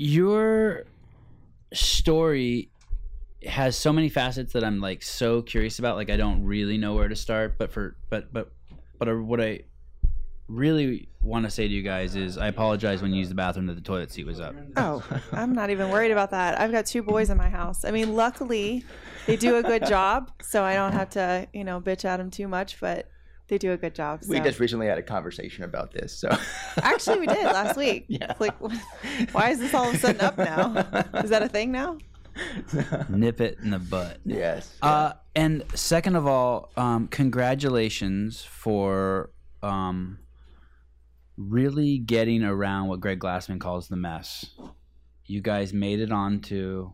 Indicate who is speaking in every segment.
Speaker 1: your story has so many facets that I'm like so curious about. Like I don't really know where to start, but for but but but uh, what I really want to say to you guys is I apologize when you used the bathroom that the toilet seat was up.
Speaker 2: Oh, I'm not even worried about that. I've got two boys in my house. I mean, luckily, they do a good job, so I don't have to, you know, bitch at them too much. But they do a good job. So.
Speaker 3: We just recently had a conversation about this, so
Speaker 2: actually we did last week.
Speaker 3: Yeah.
Speaker 2: It's like, why is this all of a sudden up now? Is that a thing now?
Speaker 1: Nip it in the butt.
Speaker 3: yes.
Speaker 1: Uh, and second of all, um, congratulations for um, really getting around what Greg Glassman calls the mess. You guys made it onto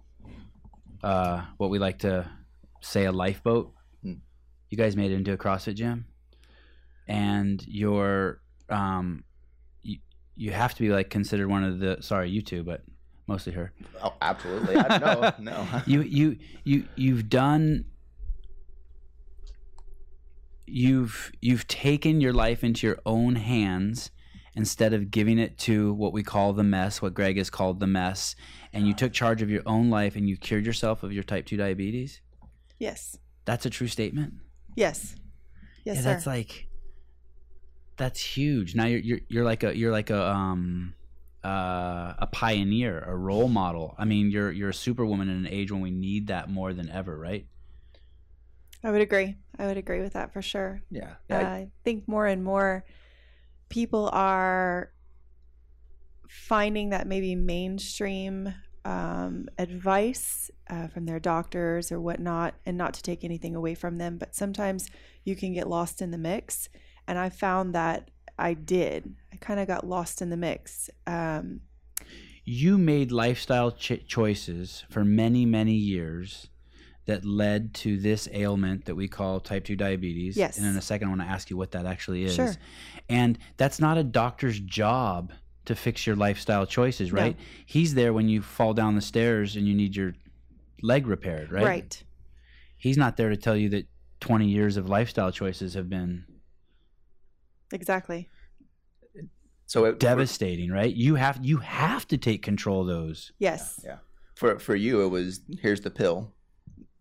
Speaker 1: uh, what we like to say a lifeboat.
Speaker 3: Mm.
Speaker 1: You guys made it into a CrossFit gym, and your um, you, you have to be like considered one of the sorry you two, but mostly her
Speaker 3: oh, absolutely. I, no, no.
Speaker 1: you you you you've done you've you've taken your life into your own hands instead of giving it to what we call the mess what greg has called the mess and you took charge of your own life and you cured yourself of your type 2 diabetes
Speaker 2: Yes.
Speaker 1: that's a true statement
Speaker 2: Yes. Yes,
Speaker 1: yeah,
Speaker 2: sir.
Speaker 1: that's like that's huge now you're, you're you're like a you're like a um uh, a pioneer, a role model. I mean, you're you're a superwoman in an age when we need that more than ever, right?
Speaker 2: I would agree. I would agree with that for sure.
Speaker 3: Yeah.
Speaker 2: Uh,
Speaker 3: yeah
Speaker 2: I think more and more people are finding that maybe mainstream um, advice uh, from their doctors or whatnot, and not to take anything away from them, but sometimes you can get lost in the mix. And I found that I did. I kind of got lost in the mix. Um,
Speaker 1: you made lifestyle ch- choices for many many years that led to this ailment that we call type 2 diabetes
Speaker 2: Yes.
Speaker 1: and in a second i want to ask you what that actually is
Speaker 2: Sure.
Speaker 1: and that's not a doctor's job to fix your lifestyle choices
Speaker 2: No.
Speaker 1: right he's there when you fall down the stairs and you need your leg repaired right
Speaker 2: right.
Speaker 1: he's not there to tell you that 20 years of lifestyle choices have been
Speaker 2: Exactly.
Speaker 3: so it, for,
Speaker 1: devastating right you have you have to take control of those
Speaker 2: Yes.
Speaker 3: Yeah. for for you, it was here's the pill,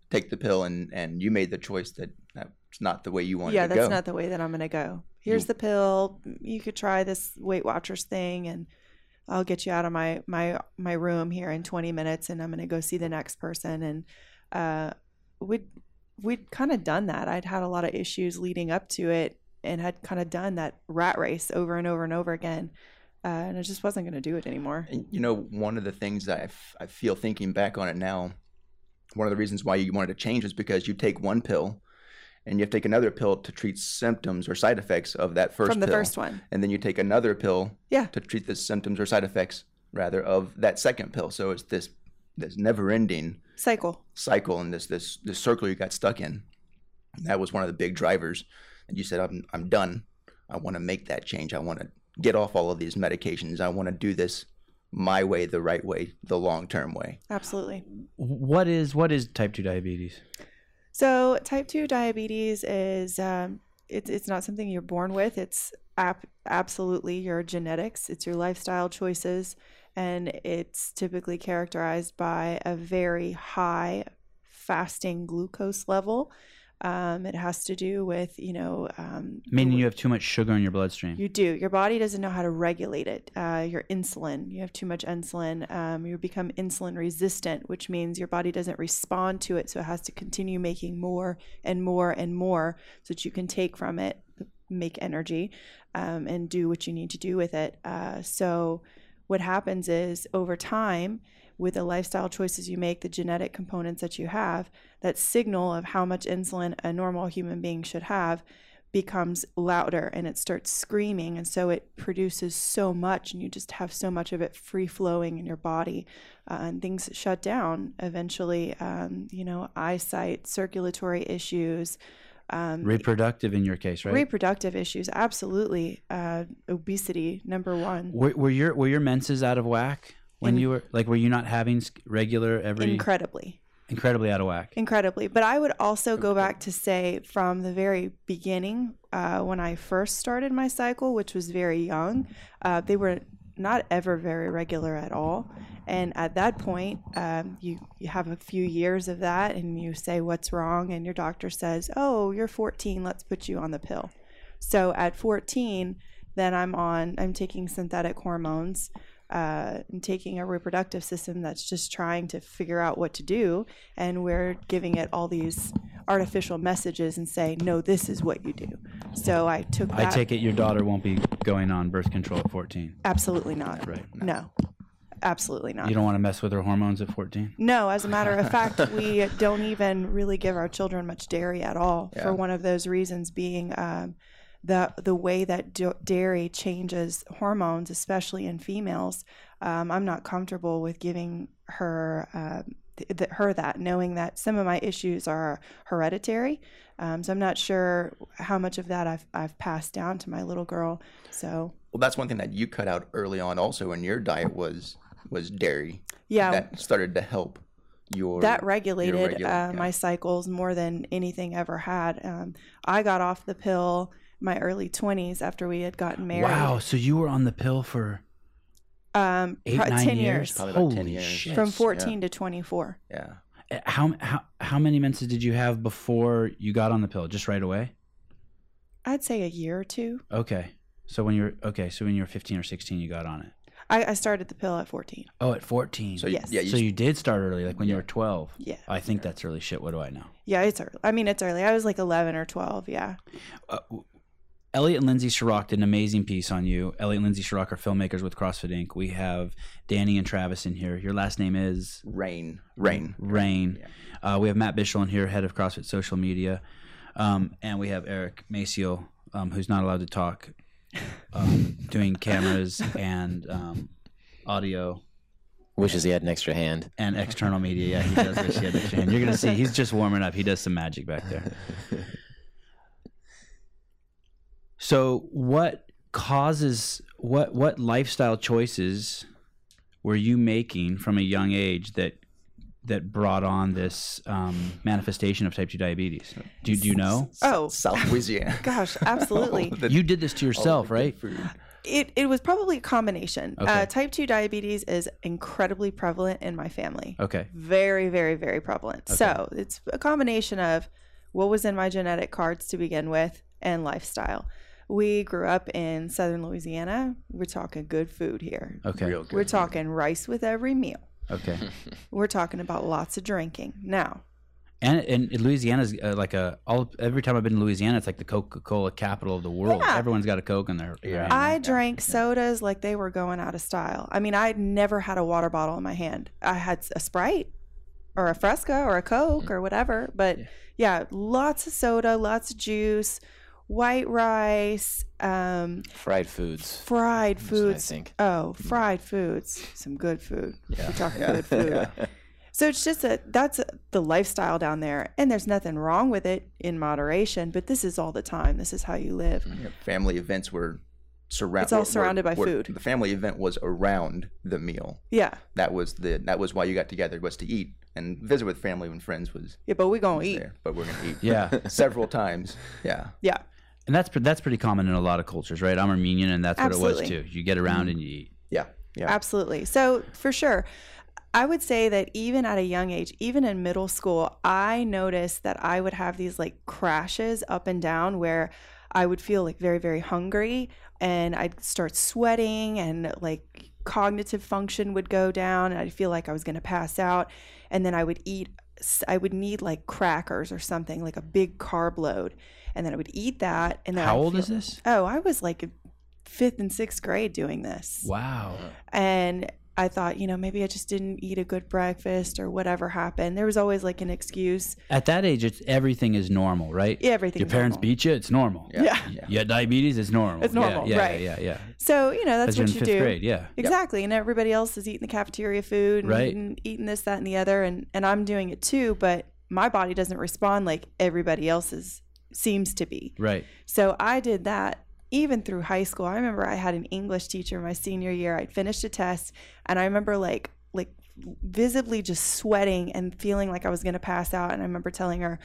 Speaker 3: take the pill, and and you made the choice that that's not the way you wanted
Speaker 2: yeah,
Speaker 3: to go. Mm.
Speaker 2: that's not the way that I'm going to go. Here's the pill. You could try this Weight Watchers thing, and I'll get you out of my my my room here in 20 minutes, and I'm going to go see the next person. And uh, we'd we'd kind of done that. I'd had a lot of issues leading up to it, and had kind of done that rat race over and over and over again, uh, and I just wasn't going to do it anymore.
Speaker 3: And, you know, one of the things that I, f- I feel thinking back on it now, one of the reasons why you wanted to change is because you take one pill and you have to take another pill to treat symptoms or side effects of that first
Speaker 2: From the
Speaker 3: pill.
Speaker 2: first one,
Speaker 3: And then you take another pill
Speaker 2: yeah,
Speaker 3: to treat the symptoms or side effects rather of that second pill. So it's this this never ending
Speaker 2: cycle.
Speaker 3: cycle and this this this circle you got stuck in. And that was one of the big drivers. And you said, I'm I'm done. I want to make that change. I want to get off all of these medications. I want to do this my way, the right way, the long term way.
Speaker 2: Absolutely.
Speaker 1: what is what is type 2 diabetes
Speaker 2: So type 2 diabetes is um, it's it's not something you're born with. It's ap- absolutely your genetics. It's your lifestyle choices, and it's typically characterized by a very high fasting glucose level. Um, it has to do with you know um,
Speaker 1: Meaning you have too much sugar in your bloodstream.
Speaker 2: you do. Your body doesn't know how to regulate it. Uh, your insulin, you have too much insulin. Um, you become insulin resistant, which means your body doesn't respond to it. So it has to continue making more and more and more so that you can take from it, make energy, um, and do what you need to do with it. Uh, so what happens is over time, with the lifestyle choices you make, the genetic components that you have, that signal of how much insulin a normal human being should have becomes louder and it starts screaming and so it produces so much and you just have so much of it free flowing in your body uh, and things shut down eventually um, you know eyesight circulatory issues um,
Speaker 1: Reproductive in your case, right?
Speaker 2: reproductive issues absolutely uh, obesity number one
Speaker 1: were, were your were your menses out of whack when
Speaker 2: In-
Speaker 1: you were like were you not having s- regular every
Speaker 2: incredibly
Speaker 1: incredibly out of whack?
Speaker 2: Incredibly. But I would also go back to say from the very beginning, uh, when I first started my cycle, which was very young, uh, they were not ever very regular at all. And at that point, um, you, you have a few years of that and you say, What's wrong? And your doctor says, Oh, you're 14, let's put you on the pill. So at 14, then I'm on, I'm taking synthetic hormones. Uh, and taking a reproductive system that's just trying to figure out what to do, and we're giving it all these artificial messages and saying, "No, this is what you do." So I took.
Speaker 1: I
Speaker 2: That.
Speaker 1: take it your daughter won't be going on birth control at 14,
Speaker 2: Absolutely not.
Speaker 1: right?
Speaker 2: No, absolutely not.
Speaker 1: You don't want to mess with her hormones at 14?
Speaker 2: No, as a matter of fact, we don't even really give our children much dairy at all
Speaker 3: Yeah.
Speaker 2: for one of those reasons being um, the the way that d- dairy changes hormones, especially in females. Um, I'm not comfortable with giving her. um th- th- her that knowing that some of my issues are hereditary um, so i'm not sure how much of that I've, I've passed down to my little girl so
Speaker 3: Well, that's one thing that you cut out early on, also in your diet was was dairy.
Speaker 2: yeah
Speaker 3: that started to help your
Speaker 2: that regulated
Speaker 3: regular-
Speaker 2: uh,
Speaker 3: yeah.
Speaker 2: my cycles more than anything ever had. Um, I got off the pill my early 20s after we had gotten married.
Speaker 1: Wow. So you were on the pill for
Speaker 2: Um,
Speaker 1: eight,
Speaker 2: pro-
Speaker 1: nine
Speaker 2: 10
Speaker 1: years?
Speaker 2: years,
Speaker 3: Probably about 10
Speaker 1: Holy
Speaker 3: years.
Speaker 1: shit. Eh,
Speaker 2: from 14 to 24.
Speaker 3: yeah.
Speaker 1: how, how, how many menses did you have before you got on the pill? Just right away?
Speaker 2: I'd say a year or two.
Speaker 1: Okay. So when you're okay, so when you were 15 or 16, you got on it.
Speaker 2: I, I started the pill at 14.
Speaker 1: Oh, at 14.
Speaker 3: So
Speaker 1: So,
Speaker 2: Yes.
Speaker 3: yeah, you,
Speaker 1: you did start early, like when you
Speaker 3: Yeah.
Speaker 1: were 12.
Speaker 2: Yeah.
Speaker 1: I think that's early shit. What do I know?
Speaker 2: Yeah, it's early. I mean, it's early. I was like 11 or 12. Yeah.
Speaker 1: Uh, w- Elliot and Lindsay Sirach did an amazing piece on you. Elliot and Lindsay Sirach are filmmakers with CrossFit Inc. We have Danny and Travis in here. Your last name is
Speaker 3: rain, rain.
Speaker 1: Rain. Uh, we have Matt Bischel in here, head of CrossFit social media, um, and we have Eric Maciel, um, who's not allowed to talk, um, doing cameras and um, audio.
Speaker 4: Wishes he had an extra hand.
Speaker 1: and external media. Yeah, he does wish he had extra hand. You're gonna see he's just warming up. He does some magic back there. So what causes what what lifestyle choices were you making from a young age that that brought on this um, manifestation of type two diabetes? Do, do you know?
Speaker 2: Oh.
Speaker 3: South Louisiana.
Speaker 2: Gosh, absolutely.
Speaker 3: The- Oh,
Speaker 1: You did this to
Speaker 3: all the
Speaker 1: yourself,
Speaker 3: good
Speaker 1: right?
Speaker 3: food.
Speaker 2: It, it was probably a combination.
Speaker 1: Okay.
Speaker 2: Uh, type 2 diabetes is incredibly prevalent in my family.
Speaker 1: Okay.
Speaker 2: very very very prevalent so it's a combination of what was in my genetic cards to begin with and lifestyle we grew up in southern louisiana we're talking good food here
Speaker 1: Okay.
Speaker 3: Real good.
Speaker 2: we're talking rice with every meal
Speaker 1: Okay.
Speaker 2: we're talking about lots of drinking now
Speaker 1: And and Louisiana's uh, like a all every time I've been to Louisiana, it's like the Coca Cola capital of the world.
Speaker 2: Yeah.
Speaker 1: Everyone's got a Coke in their.
Speaker 3: Yeah.
Speaker 1: Yeah.
Speaker 2: i drank sodas like they were going out of style i mean i'd never had a water bottle in my hand i had a sprite or a fresca or a coke or whatever but
Speaker 3: Mm-hmm. Yeah.
Speaker 2: yeah. lots of soda lots of juice white rice um
Speaker 4: Fried foods.
Speaker 2: fried
Speaker 4: is what I
Speaker 2: foods.
Speaker 4: think.
Speaker 2: Oh, fried foods. Some good food. We're talking
Speaker 3: Mm-hmm. Yeah.
Speaker 2: good food. So it's just a that's a, the lifestyle down there, and there's nothing wrong with it in moderation. But this is all the time. This is how you live.
Speaker 3: Yeah, family events were surrounded.
Speaker 2: It's all surrounded by food.
Speaker 3: The family event was around the meal.
Speaker 2: Yeah,
Speaker 3: That was the that was why you got together was to eat and visit with family and friends was,
Speaker 2: yeah. But we gonna
Speaker 3: was
Speaker 2: Oh, eat.
Speaker 3: there. But we're gonna eat.
Speaker 1: Yeah.
Speaker 3: several times. Yeah.
Speaker 2: Yeah,
Speaker 1: And that's pre- that's pretty common in a lot of cultures, right? I'm Armenian, and that's what it
Speaker 2: Absolutely.
Speaker 1: was too. You get around and you eat.
Speaker 3: Yeah. Yeah.
Speaker 2: absolutely. So for sure. I would say that even at a young age, even in middle school, I noticed that I would have these like crashes up and down where I would feel like very, very hungry and I'd start sweating and like cognitive function would go down and I'd feel like I was going to pass out. And then I would eat, I would need like crackers or something, like a big carb load. And then I would eat that. And then
Speaker 1: How
Speaker 2: I'd
Speaker 1: old
Speaker 2: feel-
Speaker 1: is this?
Speaker 2: Oh, I was like fifth and sixth grade doing this
Speaker 1: Wow.
Speaker 2: and I thought, you know, maybe I just didn't eat a good breakfast or whatever happened. There was always like an excuse.
Speaker 1: At that age, it's everything is normal, right?
Speaker 2: Yeah, everything.
Speaker 1: Your parents
Speaker 2: normal.
Speaker 1: beat you, it's normal.
Speaker 2: Yeah.
Speaker 3: Yeah.
Speaker 1: You had diabetes, it's normal.
Speaker 2: It's
Speaker 1: Yeah,
Speaker 2: normal,
Speaker 1: yeah,
Speaker 2: right.
Speaker 1: Yeah, yeah, yeah.
Speaker 2: So you know that's
Speaker 1: As you're in
Speaker 2: what you
Speaker 1: fifth
Speaker 2: do.
Speaker 1: grade, yeah.
Speaker 2: Exactly, and everybody else is eating the cafeteria food, and
Speaker 1: Right.
Speaker 2: eating, eating this, that, and the other, and and I'm doing it too, but my body doesn't respond like everybody else's seems to be.
Speaker 1: Right.
Speaker 2: So I did that even through high school. I remember I had an English teacher my senior year. I'd finished a test and I remember like like visibly just sweating and feeling like I was going to pass out. And I remember telling her,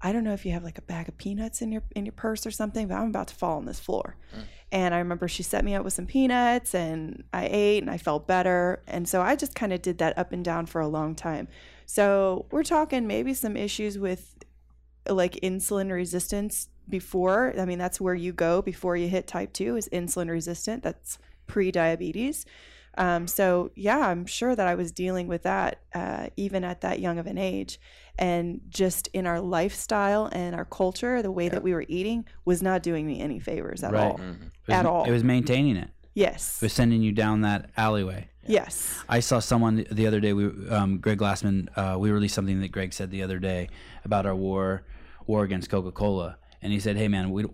Speaker 2: I don't know if you have like a bag of peanuts in your in your purse or something, but I'm about to fall on this floor. And I remember she set me up with some peanuts and I ate and I felt better. And so I just kind of did that up and down for a long time. So we're talking maybe some issues with like insulin resistance before. I mean, that's where you go before you hit type 2 is insulin resistant. That's pre-diabetes. Um, so yeah, I'm sure that I was dealing with that uh, even at that young of an age, and just in our lifestyle and our culture, the way that we were eating was not doing me any favors at
Speaker 1: Right.
Speaker 2: all.
Speaker 1: It was-
Speaker 2: At all.
Speaker 1: It was maintaining it.
Speaker 2: Yes,
Speaker 1: It was sending you down that alleyway.
Speaker 2: yes,
Speaker 1: I saw someone the other day. We um, Greg Glassman. Uh, we released something that Greg said the other day about our war war against Coca Cola, and he said, "Hey, man, we."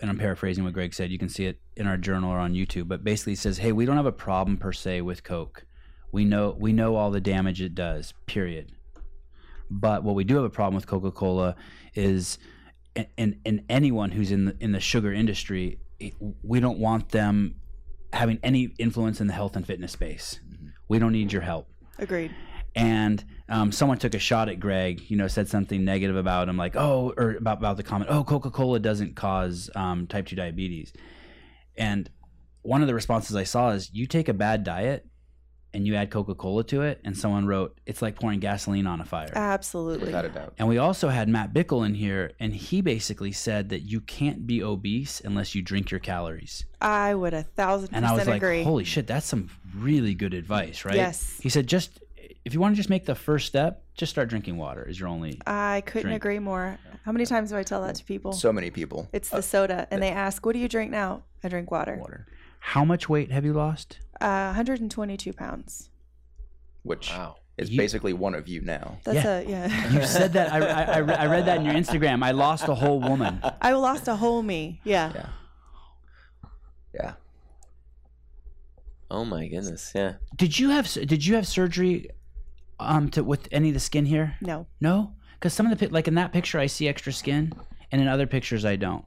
Speaker 1: And I'm paraphrasing what Greg said. You can see it in our journal or on YouTube. But basically, he says, "Hey, we don't have a problem per se with Coke. We know we know all the damage it does. Period. But what we do have a problem with Coca Cola is, and, and and anyone who's in the in the sugar industry, it- we don't want them having any influence in the health and fitness space. We don't need your help.
Speaker 2: agreed.
Speaker 1: And um, someone took a shot at Greg, you know, said something negative about him, like, oh, or about, about the comment, oh, Coca Cola doesn't cause um, type 2 diabetes. And one of the responses I saw is, you take a bad diet and you add Coca Cola to it. And someone wrote, it's like pouring gasoline on a fire.
Speaker 2: Uh. Absolutely,
Speaker 3: without a doubt.
Speaker 1: and we also had Matt Bickle in here, and he basically said that you can't be obese unless you drink your calories.
Speaker 2: I would a thousand percent
Speaker 1: And I was like,
Speaker 2: agree.
Speaker 1: holy shit, that's some really good advice, right?
Speaker 2: Yes.
Speaker 1: He said, just if you want to just make the first step, just start drinking water is your only.
Speaker 2: I couldn't
Speaker 1: drink.
Speaker 2: agree more. How many times do I tell that to people?
Speaker 3: So many people.
Speaker 2: it's
Speaker 1: uh,
Speaker 2: the soda, and they ask, "What do you drink now?" I drink water.
Speaker 3: water,
Speaker 1: How much weight have you lost?
Speaker 2: Uh, 122 pounds.
Speaker 3: which
Speaker 4: Wow.
Speaker 3: is
Speaker 1: You-
Speaker 3: basically one of you now.
Speaker 2: That's
Speaker 1: Yeah.
Speaker 2: a yeah.
Speaker 1: You said that. I, I, I re- I read that in your Instagram. I lost a whole woman.
Speaker 2: I lost a whole me. Yeah.
Speaker 3: Yeah. Yeah.
Speaker 4: Oh my goodness. Yeah.
Speaker 1: Did you have s- Did you have surgery um, to, with any of the skin here?
Speaker 2: No.
Speaker 1: No? Because some of the, pi- like in that picture, I see extra skin, and in other pictures, I don't.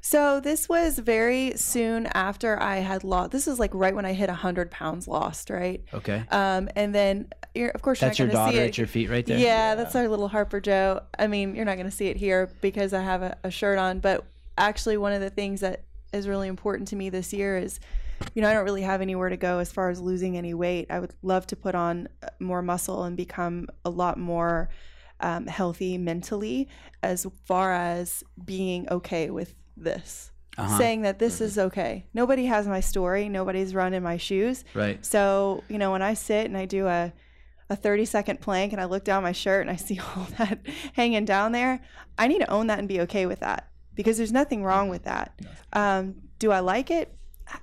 Speaker 2: So this was very soon after I had lost. This is like right when I hit 100 pounds lost, right?
Speaker 1: Okay.
Speaker 2: Um, and then, you're, of course,
Speaker 1: That's
Speaker 2: you're
Speaker 1: your
Speaker 2: not
Speaker 1: daughter
Speaker 2: going to
Speaker 1: at
Speaker 2: see
Speaker 1: your
Speaker 2: it.
Speaker 1: feet right
Speaker 2: Yeah,
Speaker 1: there?
Speaker 2: that's our little Harper Joe. I mean, you're not going to see it here because I have a, a shirt on. But actually, one of the things that is really important to me this year is, you know, I don't really have anywhere to go as far as losing any weight. I would love to put on uh, more muscle and become a lot more um, healthy mentally as far as being okay with this.
Speaker 1: Uh-huh.
Speaker 2: Saying that this is okay. Nobody has my story. Nobody's run in my shoes.
Speaker 1: Right.
Speaker 2: So, you know, when I sit and I do a, a 30 second plank and I look down my shirt and I see all that hanging down there, I need to own that and be okay with that because there's nothing wrong with that. Um, do I like it? I-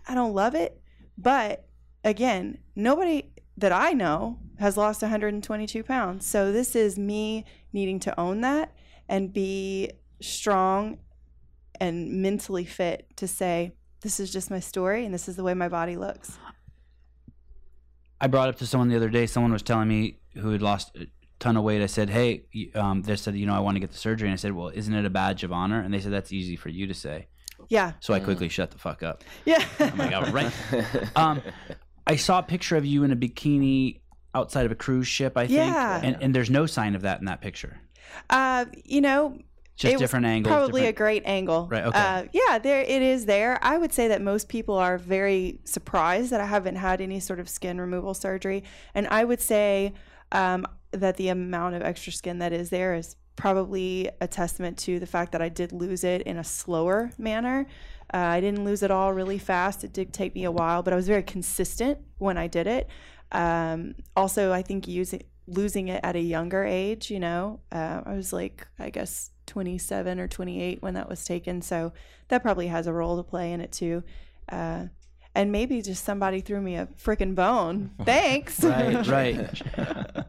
Speaker 2: I don't love it. But again, nobody that I know has lost 122 pounds. So this is me needing to own that and be strong and mentally fit to say, this is just my story and this is the way my body looks.
Speaker 1: I brought up to someone the other day. Someone was telling me who had lost a ton of weight. I said, "Hey," you- um, they said, "You know, I want to get the surgery." And I said, "Well, isn't it a badge of honor?" And they said, "That's easy for you to say."
Speaker 2: Yeah.
Speaker 1: So I quickly shut the fuck up.
Speaker 2: Yeah.
Speaker 1: I'm like, "All right." um, I saw a picture of you in a bikini outside of a cruise ship. I think,
Speaker 2: Yeah.
Speaker 1: and, and there's no sign of that in that picture.
Speaker 2: Uh, you know,
Speaker 1: Just
Speaker 2: It was
Speaker 1: different angles.
Speaker 2: probably a
Speaker 1: different-
Speaker 2: great angle.
Speaker 1: Right, okay.
Speaker 2: Uh, yeah, there it is. There, I would say that most people are very surprised that I haven't had any sort of skin removal surgery, and I would say um, that the amount of extra skin that is there is probably a testament to the fact that I did lose it in a slower manner. Uh, I didn't lose it all really fast. It did take me a while, but I was very consistent when I did it. Um, also, I think using losing it at a younger age, you know, uh, I was like, I guess 27 or 28 when that was taken. So that probably has a role to play in it too. Uh, and maybe just somebody threw me a freaking bone. Thanks.
Speaker 1: right, right.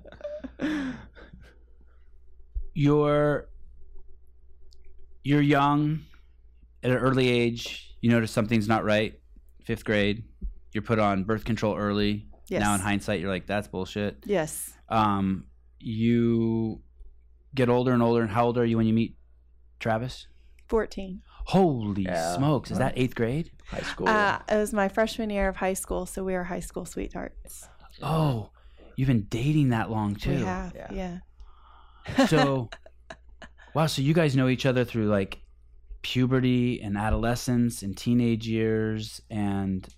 Speaker 1: You're you're young at an early age. You notice something's not right. Fifth grade, you're put on birth control early.
Speaker 2: Yes.
Speaker 1: Now in hindsight, you're like, that's bullshit.
Speaker 2: Yes.
Speaker 1: Um, you get older and older. And how old are you when you meet Travis?
Speaker 2: 14.
Speaker 1: Holy
Speaker 3: Yeah.
Speaker 1: smokes! Is that eighth grade?
Speaker 3: High school.
Speaker 2: Uh, it was my freshman year of high school. So we were high school sweethearts.
Speaker 1: Oh, You've been dating that long too.
Speaker 2: We have,
Speaker 3: Yeah.
Speaker 2: yeah.
Speaker 1: So, wow. So you guys know each other through like puberty and adolescence and teenage years and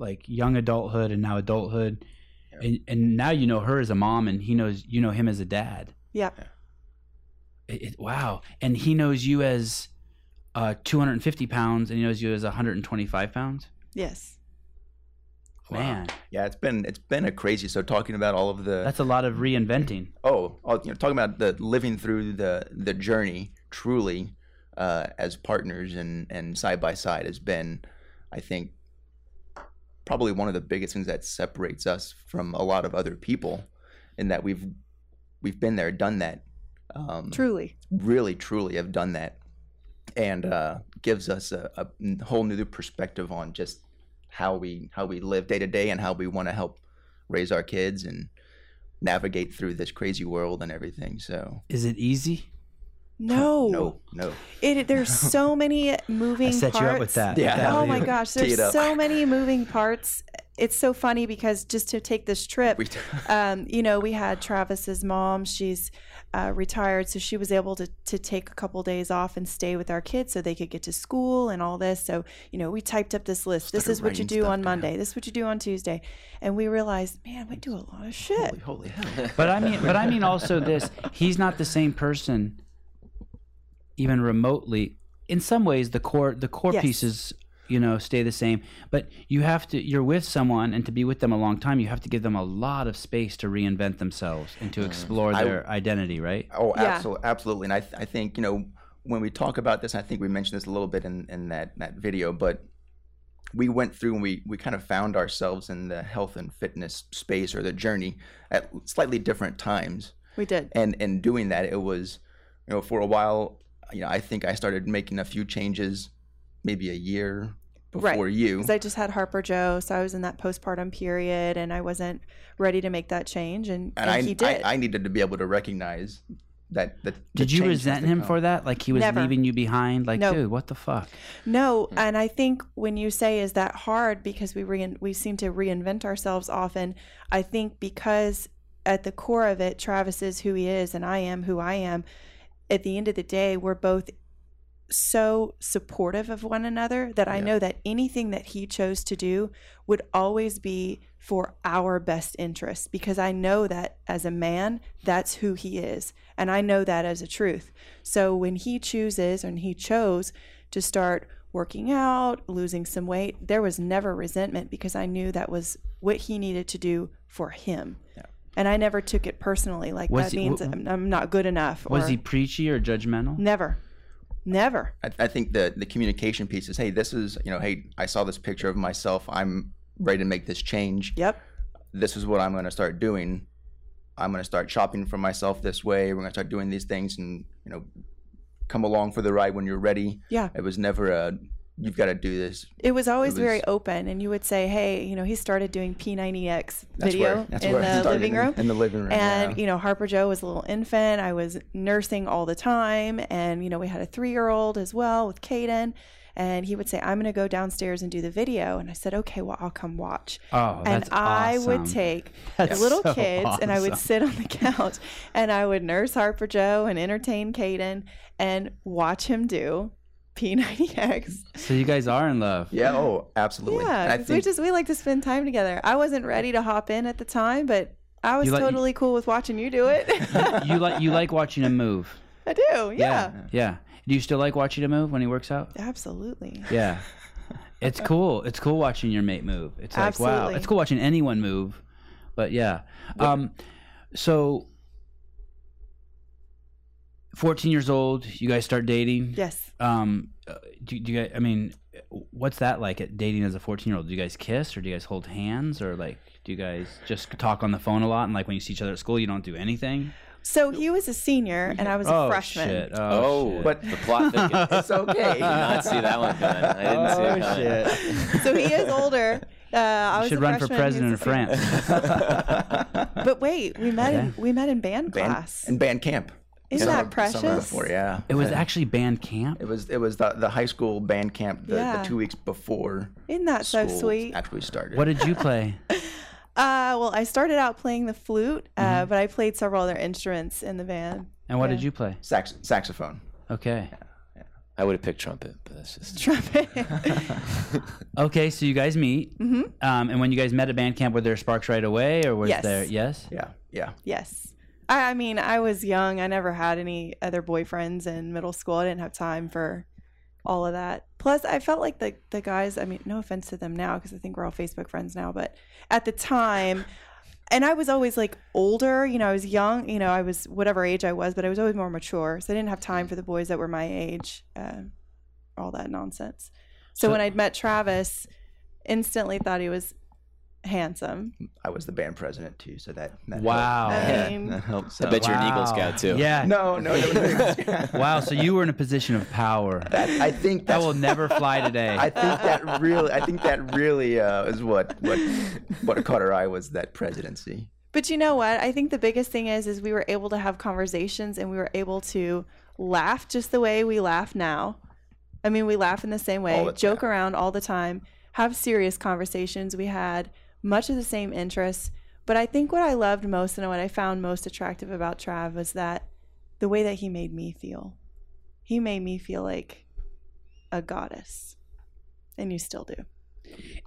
Speaker 1: like young adulthood and now adulthood,
Speaker 3: Yeah.
Speaker 1: and and now you know her as a mom and he knows you know him as a dad.
Speaker 2: Yeah.
Speaker 3: Yeah.
Speaker 1: It, it- wow, and he knows you as uh, 250 pounds and he knows you as 125 pounds.
Speaker 2: Yes.
Speaker 3: Wow.
Speaker 1: Man,
Speaker 3: Yeah, it's been it's been a crazy. So talking about all of the
Speaker 1: that's a lot of reinventing.
Speaker 3: oh, oh, you know, talking about the living through the the journey truly uh, as partners and and side by side has been, I think, probably one of the biggest things that separates us from a lot of other people, in that we've we've been there, done that.
Speaker 1: Hmm.
Speaker 3: Um,
Speaker 2: Truly.
Speaker 3: really truly have done that and uh, gives us a, a n- whole new perspective on just how we how we live day to day and how we want to help raise our kids and navigate through this crazy world and everything so
Speaker 1: Is it easy?
Speaker 2: No.
Speaker 3: no no
Speaker 2: It, there's so many moving
Speaker 1: I set
Speaker 2: parts.
Speaker 1: you up with that.
Speaker 3: Yeah.
Speaker 1: With that,
Speaker 2: Oh
Speaker 3: Yeah.
Speaker 2: my
Speaker 1: dude.
Speaker 2: gosh,
Speaker 3: Tee it
Speaker 2: there's
Speaker 3: up.
Speaker 2: so many moving parts. It's so funny because just to take this trip,
Speaker 3: we
Speaker 2: um, you know, we had Travis's mom. She's uh, retired, so she was able to to take a couple days off and stay with our kids so they could get to school and all this. So you know, we typed up this list. this
Speaker 3: Started
Speaker 2: is what you
Speaker 3: writing
Speaker 2: do
Speaker 3: stuff
Speaker 2: on
Speaker 3: down.
Speaker 2: Monday. This is what you do on Tuesday, and we realized, man, we do a lot of shit.
Speaker 3: holy, holy hell
Speaker 1: But I mean, but I mean also this. He's not the same person, even remotely. In some ways, the core the core
Speaker 2: Yes.
Speaker 1: pieces, you know, stay the same. But you have to you're with someone, and to be with them a long time, you have to give them a lot of space to reinvent themselves and to explore
Speaker 3: I-
Speaker 1: their identity. Right?
Speaker 3: Oh,
Speaker 2: Yeah.
Speaker 3: absolutely, absolutely. And I, th- I think you know when we talk about this, I think we mentioned this a little bit in, in that that video, but we went through and we we kind of found ourselves in the health and fitness space or the journey at slightly different times.
Speaker 2: We did.
Speaker 3: And and doing that, it was you know for a while, you know, I think I started making a few changes, maybe a year
Speaker 2: Right.
Speaker 3: before you.
Speaker 2: because I just had Harper Joe, so I was in that postpartum period, and I wasn't ready to make that change, and, and
Speaker 3: and I,
Speaker 2: he did.
Speaker 3: I I needed to be able to recognize that that
Speaker 1: Did you resent him for that? Like he was
Speaker 2: Never.
Speaker 1: leaving you behind? Like,
Speaker 2: No.
Speaker 1: dude, what the fuck?
Speaker 2: no,
Speaker 3: Hmm.
Speaker 2: and I think when you say is that hard because we rein, we seem to reinvent ourselves often. I think because at the core of it, Travis is who he is, and I am who I am. At the end of the day, we're both so supportive of one another that I
Speaker 3: Yeah.
Speaker 2: know that anything that he chose to do would always be for our best interest because I know that as a man, that's who he is. And I know that as a truth. So when he chooses and he chose to start working out, losing some weight, there was never resentment because I knew that was what he needed to do for him. And I never took it personally. Like
Speaker 1: Was
Speaker 2: that
Speaker 1: he-
Speaker 2: means
Speaker 1: w-
Speaker 2: I'm, I'm not good enough.
Speaker 1: Was
Speaker 2: or
Speaker 1: he preachy or judgmental?
Speaker 2: Never. Never.
Speaker 3: I, I think the the communication piece is, hey, this is you know, hey, I saw this picture of myself. I'm ready to make this change.
Speaker 2: Yep.
Speaker 3: This is what I'm going to start doing. I'm going to start shopping for myself this way. We're going to start doing these things, and you know, come along for the ride when you're ready.
Speaker 2: Yeah.
Speaker 3: It was never a you've got to do this.
Speaker 2: It was always
Speaker 3: was-
Speaker 2: very open, and you would say, "Hey, you know, he started doing P90X
Speaker 3: That's
Speaker 2: video
Speaker 3: where that's
Speaker 2: in
Speaker 3: where it
Speaker 2: the
Speaker 3: started,
Speaker 2: living
Speaker 3: in-
Speaker 2: room."
Speaker 3: In the living room.
Speaker 2: and
Speaker 3: yeah.
Speaker 2: you know, Harper Joe was a little infant. I was nursing all the time, and you know, we had a three-year-old as well with Caden. And he would say, "I'm going to go downstairs and do the video," and I said, "Okay, well, I'll come watch."
Speaker 1: Oh,
Speaker 2: and
Speaker 1: that's
Speaker 2: I would
Speaker 1: awesome.
Speaker 2: take
Speaker 1: That's
Speaker 2: little
Speaker 1: so
Speaker 2: kids and I would
Speaker 1: awesome.
Speaker 2: sit on the couch and I would nurse Harper Joe and entertain Caden and watch him do P90X.
Speaker 1: So you guys are in love.
Speaker 3: yeah. Oh, absolutely. And
Speaker 2: Yeah,
Speaker 3: I
Speaker 2: 'cause we
Speaker 3: think-
Speaker 2: just we like to spend time together. I wasn't ready to hop in at the time, but I was
Speaker 1: You like-
Speaker 2: totally cool with watching you do it.
Speaker 1: You like you like watching him move.
Speaker 2: I do, yeah.
Speaker 1: yeah. yeah. Do you still like watching him move when he works out?
Speaker 2: Absolutely.
Speaker 1: Yeah. It's cool. It's cool watching your mate move. It's like wow.
Speaker 2: Absolutely.
Speaker 1: It's cool watching anyone move. But yeah. Um so 14 years old, you guys start dating.
Speaker 2: Yes.
Speaker 1: Um uh, do, do you guys I mean what's that like at dating as a 14-year-old? Do you guys kiss or do you guys hold hands or like do you guys just talk on the phone a lot and like when you see each other at school you don't do anything?
Speaker 2: So he was a senior and I was a
Speaker 1: oh
Speaker 2: freshman.
Speaker 1: shit.
Speaker 4: Oh,
Speaker 1: Oh, shit.
Speaker 4: but the plot thickens.
Speaker 3: it's okay.
Speaker 4: I did not see that one coming. I didn't see it
Speaker 1: Oh,
Speaker 4: coming.
Speaker 1: shit.
Speaker 2: So he is older. Uh, I
Speaker 1: You
Speaker 2: was
Speaker 1: should
Speaker 2: a
Speaker 1: run for
Speaker 2: freshman, he was
Speaker 1: president
Speaker 2: a
Speaker 1: of
Speaker 2: senior.
Speaker 1: France.
Speaker 2: But wait, we met in, we met in band
Speaker 3: Band-
Speaker 2: class.
Speaker 3: and band camp.
Speaker 2: Isn't
Speaker 3: Summer-
Speaker 2: that
Speaker 3: Summer
Speaker 2: precious?
Speaker 3: before, yeah.
Speaker 1: It was actually band camp.
Speaker 3: It was it was the, the high school band camp the,
Speaker 2: Yeah.
Speaker 3: the two weeks before
Speaker 2: Isn't that so
Speaker 3: school
Speaker 2: sweet?
Speaker 3: actually started.
Speaker 1: What did you play?
Speaker 2: Uh, well, I started out playing the flute, uh, but I played several other instruments in the band.
Speaker 1: And what
Speaker 2: Yeah.
Speaker 1: did you play?
Speaker 3: Sax- saxophone.
Speaker 1: Okay.
Speaker 4: I would have picked trumpet, but that's just
Speaker 2: Trumpet.
Speaker 1: Okay, so you guys meet.
Speaker 2: hmm
Speaker 1: Um, and when you guys met at band camp, were there sparks right away or was
Speaker 2: Yes.
Speaker 1: there yes?
Speaker 3: Yeah, yeah.
Speaker 2: Yes. I, I mean, I was young. I never had any other boyfriends in middle school. I didn't have time for all of that. Plus, I felt like the the guys. I mean, no offense to them now, because I think we're all Facebook friends now. But at the time, and I was always like older. You know, I was young. You know, I was whatever age I was, but I was always more mature. So I didn't have time for the boys that were my age. Uh, all that nonsense. so
Speaker 1: So-
Speaker 2: when I met Travis, instantly thought he was handsome.
Speaker 3: I was the band president too, so that, that
Speaker 1: Wow.
Speaker 3: helped.
Speaker 2: I mean-
Speaker 3: that helps.
Speaker 4: I bet you're an Eagle Scout, too.
Speaker 1: Yeah.
Speaker 3: No, no, no. no.
Speaker 1: Wow, so you were in a position of power.
Speaker 3: That, I think
Speaker 1: That
Speaker 3: that's,
Speaker 1: will never fly today.
Speaker 3: I think that really, I think that really uh, is what what what caught her eye was that presidency.
Speaker 2: But you know what? I think the biggest thing is is we were able to have conversations and we were able to laugh just the way we laugh now. I mean, we laugh in the same way,
Speaker 3: All the
Speaker 2: joke around all the time, have serious conversations. We had much of the same interests, but I think what I loved most and what I found most attractive about Trav was that the way that he made me feel. He made me feel like a goddess. And you still do.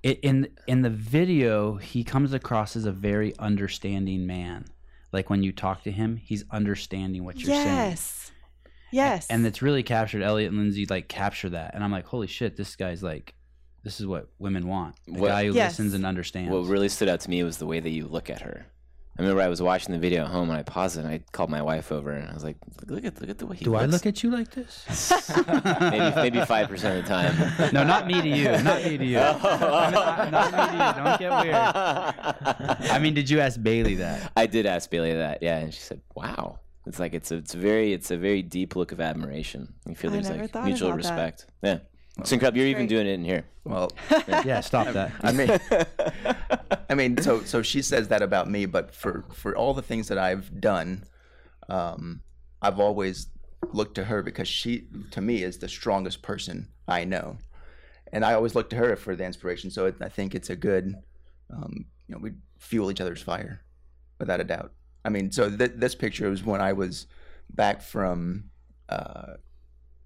Speaker 1: I- in in the video he comes across as a very understanding man like when you talk to him he's understanding what you're saying
Speaker 2: yes. Yes.
Speaker 1: and it's really captured elliot and lindsay like capture that and i'm like holy shit this guy's like this is what women want a
Speaker 4: What-
Speaker 1: guy who
Speaker 2: Yes.
Speaker 1: listens and understands
Speaker 4: What really stood out to me was the way that you look at her. I remember I was watching the video at home and I paused it and I called my wife over and I was like, "Look at look at the way he
Speaker 1: do i
Speaker 4: looks."
Speaker 1: look at you like this
Speaker 4: maybe maybe five percent of the time.
Speaker 1: no not me to you not me to you not, not me to you don't get weird i mean did you ask bailey that
Speaker 4: I did ask Bailey that, yeah, and she said, "Wow." It's like it's a, it's very it's a very deep look of admiration. You feel
Speaker 2: I
Speaker 4: there's
Speaker 2: never
Speaker 4: like
Speaker 2: thought
Speaker 4: mutual
Speaker 2: about that.
Speaker 4: respect. Yeah, it's incredible. You're even
Speaker 2: Great.
Speaker 4: doing it in here.
Speaker 3: Well,
Speaker 1: yeah stop that
Speaker 3: I mean, I mean, so so she says that about me, but for for all the things that I've done, um, I've always looked to her because she, to me, is the strongest person I know, and I always look to her for the inspiration. So it, I think it's a good, um, you know, we fuel each other's fire, without a doubt. I mean, so th- this picture was when I was back from. Uh,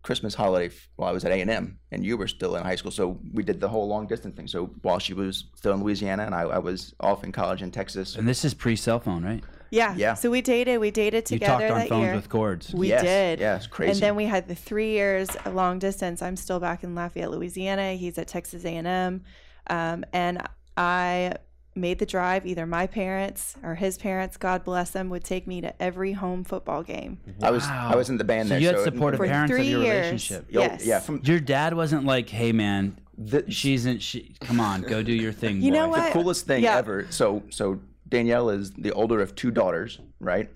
Speaker 3: Christmas holiday f- while I was at A and M, and you were still in high school. So we did the whole long distance thing. So while she was still in Louisiana, and I, I was off in college in Texas.
Speaker 1: and this is pre-cell phone right
Speaker 2: yeah.
Speaker 3: Yeah.
Speaker 2: So we dated. We dated
Speaker 1: you
Speaker 2: together
Speaker 1: talked on
Speaker 2: that
Speaker 1: phones
Speaker 2: year.
Speaker 1: with cords
Speaker 2: We
Speaker 3: Yes,
Speaker 2: did.
Speaker 3: yeah, it's crazy.
Speaker 2: And then we had the three years of long distance. I'm still back in Lafayette, Louisiana. He's at Texas A&M, um, and I made the drive. Either my parents or his parents, God bless them, would take me to every home football game
Speaker 1: Mm-hmm.
Speaker 3: I was I
Speaker 1: Wow.
Speaker 3: was in the band
Speaker 1: So
Speaker 3: there.
Speaker 1: you had
Speaker 3: so
Speaker 1: supportive
Speaker 2: for
Speaker 1: parents
Speaker 2: three
Speaker 1: of your
Speaker 2: years.
Speaker 1: relationship.
Speaker 3: Yo,
Speaker 2: Yes.
Speaker 3: Oh, Yeah, from
Speaker 1: Your dad wasn't like, "Hey, man,
Speaker 3: the,
Speaker 1: she's in. She, come on, go do your thing."
Speaker 2: You know
Speaker 1: boy."
Speaker 2: what?
Speaker 3: the coolest thing
Speaker 2: Yeah.
Speaker 3: ever. So so Danielle is the older of two daughters, right?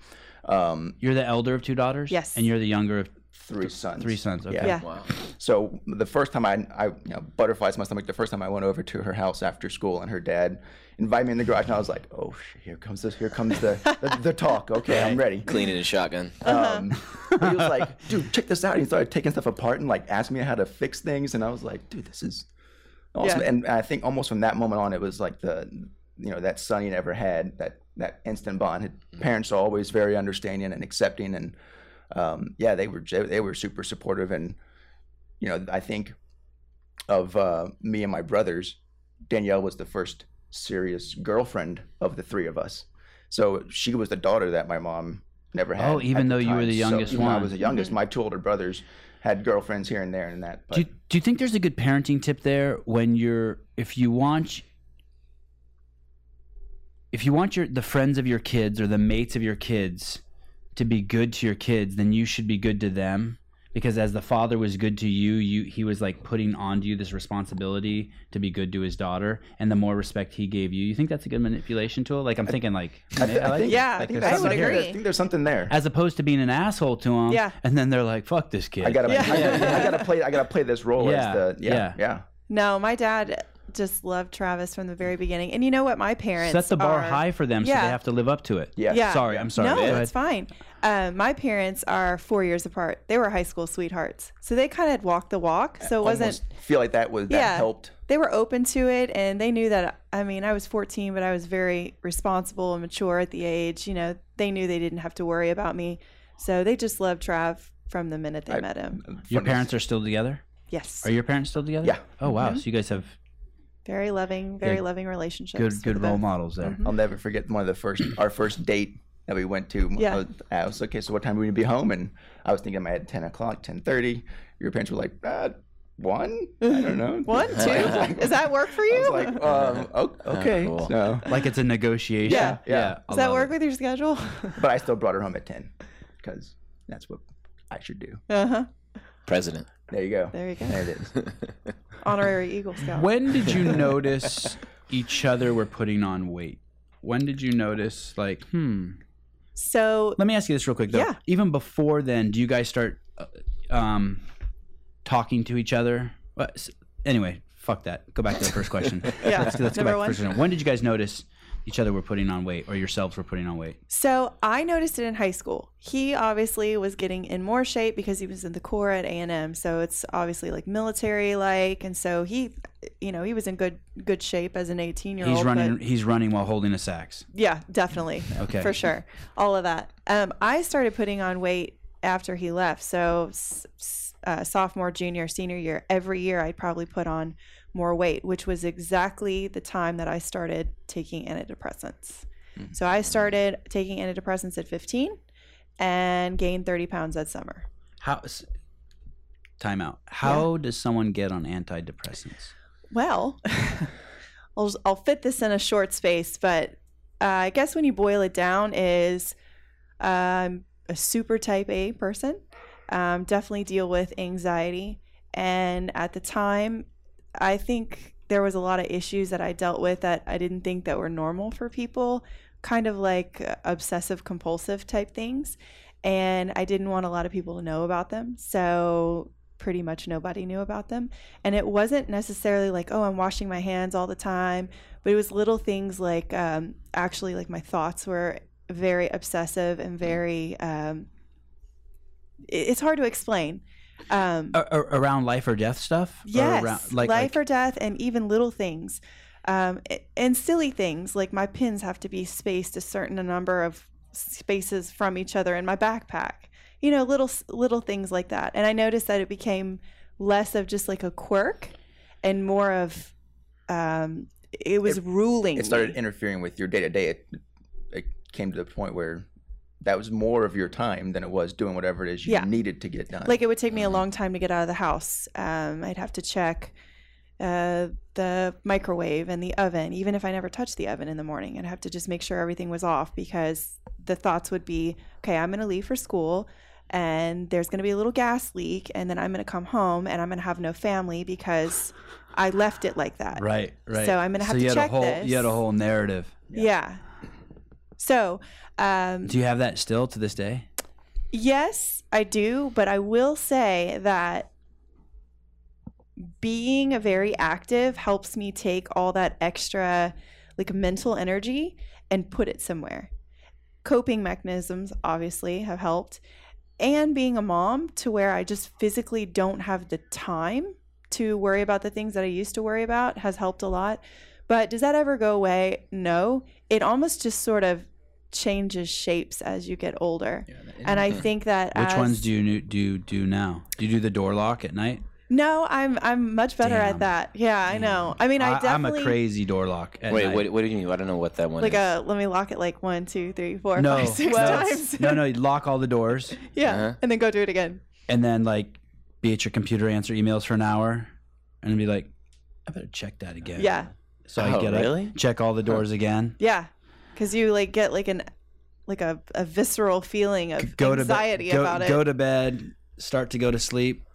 Speaker 3: Um,
Speaker 1: You're the elder of two daughters.
Speaker 2: Yes.
Speaker 1: and you're the younger of
Speaker 3: three sons.
Speaker 1: three sons. Okay.
Speaker 2: Yeah.
Speaker 4: Wow.
Speaker 3: So the first time I, I you know, butterflies in my stomach. The first time I went over to her house after school, and her dad invited me in the garage, and I was like, "Oh, sh- here comes this. Here comes the the, the talk. Okay, I'm ready."
Speaker 4: Cleaning a shotgun.
Speaker 3: Um, but he was like, "Dude, check this out." And he started taking stuff apart and like asking me how to fix things, and I was like, "Dude, this is awesome."
Speaker 2: Yeah.
Speaker 3: And I think almost from that moment on, it was like the you know that son he never had that that instant bond. His parents are always very understanding and accepting, and um, yeah, they were they were super supportive, and you know I think of uh, me and my brothers, Danielle was the first serious girlfriend of the three of us. So she was the daughter that my mom never had.
Speaker 1: Oh, even
Speaker 3: at
Speaker 1: though you were
Speaker 3: time.
Speaker 1: the
Speaker 3: So
Speaker 1: youngest
Speaker 3: even though I
Speaker 1: one.
Speaker 3: was the
Speaker 2: Mm-hmm.
Speaker 3: youngest. My two older brothers had girlfriends here and there, and that. But
Speaker 1: Do you, Do you think there's a good parenting tip there when you're if you want if you want your the friends of your kids or the mates of your kids to be good to your kids, then you should be good to them because as the father was good to you, you he was like putting onto you this responsibility to be good to his daughter, and the more respect he gave you, you think that's a good manipulation tool? Like I'm thinking like
Speaker 3: I, th- I
Speaker 1: like
Speaker 3: think,
Speaker 1: it.
Speaker 2: Yeah,
Speaker 3: I think
Speaker 2: I
Speaker 3: there's
Speaker 2: would
Speaker 3: something there.
Speaker 2: agree.
Speaker 3: I think there's something there.
Speaker 1: as opposed to being an asshole to him,
Speaker 2: Yeah.
Speaker 1: and then they're like, "Fuck this kid."
Speaker 3: I gotta,
Speaker 2: Yeah.
Speaker 3: I, gotta I gotta play. I gotta play this role
Speaker 1: Yeah,
Speaker 3: as the yeah,
Speaker 1: yeah.
Speaker 3: yeah.
Speaker 2: No, my dad just loved Travis from the very beginning. And you know what? My parents
Speaker 1: Set the bar
Speaker 2: are-
Speaker 1: high for them so
Speaker 2: Yeah.
Speaker 1: they have to live up to it.
Speaker 3: Yeah.
Speaker 2: Yeah.
Speaker 1: Sorry, I'm sorry.
Speaker 2: No,
Speaker 1: Go ahead.
Speaker 2: that's fine. Uh, my parents are four years apart. They were high school sweethearts, so they kind of walked the walk. So it wasn't.
Speaker 3: Almost feel like that was that
Speaker 2: Yeah.
Speaker 3: helped.
Speaker 2: They were open to it, and they knew that. I mean, I was 14, but I was very responsible and mature at the age. You know, they knew they didn't have to worry about me, so they just loved Trav from the minute they
Speaker 3: I-
Speaker 2: met him.
Speaker 1: Your parents are still together?
Speaker 2: Yes,
Speaker 1: Are your parents still together?
Speaker 3: Yeah.
Speaker 1: Oh
Speaker 2: Mm-hmm.
Speaker 1: wow. So you guys have
Speaker 2: very loving, very
Speaker 1: Yeah.
Speaker 2: loving relationships.
Speaker 1: good
Speaker 2: with
Speaker 1: good
Speaker 2: the
Speaker 1: role
Speaker 2: both.
Speaker 1: models there.
Speaker 2: Mhm.
Speaker 3: I'll never forget one of the first our first date that we went to.
Speaker 2: Yeah.
Speaker 3: I was, I was okay. So what time are we gonna be home? And I was thinking in my head ten o'clock, ten thirty. Your parents were like, uh, one. I don't know.
Speaker 2: One, two.
Speaker 3: I was like-
Speaker 2: Does that work for
Speaker 3: I
Speaker 2: you?
Speaker 3: was like, um, o- okay.
Speaker 4: cool.
Speaker 3: So,
Speaker 1: Like it's a negotiation.
Speaker 3: Yeah, yeah.
Speaker 1: I
Speaker 2: Does that
Speaker 1: love
Speaker 2: work
Speaker 1: it.
Speaker 2: with your schedule?
Speaker 3: but I still brought her home at ten because that's what I should do.
Speaker 2: uh huh.
Speaker 4: President.
Speaker 3: There you go.
Speaker 2: There you go.
Speaker 3: There it is.
Speaker 2: Honorary Eagle Scout.
Speaker 1: When did you notice each other were putting on weight? When did you notice like, hmm,
Speaker 2: So
Speaker 1: Let me ask you this real quick, though.
Speaker 2: Yeah.
Speaker 1: Even before then, do you guys start uh, um, talking to each other? What- s- Anyway, fuck that. Go back to the first question.
Speaker 2: Yeah.
Speaker 1: Let's, let's go
Speaker 2: Number
Speaker 1: back
Speaker 2: one.
Speaker 1: to the first question. When did you guys notice each other were putting on weight or yourselves were putting on weight?
Speaker 2: So I noticed it in high school. He obviously was getting in more shape because he was in the Corps at A and M. So it's obviously like military like, and so he, you know, he was in good good shape as an eighteen year old.
Speaker 1: He's running. He's running while holding a sax.
Speaker 2: Yeah, definitely.
Speaker 1: Okay.
Speaker 2: For sure. All of that. Um, I started putting on weight after he left. So, s- s- uh, sophomore, junior, senior year, every year I'd probably put on more weight, which was exactly the time that I started taking antidepressants. So, I started taking antidepressants at 15 and gained 30 pounds that summer.
Speaker 1: How? s- Time out. How does someone get on antidepressants?
Speaker 2: Well, I'll, I'll fit this in a short space, but uh, I guess when you boil it down, is um, a super type A person. Um, definitely deal with anxiety, and at the time, I think there was a lot of issues that I dealt with that I didn't think that were normal for people, kind of like uh, obsessive compulsive type things, and I didn't want a lot of people to know about them, so pretty much nobody knew about them. And it wasn't necessarily like, oh, I'm washing my hands all the time, but it was little things like um, actually, like my thoughts were very obsessive and very, um, i- it's hard to explain. Um,
Speaker 1: A- a- around life or death stuff? Or
Speaker 2: yes,
Speaker 1: around-
Speaker 2: life or death, and even little things. Um, a- and silly things like my pins have to be spaced a certain number of spaces from each other in my backpack. You know, little s- little things like that. And I noticed that it became less of just like a quirk and more of um, it was ruling.
Speaker 3: It started
Speaker 2: me.
Speaker 3: interfering with your day to day. It it came to the point where that was more of your time than it was doing whatever it is you
Speaker 2: Yeah.
Speaker 3: needed to get done.
Speaker 2: like it would take me a long time to get out of the house. Um, I'd have to check uh, the microwave and the oven, even if I never touched the oven in the morning. I'd have to just make sure everything was off because the thoughts would be, okay, I'm going to leave for school and there's going to be a little gas leak and then I'm going to come home and I'm going to have no family because I left it like that.
Speaker 1: Right, right.
Speaker 2: So I'm gonna have
Speaker 1: so
Speaker 2: to
Speaker 1: you had
Speaker 2: check
Speaker 1: a whole,
Speaker 2: this.
Speaker 1: You had a whole narrative.
Speaker 2: Yeah. So, um,
Speaker 1: Do you have that still to this day?
Speaker 2: Yes, I do, but I will say that being very active helps me take all that extra like mental energy and put it somewhere. Coping mechanisms obviously have helped and being a mom to where I just physically don't have the time to worry about the things that I used to worry about has helped a lot. But does that ever go away? No. It almost just sort of changes shapes as you get older.
Speaker 1: Mm-hmm.
Speaker 2: And I think that
Speaker 1: Which
Speaker 2: as-
Speaker 1: ones do you nu- do do now? Do you do the door lock at night?
Speaker 2: No, I'm I'm much better
Speaker 1: Damn.
Speaker 2: at that. Yeah, I know. I mean, I,
Speaker 1: am
Speaker 2: definitely
Speaker 1: a crazy door lock. At
Speaker 4: Wait,
Speaker 1: night.
Speaker 4: what, what do you mean? I don't know what that one
Speaker 2: like
Speaker 4: is.
Speaker 2: a let me lock it like one, two, three, four,
Speaker 1: no,
Speaker 2: five, six
Speaker 1: no,
Speaker 2: times.
Speaker 1: no, no. You lock all the doors
Speaker 2: yeah,
Speaker 4: Uh-huh.
Speaker 2: and then go do it again.
Speaker 1: and then like be at your computer, answer emails for an hour, and be like, I better check that again.
Speaker 2: Yeah,
Speaker 1: So I
Speaker 4: Oh,
Speaker 1: get
Speaker 4: really?
Speaker 1: up, check all the doors again.
Speaker 2: yeah, because you like get like an like a, a visceral feeling of
Speaker 1: Go to
Speaker 2: anxiety
Speaker 1: bed. Go,
Speaker 2: about it.
Speaker 1: go to bed. Start to go to sleep.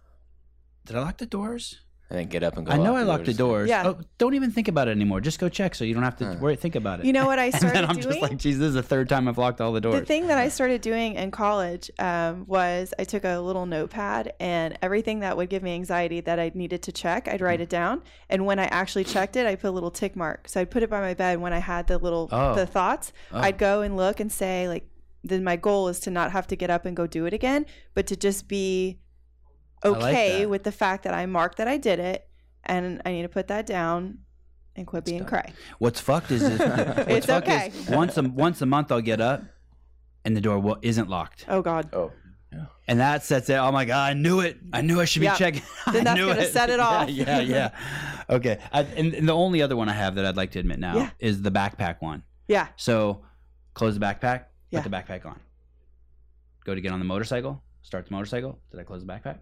Speaker 1: Did I lock the doors?
Speaker 4: and then get up and go.
Speaker 1: I know
Speaker 4: out
Speaker 1: I locked the
Speaker 4: door.
Speaker 1: doors.
Speaker 2: Yeah.
Speaker 1: Oh, don't even think about it anymore. Just go check so you don't have to worry, think about it.
Speaker 2: You know what I
Speaker 1: and
Speaker 2: started
Speaker 1: then I'm
Speaker 2: doing?
Speaker 1: just like, geez, this is the third time I've locked all the doors.
Speaker 2: The thing that I started doing in college um, was I took a little notepad and everything that would give me anxiety that I needed to check, I'd
Speaker 1: Mm.
Speaker 2: write it down. And when I actually checked it, I put a little tick mark. So I'd put it by my bed when I had the little
Speaker 1: Oh.
Speaker 2: the thoughts.
Speaker 1: Oh.
Speaker 2: I'd go and look and say like, then my goal is to not have to get up and go do it again, but to just be
Speaker 1: like
Speaker 2: okay
Speaker 1: that.
Speaker 2: with the fact that I marked that I did it, and I need to put that down and quit being cray.
Speaker 1: What's fucked is, is what's
Speaker 2: It's
Speaker 1: fucked
Speaker 2: okay.
Speaker 1: is once a once a month I'll get up and the door will, isn't locked,
Speaker 2: Oh God.
Speaker 3: Oh,
Speaker 1: and that sets it. I'm like, "Ah, I knew it. I knew I should
Speaker 2: Yeah.
Speaker 1: be checking.
Speaker 2: Then
Speaker 1: I
Speaker 2: that's
Speaker 1: knew
Speaker 2: gonna
Speaker 1: it.
Speaker 2: set it off.
Speaker 1: Yeah, yeah, yeah. Okay. I, and, and the only other one I have that I'd like to admit now
Speaker 2: Yeah.
Speaker 1: is the backpack one.
Speaker 2: Yeah.
Speaker 1: So close the backpack,
Speaker 2: Yeah.
Speaker 1: put the backpack on. Go to get on the motorcycle, start the motorcycle. Did I close the backpack?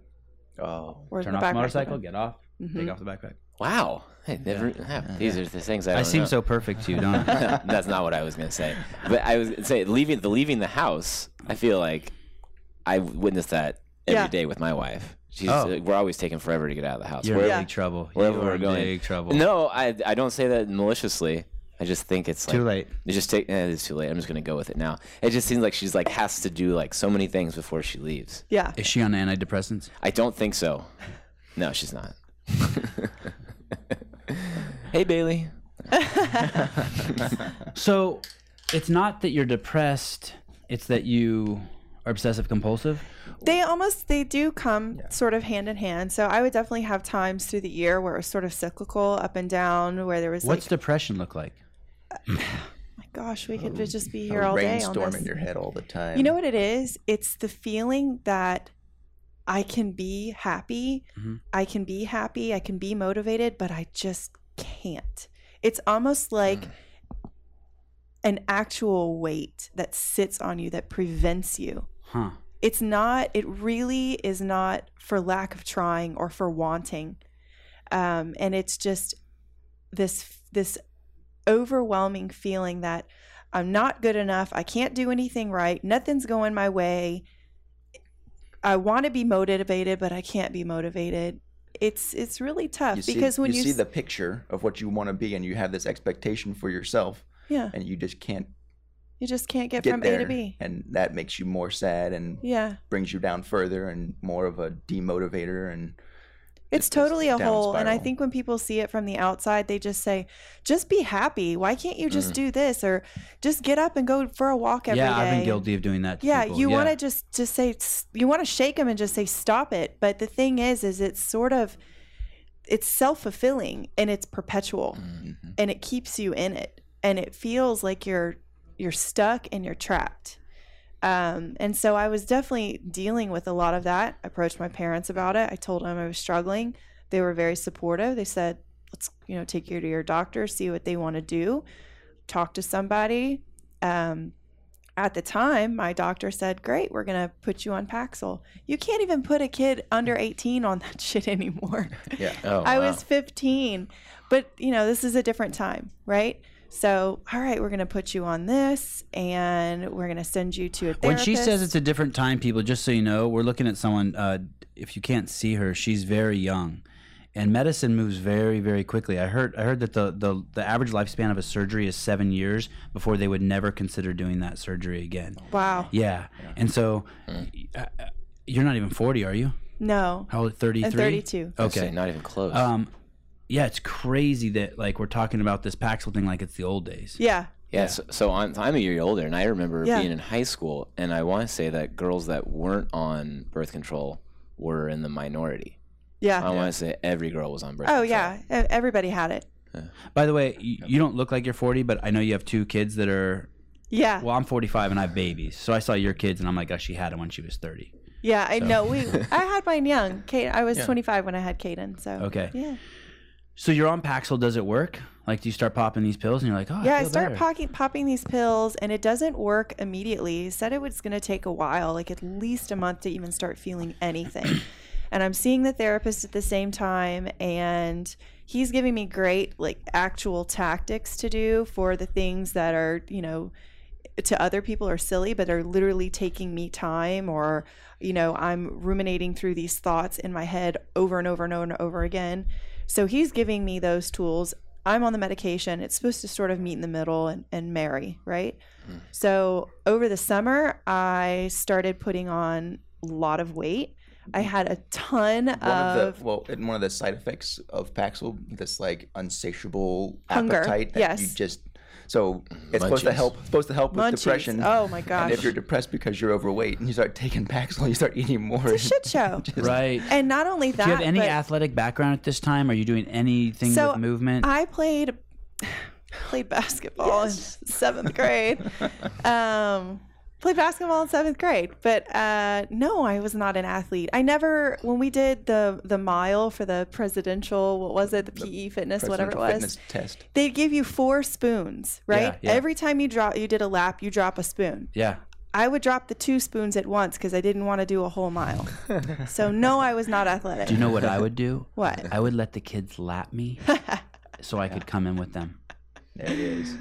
Speaker 3: oh,
Speaker 2: Or
Speaker 1: Turn
Speaker 2: the
Speaker 1: off
Speaker 2: backpack
Speaker 1: the motorcycle,
Speaker 2: open.
Speaker 1: get off,
Speaker 2: Mhm.
Speaker 1: take off the backpack.
Speaker 4: Wow, I never. have- These are the things I.
Speaker 1: I,
Speaker 4: Don't
Speaker 1: seem
Speaker 4: know.
Speaker 1: so perfect to you, don't I?
Speaker 4: That's not what I was gonna say. But I was gonna say leaving the leaving the house. I feel like I witnessed that every day
Speaker 2: Yeah.
Speaker 4: with my wife. She's
Speaker 1: Oh.
Speaker 4: like, we're always taking forever to get out of the house.
Speaker 1: You're
Speaker 4: We're-
Speaker 1: in
Speaker 2: Yeah.
Speaker 1: big trouble.
Speaker 4: Wherever
Speaker 1: you
Speaker 4: we're
Speaker 1: are in
Speaker 4: going.
Speaker 1: big trouble.
Speaker 4: No, I I don't say that maliciously. I just think it's like,
Speaker 1: Too late.
Speaker 4: It just take. Eh, it's too late. I'm just gonna go with it now. It just seems like she's like has to do like so many things before she leaves.
Speaker 2: Yeah.
Speaker 1: Is she on antidepressants?
Speaker 4: I don't think so. No, she's not. hey Bailey.
Speaker 1: So it's not that you're depressed, it's that you are obsessive compulsive.
Speaker 2: they almost they do come sort of hand in hand so i would definitely have times through the year where it was sort of cyclical up and down where there was
Speaker 1: What's
Speaker 2: like "Oh
Speaker 1: depression look like?
Speaker 2: my gosh we could just be here all day on
Speaker 3: Oh, rainstorm
Speaker 2: this
Speaker 3: in your head all the time.
Speaker 2: you know what it is it's the feeling that i can be happy
Speaker 3: Mm-hmm.
Speaker 1: Mhm.
Speaker 2: i can be happy i can be motivated but i just can't it's almost like
Speaker 3: Mm.
Speaker 2: an actual weight that sits on you that prevents you
Speaker 1: Huh.
Speaker 2: it's not it really is not for lack of trying or for wanting um, and it's just this this overwhelming feeling that i'm not good enough i can't do anything right nothing's going my way i want to be motivated but i can't be motivated it's it's really tough
Speaker 3: You see,
Speaker 2: because when
Speaker 3: you,
Speaker 2: you,
Speaker 3: see
Speaker 2: s-
Speaker 3: the picture of what you want to be, and you have this expectation for yourself,
Speaker 2: yeah
Speaker 3: and you just can't
Speaker 2: you just can't get,
Speaker 3: get
Speaker 2: from
Speaker 3: there,
Speaker 2: a to b
Speaker 3: and that makes you more sad and
Speaker 2: yeah
Speaker 3: brings you down further and more of a demotivator. And
Speaker 2: It's
Speaker 3: It's- it's
Speaker 2: totally a
Speaker 3: down
Speaker 2: whole. And I
Speaker 3: spiral.
Speaker 2: think when people see it from the outside, they just say, just be happy. Why can't you just do this? Or just get up and go for a walk every day."
Speaker 1: Mm-hmm. yeah, I've been guilty of doing that. To
Speaker 2: Yeah,
Speaker 1: people.
Speaker 2: you want to just just say s- you want to shake them and just say stop it. But the thing is, is it's sort of it's self fulfilling and it's perpetual,
Speaker 3: mm-hmm.
Speaker 2: and it keeps you in it, and it feels like you're you're stuck and you're trapped. Um, and so I was definitely dealing with a lot of that. I approached my parents about it. I told them I was struggling. They were very supportive. They said, "Let's you know take you to your doctor, see what they want to do, talk to somebody." Um, at the time, my doctor said, "Great, we're gonna put you on Paxil." You can't even put a kid under 18 on that shit anymore.
Speaker 3: yeah,
Speaker 4: Oh,
Speaker 2: I
Speaker 4: wow.
Speaker 2: was 15, but you know this is a different time, right? So, all right, we're gonna put you on this, and we're gonna send you to a therapist.
Speaker 1: When she says it's a different time, people, just so you know, we're looking at someone. Uh, if you can't see her, she's very young, and medicine moves very, very quickly. I heard, I heard that the, the the average lifespan of a surgery is seven years before they would never consider doing that surgery again.
Speaker 2: "Wow,
Speaker 1: Yeah, and so
Speaker 4: Hmm.
Speaker 1: uh, uh, you're not even forty, are you?
Speaker 2: no,
Speaker 1: How old? Thirty three.
Speaker 2: I'm 32."
Speaker 4: I'd say
Speaker 1: Okay.
Speaker 4: not even close.
Speaker 1: Um, yeah, it's crazy that like we're talking about this Paxil thing like it's the old days.
Speaker 2: Yeah,
Speaker 4: Yeah, So, so I'm, I'm a year older, and I remember
Speaker 2: Yeah.
Speaker 4: being in high school, and I want to say that girls that weren't on birth control were in the minority.
Speaker 2: yeah.
Speaker 4: I
Speaker 1: Oh,
Speaker 4: want to say every girl was on birth
Speaker 2: oh
Speaker 4: control.
Speaker 2: yeah, E- everybody had it.
Speaker 1: By the way, you, you don't look like you're forty, but I know you have two kids that are
Speaker 2: Yeah,
Speaker 1: Well, I'm 45 and I have babies, so I saw your kids and I'm like, oh, she had them when she was 30.
Speaker 2: yeah. I know. We, I had mine young. Kate, I was 25 when I had Kaden. So
Speaker 1: Okay.
Speaker 2: yeah.
Speaker 1: So you're on Paxil. Does it work? Like, do you start popping these pills and you're like, oh,
Speaker 2: yeah,
Speaker 1: I,
Speaker 2: I
Speaker 1: feel
Speaker 2: start
Speaker 1: better.
Speaker 2: popping, popping these pills, and it doesn't work immediately. He said it was going to take a while, like at least a month to even start feeling anything. and I'm seeing the therapist at the same time, and he's giving me great, like, actual tactics to do for the things that are, you know, to other people are silly, but are literally taking me time or, you know, I'm ruminating through these thoughts in my head over and over and over and over again. So he's giving me those tools. I'm on the medication. It's supposed to sort of meet in the middle and, and marry, right?
Speaker 3: Mm.
Speaker 4: Hmm.
Speaker 2: So over the summer, I started putting on a lot of weight. I had a ton
Speaker 3: Mm. One
Speaker 2: of
Speaker 3: of the well, and one of the side effects of Paxil, this like unsatiable
Speaker 2: Hunger,
Speaker 3: appetite that you
Speaker 2: yes.
Speaker 3: just so it's supposed to
Speaker 4: Munchies.
Speaker 3: help. Supposed to help with
Speaker 2: munchies.
Speaker 3: depression.
Speaker 2: Oh my gosh.
Speaker 3: And if you're depressed because you're overweight and you start taking Paxil, you start eating more.
Speaker 2: it's a shit show.
Speaker 1: Right.
Speaker 2: And not only that,
Speaker 1: Do you have any
Speaker 2: but
Speaker 1: athletic background at this time? Are you doing anything
Speaker 2: So,
Speaker 1: with movement?
Speaker 2: I played played basketball in seventh grade. um, played basketball in seventh grade, but uh, no, I was not an athlete. I never when we did the the mile for the presidential what was it the PE fitness whatever it
Speaker 3: Presidential
Speaker 2: was.
Speaker 3: Fitness test.
Speaker 2: They give you four spoons, right?
Speaker 1: yeah.
Speaker 2: Every time you drop, you did a lap, you drop a spoon.
Speaker 1: yeah.
Speaker 2: I would drop the two spoons at once because I didn't want to do a whole mile. so no, I was not athletic.
Speaker 1: Do you know what I would do?
Speaker 2: What?
Speaker 1: I would let the kids lap me so I could come in with them.
Speaker 3: There it is.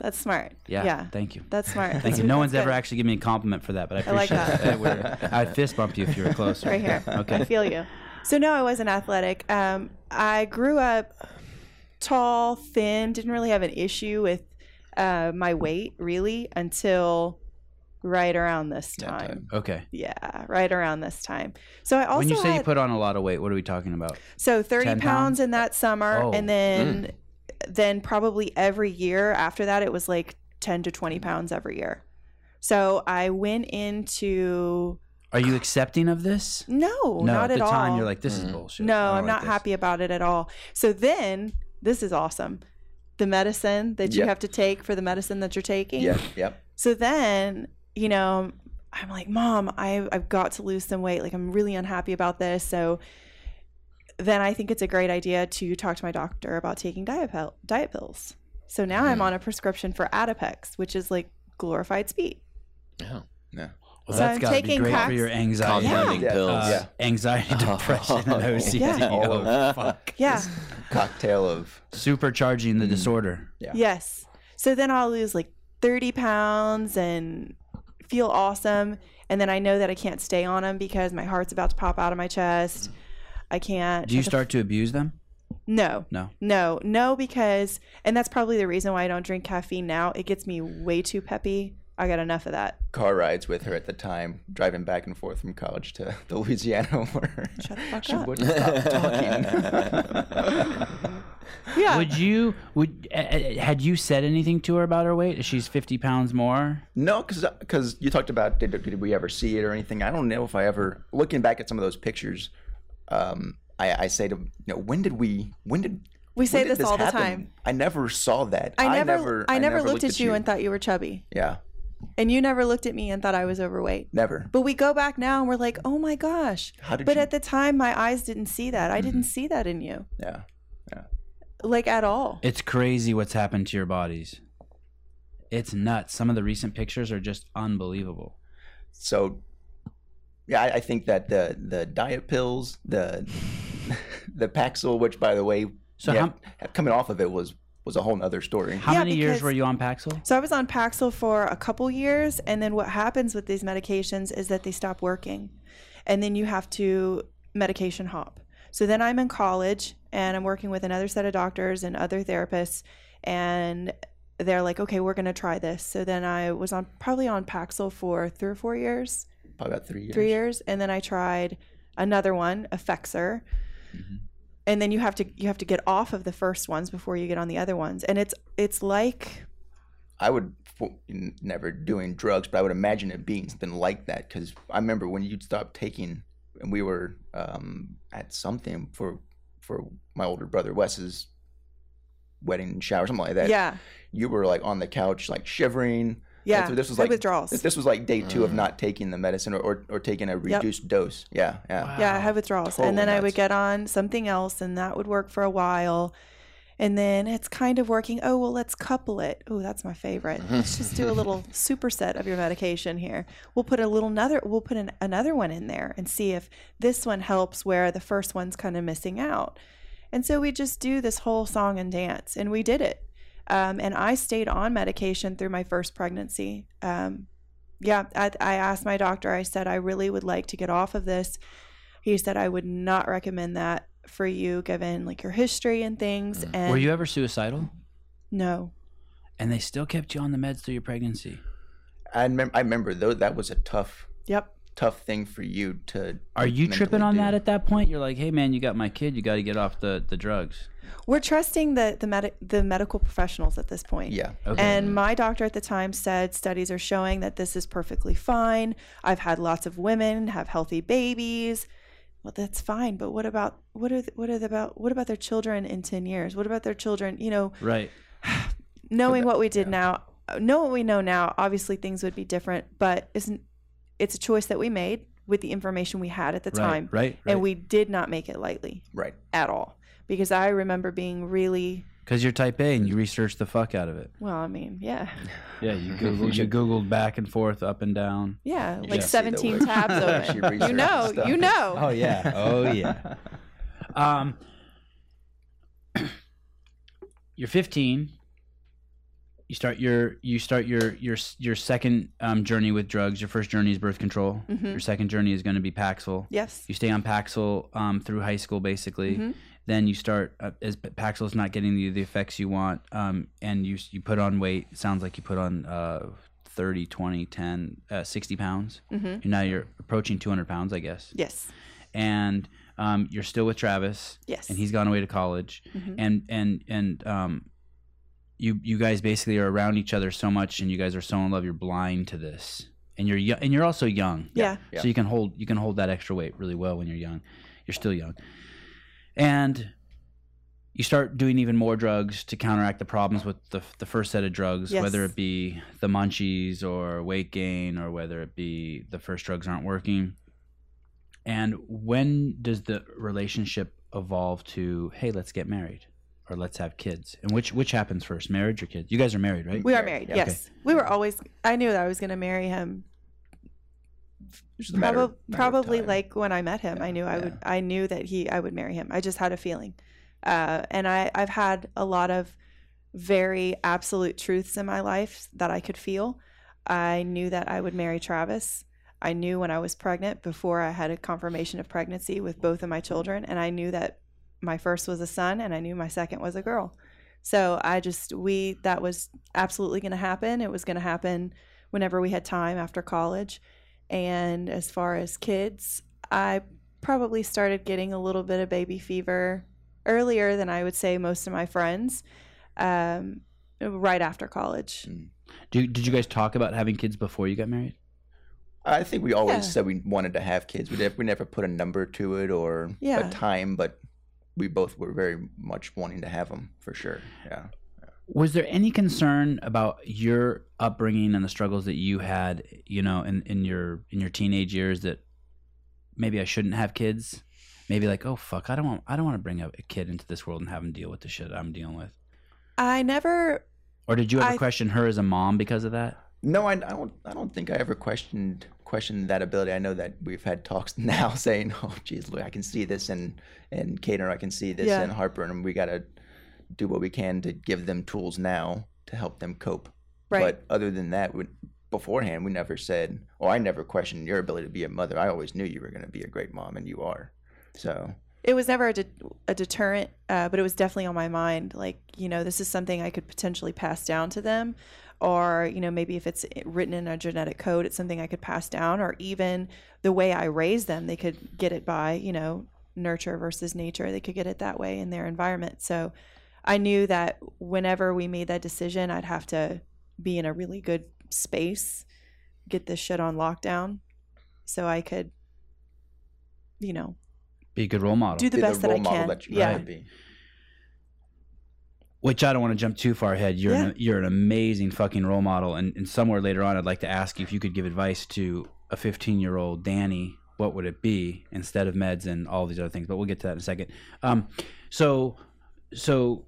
Speaker 2: That's smart.
Speaker 1: Yeah.
Speaker 2: yeah,
Speaker 1: Thank you.
Speaker 2: that's smart.
Speaker 1: Thank
Speaker 2: That's-
Speaker 1: you. No one's
Speaker 2: that's
Speaker 1: ever
Speaker 2: good.
Speaker 1: actually given me a compliment for that, but I
Speaker 2: I like
Speaker 1: appreciate it. We're- I'd fist bump you if you were close.
Speaker 2: right here. I
Speaker 1: Okay.
Speaker 2: feel you. So no, I wasn't athletic. Um, I grew up tall, thin. Didn't really have an issue with uh, my weight really until right around this
Speaker 3: Yeah,
Speaker 2: time.
Speaker 1: Okay.
Speaker 2: Yeah, right around this time. So I also
Speaker 1: when you say you
Speaker 2: had,
Speaker 1: put on a lot of weight, what are we talking about?
Speaker 2: so 30
Speaker 1: 10
Speaker 2: pounds,
Speaker 1: pounds?
Speaker 2: in that summer,
Speaker 1: Oh. mm.
Speaker 2: and then then probably every year after that, it was like 10 to 20 pounds every year. So I went into
Speaker 1: Are you accepting of this?
Speaker 2: no, not
Speaker 1: at the
Speaker 2: all.
Speaker 1: time you're like, this is
Speaker 4: Mhm.
Speaker 1: bullshit. I
Speaker 2: No,
Speaker 1: don't
Speaker 2: I'm
Speaker 1: like
Speaker 2: not
Speaker 1: this.
Speaker 2: happy about it at all. So then, this is awesome. The medicine that you
Speaker 3: Yep.
Speaker 2: have to take for the medicine that you're taking.
Speaker 3: Yep. Yep.
Speaker 2: So then, you know, I'm like, Mom, I, I've got to lose some weight. Like, I'm really unhappy about this. So then I think it's a great idea to talk to my doctor about taking diet, pill- diet pills. So now I'm
Speaker 1: Mm-hmm.
Speaker 4: Mhm.
Speaker 2: on a prescription for Adipex, which is like glorified speed.
Speaker 4: Yeah.
Speaker 1: Well,
Speaker 2: So
Speaker 1: that's
Speaker 2: I'm
Speaker 1: gotta be
Speaker 2: taking
Speaker 1: great for
Speaker 2: Pax-
Speaker 1: your anxiety.
Speaker 4: Compounding
Speaker 3: Yeah.
Speaker 4: pills.
Speaker 1: Uh, Anxiety, depression, and
Speaker 4: Oh,
Speaker 1: OCD.
Speaker 2: yeah.
Speaker 3: All of
Speaker 1: Oh, fuck.
Speaker 2: Yeah.
Speaker 3: Cocktail of
Speaker 1: Supercharging the
Speaker 3: Mm.
Speaker 1: disorder.
Speaker 3: Yeah.
Speaker 2: Yes. So then I'll lose like 30 pounds and feel awesome. And then I know that I can't stay on them because my heart's about to pop out of my chest. I can't.
Speaker 1: Do you
Speaker 2: I can-
Speaker 1: start to abuse them?
Speaker 2: No.
Speaker 1: No.
Speaker 2: No. No, because, and that's probably the reason why I don't drink caffeine now. It gets me way too peppy. I got enough of that.
Speaker 3: car rides with her at the time, driving back and forth from college to, to Louisiana, where
Speaker 2: Shut the fuck
Speaker 3: she
Speaker 2: up.
Speaker 3: wouldn't stop talking.
Speaker 2: Yeah.
Speaker 1: Would you would uh, uh, had you said anything to her about her weight? She's fifty pounds more.
Speaker 3: no, because you talked about did, did we ever see it or anything? I don't know if I ever. Looking back at some of those pictures, um, I, I say to you know when did we when did
Speaker 2: we
Speaker 3: when
Speaker 2: say
Speaker 3: did
Speaker 2: this, all the
Speaker 3: happen?
Speaker 2: time.
Speaker 3: I never saw that.
Speaker 2: I never, I never, looked, at you, and thought you were chubby.
Speaker 3: yeah,
Speaker 2: And you never looked at me and thought I was overweight.
Speaker 3: never.
Speaker 2: But we go back now and we're like, oh my gosh.
Speaker 3: How did
Speaker 2: But
Speaker 3: you?
Speaker 2: at the time, my eyes didn't see that. I didn't see that in you,
Speaker 3: yeah,
Speaker 2: like at all.
Speaker 1: It's crazy what's happened to your bodies. It's nuts. Some of the recent pictures are just unbelievable.
Speaker 3: so yeah, I, I think that the the diet pills, the the Paxil, which by the way,
Speaker 1: So
Speaker 3: yeah,
Speaker 1: how,
Speaker 3: coming off of it was was a whole nother story.
Speaker 1: how
Speaker 2: Yeah,
Speaker 1: many years
Speaker 2: because-
Speaker 1: were you on Paxil?
Speaker 2: So I was on Paxil for a couple years, and then what happens with these medications is that they stop working, and then you have to medication hop. So then I'm in college, and I'm working with another set of doctors and other therapists, and they're like, okay, we're gonna try this. So then I was on probably on Paxil for three or four years.
Speaker 3: Probably about three years.
Speaker 2: three years and then i tried another one effexor
Speaker 3: Mm-hmm.
Speaker 1: Mhm.
Speaker 2: and then you have to you have to get off of the first ones before you get on the other ones and it's it's like
Speaker 3: I would f- n- never doing drugs, but I would imagine it being something like that because I remember when you stopped taking, and we were um, at something for for my older brother Wes's wedding shower, something like that.
Speaker 2: yeah
Speaker 3: you were like on the couch, like shivering.
Speaker 2: yeah
Speaker 3: so this was
Speaker 2: Good
Speaker 3: like-
Speaker 2: withdrawals
Speaker 3: This was like day two of
Speaker 4: Mm.
Speaker 3: not taking the medicine or or, or taking a
Speaker 2: Yep.
Speaker 3: reduced dose. Yeah, yeah.
Speaker 2: yeah i
Speaker 1: Wow.
Speaker 2: had withdrawals
Speaker 3: Totally
Speaker 2: and then i would
Speaker 3: nuts.
Speaker 2: get on something else and that would work for a while and then it's kind of working oh well let's couple it oh that's my favorite let's just do a little superset of your medication here we'll put a little another we'll put an, another one in there and see if this one helps where the first one's kind of missing out and so we just do this whole song and dance and we did it Um, and I stayed on medication through my first pregnancy. Um, yeah, I, I asked my doctor, I said, I really would like to get off of this. He said, I would not recommend that for you given like your history and things.
Speaker 4: Mm.
Speaker 2: And
Speaker 1: Were you ever suicidal?
Speaker 2: No.
Speaker 1: And they still kept you on the meds through your pregnancy.
Speaker 3: I remember, I remember though that was a tough,
Speaker 2: Yep.
Speaker 3: tough thing for you to.
Speaker 1: Are you
Speaker 3: mentally
Speaker 1: tripping on
Speaker 3: do.
Speaker 1: that at that point? You're like, hey man, you got my kid. You got to get off the the drugs.
Speaker 2: We're trusting the the, medi the medical professionals at this point.
Speaker 3: Yeah,
Speaker 1: Okay.
Speaker 2: And my doctor at the time said studies are showing that this is perfectly fine. I've had lots of women have healthy babies. Well, that's fine, but what about what are th- what are the, about what about their children in 10 years? What about their children, you know,
Speaker 1: right.
Speaker 2: knowing
Speaker 3: that-
Speaker 2: what we did
Speaker 3: yeah.
Speaker 2: now, now, knowing what we know now, obviously things would be different, but isn't it's a choice that we made with the information we had at the
Speaker 1: right,
Speaker 2: time.
Speaker 1: Right. Right.
Speaker 2: And we did not make it lightly
Speaker 3: right.
Speaker 2: at all because I remember being really
Speaker 1: Because you're type A and you research the fuck out of it.
Speaker 2: well, I mean, yeah.
Speaker 1: Yeah, you googled, you googled back and forth, up and down.
Speaker 2: Yeah,
Speaker 3: You
Speaker 2: like
Speaker 3: should
Speaker 2: 17
Speaker 3: see the way
Speaker 2: tabs
Speaker 3: she
Speaker 2: open. You
Speaker 3: researches
Speaker 2: know,
Speaker 3: stuff.
Speaker 2: you know.
Speaker 1: yeah, oh yeah. Um, you're 15. You start your you start your your your second um, journey with drugs. Your first journey is birth control.
Speaker 2: Mhm.
Speaker 1: Your second journey is going to be Paxil.
Speaker 2: Yes.
Speaker 1: You stay on Paxil um, through high school, basically.
Speaker 2: Mhm.
Speaker 1: Then you start uh, as Paxil's not getting you the effects you want, um, and you you put on weight. It sounds like you put on uh, 30, 20, 10, uh, 60 pounds.
Speaker 2: Mhm.
Speaker 1: Now you're approaching 200 pounds, I guess.
Speaker 2: Yes.
Speaker 1: And um, you're still with Travis,
Speaker 2: Yes.
Speaker 1: and he's gone away to college.
Speaker 2: Mhm.
Speaker 1: And and and um, you you guys basically are around each other so much, and you guys are so in love. You're blind to this, and you're yo- and you're also young.
Speaker 2: yeah.
Speaker 3: Yeah.
Speaker 1: So you can hold you can hold that extra weight really well when you're young. You're still young. And you start doing even more drugs to counteract the problems with the, the first set of drugs,
Speaker 2: Yes.
Speaker 1: whether it be the munchies or weight gain or whether it be the first drugs aren't working. And when does the relationship evolve to, hey, let's get married or let's have kids? And which which happens first, marriage or kids? You guys are married, right?
Speaker 2: We are
Speaker 3: Married,
Speaker 2: married.
Speaker 3: yeah.
Speaker 2: Yes. We were always I knew that I was going to marry him.
Speaker 3: Just a matter of-
Speaker 2: Probab-
Speaker 3: matter of
Speaker 2: probably
Speaker 3: time.
Speaker 2: like when I met him, I
Speaker 3: Yeah,
Speaker 2: knew I
Speaker 3: yeah.
Speaker 2: would I knew that he I would marry him. I just had a feeling. Uh, and I I've had a lot of very absolute truths in my life that I could feel. I knew that I would marry Travis. I knew when I was pregnant before I had a confirmation of pregnancy with both of my children and I knew that my first was a son and I knew my second was a girl. So I just we that was absolutely going to happen. It was going to happen whenever we had time after college. And as far as kids, I probably started getting a little bit of baby fever earlier than I would say most of my friends, um, right after college.
Speaker 1: Do, did you guys talk about having kids before you got married?
Speaker 3: I think we always
Speaker 2: Yeah.
Speaker 3: said we wanted to have kids. We never, we never put a number to it or
Speaker 2: Yeah.
Speaker 3: a time, but we both were very much wanting to have them for sure. Yeah.
Speaker 1: was there any concern about your upbringing and the struggles that you had you know in, in your in your teenage years that maybe i shouldn't have kids maybe like oh fuck i don't want i don't want to bring a, a kid into this world and have him deal with the shit i'm dealing with
Speaker 2: I never,
Speaker 1: or did you ever
Speaker 2: I-
Speaker 1: question her as a mom because of that
Speaker 3: No, I, I don't. I don't think I ever questioned questioned that ability. I know that we've had talks now saying, "Oh, geez, look, I can see this," and and Kater, I can see this,
Speaker 2: Yeah.
Speaker 3: and Harper, and we gotta do what we can to give them tools now to help them cope.
Speaker 2: right.
Speaker 3: But other than that, we, beforehand, we never said, "Oh, I never questioned your ability to be a mother. I always knew you were going to be a great mom, and you are." So
Speaker 2: it was never a, de- a deterrent, uh, but it was definitely on my mind. Like, you know, this is something I could potentially pass down to them, or, you know, maybe if it's written in a genetic code, it's something I could pass down, or even the way I raise them, they could get it by, you know, nurture versus nature. They could get it that way in their environment. So I knew that whenever we made that decision, I'd have to be in a really good space, get this shit on lockdown so I could, you know,
Speaker 1: be a good role model
Speaker 2: do the
Speaker 3: be
Speaker 2: best that I
Speaker 3: role model
Speaker 2: can.
Speaker 3: that you
Speaker 2: yeah.
Speaker 3: want to be.
Speaker 1: which i don't want to jump too far ahead you're
Speaker 2: Yeah.
Speaker 1: an, you're an amazing fucking role model and, and somewhere later on i'd like to ask you if you could give advice to a 15 year old danny what would it be instead of meds and all these other things but we'll get to that in a second um so so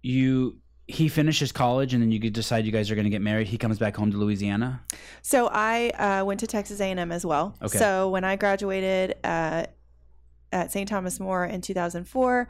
Speaker 1: you he finishes college and then you could decide you guys are going to get married he comes back home to louisiana
Speaker 2: So I uh, went to Texas A&M as well.
Speaker 1: Okay.
Speaker 2: So when I graduated uh, at St. Thomas More in 2004,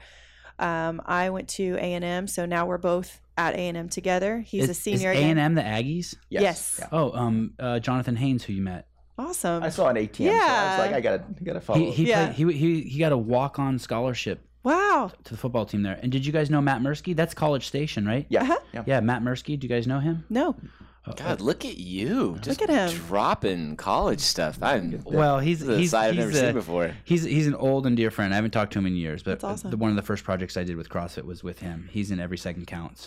Speaker 2: um, I went to A&M. So now we're both at A&M together. He's a
Speaker 1: Is-
Speaker 2: senior
Speaker 1: Is A and
Speaker 2: again.
Speaker 1: M the Aggies?
Speaker 2: Yes.
Speaker 3: Yeah.
Speaker 1: Oh, um, uh, Jonathan Haynes, who you met.
Speaker 2: Awesome.
Speaker 3: I saw an ATM. Yeah. So I
Speaker 2: Yeah.
Speaker 3: was like, I gotta, I gotta follow.
Speaker 1: He he,
Speaker 2: Yeah.
Speaker 1: played, he he he got a walk on scholarship
Speaker 2: wow.
Speaker 1: to the football team there. And did you guys know Matt Mursky? That's College Station, right?
Speaker 3: yeah.
Speaker 2: Uh-huh.
Speaker 3: yeah.
Speaker 1: Yeah, Matt Mursky. Do you guys know him? Oh,
Speaker 2: No.
Speaker 4: God, look at you! Just
Speaker 2: at him.
Speaker 4: dropping college stuff. I'm
Speaker 1: Well, he's
Speaker 4: this is a
Speaker 1: he's,
Speaker 4: side I've
Speaker 1: he's
Speaker 4: never seen
Speaker 1: a-
Speaker 4: before.
Speaker 1: He's he's an old and dear friend. I haven't talked to him in years, but
Speaker 2: That's awesome.
Speaker 1: the, one of the first projects I did with CrossFit was with him. He's in every second counts,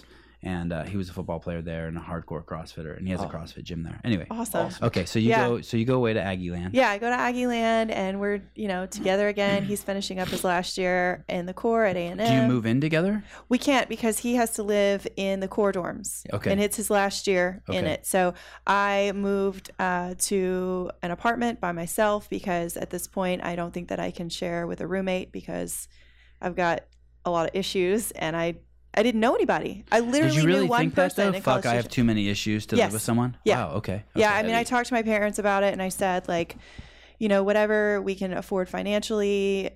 Speaker 1: and uh, he was a football player there and a hardcore CrossFitter, and he has a
Speaker 4: Oh.
Speaker 1: CrossFit gym there. Anyway,
Speaker 2: Awesome.
Speaker 1: okay, so you
Speaker 2: Yeah.
Speaker 1: go so you go away to Aggie Land.
Speaker 2: Yeah, I go to Aggie Land and we're, you know, together again. He's finishing up his last year in the core at A&M.
Speaker 1: Do you move in together?
Speaker 2: We can't because he has to live in the core dorms.
Speaker 1: Okay.
Speaker 2: And it's his last year in
Speaker 1: Okay.
Speaker 2: it. So I moved uh, to an apartment by myself because at this point I don't think that I can share with a roommate because I've got a lot of issues and I I didn't know anybody. I literally
Speaker 1: Did you really
Speaker 2: knew one
Speaker 1: think that
Speaker 2: person
Speaker 1: though?
Speaker 2: in college.
Speaker 1: Fuck, I have
Speaker 2: station.
Speaker 1: too many issues to
Speaker 2: Yes.
Speaker 1: live with someone.
Speaker 2: Yeah.
Speaker 1: Wow. Okay.
Speaker 2: Yeah,
Speaker 1: okay.
Speaker 2: I mean, I talked to my parents about it and I said like, you know, whatever we can afford financially,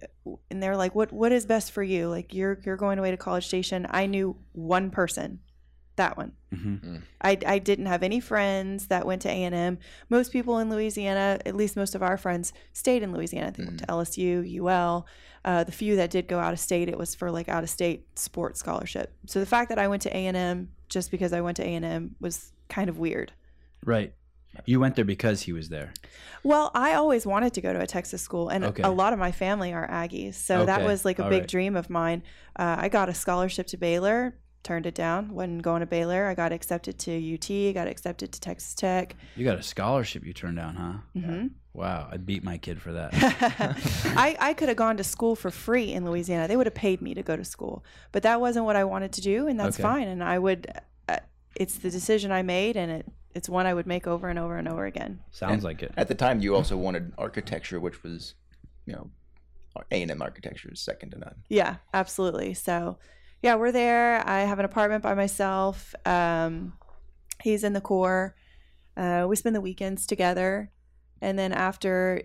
Speaker 2: and they're like, what what is best for you? Like you're you're going away to College Station. I knew one person, that one.
Speaker 1: Mhm.
Speaker 2: I, I didn't have any friends that went to A&M. Most people in Louisiana, at least most of our friends, stayed in Louisiana. They went to LSU, UL. Uh, the few that did go out of state, it was for like out of state sports scholarship. So the fact that I went to A&M just because I went to A&M was kind of weird.
Speaker 1: Right. You went there because he was there.
Speaker 2: Well, I always wanted to go to a Texas school, and
Speaker 1: Okay.
Speaker 2: a lot of my family are Aggies, so that
Speaker 1: Okay.
Speaker 2: was like a
Speaker 1: All
Speaker 2: big
Speaker 1: right.
Speaker 2: dream of mine. Uh, I got a scholarship to Baylor, turned it down. wasn't going to Baylor. I got accepted to UT, got accepted to Texas Tech.
Speaker 1: You got a scholarship you turned down, huh?
Speaker 3: Mm-hmm.
Speaker 2: hmm
Speaker 1: Wow. I beat my kid for that.
Speaker 2: I, I could have gone to school for free in Louisiana. They would have paid me to go to school, but that wasn't what I wanted to do, and that's
Speaker 1: Okay.
Speaker 2: fine. And I would, uh, it's the decision I made, and it, it's one I would make over and over and over again.
Speaker 1: Sounds like it.
Speaker 3: At the time, you also wanted architecture, which was, you know, A and M architecture is second to none.
Speaker 2: Yeah, absolutely. So, yeah, we're there. I have an apartment by myself. Um, he's in the core. Uh, we spend the weekends together, and then after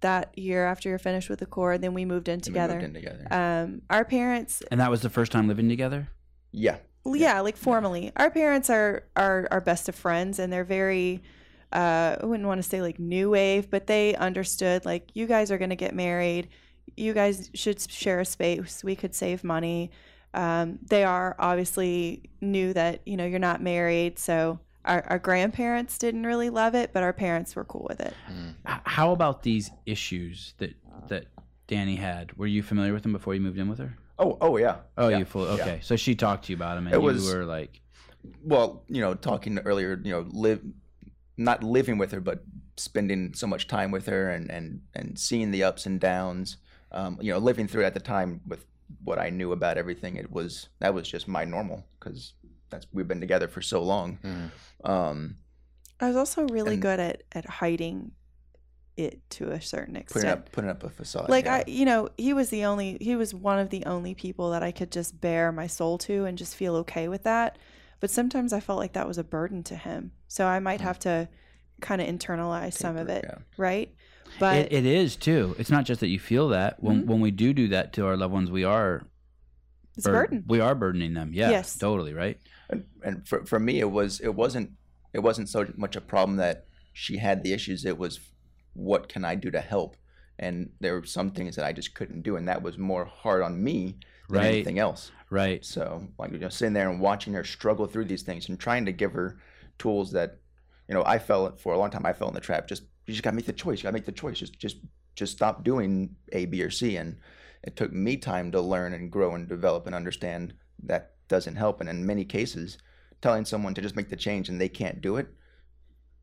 Speaker 2: that year, after you're finished with the core, then we moved in
Speaker 3: And we moved
Speaker 2: together.
Speaker 3: in together.
Speaker 2: Um, our parents,
Speaker 1: And that was the first time living together.
Speaker 3: yeah.
Speaker 2: well, yeah, like formally, our parents are are our best of friends, and they're very. Uh, I wouldn't want to say like new wave, but they understood like you guys are going to get married. You guys should share a space. We could save money. Um, they are obviously knew that you know you're not married, so our, our grandparents didn't really love it, but our parents were cool with it.
Speaker 1: H- How about these issues that that Danny had? Were you familiar with them before you moved in with her?
Speaker 3: Oh, oh yeah.
Speaker 1: Oh,
Speaker 3: yeah.
Speaker 1: you fully
Speaker 3: yeah.
Speaker 1: okay. So she talked to you about them, and
Speaker 3: It
Speaker 1: you
Speaker 3: was-
Speaker 1: were like,
Speaker 3: Well, you know, talking earlier, you know, live, not living with her, but spending so much time with her and and and seeing the ups and downs. Um, you know, living through it at the time with what I knew about everything, it was that was just my normal because that's we've been together for so long.
Speaker 4: Mm.
Speaker 3: Um,
Speaker 2: I was also really
Speaker 3: And-
Speaker 2: good at at hiding it to a certain extent.
Speaker 3: putting up putting up a facade.
Speaker 2: like
Speaker 3: yeah.
Speaker 2: i you know he was the only he was one of the only people that i could just bear my soul to and just feel okay with that but sometimes i felt like that was a burden to him so i
Speaker 1: Mm-hmm.
Speaker 2: might have to kind of internalize some of it
Speaker 3: Taper, yeah.
Speaker 2: right but
Speaker 1: it, "It is too. It's not just that you feel that when
Speaker 2: Mhm.
Speaker 3: Mm-hmm.
Speaker 1: when we do do that to our loved ones, we are
Speaker 2: it's a burden
Speaker 1: We are burdening them. Yeah,
Speaker 2: Yes.
Speaker 1: totally right.
Speaker 3: and, and for, for me it was it wasn't it wasn't so much a problem that she had the issues it was what can i do to help and there were some things that i just couldn't do and that was more hard on me than
Speaker 1: Right.
Speaker 3: anything else
Speaker 1: Right.
Speaker 3: so like you know sitting there and watching her struggle through these things and trying to give her tools that you know i fell for a long time i fell in the trap just you just gotta make the choice you gotta make the choice just just just stop doing a b or c and it took me time to learn and grow and develop and understand that doesn't help and in many cases telling someone to just make the change and they can't do it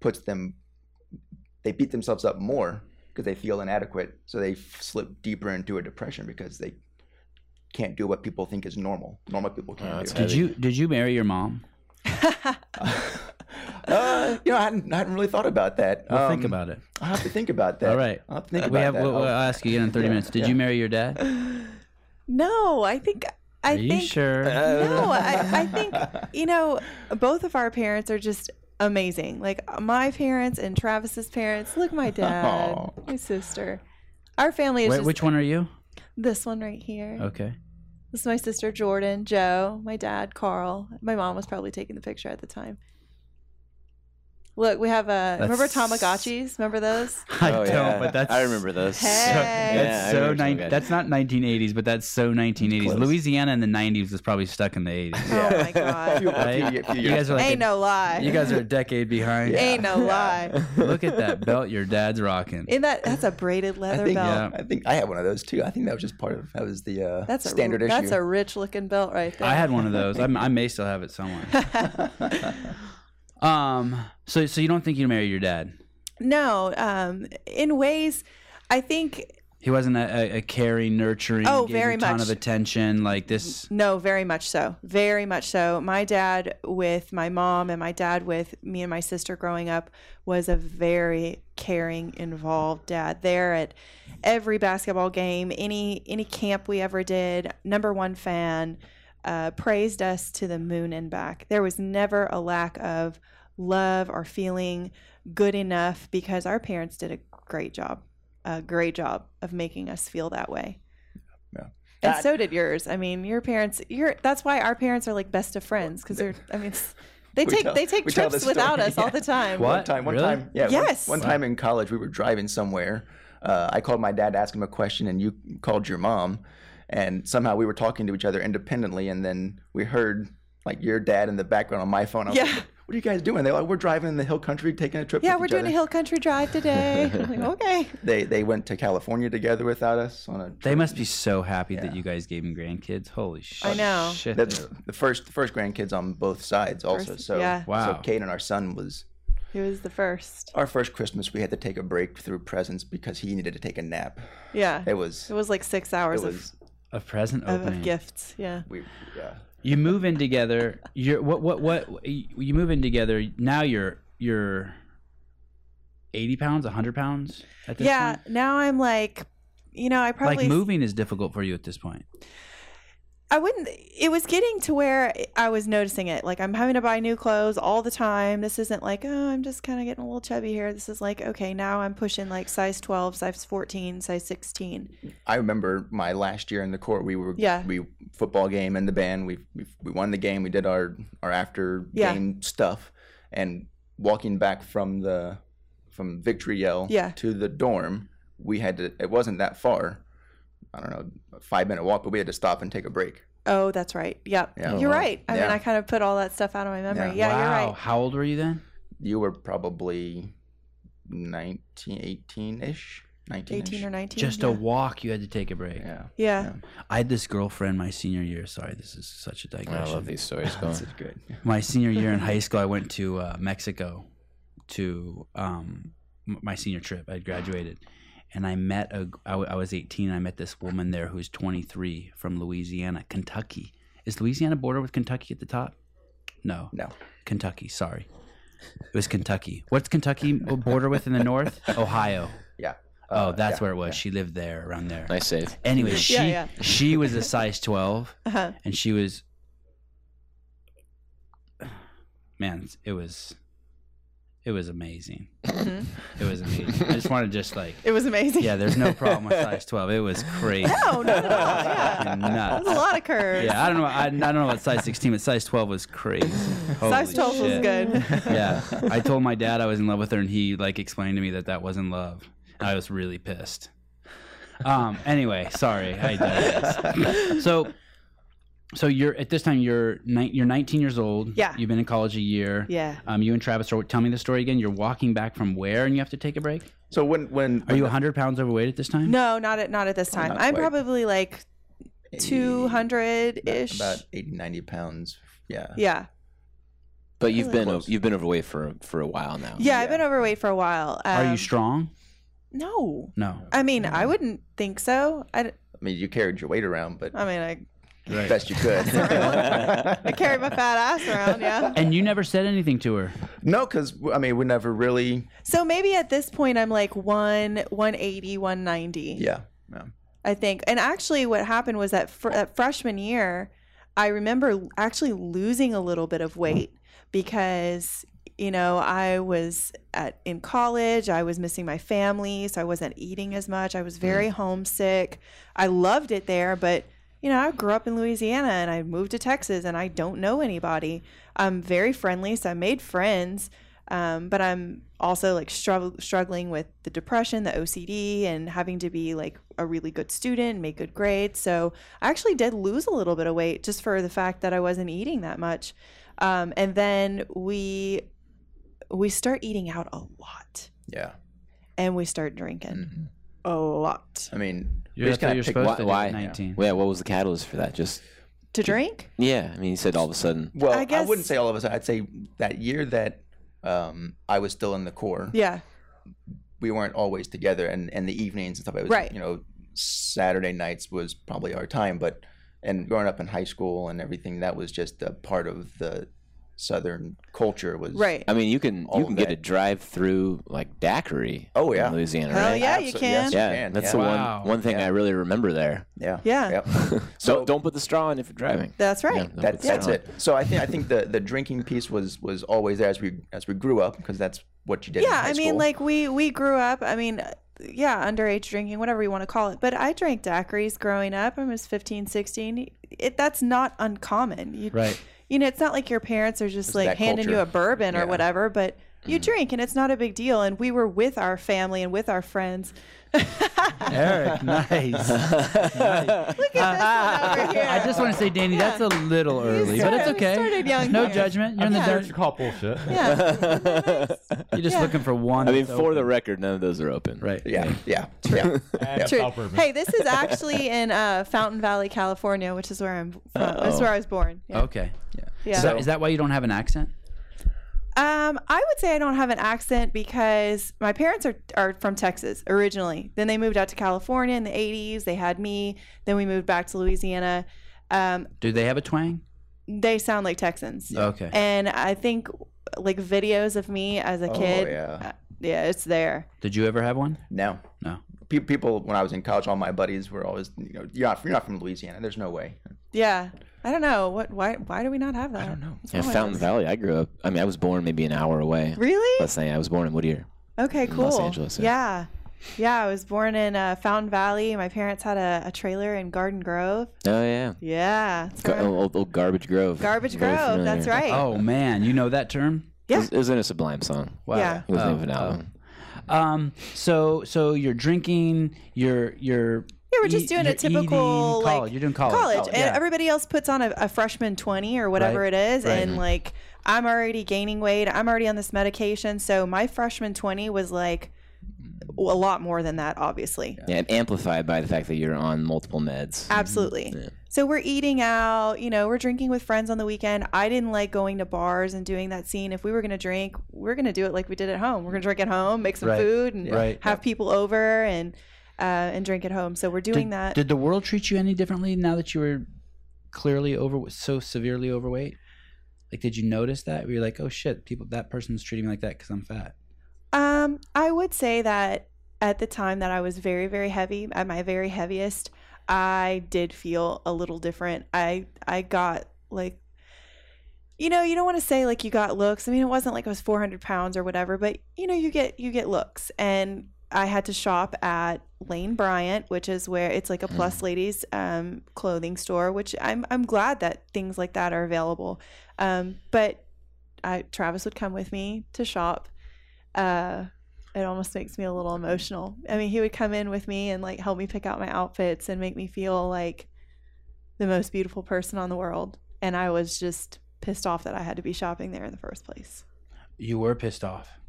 Speaker 3: puts them they beat themselves up more because they feel inadequate so they f- slip deeper into a depression because they can't do what people think is normal normal people can't
Speaker 4: Oh,
Speaker 3: do
Speaker 4: that's
Speaker 3: it.
Speaker 1: Did
Speaker 4: Heavy.
Speaker 1: you did you marry your mom?
Speaker 3: uh, you know I hadn't, I hadn't really thought about that
Speaker 1: Well, think
Speaker 3: Um,
Speaker 1: about it.
Speaker 3: i'll have to think about that
Speaker 1: All right.
Speaker 3: i'll have to think
Speaker 1: Uh,
Speaker 3: about
Speaker 1: we have.
Speaker 3: that
Speaker 1: We'll,
Speaker 3: I'll-
Speaker 1: we'll ask you again in thirty
Speaker 3: Yeah,
Speaker 1: minutes. Did
Speaker 3: yeah.
Speaker 1: you marry your dad?
Speaker 2: no i think i
Speaker 1: are you
Speaker 2: think
Speaker 1: sure?
Speaker 2: no I, I think you know both of our parents are just amazing like uh, my parents and travis's parents look my dad
Speaker 3: Aw.
Speaker 2: my sister our family is
Speaker 1: Wait,
Speaker 2: just
Speaker 1: which one are you?
Speaker 2: this one right here
Speaker 1: Okay.
Speaker 2: This is my sister Jordan, Joe, my dad Carl. My mom was probably taking the picture at the time. Look, we have a remember
Speaker 1: That's-
Speaker 2: Tamagotchis? Remember those?
Speaker 1: I
Speaker 4: Oh,
Speaker 1: don't,
Speaker 4: yeah.
Speaker 1: but that's
Speaker 4: I remember those.
Speaker 1: So,
Speaker 2: Hey.
Speaker 1: that's
Speaker 4: Yeah, I
Speaker 1: so
Speaker 4: remember
Speaker 1: nine,
Speaker 4: Tamagotchi.
Speaker 1: that's not 1980s, but that's so 1980s.
Speaker 3: Close.
Speaker 1: Louisiana in the 90s was probably stuck in the 80s.
Speaker 2: Oh my God.
Speaker 3: Few-
Speaker 1: Right?
Speaker 3: few- few
Speaker 1: You
Speaker 3: years.
Speaker 1: guys are like
Speaker 2: Ain't
Speaker 1: a-
Speaker 2: no lie.
Speaker 1: you guys are a decade behind.
Speaker 3: Yeah.
Speaker 2: Ain't no lie.
Speaker 1: Look at that belt your dad's rocking.
Speaker 2: In that, that's a braided leather
Speaker 3: think-
Speaker 2: belt.
Speaker 1: yeah.
Speaker 3: I think I had one of those too. I think that was just part of that was the uh,
Speaker 2: That's a
Speaker 3: standard issue.
Speaker 2: That's a rich looking belt right there.
Speaker 1: I had one of those. I'm, I may still have it somewhere. um. So so you don't think you'd marry your dad?
Speaker 2: no, um, in ways, I think
Speaker 1: He wasn't a, a, a caring, nurturing,
Speaker 2: Oh,
Speaker 1: gave you
Speaker 2: very
Speaker 1: a ton
Speaker 2: much.
Speaker 1: of attention like this.
Speaker 2: No, very much so. Very much so. My dad with my mom and my dad with me and my sister growing up was a very caring, involved dad. There at every basketball game, any any camp we ever did, number one fan, uh, praised us to the moon and back. There was never a lack of love or feeling good enough because our parents did a great job, a great job of making us feel that way.
Speaker 3: Yeah.
Speaker 2: And
Speaker 3: That-
Speaker 2: so did yours. I mean, your parents. Your that's why our parents are like best of friends because they're. I mean, it's- they
Speaker 3: We
Speaker 2: take
Speaker 3: tell-
Speaker 2: they take
Speaker 3: we tell
Speaker 2: trips
Speaker 3: the story,
Speaker 2: without us all
Speaker 3: yeah.
Speaker 2: the time.
Speaker 1: What?
Speaker 3: One time, one
Speaker 1: Really?
Speaker 3: time, yeah. one-
Speaker 2: Yes.
Speaker 3: One, time in college, we were driving somewhere. Uh, I called my dad to ask him a question, and you called your mom, and somehow we were talking to each other independently, and then we heard like your dad in the background on my phone. I was
Speaker 2: Yeah.
Speaker 3: like, what are you guys doing? They're like, we're driving in the hill country, taking a trip.
Speaker 2: Yeah,
Speaker 3: with
Speaker 2: we're
Speaker 3: each
Speaker 2: doing
Speaker 3: other."
Speaker 2: a hill country drive today. I'm like, okay.
Speaker 3: They they went to California together without us on a. Trip.
Speaker 1: They must be so happy that
Speaker 3: Yeah.
Speaker 1: you guys gave him grandkids. Holy shit!
Speaker 2: I know.
Speaker 1: Shit.
Speaker 3: That's the first the first grandkids on both sides also.
Speaker 2: First-
Speaker 3: so
Speaker 2: yeah.
Speaker 1: Wow.
Speaker 3: So Kate and our son was
Speaker 2: He was the first.
Speaker 3: our first Christmas. We had to take a break through presents because he needed to take a nap.
Speaker 2: Yeah.
Speaker 3: It was
Speaker 2: It was like six hours
Speaker 3: it
Speaker 2: of,
Speaker 3: was
Speaker 1: a present
Speaker 2: of,
Speaker 1: opening.
Speaker 2: of gifts. Yeah.
Speaker 3: we yeah.
Speaker 1: you move in together you're what what what you move in together now you're you're 80 pounds 100 pounds at this
Speaker 2: Yeah.
Speaker 1: point?
Speaker 2: Now I'm like, you know, I probably
Speaker 1: like moving is difficult for you at this point
Speaker 2: I wouldn't. It was getting to where I was noticing it. Like I'm having to buy new clothes all the time. This isn't like oh, I'm just kind of getting a little chubby here. This is like okay, now I'm pushing like size 12, size 14, size 16.
Speaker 3: I remember my last year in the court. We were
Speaker 2: Yeah.
Speaker 3: we football game in the band. We we, we won the game. We did our our after
Speaker 2: Yeah.
Speaker 3: game stuff, and walking back from the from victory yell
Speaker 2: Yeah.
Speaker 3: to the dorm, we had to. It wasn't that far. I don't know, a five minute walk, but we had to stop and take a break.
Speaker 2: Oh, that's right. Yep,
Speaker 3: Yeah.
Speaker 2: you're right. I mean,
Speaker 3: Yeah.
Speaker 2: I kind of put all that stuff out of my memory. Yeah,
Speaker 1: wow
Speaker 2: you're right.
Speaker 1: how old were you then
Speaker 3: You were probably 19, 18 ish, 19
Speaker 2: 18 or 19.
Speaker 1: just
Speaker 2: yeah.
Speaker 1: a walk you had to take a break
Speaker 3: Yeah.
Speaker 2: Yeah.
Speaker 3: yeah.
Speaker 1: i had this girlfriend my senior year sorry this is such a
Speaker 4: I
Speaker 1: digression
Speaker 4: love these stories. Go
Speaker 3: This
Speaker 4: on.
Speaker 3: is good.
Speaker 1: my senior year in high school, I went to uh, Mexico to um, m- my senior trip. I graduated, and I met a. I, w- I was eighteen. I met this woman there who's twenty three from Louisiana, Kentucky. Is Louisiana border with Kentucky at the top? No,
Speaker 3: No.
Speaker 1: Kentucky. Sorry, it was Kentucky. What's Kentucky border with in the north? Ohio.
Speaker 3: Yeah.
Speaker 1: Oh,
Speaker 3: Uh,
Speaker 1: that's
Speaker 3: yeah,
Speaker 1: where it was. She lived there, around there.
Speaker 4: Nice save.
Speaker 1: Anyway, she
Speaker 2: yeah.
Speaker 1: she was a size twelve
Speaker 2: Uh-huh.
Speaker 1: and she was man it was it was amazing
Speaker 2: Mhm.
Speaker 1: it was amazing i just want to just like
Speaker 2: It was amazing.
Speaker 1: yeah there's no problem with size 12 it was crazy
Speaker 2: No, no, no. Yeah.
Speaker 1: Fucking
Speaker 2: That
Speaker 1: nuts.
Speaker 2: was a lot of curves.
Speaker 1: yeah i don't know I, I don't know about size 16 but size 12 was crazy
Speaker 2: Size
Speaker 1: Holy
Speaker 2: 12 was
Speaker 1: shit.
Speaker 2: good.
Speaker 1: yeah i told my dad i was in love with her and he like explained to me that that wasn't love and i was really pissed um anyway sorry i digress. so so you're at this time you're ni- you're 19 years old
Speaker 2: Yeah.
Speaker 1: you've been in college a year
Speaker 2: yeah.
Speaker 1: um you and travis are tell me the story again you're walking back from where and you have to take a break
Speaker 3: So when when
Speaker 1: are you 100 pounds overweight at this time
Speaker 2: No, not at not at this time.
Speaker 3: not
Speaker 2: I'm
Speaker 3: quite.
Speaker 2: probably like 200 ish.
Speaker 3: about 80 90 pounds yeah
Speaker 2: Yeah.
Speaker 4: But you've been
Speaker 3: Close.
Speaker 4: you've been overweight for for a while now.
Speaker 2: Yeah, I've been overweight for a while.
Speaker 1: Oh, are
Speaker 2: Um,
Speaker 1: you strong Mm.
Speaker 2: No.
Speaker 1: no
Speaker 2: I mean, I wouldn't think so. I, d-
Speaker 3: i mean you carried your weight around but
Speaker 2: I mean, I,
Speaker 1: right
Speaker 3: best you could
Speaker 2: I carry my fat ass around, yeah.
Speaker 1: and you never said anything to her
Speaker 3: no because i mean we never really
Speaker 2: So maybe at this point I'm like 1 180, 190.
Speaker 3: yeah yeah
Speaker 2: I think. And actually, what happened was that fr- that freshman year, I remember l- actually losing a little bit of weight because you know I was at in college. I was missing my family, so I wasn't eating as much. I was very homesick. I loved it there, but. you know, I grew up in Louisiana and I moved to Texas and I don't know anybody. I'm very friendly, so I made friends, um, but I'm also like strugg- struggling with the depression, the OCD, and having to be like a really good student, make good grades. So I actually did lose a little bit of weight just for the fact that I wasn't eating that much. Um, and then we we start eating out a lot
Speaker 3: Yeah.
Speaker 2: and we start drinking
Speaker 3: Mhm.
Speaker 2: a lot
Speaker 3: I mean,
Speaker 1: Yeah, that's what
Speaker 3: gotta
Speaker 1: you're
Speaker 3: pick
Speaker 1: supposed
Speaker 3: why-
Speaker 1: to do
Speaker 4: why-
Speaker 1: at 19.
Speaker 4: Yeah, what was the catalyst for that? Just
Speaker 2: to drink.
Speaker 4: yeah. I mean, you said all of a sudden.
Speaker 3: Well,
Speaker 2: I
Speaker 3: I,
Speaker 2: guess-
Speaker 3: wouldn't say all of us. I'd say that year that um, I was still in the Corps,
Speaker 2: Yeah,
Speaker 3: we weren't always together, and and the evenings and stuff. It was,
Speaker 2: Right.
Speaker 3: You know, Saturday nights was probably our time, but and growing up in high school and everything, that was just a part of the Southern culture. Was
Speaker 2: right.
Speaker 4: I mean, you can
Speaker 3: All
Speaker 4: you
Speaker 3: of
Speaker 4: can get
Speaker 3: that.
Speaker 4: a drive through like daiquiri.
Speaker 3: Oh, yeah.
Speaker 4: in Louisiana,
Speaker 2: Hell
Speaker 4: right?
Speaker 2: yeah, you
Speaker 3: Absolute-
Speaker 2: can.
Speaker 3: yes, you
Speaker 4: Yeah,
Speaker 3: can,
Speaker 4: that's
Speaker 3: yeah.
Speaker 4: the
Speaker 1: Wow.
Speaker 4: one one thing
Speaker 3: Yeah.
Speaker 4: I really remember there.
Speaker 3: Yeah.
Speaker 2: Yeah.
Speaker 3: Yep.
Speaker 4: So don't, don't put the straw in if you're driving.
Speaker 2: That's
Speaker 4: Yeah,
Speaker 2: right.
Speaker 4: don't put
Speaker 3: That,
Speaker 4: the
Speaker 3: that's
Speaker 4: straw in.
Speaker 3: it. So I think I think the, the drinking piece was was always there as we as we grew up because that's what you did. in
Speaker 2: yeah
Speaker 3: high
Speaker 2: i mean
Speaker 3: school.
Speaker 2: like we we grew up i mean uh, yeah underage drinking whatever you want to call it but i drank daiquiris growing up i was 15 16 it, that's not uncommon you,
Speaker 1: Right.
Speaker 2: you know it's not like your parents are just
Speaker 3: It's
Speaker 2: like
Speaker 3: that
Speaker 2: handing you
Speaker 3: culture.
Speaker 2: a bourbon or
Speaker 3: Yeah. Mm.
Speaker 2: whatever but you drink and it's not a big deal and we were with our family and with our friends
Speaker 1: Eric, nice.
Speaker 2: Look at this one over here.
Speaker 1: I just want to say, Danny, that's a little early, but it's
Speaker 2: started-
Speaker 1: okay.
Speaker 2: started young
Speaker 1: no
Speaker 2: here.
Speaker 1: judgment. You're in the
Speaker 2: Yeah.
Speaker 1: dirt.
Speaker 5: call bullshit.
Speaker 2: yeah
Speaker 1: You're just
Speaker 2: Yeah.
Speaker 1: looking for one.
Speaker 4: I mean,
Speaker 1: that's
Speaker 4: for
Speaker 1: open.
Speaker 4: the record, none of those are open.
Speaker 1: right.
Speaker 3: yeah, yeah, yeah.
Speaker 5: And
Speaker 2: true.
Speaker 5: stop bourbon.
Speaker 2: hey this is actually in uh, fountain valley california which is where i'm from that's
Speaker 4: Uh-oh.
Speaker 2: where i was born yeah.
Speaker 1: Okay.
Speaker 2: yeah.
Speaker 1: Is, that, is that why you don't have an accent?
Speaker 2: Um, I would say I don't have an accent because my parents are, are from Texas originally. Then they moved out to California in the 80s. They had me. Then we moved back to Louisiana. Um,
Speaker 1: Do they have a twang?
Speaker 2: they sound like Texans.
Speaker 1: Okay.
Speaker 2: And I think like videos of me as a
Speaker 3: Oh,
Speaker 2: kid.
Speaker 3: yeah.
Speaker 2: uh, yeah, it's there.
Speaker 1: Did you ever have one?
Speaker 3: No,
Speaker 1: No.
Speaker 3: Pe- people when I was in college, all my buddies were always, you know, you're not, you're not from Louisiana. There's no way.
Speaker 2: Yeah. I don't know. What why why do we not have that? I don't know.
Speaker 4: Yeah, Fountain Valley. I grew up. I mean, I was born maybe an hour away.
Speaker 2: Really?
Speaker 4: Less than I was born in Whittier.
Speaker 2: Okay, cool.
Speaker 4: Los Angeles,
Speaker 2: Yeah. Yeah, I was born in uh, Fountain Valley. My parents had a, a trailer in Garden Grove.
Speaker 4: Oh yeah,
Speaker 2: Yeah. that's
Speaker 4: Gar-
Speaker 2: where I'm
Speaker 4: old, old Garbage Grove.
Speaker 2: Garbage
Speaker 4: Very
Speaker 2: Grove.
Speaker 4: familiar.
Speaker 2: That's right.
Speaker 1: Oh man, you know that term?
Speaker 4: It
Speaker 2: Yeah.
Speaker 4: was, it was in a Sublime song.
Speaker 1: Wow.
Speaker 2: Yeah.
Speaker 4: It was the
Speaker 1: Oh,
Speaker 4: name of an album.
Speaker 1: Um. So so you're drinking. You're you're. e,
Speaker 2: Yeah, we're just doing a
Speaker 1: you're eating
Speaker 2: typical like
Speaker 1: e-, college. You're doing college. Oh,
Speaker 2: college, and
Speaker 1: yeah.
Speaker 2: everybody else puts on a, a freshman twenty or whatever
Speaker 1: Right,
Speaker 2: it is,
Speaker 1: right.
Speaker 2: and like I'm already gaining weight. I'm already on this medication, so my freshman twenty was like a lot more than that, obviously.
Speaker 4: Yeah, and amplified by the fact that you're on multiple meds.
Speaker 1: Mm-hmm.
Speaker 2: Absolutely. So we're eating out, you know, we're drinking with friends on the weekend. I didn't like going to bars and doing that scene. If we were going to drink, we're going to do it like we did at home. We're going to drink at home, make some
Speaker 1: Right,
Speaker 2: food, and
Speaker 1: right.
Speaker 2: have people over and uh, and drink at home. So we're doing
Speaker 1: did,
Speaker 2: that.
Speaker 1: Did the world treat you any differently now that you were clearly over so severely overweight? Like, did you notice that? Were you like, oh shit, people that person's treating me like that because I'm fat?
Speaker 2: Um, I would say that at the time that I was very, very heavy, at my very heaviest, I did feel a little different. I I got like you know, you don't want to say like you got looks. I mean, it wasn't like I was 400 pounds or whatever, but you know, you get you get looks. And I had to shop at Lane Bryant, which is where it's like a plus ladies um, clothing store. Which I'm I'm glad that things like that are available. Um, but I Travis would come with me to shop. Uh, it almost makes me a little emotional. I mean, he would come in with me and like help me pick out my outfits and make me feel like the most beautiful person on the world. And I was just pissed off that I had to be shopping there in the first place.
Speaker 1: You were pissed off.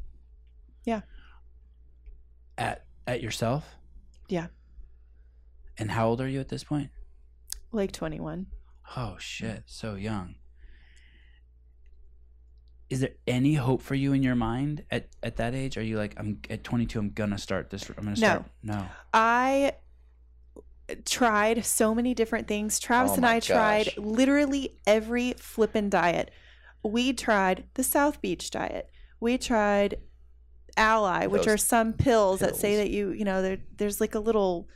Speaker 2: Yeah.
Speaker 1: At at yourself.
Speaker 2: Yeah.
Speaker 1: And how old are you at this point?
Speaker 2: Like 21.
Speaker 1: Oh shit, so young. Is there any hope for you in your mind at, at that age? Are you like I'm at 22? I'm gonna start this. I'm gonna start. No.
Speaker 2: I tried so many different things. Travis
Speaker 3: Oh
Speaker 2: and
Speaker 3: my
Speaker 2: I tried
Speaker 3: gosh.
Speaker 2: literally every flippin' diet. We tried the South Beach diet. We tried Ally, which
Speaker 3: Those
Speaker 2: are some pills, that say
Speaker 3: pills.
Speaker 2: that you, you know, there, there's like a little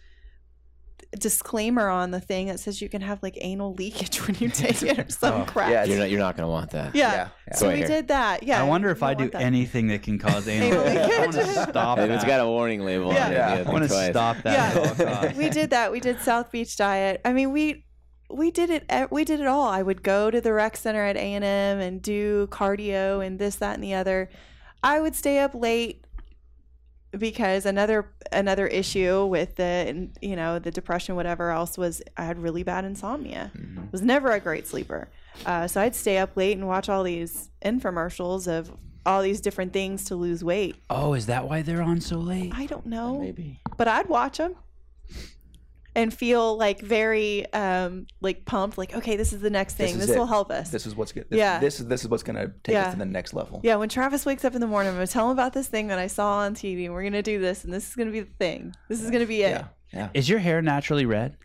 Speaker 2: disclaimer on the thing that says you can have like anal leakage when you take it or some
Speaker 1: Oh,
Speaker 2: crap.
Speaker 3: yeah,
Speaker 4: You're
Speaker 3: it's-
Speaker 4: not. You're not gonna want that.
Speaker 2: Yeah.
Speaker 3: yeah.
Speaker 2: So
Speaker 4: Right
Speaker 2: we
Speaker 4: here.
Speaker 2: did that. Yeah.
Speaker 1: I wonder
Speaker 2: you
Speaker 1: if I
Speaker 2: don't
Speaker 1: do
Speaker 2: want that.
Speaker 1: anything that can cause anal.
Speaker 2: Anal
Speaker 1: leakage. I want
Speaker 2: leakage.
Speaker 1: to stop.
Speaker 4: If it's
Speaker 1: that.
Speaker 4: got a warning label on it.
Speaker 2: Yeah.
Speaker 4: you
Speaker 1: I want to
Speaker 4: think twice.
Speaker 1: stop that. Oh,
Speaker 2: Yeah.
Speaker 1: at all costs.
Speaker 2: we did that. We did South Beach diet. I mean, we we did it. ev- We did it all. I would go to the rec center at A and M and do cardio and this, that, and the other. I would stay up late because another another issue with the you know the depression, whatever else, was I had really bad insomnia.
Speaker 3: Mhm.
Speaker 2: Was never a great sleeper. Uh, so I'd stay up late and watch all these infomercials of all these different things to lose weight.
Speaker 1: Oh, is that why they're on so late?
Speaker 2: I don't know
Speaker 4: Maybe.
Speaker 2: but I'd watch them and feel like very um like pumped like okay this is the next
Speaker 3: This
Speaker 2: thing
Speaker 3: is
Speaker 2: this,
Speaker 3: it.
Speaker 2: will help us
Speaker 3: This is what's good. This,
Speaker 2: Yeah.
Speaker 3: this is this is what's gonna take
Speaker 2: Yeah.
Speaker 3: us to the next level.
Speaker 2: yeah when Travis wakes up in the morning I'm gonna tell him about this thing that I saw on TV and we're gonna do this and this is gonna be the thing this is gonna be it
Speaker 3: Yeah. Yeah.
Speaker 1: Is your hair naturally red?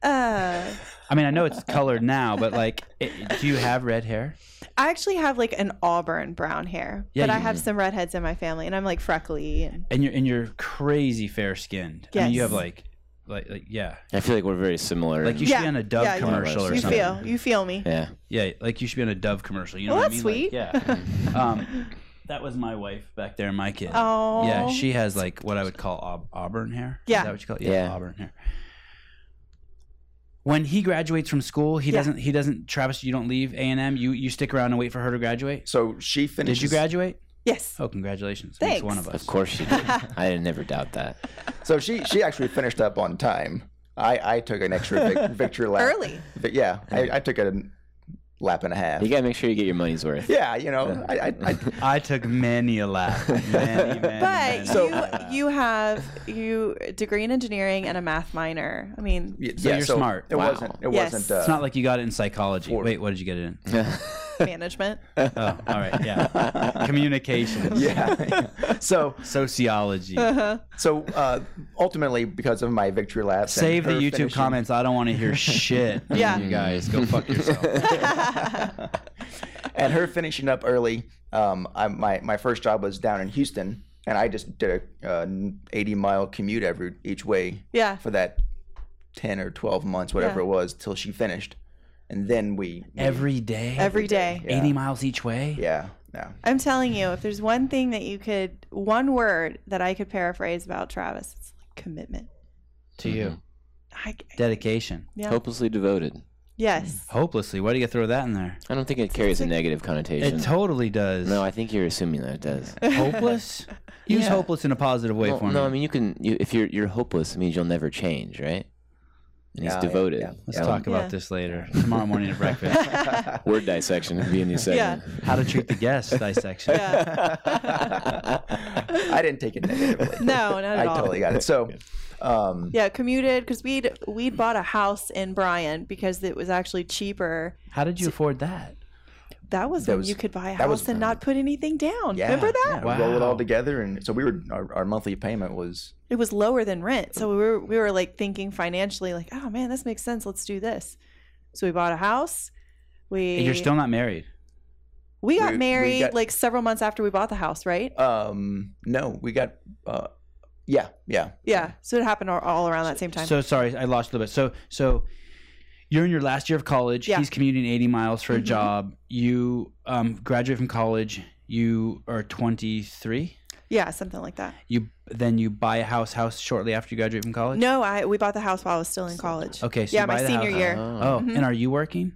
Speaker 2: uh
Speaker 1: I mean, I know it's colored now, but like, it, do you have red hair?
Speaker 2: I actually have like an auburn brown hair
Speaker 1: Yeah,
Speaker 2: but I
Speaker 1: you
Speaker 2: have some redheads in my family and I'm like freckly and
Speaker 1: And you're and you're crazy fair skinned. I mean, you
Speaker 2: Yes.
Speaker 1: have like, like, like yeah,
Speaker 4: I feel like we're very similar.
Speaker 1: like you
Speaker 2: Yeah.
Speaker 1: should be on a Dove
Speaker 2: Yeah, you-
Speaker 1: commercial or
Speaker 2: you
Speaker 1: something.
Speaker 2: feel you feel me
Speaker 4: yeah.
Speaker 1: Yeah, like you should be on a Dove commercial. You know
Speaker 2: Well,
Speaker 1: what I mean?
Speaker 2: that's sweet.
Speaker 1: Like, yeah. um, that was my wife back there, and my kid.
Speaker 2: oh
Speaker 1: Yeah, she has like what I would call aub- auburn hair.
Speaker 2: Yeah.
Speaker 1: is that what you call it?
Speaker 4: Yeah.
Speaker 1: auburn hair. When he graduates from school, he
Speaker 2: Yeah.
Speaker 1: doesn't. He doesn't. Travis, you don't leave A and M. You you stick around and wait for her to graduate.
Speaker 3: So she finishes.
Speaker 1: Did you graduate?
Speaker 2: yes
Speaker 1: Oh, congratulations! Makes
Speaker 2: Thanks.
Speaker 1: one of us.
Speaker 4: Of course you did. I never doubt that.
Speaker 3: So she she actually finished up on time. I I took an extra vic, victory
Speaker 1: Oh.
Speaker 3: lap.
Speaker 2: early
Speaker 3: But yeah, I, I took a lap and a half.
Speaker 4: You gotta make sure you get your money's worth.
Speaker 3: yeah, you know, I, I, I
Speaker 1: I took many a lap. Many, many, many
Speaker 2: But
Speaker 1: a lap.
Speaker 2: you you have you a degree in engineering and a math minor. I mean,
Speaker 3: yeah,
Speaker 1: So
Speaker 3: yeah,
Speaker 1: you're smart.
Speaker 3: It
Speaker 4: Wow.
Speaker 3: wasn't. It
Speaker 2: Yes.
Speaker 3: wasn't. Uh,
Speaker 1: it's not like you got it in psychology.
Speaker 3: Four.
Speaker 1: Wait, what did you get it in?
Speaker 2: management.
Speaker 1: Oh, all right, yeah. Communications,
Speaker 3: yeah. so
Speaker 1: sociology.
Speaker 2: Uh-huh.
Speaker 3: so uh, ultimately, because of my victory laps, and
Speaker 1: Save the
Speaker 3: her
Speaker 1: YouTube
Speaker 3: finishing-
Speaker 1: comments. I don't want to hear shit. from
Speaker 2: Yeah.
Speaker 1: you guys, go fuck yourself.
Speaker 3: and her finishing up early. Um, I, my my first job was down in Houston, and I just did a uh, eighty mile commute every each way
Speaker 2: Yeah.
Speaker 3: for that ten or twelve months, whatever
Speaker 2: Yeah.
Speaker 3: it was, till she finished, and then we, we-
Speaker 1: Every day,
Speaker 2: Every day.
Speaker 3: yeah.
Speaker 1: eighty miles each way.
Speaker 3: yeah, yeah.
Speaker 2: I'm telling you, if there's one thing that you could one word that I could paraphrase about Travis, it's like commitment.
Speaker 1: To you,
Speaker 2: I,
Speaker 1: dedication,
Speaker 2: yeah.
Speaker 4: Mm-hmm. Hopelessly devoted.
Speaker 2: Yes.
Speaker 1: hopelessly. Why do you throw that in there?
Speaker 4: I don't think it carries a negative connotation.
Speaker 1: It totally does.
Speaker 4: no, I think you're assuming that it does.
Speaker 1: hopeless. Use
Speaker 4: Yeah.
Speaker 1: hopeless in a positive way
Speaker 4: Well,
Speaker 1: for me.
Speaker 4: no, I mean you can. You, if you're you're hopeless, it means you'll never change, right? And he's
Speaker 3: Yeah, yeah,
Speaker 4: devoted.
Speaker 3: yeah.
Speaker 1: Let's talk about
Speaker 2: Yeah.
Speaker 1: this later. Tomorrow morning at breakfast.
Speaker 4: Word dissection would be a new segment.
Speaker 1: How to treat the guest dissection.
Speaker 2: Yeah.
Speaker 3: I didn't take it negatively.
Speaker 2: No, not at
Speaker 3: I
Speaker 2: all.
Speaker 3: totally got it. So, um,
Speaker 2: Yeah, commuted because we'd we'd bought a house in Bryan because it was actually cheaper.
Speaker 1: How did you afford that?
Speaker 2: That was
Speaker 3: That
Speaker 2: when
Speaker 3: was-
Speaker 2: you could buy a
Speaker 3: that
Speaker 2: house
Speaker 3: was-
Speaker 2: and not put anything down.
Speaker 3: yeah,
Speaker 2: Remember that?
Speaker 3: yeah, roll it
Speaker 1: Wow.
Speaker 3: all together, and so we were our, our monthly payment was
Speaker 2: it was lower than rent. So we were we were like thinking financially, like, oh man, this makes sense. Let's do this. So we bought a house. We
Speaker 1: You're still not married.
Speaker 2: we got
Speaker 3: we- we
Speaker 2: married
Speaker 3: got-
Speaker 2: like several months after we bought the house, right?
Speaker 3: um no we got uh yeah yeah
Speaker 2: yeah. So it happened all, all around that same time.
Speaker 1: So sorry, I lost a little bit. So so you're in your last year of college.
Speaker 2: Yeah.
Speaker 1: He's commuting 80 miles for a
Speaker 2: Mhm.
Speaker 1: job. You um, graduate from college. You are 23.
Speaker 2: yeah, something like that.
Speaker 1: You then you buy a house house shortly after you graduate from college.
Speaker 2: No, I we bought the house while I was still in college.
Speaker 1: Okay. So
Speaker 2: yeah,
Speaker 1: you
Speaker 2: my
Speaker 1: buy the
Speaker 2: senior
Speaker 1: house.
Speaker 2: year.
Speaker 1: Oh,
Speaker 2: Mhm.
Speaker 1: and are you working?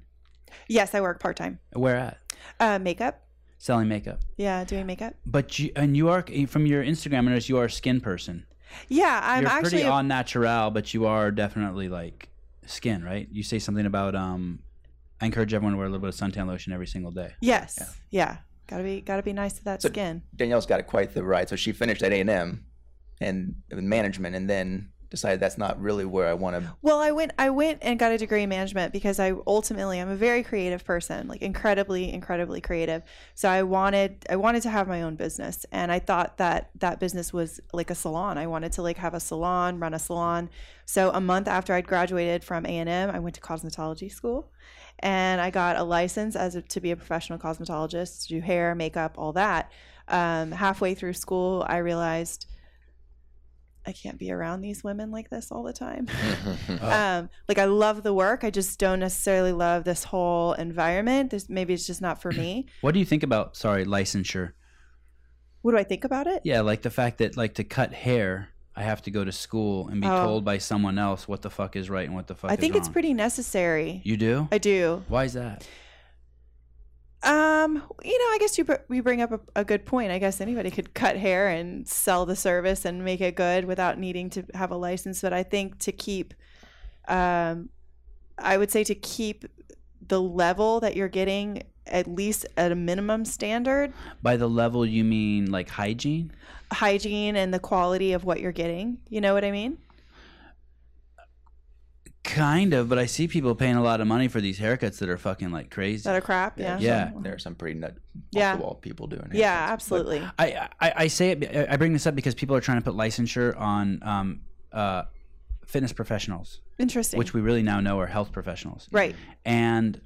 Speaker 2: Yes, I work part time.
Speaker 1: Where at?
Speaker 2: Uh, makeup.
Speaker 1: Selling makeup.
Speaker 2: Yeah, doing makeup.
Speaker 1: But you and you are eh, from your Instagram. I noticed you are a skin person.
Speaker 2: Yeah, I'm
Speaker 1: You're
Speaker 2: actually
Speaker 1: pretty
Speaker 2: a-
Speaker 1: on natural, but you are definitely like skin, right? You say something about um. I encourage everyone to wear a little bit of suntan lotion every single day.
Speaker 2: yes. Yeah. Gotta be gotta be nice to that
Speaker 3: So-
Speaker 2: skin.
Speaker 3: danielle's got it quite the ride so she finished at a&m and in management and then decided that's not really where i want to
Speaker 2: Well, I went I went and got a degree in management because I ultimately I'm a very creative person, like incredibly incredibly creative. So I wanted I wanted to have my own business and I thought that that business was like a salon. I wanted to like have a salon, run a salon. So a month after I'd graduated from A&M, I went to cosmetology school and I got a license as a, to be a professional cosmetologist, to do hair, makeup, all that. Um, halfway through school, I realized I can't be around these women like this all the time.
Speaker 1: Oh.
Speaker 2: Um, like I love the work. I just don't necessarily love this whole environment. There's, maybe it's just not for me.
Speaker 1: What do you think about sorry licensure?
Speaker 2: What do I think about it?
Speaker 1: Yeah, like the fact that like to cut hair, I have to go to school and be
Speaker 2: Oh.
Speaker 1: told by someone else what the fuck is right and what the fuck
Speaker 2: I
Speaker 1: is
Speaker 2: think it's
Speaker 1: wrong.
Speaker 2: pretty necessary.
Speaker 1: You do?
Speaker 2: I do.
Speaker 1: Why is that?
Speaker 2: Um, you know, I guess you br- we bring up a, a good point. I guess anybody could cut hair and sell the service and make it good without needing to have a license. But I think to keep, um, I would say to keep the level that you're getting at least at a minimum standard,
Speaker 1: By the level, you mean like hygiene?
Speaker 2: hygiene and the quality of what you're getting. You know what I mean?
Speaker 1: Kind of, but I see people paying a lot of money for these haircuts that are fucking like
Speaker 2: Is
Speaker 1: crazy.
Speaker 2: that a crap?
Speaker 3: Yeah,
Speaker 2: Yeah.
Speaker 1: Yeah.
Speaker 3: There are some pretty nut off
Speaker 2: Yeah.
Speaker 3: the wall people doing it.
Speaker 2: Yeah, absolutely.
Speaker 1: I, I, I say it. I- I bring this up because people are trying to put licensure on um, uh, fitness professionals,
Speaker 2: Interesting.
Speaker 1: which we really now know are health professionals.
Speaker 2: right.
Speaker 1: And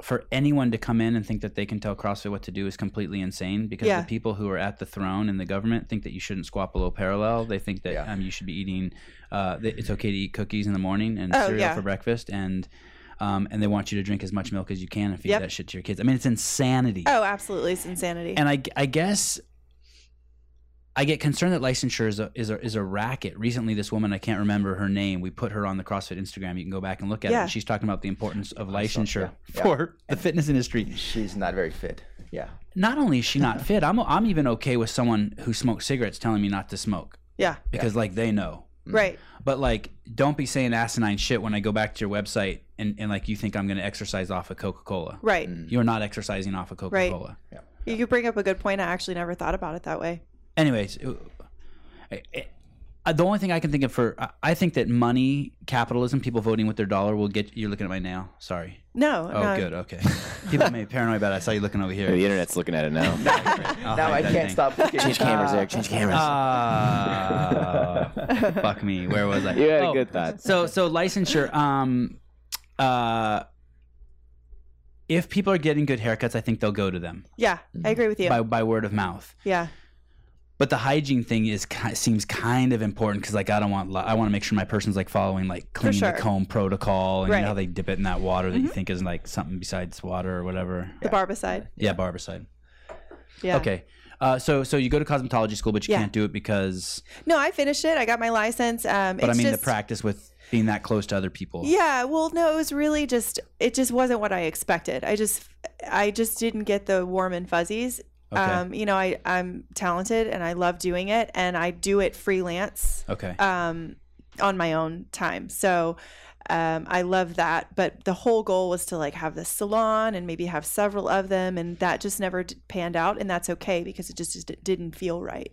Speaker 1: for anyone to come in and think that they can tell CrossFit what to do is completely insane because
Speaker 2: Yeah.
Speaker 1: the people who are at the throne in the government think that you shouldn't squat below parallel. They think that
Speaker 3: Yeah.
Speaker 1: um, you should be eating. Uh, th- it's okay to eat cookies in the morning and
Speaker 2: Oh,
Speaker 1: cereal
Speaker 2: yeah.
Speaker 1: for breakfast and. Um, and they want you to drink as much milk as you can and feed
Speaker 2: Yep.
Speaker 1: that shit to your kids. I mean, it's insanity
Speaker 2: Oh, absolutely. It's insanity.
Speaker 1: and I, I guess I get concerned that licensure is a, is a is a racket. Recently, this woman I can't remember her name. We put her on the CrossFit Instagram. You can go back and look at it.
Speaker 2: Yeah.
Speaker 1: And she's talking about the importance of
Speaker 3: I saw-
Speaker 1: licensure
Speaker 3: yeah, yeah.
Speaker 1: for the fitness industry.
Speaker 3: She's not very fit. Yeah.
Speaker 1: Not only is she not fit, I'm I'm even okay with someone who smokes cigarettes telling me not to smoke
Speaker 2: yeah.
Speaker 1: because like they know.
Speaker 2: Right.
Speaker 1: But like, don't be saying asinine shit when I go back to your website and, and like you think I'm going to exercise off of Coca Cola.
Speaker 2: Right.
Speaker 1: You're not exercising off of Coca
Speaker 2: Right.
Speaker 1: Cola.
Speaker 2: You could bring up a good point. I actually never thought about it that way.
Speaker 1: anyways it- it- I- the only thing i can think of for I- i think that money capitalism people voting with their dollar will get you're looking at my nail sorry
Speaker 2: No.
Speaker 1: oh
Speaker 2: no.
Speaker 1: good okay people may be paranoid about it i saw you looking over here Oh,
Speaker 4: The internet's looking at it now.
Speaker 1: I'll
Speaker 3: now
Speaker 1: hide
Speaker 3: I
Speaker 1: that
Speaker 3: can't
Speaker 1: thing.
Speaker 3: stop looking.
Speaker 4: Change cameras, Eric. Change cameras.
Speaker 1: Ah, fuck me where was i
Speaker 4: you had
Speaker 1: Oh,
Speaker 4: a good thought.
Speaker 1: so so licensure um uh if people are getting good haircuts i think they'll go to them
Speaker 2: Yeah,
Speaker 1: Mm.
Speaker 2: I agree with you.
Speaker 1: by, by word of mouth
Speaker 2: yeah,
Speaker 1: but the hygiene thing is ki- seems kind of important because like I don't want li- I want to make sure my person's like following like cleaning
Speaker 2: sure.
Speaker 1: the comb protocol and you
Speaker 2: Right. Mm-hmm.
Speaker 1: know how they dip it in that water that you think is like something besides water or whatever.
Speaker 2: the barbicide.
Speaker 1: Yeah, barbicide.
Speaker 2: Yeah.
Speaker 1: Okay, uh, so so you go to cosmetology school, but you
Speaker 2: Yeah.
Speaker 1: can't do it because.
Speaker 2: No, I finished it. I got my license. Um,
Speaker 1: But I
Speaker 2: it's
Speaker 1: mean
Speaker 2: just-
Speaker 1: the practice with being that close to other people.
Speaker 2: Yeah. Well, no, it was really just. It just wasn't what I expected. I just, I just didn't get the warm and fuzzies.
Speaker 1: Okay.
Speaker 2: Um, you know, I I'm talented and I love doing it, and I do it freelance.
Speaker 1: Okay.
Speaker 2: um, on my own time. So um, I love that. But the whole goal was to like have this salon and maybe have several of them, and that just never d- panned out, and that's okay because it just, just d- didn't feel right.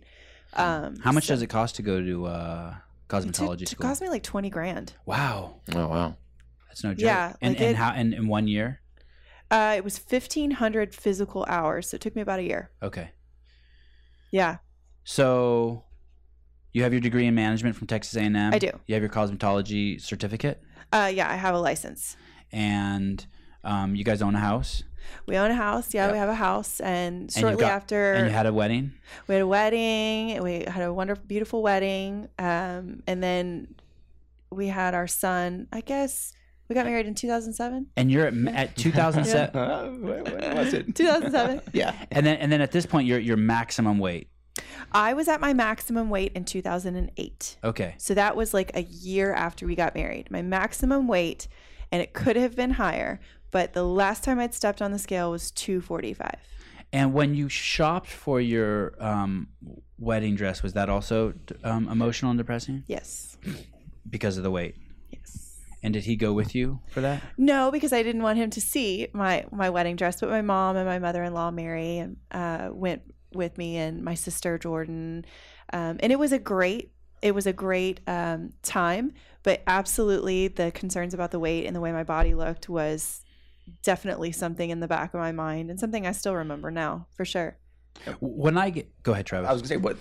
Speaker 2: Um,
Speaker 1: how much
Speaker 2: so-
Speaker 1: does it cost to go to uh, cosmetology
Speaker 2: to, to
Speaker 1: school?
Speaker 2: cost me like twenty grand.
Speaker 1: wow,
Speaker 4: Oh wow.
Speaker 1: that's no joke.
Speaker 2: Yeah,
Speaker 1: And,
Speaker 2: like
Speaker 1: and
Speaker 2: it-
Speaker 1: how and in one year?
Speaker 2: Uh, it was fifteen hundred physical hours, so it took me about a year.
Speaker 1: Okay.
Speaker 2: Yeah,
Speaker 1: So you have your degree in management from Texas A&M.
Speaker 2: I do.
Speaker 1: You have your cosmetology certificate
Speaker 2: uh, yeah, I have a license.
Speaker 1: and um, you guys own a house
Speaker 2: We own a house. Yeah,
Speaker 1: Yeah.
Speaker 2: we have a house, and shortly
Speaker 1: got-
Speaker 2: after,
Speaker 1: and you had a wedding.
Speaker 2: we had a wedding we had a wonderful beautiful wedding um, and then we had our son i guess we got married in 2007
Speaker 1: And you're at, at 2007
Speaker 3: Huh? What- what was it?
Speaker 2: 2007
Speaker 3: Yeah.
Speaker 1: and then and then at this point you're at your maximum weight.
Speaker 2: i was at my maximum weight in 2008
Speaker 1: Okay.
Speaker 2: so that was like a year after we got married my maximum weight and it could have been higher but the last time i'd stepped on the scale was 245
Speaker 1: And when you shopped for your um, wedding dress was that also um, emotional and depressing
Speaker 2: yes
Speaker 1: because of the weight?
Speaker 2: yes
Speaker 1: And did he go with you for that?
Speaker 2: No, because I didn't want him to see my my wedding dress. But my mom and my mother in law Mary and uh, went with me, and my sister Jordan, um, and it was a great it was a great um, time. But absolutely, the concerns about the weight and the way my body looked was definitely something in the back of my mind, and something I still remember now for sure.
Speaker 1: When I get go ahead Travis.
Speaker 3: I was gonna say, what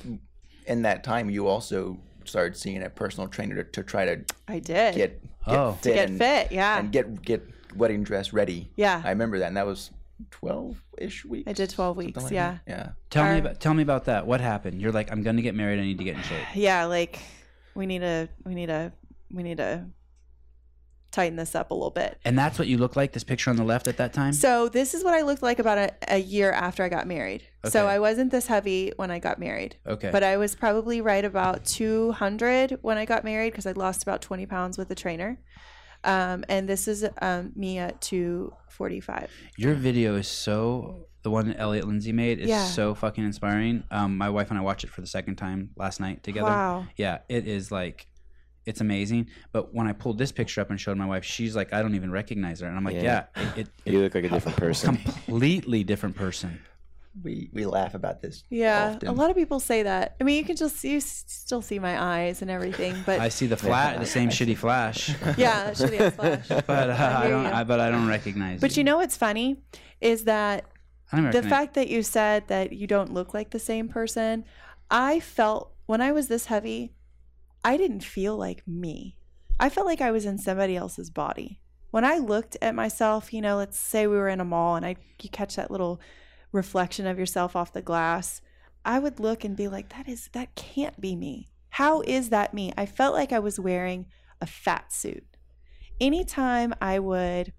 Speaker 3: in that time you also started seeing a personal trainer to, to try to
Speaker 2: I did
Speaker 3: get get
Speaker 1: Oh.
Speaker 3: fit,
Speaker 2: get
Speaker 3: and,
Speaker 2: fit, yeah,
Speaker 3: and get get wedding dress ready.
Speaker 2: yeah.
Speaker 3: I remember that, and that was twelve ish weeks.
Speaker 2: I did 12
Speaker 3: something
Speaker 2: weeks,
Speaker 3: like
Speaker 2: yeah.
Speaker 3: that. Yeah.
Speaker 1: tell
Speaker 2: our-
Speaker 1: me about tell me about that. What happened? You're like I'm going to get married. I need to get in shape.
Speaker 2: yeah like we need a we need a we need a tighten this up a little bit.
Speaker 1: And that's what you look like, this picture on the left at that time?
Speaker 2: So this is what I looked like about a, a year after I got married. So
Speaker 1: Okay.
Speaker 2: I wasn't this heavy when I got married,
Speaker 1: okay.
Speaker 2: but I was probably right about 200 when I got married because I lost about 20 pounds with a trainer. Um, and this is um, me at 245.
Speaker 1: Your video is so the one that Elliot Lindsay made is
Speaker 2: Yeah.
Speaker 1: so fucking inspiring. Um, my wife and I watched it for the second time last night together.
Speaker 2: Wow.
Speaker 1: Yeah, it is like it's amazing. But when I pulled this picture up and showed my wife, she's like, I don't even recognize her, and I'm like, yeah,
Speaker 4: Yeah.
Speaker 1: it, it,
Speaker 4: You look like a different
Speaker 1: it's
Speaker 4: person.
Speaker 1: completely different person.
Speaker 3: We we laugh about this.
Speaker 2: Yeah,
Speaker 3: often.
Speaker 2: a lot of people say that. I mean, you can just see, you s- still see my eyes and everything, but
Speaker 1: I see the flat, the same shitty flash,
Speaker 2: yeah, shitty ass flash.
Speaker 1: but uh, I
Speaker 2: hear
Speaker 1: don't,
Speaker 2: ya.
Speaker 1: I, but I don't recognize.
Speaker 2: But you know what's funny is that
Speaker 1: I don't even
Speaker 2: the
Speaker 1: recognize-
Speaker 2: fact that you said that you don't look like the same person, I felt when I was this heavy, I didn't feel like me. I felt like I was in somebody else's body. When I looked at myself, you know, let's say we were in a mall and I you catch that little reflection of yourself off the glass, I would look and be like that is that can't be me. How is that me? I felt like I was wearing a fat suit. Anytime I would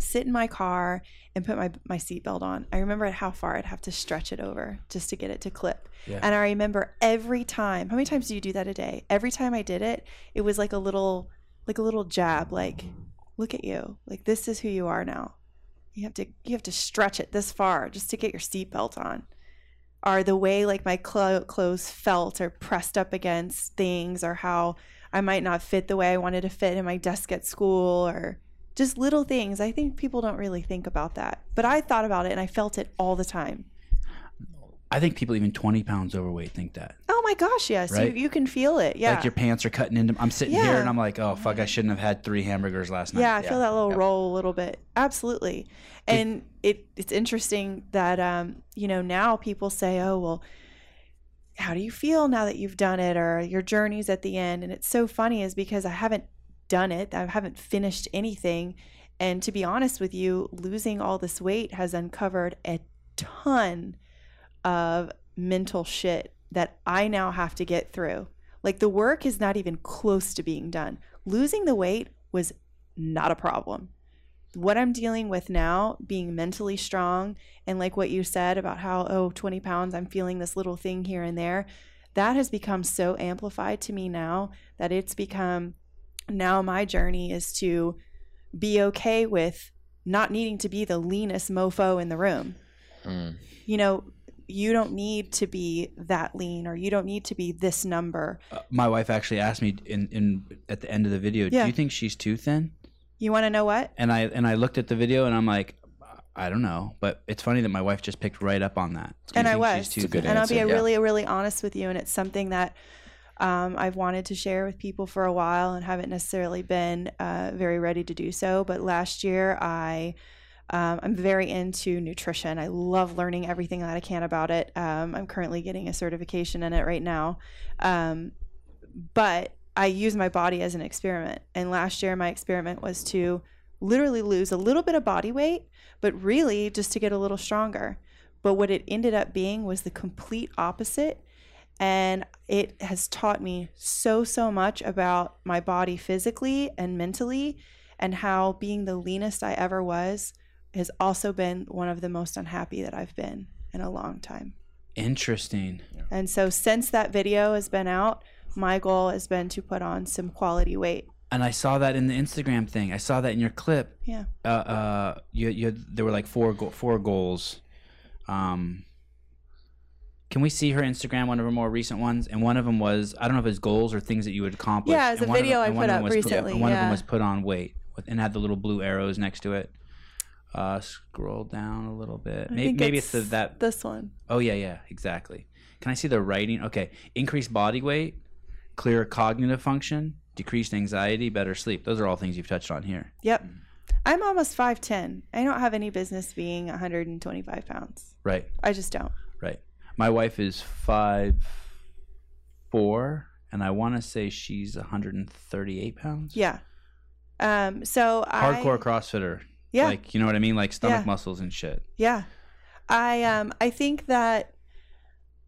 Speaker 2: sit in my car and put my my seatbelt on. I remember how far I'd have to stretch it over just to get it to clip.
Speaker 1: Yeah.
Speaker 2: And I remember every time. How many times do you do that a day? Every time I did it, it was like a little like a little jab like look at you. Like this is who you are now. You have to you have to stretch it this far just to get your seatbelt on. Or the way like my clo- clothes felt or pressed up against things or how I might not fit the way I wanted to fit in my desk at school or just little things. I think people don't really think about that. But I thought about it and I felt it all the time.
Speaker 1: I think people even 20 pounds overweight think that.
Speaker 2: Oh my gosh, yes.
Speaker 1: Right?
Speaker 2: You, you can feel it. Yeah.
Speaker 1: Like your pants are cutting into. I'm sitting here
Speaker 2: Yeah.
Speaker 1: and I'm like, oh fuck, I shouldn't have had three hamburgers last night.
Speaker 2: yeah, I feel that little
Speaker 3: Yep.
Speaker 2: roll a little bit. Absolutely. And it it's interesting that um, you know, now people say, "Oh, well, how do you feel now that you've done it or your journey's at the end?" And it's so funny is because I haven't done it. I haven't finished anything. And to be honest with you, losing all this weight has uncovered a ton of mental shit that I now have to get through. Like the work is not even close to being done. Losing the weight was not a problem. What I'm dealing with now, being mentally strong, and like what you said about how, oh, 20 pounds, I'm feeling this little thing here and there, that has become so amplified to me now that it's become now my journey is to be okay with not needing to be the leanest mofo in the room
Speaker 4: Mm.
Speaker 2: you know, you don't need to be that lean or you don't need to be this number.
Speaker 1: Uh, my wife actually asked me in, in at the end of the video,
Speaker 2: Yeah.
Speaker 1: do you think she's too thin?
Speaker 2: You want to know what?
Speaker 1: And I and I looked at the video and I'm like, I don't know, but it's funny that my wife just picked right up on that. Do you
Speaker 2: And I
Speaker 1: think
Speaker 2: was.
Speaker 1: she's too
Speaker 4: It's a good
Speaker 1: thin?
Speaker 2: and I'll be
Speaker 4: answer, yeah.
Speaker 2: really, really honest with you. And it's something that um, I've wanted to share with people for a while and haven't necessarily been uh, very ready to do so. But last year, I. Um, I'm very into nutrition. I love learning everything that I can about it. Um, I'm currently getting a certification in it right now. Um, but I use my body as an experiment. And last year, my experiment was to literally lose a little bit of body weight, but really just to get a little stronger. But what it ended up being was the complete opposite. And it has taught me so, so much about my body physically and mentally, and how being the leanest I ever was has also been one of the most unhappy that I've been in a long time.
Speaker 1: Interesting.
Speaker 2: And so since that video has been out, my goal has been to put on some quality weight.
Speaker 1: And I saw that in the Instagram thing. I saw that in your clip.
Speaker 2: Yeah.
Speaker 1: Uh, uh you, you there were like four go- four goals. Um can we see her Instagram, one of her more recent ones? And one of them was I don't know if it's goals or things that you would accomplish.
Speaker 2: Yeah, it's
Speaker 1: And
Speaker 2: a
Speaker 1: one of
Speaker 2: video
Speaker 1: them-
Speaker 2: I
Speaker 1: and
Speaker 2: put
Speaker 1: one of them
Speaker 2: up
Speaker 1: was
Speaker 2: recently,
Speaker 1: and one of them
Speaker 2: yeah.
Speaker 1: was put on weight with, and had the little blue arrows next to it. Uh, scroll down a little bit.
Speaker 2: I
Speaker 1: Maybe,
Speaker 2: think
Speaker 1: maybe it's, the, that
Speaker 2: this one.
Speaker 1: Oh yeah, yeah, exactly. Can I see the writing? Okay, increased body weight, clearer cognitive function, decreased anxiety, better sleep. Those are all things you've touched on here.
Speaker 2: Yep. I'm almost 5'10. I don't have any business being 125 pounds.
Speaker 1: Right,
Speaker 2: I just don't.
Speaker 1: right. My wife is five four, and I want to say she's 138 pounds.
Speaker 2: Yeah. Um, so I.
Speaker 1: Hardcore CrossFitter.
Speaker 2: Yeah.
Speaker 1: Like you know what I mean, like stomach
Speaker 2: Yeah.
Speaker 1: muscles and shit.
Speaker 2: Yeah. I um I think that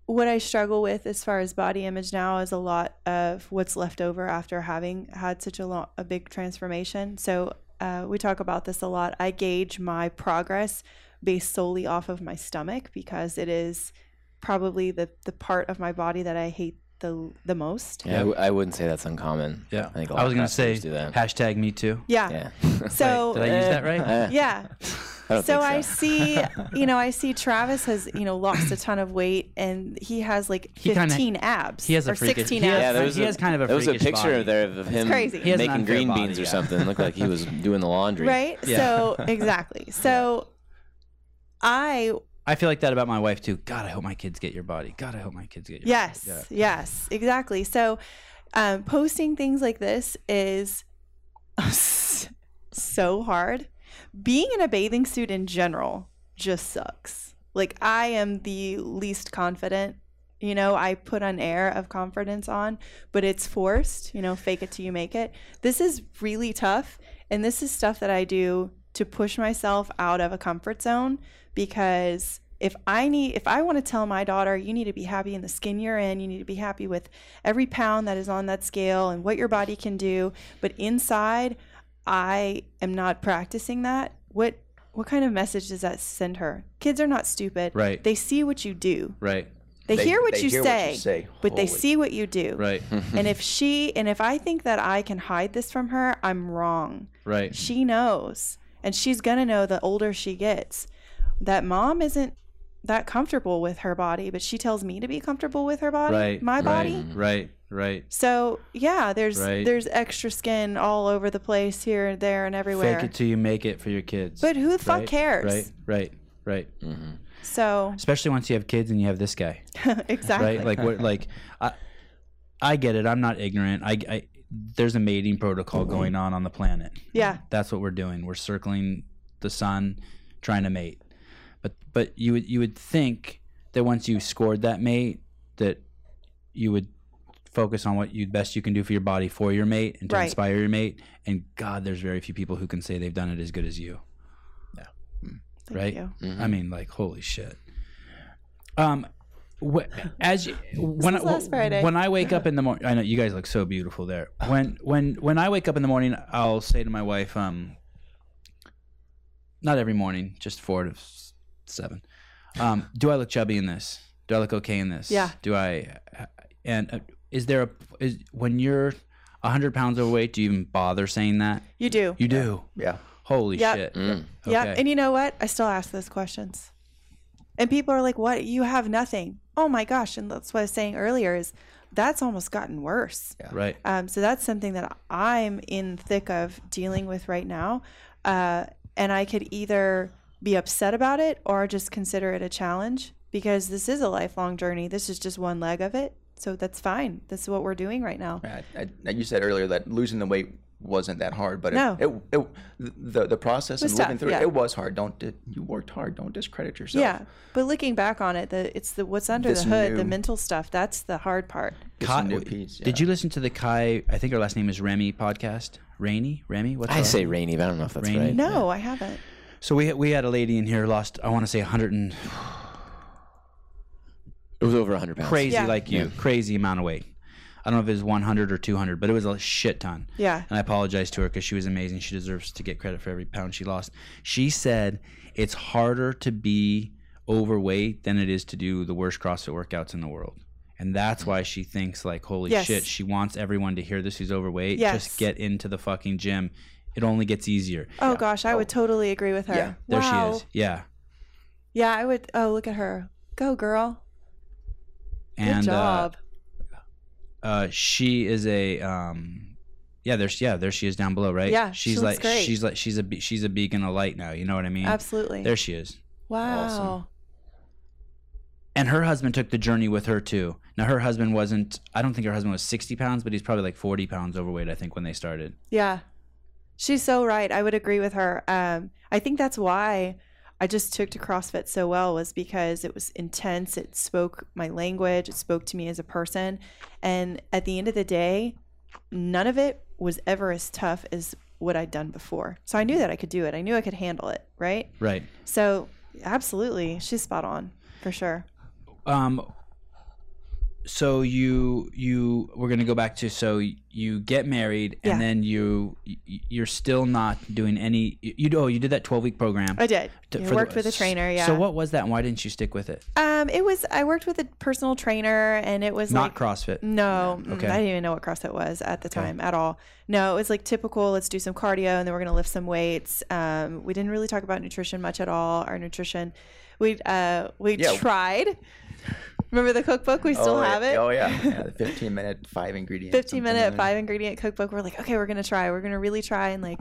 Speaker 2: what I struggle with as far as body image now is a lot of what's left over after having had such a long, a big transformation. So uh, we talk about this a lot. I gauge my progress based solely off of my stomach because it is probably the the part of my body that I hate the the most.
Speaker 4: Yeah, I w- I wouldn't say that's uncommon.
Speaker 1: Yeah.
Speaker 4: I think a lot
Speaker 1: I was
Speaker 4: of
Speaker 1: gonna
Speaker 4: wrestlers
Speaker 1: say
Speaker 4: do that.
Speaker 1: hashtag me too.
Speaker 2: Yeah.
Speaker 4: Yeah.
Speaker 2: So
Speaker 1: Did I use that right?
Speaker 4: Uh,
Speaker 2: yeah.
Speaker 4: I don't
Speaker 2: so
Speaker 4: think
Speaker 2: I see, you know, I see Travis has, you know, lost a ton of weight and he has like
Speaker 1: He kinda-
Speaker 2: 15 abs
Speaker 1: he has a
Speaker 2: or
Speaker 1: freakish-
Speaker 2: 16
Speaker 1: he
Speaker 2: abs.
Speaker 1: has-
Speaker 4: yeah, there was
Speaker 1: he
Speaker 4: a,
Speaker 1: has kind of a
Speaker 4: there was a
Speaker 1: freakish
Speaker 4: picture
Speaker 1: body.
Speaker 4: there of him
Speaker 2: crazy. He
Speaker 1: has an
Speaker 4: making
Speaker 1: unfair
Speaker 4: green
Speaker 1: body,
Speaker 4: beans or
Speaker 1: yeah.
Speaker 4: something. Looked like he was doing the laundry.
Speaker 2: Right?
Speaker 1: Yeah.
Speaker 2: So, exactly. So I
Speaker 1: I feel like that about my wife too. God, I hope my kids get your body. God, I hope my kids get your
Speaker 2: Yes,
Speaker 1: body.
Speaker 2: yes, exactly. So, um, posting things like this is so hard. Being in a bathing suit in general just sucks. Like, I am the least confident. You know, I put an air of confidence on, but it's forced, you know, fake it till you make it. This is really tough. And this is stuff that I do to push myself out of a comfort zone because if I need if I want to tell my daughter you need to be happy in the skin you're in, you need to be happy with every pound that is on that scale and what your body can do, but inside I am not practicing that. What what kind of message does that send her? Kids are not stupid.
Speaker 1: Right.
Speaker 2: They see what you do.
Speaker 1: Right.
Speaker 2: They, hear what
Speaker 3: they
Speaker 2: you
Speaker 3: hear
Speaker 2: say,
Speaker 3: What you say.
Speaker 2: but they
Speaker 3: Holy-
Speaker 2: see what you do.
Speaker 1: Right.
Speaker 2: And if she and if I think that I can hide this from her, I'm wrong
Speaker 1: Right.
Speaker 2: she knows and she's going to know the older she gets that mom isn't that comfortable with her body but she tells me to be comfortable with her body
Speaker 1: Right.
Speaker 2: my
Speaker 1: right,
Speaker 2: body
Speaker 1: Right. Right.
Speaker 2: so yeah there's
Speaker 1: Right.
Speaker 2: there's extra skin all over the place here and there and everywhere
Speaker 1: Fake it till you make it for your kids.
Speaker 2: but who the fuck
Speaker 1: Right,
Speaker 2: cares
Speaker 1: Right. Right. Right.
Speaker 4: Mm-hmm.
Speaker 2: so
Speaker 1: Especially once you have kids and you have this guy.
Speaker 2: exactly
Speaker 1: right? Like what? Like I, I get it. I'm not ignorant. I, I there's a mating protocol going on on the planet.
Speaker 2: yeah
Speaker 1: That's what we're doing. We're circling the sun, trying to mate. But but you would you would think that once you scored that mate, that you would focus on what you best you can do for your body for your mate and to
Speaker 2: Right.
Speaker 1: inspire your mate. And God, there's very few people who can say they've done it as good as you.
Speaker 2: thank
Speaker 1: right.
Speaker 2: you
Speaker 4: Mm-hmm.
Speaker 1: I mean, like, holy shit. Um, wh- as you, when
Speaker 2: was
Speaker 1: I,
Speaker 2: last Friday.
Speaker 1: when I wake up in the morning, I know you guys look so beautiful there. When when when I wake up in the morning, I'll say to my wife, um, not every morning, just four to s- seven. Um, do I look chubby in this? Do I look okay in this?
Speaker 2: Yeah.
Speaker 1: Do I? And uh, is there a is when you're hundred pounds overweight? Do you even bother saying that?
Speaker 2: you do
Speaker 1: You do.
Speaker 3: Yeah.
Speaker 1: Holy
Speaker 2: Yep.
Speaker 1: shit.
Speaker 4: Mm.
Speaker 2: yeah
Speaker 1: Okay.
Speaker 2: and you know what i still ask those questions and people are like what you have nothing oh my gosh and that's what i was saying earlier is that's almost gotten worse
Speaker 1: Right.
Speaker 2: Um, so that's something that I'm in thick of dealing with right now, uh, and I could either be upset about it or just consider it a challenge because this is a lifelong journey. This is just one leg of it, so that's fine. This is what we're doing right now.
Speaker 3: I, I, now you said earlier that losing the weight wasn't that hard, but it-
Speaker 2: No.
Speaker 3: it, it, the the process
Speaker 2: was
Speaker 3: of living
Speaker 2: tough,
Speaker 3: through
Speaker 2: yeah.
Speaker 3: it, it was hard. Don't di- you worked hard? Don't discredit yourself.
Speaker 2: Yeah, but looking back on it, the it's the what's under
Speaker 3: This
Speaker 2: the hood,
Speaker 3: new-
Speaker 2: the mental stuff. That's the hard part.
Speaker 3: It's
Speaker 1: Kai-
Speaker 3: a new piece.
Speaker 1: Did you listen to the Kai? I think her last name is Remy podcast. Rainy, Remy. What's
Speaker 4: I
Speaker 1: her-
Speaker 4: say rainy, but I don't know if that's
Speaker 1: Rainy?
Speaker 4: right.
Speaker 2: No, I haven't.
Speaker 1: So we we had a lady in here lost. I want to say 100 and
Speaker 4: It was over 100 pounds.
Speaker 1: crazy
Speaker 2: Yeah.
Speaker 1: like you, crazy amount of weight. I don't know if it was 100 or 200, but it was a shit ton.
Speaker 2: Yeah.
Speaker 1: And I apologize to her because she was amazing. She deserves to get credit for every pound she lost. She said it's harder to be overweight than it is to do the worst CrossFit workouts in the world. And that's why she thinks like, holy
Speaker 2: Yes.
Speaker 1: shit, she wants everyone to hear this who's overweight.
Speaker 2: Yes.
Speaker 1: Just get into the fucking gym. It only gets easier.
Speaker 2: Oh gosh, I would totally agree with her.
Speaker 3: Yeah,
Speaker 1: There
Speaker 2: wow.
Speaker 1: she is. Yeah.
Speaker 2: Yeah, I would. Oh, look at her. Go, girl. Good
Speaker 1: And uh,
Speaker 2: job.
Speaker 1: uh, she is a um, yeah. There's yeah. There she is down below, right?
Speaker 2: Yeah, she
Speaker 1: She's
Speaker 2: looks
Speaker 1: like
Speaker 2: great.
Speaker 1: she's like she's a be- she's a beacon of light now. You know what I mean?
Speaker 2: Absolutely.
Speaker 1: There she is.
Speaker 2: wow.
Speaker 3: Awesome.
Speaker 1: And her husband took the journey with her too. Now her husband wasn't. I don't think her husband was 60 pounds, but he's probably like 40 pounds overweight. I think when they started.
Speaker 2: Yeah. She's so right. I would agree with her. Um, I think that's why I just took to CrossFit so well was because it was intense. It spoke my language. It spoke to me as a person. And at the end of the day, none of it was ever as tough as what I'd done before. So I knew that I could do it. I knew I could handle it. Right.
Speaker 1: Right.
Speaker 2: So absolutely. She's spot on for sure.
Speaker 1: Um, so you you we're gonna go back to so you get married and
Speaker 2: Yeah.
Speaker 1: then you y- you're still not doing any you, you oh you did that 12 week program
Speaker 2: I did.
Speaker 1: to-
Speaker 2: Yeah,
Speaker 1: for the-
Speaker 2: worked with a trainer. Yeah.
Speaker 1: so what was that and why didn't you stick with it
Speaker 2: Um, it was. I worked with a personal trainer, and it was
Speaker 1: not
Speaker 2: like
Speaker 1: CrossFit
Speaker 2: No, mm,
Speaker 1: Okay.
Speaker 2: I didn't even know what CrossFit was at the time at all. No, it was like typical. Let's do some cardio, and then we're gonna lift some weights. Um, we didn't really talk about nutrition much at all. Our nutrition, we uh, we
Speaker 3: Yeah.
Speaker 2: tried. Remember the cookbook? We still
Speaker 3: oh,
Speaker 2: have
Speaker 3: yeah.
Speaker 2: it.
Speaker 3: Oh yeah, yeah the 15 minute five ingredient.
Speaker 2: 15
Speaker 3: something
Speaker 2: minute
Speaker 3: like that.
Speaker 2: five ingredient cookbook we're like okay we're gonna try we're gonna really try and like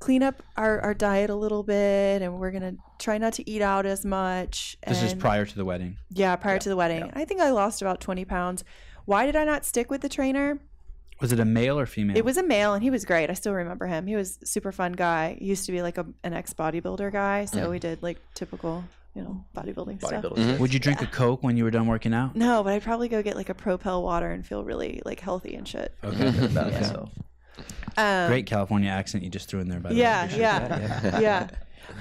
Speaker 2: clean up our, our diet a little bit and we're gonna try not to eat out as much
Speaker 1: this is
Speaker 2: and-
Speaker 1: prior to the wedding
Speaker 2: yeah prior to the wedding i think i lost about 20 pounds why did i not stick with the trainer
Speaker 1: was it a male or female
Speaker 2: it was a male, and he was great. I still remember him. He was a super fun guy. He used to be like a, an ex bodybuilder guy, so we did like typical, you know, bodybuilding stuff.
Speaker 3: Bodybuilding.
Speaker 4: Mhm.
Speaker 1: would you drink a coke when you were done working out
Speaker 2: No, but I'd probably go get like a Propel water and feel really like healthy and shit.
Speaker 1: okay
Speaker 3: About
Speaker 2: Mm-hmm. Yeah.
Speaker 3: myself.
Speaker 2: Um,
Speaker 1: great california accent you just threw in there by the way
Speaker 2: Yeah,
Speaker 1: Appreciate
Speaker 2: yeah.
Speaker 1: that,
Speaker 2: yeah.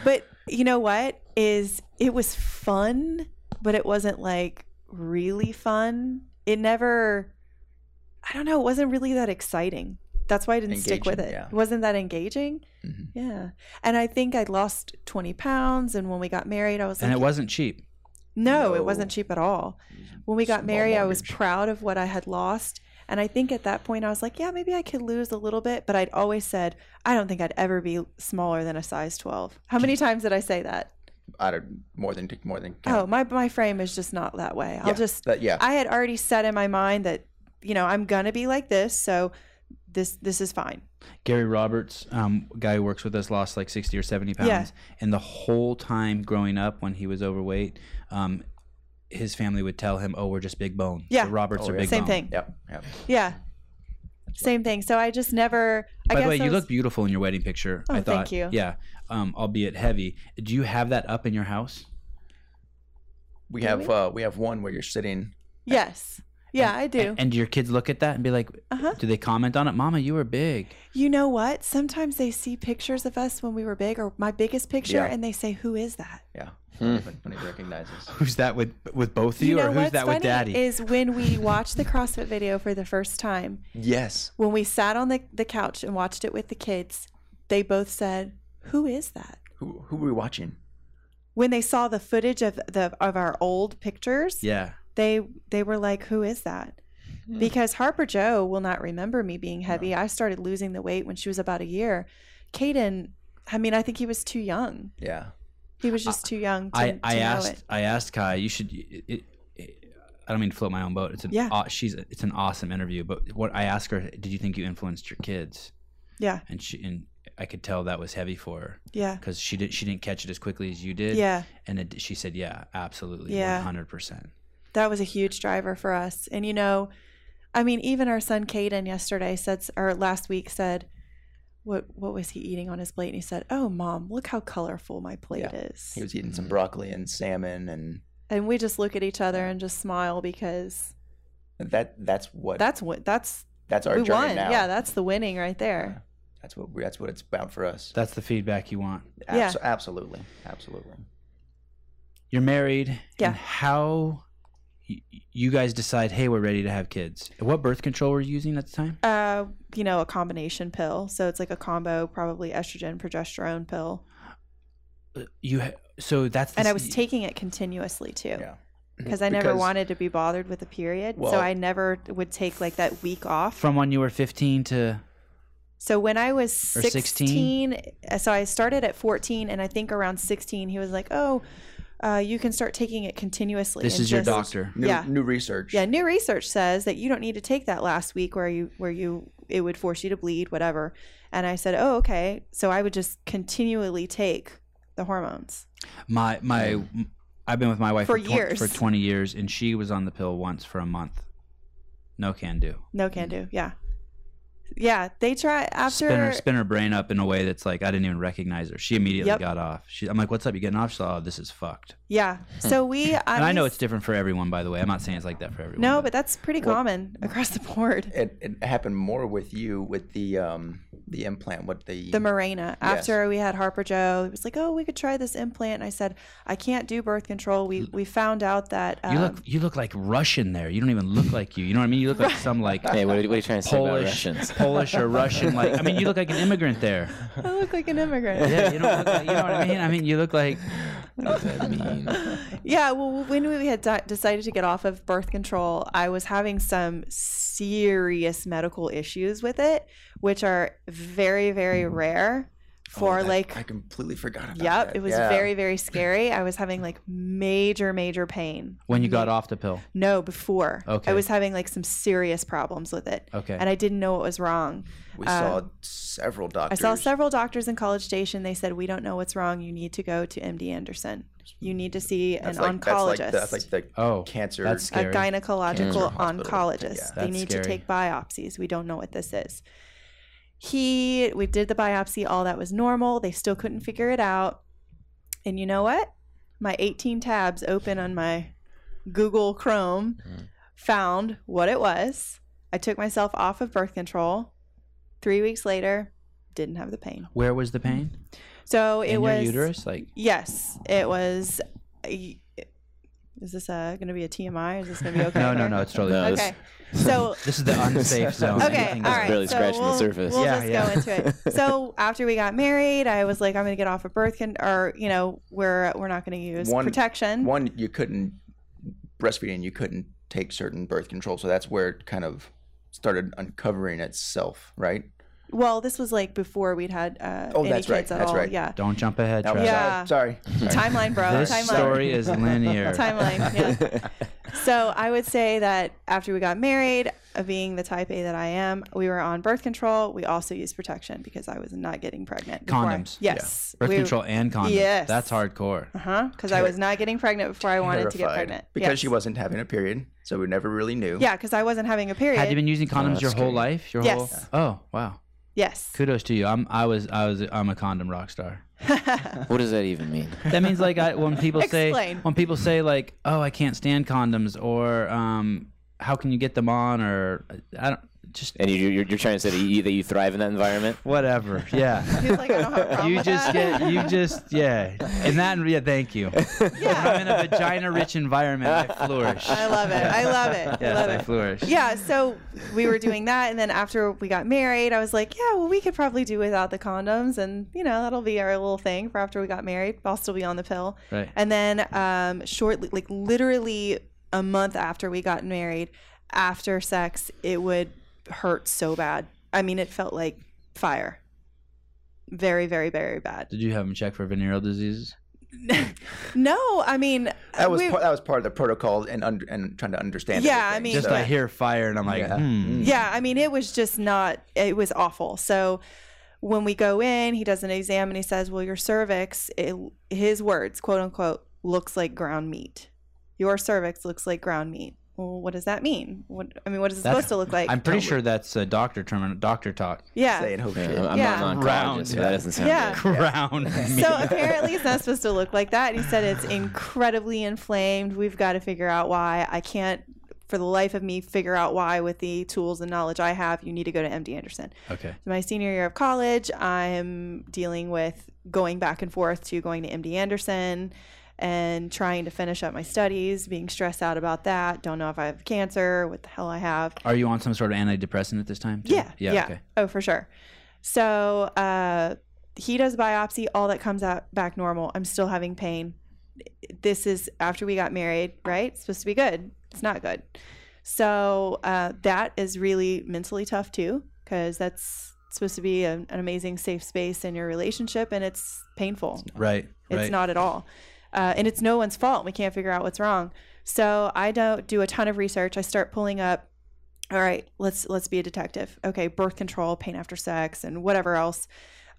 Speaker 2: But you know what is it was fun, but it wasn't like really fun. It never I don't know, it wasn't really that exciting. That's why I didn't stick with it.
Speaker 3: Engaging, yeah.
Speaker 2: It wasn't that engaging.
Speaker 3: Mhm.
Speaker 2: Yeah. And I think I lost 20 pounds and when we got married I was
Speaker 1: and
Speaker 2: like
Speaker 1: it wasn't cheap
Speaker 2: no,
Speaker 3: No.
Speaker 2: it wasn't cheap at all.
Speaker 1: Mm-hmm.
Speaker 2: When we got
Speaker 3: Small
Speaker 2: married, I was
Speaker 3: mortgage.
Speaker 2: proud of what I had lost. And I think at that point, I was like, yeah, maybe I could lose a little bit. But I'd always said, I don't think I'd ever be smaller than a size 12. How many times did I say that?
Speaker 3: Out of more than more than.
Speaker 2: Oh, my, my frame is just not that way. I'll
Speaker 3: Yeah,
Speaker 2: just,
Speaker 3: But yeah,
Speaker 2: I had already said in my mind that, you know, I'm going to be like this. So this, this is fine.
Speaker 1: Gary Roberts, um, guy who works with us, lost like sixty or seventy pounds,
Speaker 2: Yeah.
Speaker 1: and the whole time growing up, when he was overweight, um, his family would tell him, "Oh, we're just big bone."
Speaker 2: Yeah.
Speaker 1: the Roberts
Speaker 3: Oh,
Speaker 1: are
Speaker 3: yeah.
Speaker 1: big
Speaker 2: Same
Speaker 1: bone.
Speaker 2: thing.
Speaker 3: yeah, yeah.
Speaker 2: Yeah. Same thing. So I just never,
Speaker 1: By
Speaker 2: I guess
Speaker 1: the way,
Speaker 2: I
Speaker 1: you
Speaker 2: was-
Speaker 1: look beautiful in your wedding picture. I
Speaker 2: Oh, thank
Speaker 1: thought,
Speaker 2: you.
Speaker 1: Yeah, um, albeit heavy. Do you have that up in your house?
Speaker 3: We
Speaker 2: Do
Speaker 3: have
Speaker 2: we?
Speaker 3: uh, we have one where you're sitting.
Speaker 2: yes. Yeah, I do.
Speaker 1: And, and do your kids look at that and be like,
Speaker 2: Uh-huh.
Speaker 1: "Do they comment on it, Mama? You were big."
Speaker 2: You know what? Sometimes they see pictures of us when we were big, or my biggest picture,
Speaker 3: Yeah.
Speaker 2: and they say, "Who is that?"
Speaker 3: Yeah,
Speaker 4: Hmm.
Speaker 3: when, when he recognizes.
Speaker 1: Who's that with with both of you,
Speaker 2: know
Speaker 1: or who's that with Daddy?
Speaker 2: is when we watched the CrossFit video for the first time.
Speaker 3: Yes.
Speaker 2: When we sat on the, the couch and watched it with the kids, they both said, "Who is that?"
Speaker 3: Who who were we watching?
Speaker 2: When they saw the footage of the of our old pictures,
Speaker 1: yeah,
Speaker 2: they they were like, "Who is that?" Because Harper Joe will not remember me being heavy. I started losing the weight when she was about a year. Caden, I mean, I think he was too young.
Speaker 3: Yeah.
Speaker 2: He was just too young to,
Speaker 1: I,
Speaker 2: to
Speaker 1: I
Speaker 2: know
Speaker 1: asked
Speaker 2: it.
Speaker 1: I asked Kai. You should. It, it, it, I don't mean to float my own boat. It's an
Speaker 2: Yeah.
Speaker 1: aw- she's it's an awesome interview. But what I asked her, did you think you influenced your kids?
Speaker 2: Yeah,
Speaker 1: And she and I could tell that was heavy for her
Speaker 2: yeah,
Speaker 1: because she did she didn't catch it as quickly as you did.
Speaker 2: yeah.
Speaker 1: And it, she said, yeah, absolutely,
Speaker 2: Yeah.
Speaker 1: one hundred percent.
Speaker 2: That was a huge driver for us. And you know, I mean, even our son Caden yesterday said, or last week said, what what was he eating on his plate? And he said, "Oh, mom, look how colorful my plate
Speaker 3: Yeah.
Speaker 2: is."
Speaker 3: He was eating some broccoli and salmon, and
Speaker 2: and we just look at each other and just smile because
Speaker 3: that that's what
Speaker 2: that's what that's
Speaker 3: that's our
Speaker 2: we
Speaker 3: journey
Speaker 2: won.
Speaker 3: now.
Speaker 2: Yeah, that's the winning right
Speaker 3: Yeah.
Speaker 2: there.
Speaker 3: That's what we- that's what it's about for us.
Speaker 1: That's the feedback you want.
Speaker 2: Yeah.
Speaker 3: Abso- absolutely, absolutely.
Speaker 1: You're married.
Speaker 2: Yeah.
Speaker 1: And how y- you guys decide? Hey, we're ready to have kids. What birth control were you using at the time?
Speaker 2: Uh, you know, a combination pill. So it's like a combo, probably estrogen progesterone pill.
Speaker 1: You ha- so that's the
Speaker 2: And I
Speaker 1: s-
Speaker 2: was taking it continuously too.
Speaker 3: Yeah.
Speaker 2: because I never
Speaker 3: Because-
Speaker 2: wanted to be bothered with a period. so
Speaker 3: Well-
Speaker 2: I never would take like that week off.
Speaker 1: from when you were 15 to
Speaker 2: so when I was
Speaker 1: Or 16?
Speaker 2: 16, uh, so I started at 14, and I think around 16, he was like, oh, uh, you can start taking it continuously.
Speaker 1: this
Speaker 2: and
Speaker 1: is your
Speaker 2: just-
Speaker 1: doctor.
Speaker 3: New,
Speaker 2: Yeah.
Speaker 3: New research.
Speaker 2: Yeah, new research says that you don't need to take that last week where you where you it would force you to bleed, whatever. And I said, "Oh, okay." So I would just continually take the hormones.
Speaker 1: My my, m- I've been with my wife
Speaker 2: For
Speaker 1: for, twen-
Speaker 2: years.
Speaker 1: for twenty years, and she was on the pill once for a month. No can do.
Speaker 2: No can do. Yeah. Yeah, they try after
Speaker 1: spin her spin her brain up in a way that's like I didn't even recognize her. She immediately
Speaker 2: Yep.
Speaker 1: got off. She, I'm like, "What's up? You getting off?" She's like, "Oh, this is fucked."
Speaker 2: Yeah. So we
Speaker 1: And I know
Speaker 2: obvious-
Speaker 1: it's different for everyone, by the way. I'm not saying it's like that for everyone.
Speaker 2: No, but that's pretty common across the board.
Speaker 3: It, it happened more with you with the um, the implant, what they
Speaker 2: the Mirena.
Speaker 3: Yes.
Speaker 2: After we had Harper Joe, it was like, oh, we could try this implant. And I said, I can't do birth control. We we found out that um,
Speaker 1: you look you look like Russian there. You don't even look like you. You know what I mean? You look like some like
Speaker 4: Hey, what are, what are you trying to say about
Speaker 1: Polish
Speaker 4: Russians?
Speaker 1: Polish or Russian like I mean you look like an immigrant there.
Speaker 2: um, I look like an immigrant.
Speaker 1: Yeah, you don't look like, you know what I mean? I mean you look like
Speaker 4: What does that mean?
Speaker 2: Yeah, well, when we had di- decided to get off of birth control, I was having some serious medical issues with it, which are very, very
Speaker 1: Hmm.
Speaker 2: rare
Speaker 1: Oh,
Speaker 2: for
Speaker 3: I-
Speaker 2: like.
Speaker 3: I completely forgot about
Speaker 2: Yep,
Speaker 3: that.
Speaker 2: it was
Speaker 3: Yeah.
Speaker 2: very, very scary. I was having like major, major pain.
Speaker 1: when you got off the pill.
Speaker 2: No, before.
Speaker 1: Okay.
Speaker 2: I was having like some serious problems with it.
Speaker 1: Okay.
Speaker 2: And I didn't know what was wrong.
Speaker 3: We
Speaker 2: uh,
Speaker 3: saw several
Speaker 2: I
Speaker 3: doctors.
Speaker 2: saw several doctors in College Station. They said, We don't know what's wrong. You need to go to MD Anderson. You need to see an
Speaker 3: That's like,
Speaker 2: oncologist.
Speaker 3: That's like, the, that's like the
Speaker 1: Oh,
Speaker 3: cancer.
Speaker 1: that's
Speaker 2: a
Speaker 1: scary.
Speaker 2: gynecological
Speaker 3: hospital.
Speaker 2: oncologist.
Speaker 3: Yeah.
Speaker 2: they
Speaker 1: That's
Speaker 2: need
Speaker 1: scary.
Speaker 2: to take biopsies. We don't know what this is. He, we did the biopsy. All that was normal. They still couldn't figure it out. And you know what? My 18 tabs open on my Google Chrome
Speaker 4: Mhm.
Speaker 2: found what it was. I took myself off of birth control. Three weeks later, didn't have the pain.
Speaker 1: Where was the pain?
Speaker 2: So Mm. it
Speaker 1: In
Speaker 2: was
Speaker 1: your uterus? Like
Speaker 2: Yes, it was. Is this uh, going to be a TMI? Is this going to be okay?
Speaker 1: No, no,
Speaker 2: here?
Speaker 1: no, it's totally
Speaker 4: No,
Speaker 1: fine.
Speaker 4: this-
Speaker 2: Okay. So
Speaker 1: This is the unsafe zone.
Speaker 2: okay, all
Speaker 1: Anything that's-
Speaker 2: right.
Speaker 4: barely
Speaker 2: so
Speaker 4: scratching the
Speaker 2: we'll-
Speaker 4: surface.
Speaker 2: We'll
Speaker 1: Yeah,
Speaker 2: just
Speaker 1: yeah.
Speaker 2: go into it. So after we got married, I was like, I'm going to get off of birth, con- or you know, we're we're not going to use
Speaker 3: One-
Speaker 2: protection.
Speaker 3: one you couldn't breastfeeding you couldn't take certain birth control so that's where it kind of started uncovering itself right
Speaker 2: well, this was like before we'd had uh,
Speaker 3: Oh,
Speaker 2: any
Speaker 3: that's
Speaker 2: kids
Speaker 3: right,
Speaker 2: at
Speaker 3: that's
Speaker 2: all.
Speaker 3: right.
Speaker 2: Yeah.
Speaker 1: Don't jump ahead,
Speaker 3: That was-
Speaker 1: Travis.
Speaker 2: Yeah.
Speaker 3: sorry, sorry.
Speaker 2: Timeline, bro.
Speaker 1: This
Speaker 2: timeline.
Speaker 1: story is linear.
Speaker 2: Timeline. Yeah. So I would say that after we got married, uh, being the type A that I am, we were on birth control. We also used protection because I was not getting pregnant. before I-
Speaker 1: Condoms.
Speaker 2: yes.
Speaker 1: Birth
Speaker 2: we-
Speaker 1: control and condoms.
Speaker 2: Yes.
Speaker 1: That's hardcore.
Speaker 2: Uh-huh. Because I was not getting pregnant before I wanted to get
Speaker 3: Terrified.
Speaker 2: pregnant.
Speaker 3: because
Speaker 2: Yes.
Speaker 3: she wasn't having a period so we never really knew
Speaker 2: Yeah, because I wasn't having a period.
Speaker 1: Had you been using condoms
Speaker 4: that's
Speaker 1: your whole
Speaker 4: great.
Speaker 1: life? Your
Speaker 2: Yes.
Speaker 1: whole Oh, wow.
Speaker 2: yes.
Speaker 1: Kudos to you. I'm I was I was I'm a condom rock star.
Speaker 4: What does that even mean?
Speaker 1: That means like I when people say
Speaker 2: Explain.
Speaker 1: when people say like, "Oh, I can't stand condoms," or um, "How can you get them on?" or I don't just
Speaker 4: And you, you're, you're trying to say that you, that you thrive in that environment?
Speaker 1: whatever. Yeah.
Speaker 2: He was like, I don't have a problem
Speaker 1: You
Speaker 2: with
Speaker 1: just
Speaker 2: that.
Speaker 1: get, you just, yeah. And that, yeah, thank you. I'm in a vagina rich environment. I flourish.
Speaker 2: I love it. I love it. I
Speaker 1: Yes,
Speaker 2: love
Speaker 1: I
Speaker 2: it.
Speaker 1: flourish.
Speaker 2: yeah so we were doing that and then after we got married i was like yeah well we could probably do without the condoms and you know that'll be our little thing for after we got married i'll still be on the pill
Speaker 1: Right.
Speaker 2: and then um shortly like literally a month after we got married after sex it would hurt so bad i mean it felt like fire very very very bad
Speaker 1: Did you have him check for venereal diseases?
Speaker 2: no i mean
Speaker 3: that was
Speaker 2: we-
Speaker 3: part, that was part of the protocol and under, and trying to understand
Speaker 2: Yeah, I
Speaker 3: everything,
Speaker 2: mean-
Speaker 1: Just I hear fire and I'm like,
Speaker 3: Yeah.
Speaker 1: hmm.
Speaker 2: Yeah, I mean, it was just not, it was awful. So when we go in, he does an exam and he says, Well, your cervix, it, his words, quote unquote, looks like ground meat. Your cervix looks like ground meat. Well, what does that mean? What, I mean, what is it
Speaker 1: That's-
Speaker 2: supposed to look like?
Speaker 1: I'm pretty sure that's a doctor term, doctor talk.
Speaker 2: yeah.
Speaker 3: saying oh
Speaker 4: Yeah,
Speaker 3: shit
Speaker 4: I'm, I'm
Speaker 2: Yeah.
Speaker 4: not an oncologist,
Speaker 1: Round.
Speaker 4: so that doesn't sound
Speaker 2: Yeah.
Speaker 4: good.
Speaker 1: Ground. meat.
Speaker 2: So apparently it's not supposed to look like that. And he said it's incredibly inflamed. We've got to figure out why. I can't, for the life of me, figure out why with the tools and knowledge I have. You need to go to MD Anderson.
Speaker 1: okay.
Speaker 2: my senior year of college, I'm dealing with going back and forth to going to MD Anderson and trying to finish up my studies, being stressed out about that. Don't know if I have cancer, what the hell I have.
Speaker 1: Are you on some sort of antidepressant at this time? too?
Speaker 2: Yeah. Yeah.
Speaker 1: Okay.
Speaker 2: Oh, for sure. So uh, he does biopsy. All that comes out back normal. I'm still having pain. This is after we got married, right? It's supposed to be good. It's not good. So uh, that is really mentally tough too, because that's supposed to be an, an amazing safe space in your relationship, and it's painful.
Speaker 1: Right.
Speaker 2: It's
Speaker 1: right.
Speaker 2: not at all. Uh, and it's no one's fault. We can't figure out what's wrong. So I don't do a ton of research. I start pulling up. All right, let's let's be a detective. Okay, birth control, pain after sex, and whatever else.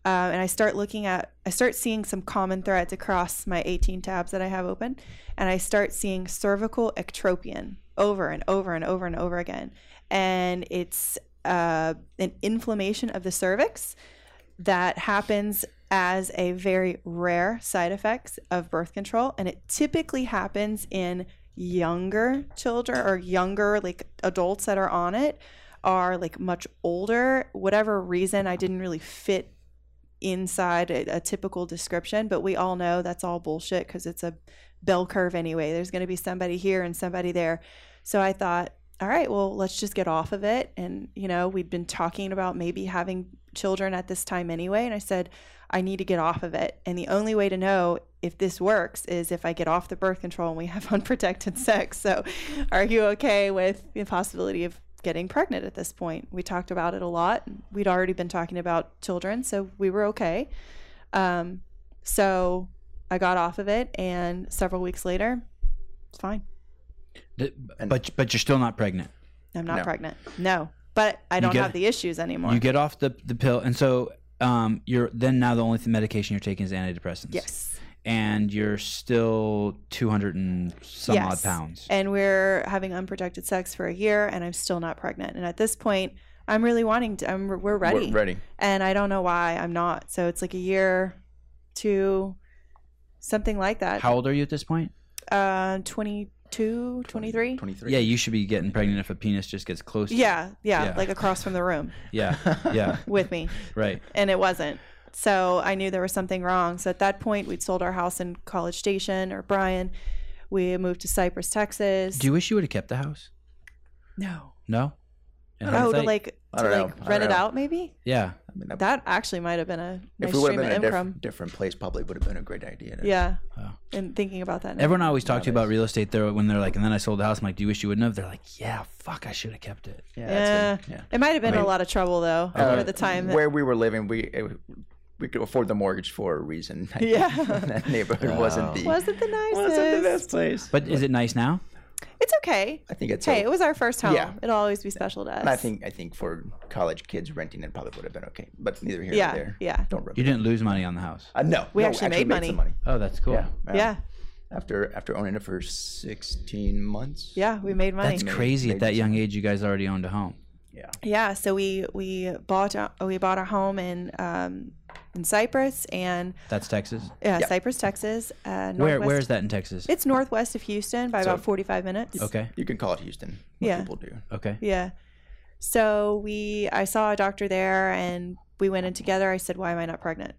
Speaker 2: Um, and I start looking at, I start seeing some common threads across my 18 tabs that I have open, and I start seeing cervical ectropion over and over and over and over again, and it's uh, an inflammation of the cervix that happens as a very rare side effects of birth control and it typically happens in younger children or younger like adults that are on it are like much older. Whatever reason, I didn't really fit inside a, a typical description, but we all know that's all bullshit because it's a bell curve anyway. There's going to be somebody here and somebody there. So I thought, all right, well, let's just get off of it. And, you know, we'd been talking about maybe having children at this time anyway. And I said, I need to get off of it. And the only way to know if this works is if I get off the birth control and we have unprotected sex. So are you okay with the possibility of getting pregnant at this point? We talked about it a lot. We'd already been talking about children, so we were okay. Um, so I got off of it. And several weeks later, it's fine.
Speaker 1: Th-
Speaker 3: And-
Speaker 1: but but you're still not pregnant.
Speaker 2: I'm not
Speaker 3: No.
Speaker 2: pregnant. No, but I don't
Speaker 1: get-
Speaker 2: have the issues anymore.
Speaker 1: You get off the the pill, and so um, you're then now the only th- medication you're taking is antidepressants.
Speaker 2: yes.
Speaker 1: and you're still 200 and some odd
Speaker 2: Yes.
Speaker 1: pounds.
Speaker 2: And we're having unprotected sex for a year, and I'm still not pregnant. And at this point, I'm really wanting to. I'm, we're ready,
Speaker 3: We're ready.
Speaker 2: and I don't know why I'm not. So it's like a year, two, something like that.
Speaker 1: How old are you at this point?
Speaker 2: Uh, 22, 23.
Speaker 3: 23.
Speaker 1: Yeah, you should be getting pregnant if a penis just gets close. to-
Speaker 2: Yeah, yeah,
Speaker 1: Yeah.
Speaker 2: like across from the room
Speaker 1: yeah, yeah.
Speaker 2: with me.
Speaker 1: Right.
Speaker 2: and it wasn't. So I knew there was something wrong. So at that point, we'd sold our house in College Station or Bryan. We moved to Cypress, Texas.
Speaker 1: Do you wish you would have kept the house?
Speaker 2: no.
Speaker 1: No. In
Speaker 2: Oh, to
Speaker 1: hindsight?
Speaker 2: like to
Speaker 3: I don't know.
Speaker 2: like
Speaker 3: I don't
Speaker 2: rent it
Speaker 3: know.
Speaker 2: out maybe.
Speaker 1: yeah.
Speaker 3: I mean, that-
Speaker 2: That actually might have been a nice
Speaker 3: if we would
Speaker 2: stream
Speaker 3: have been
Speaker 2: of
Speaker 3: in a
Speaker 2: income.
Speaker 3: diff- different place, probably would have been a great idea. to-
Speaker 2: yeah.
Speaker 1: Wow.
Speaker 3: Oh.
Speaker 2: And thinking about that. Now.
Speaker 1: Everyone I always talk to about
Speaker 3: Nowadays.
Speaker 1: real estate, they're when they're like, and then I sold the house. I'm like, do you wish you wouldn't have? They're like, yeah, fuck, I should have kept it.
Speaker 3: Yeah. that's it. yeah.
Speaker 2: It might have been
Speaker 3: I mean-
Speaker 2: a lot of trouble though
Speaker 1: Uh,
Speaker 2: for the time. that-
Speaker 3: where we were living, we it- we could afford the mortgage for a reason. I think.
Speaker 2: Yeah.
Speaker 3: that neighborhood wasn't the
Speaker 2: was it the nicest?
Speaker 3: wasn't the best place.
Speaker 1: But is it nice now?
Speaker 2: It's okay.
Speaker 3: I think it's
Speaker 2: Hey,
Speaker 3: a-
Speaker 2: it was our first home.
Speaker 3: Yeah.
Speaker 2: It'll always be special to us.
Speaker 3: And I think I think for college kids renting it probably would have been okay, but neither here
Speaker 2: Yeah,
Speaker 3: nor there.
Speaker 2: yeah.
Speaker 3: Don't rub
Speaker 1: You
Speaker 3: it.
Speaker 1: didn't lose money on the house.
Speaker 3: Uh, no,
Speaker 2: We
Speaker 3: no,
Speaker 2: actually made
Speaker 3: made some
Speaker 2: money.
Speaker 1: Oh, that's cool.
Speaker 3: Yeah,
Speaker 2: Yeah.
Speaker 3: After after owning it for sixteen months.
Speaker 2: Yeah, we made money.
Speaker 1: That's crazy. At that young age, you guys already owned a home.
Speaker 3: Yeah.
Speaker 2: yeah so we we bought a, we bought a home in um in cypress and
Speaker 1: That's Texas.
Speaker 2: yeah,
Speaker 3: Yeah.
Speaker 2: cypress texas uh northwest,
Speaker 1: Where Where is that in Texas?
Speaker 2: it's northwest of houston by
Speaker 3: So-
Speaker 2: about 45 minutes
Speaker 1: okay.
Speaker 3: You can call it Houston. What
Speaker 2: Yeah.
Speaker 3: People do.
Speaker 1: Okay.
Speaker 2: yeah so we i saw a doctor there and we went in together i said why am i not pregnant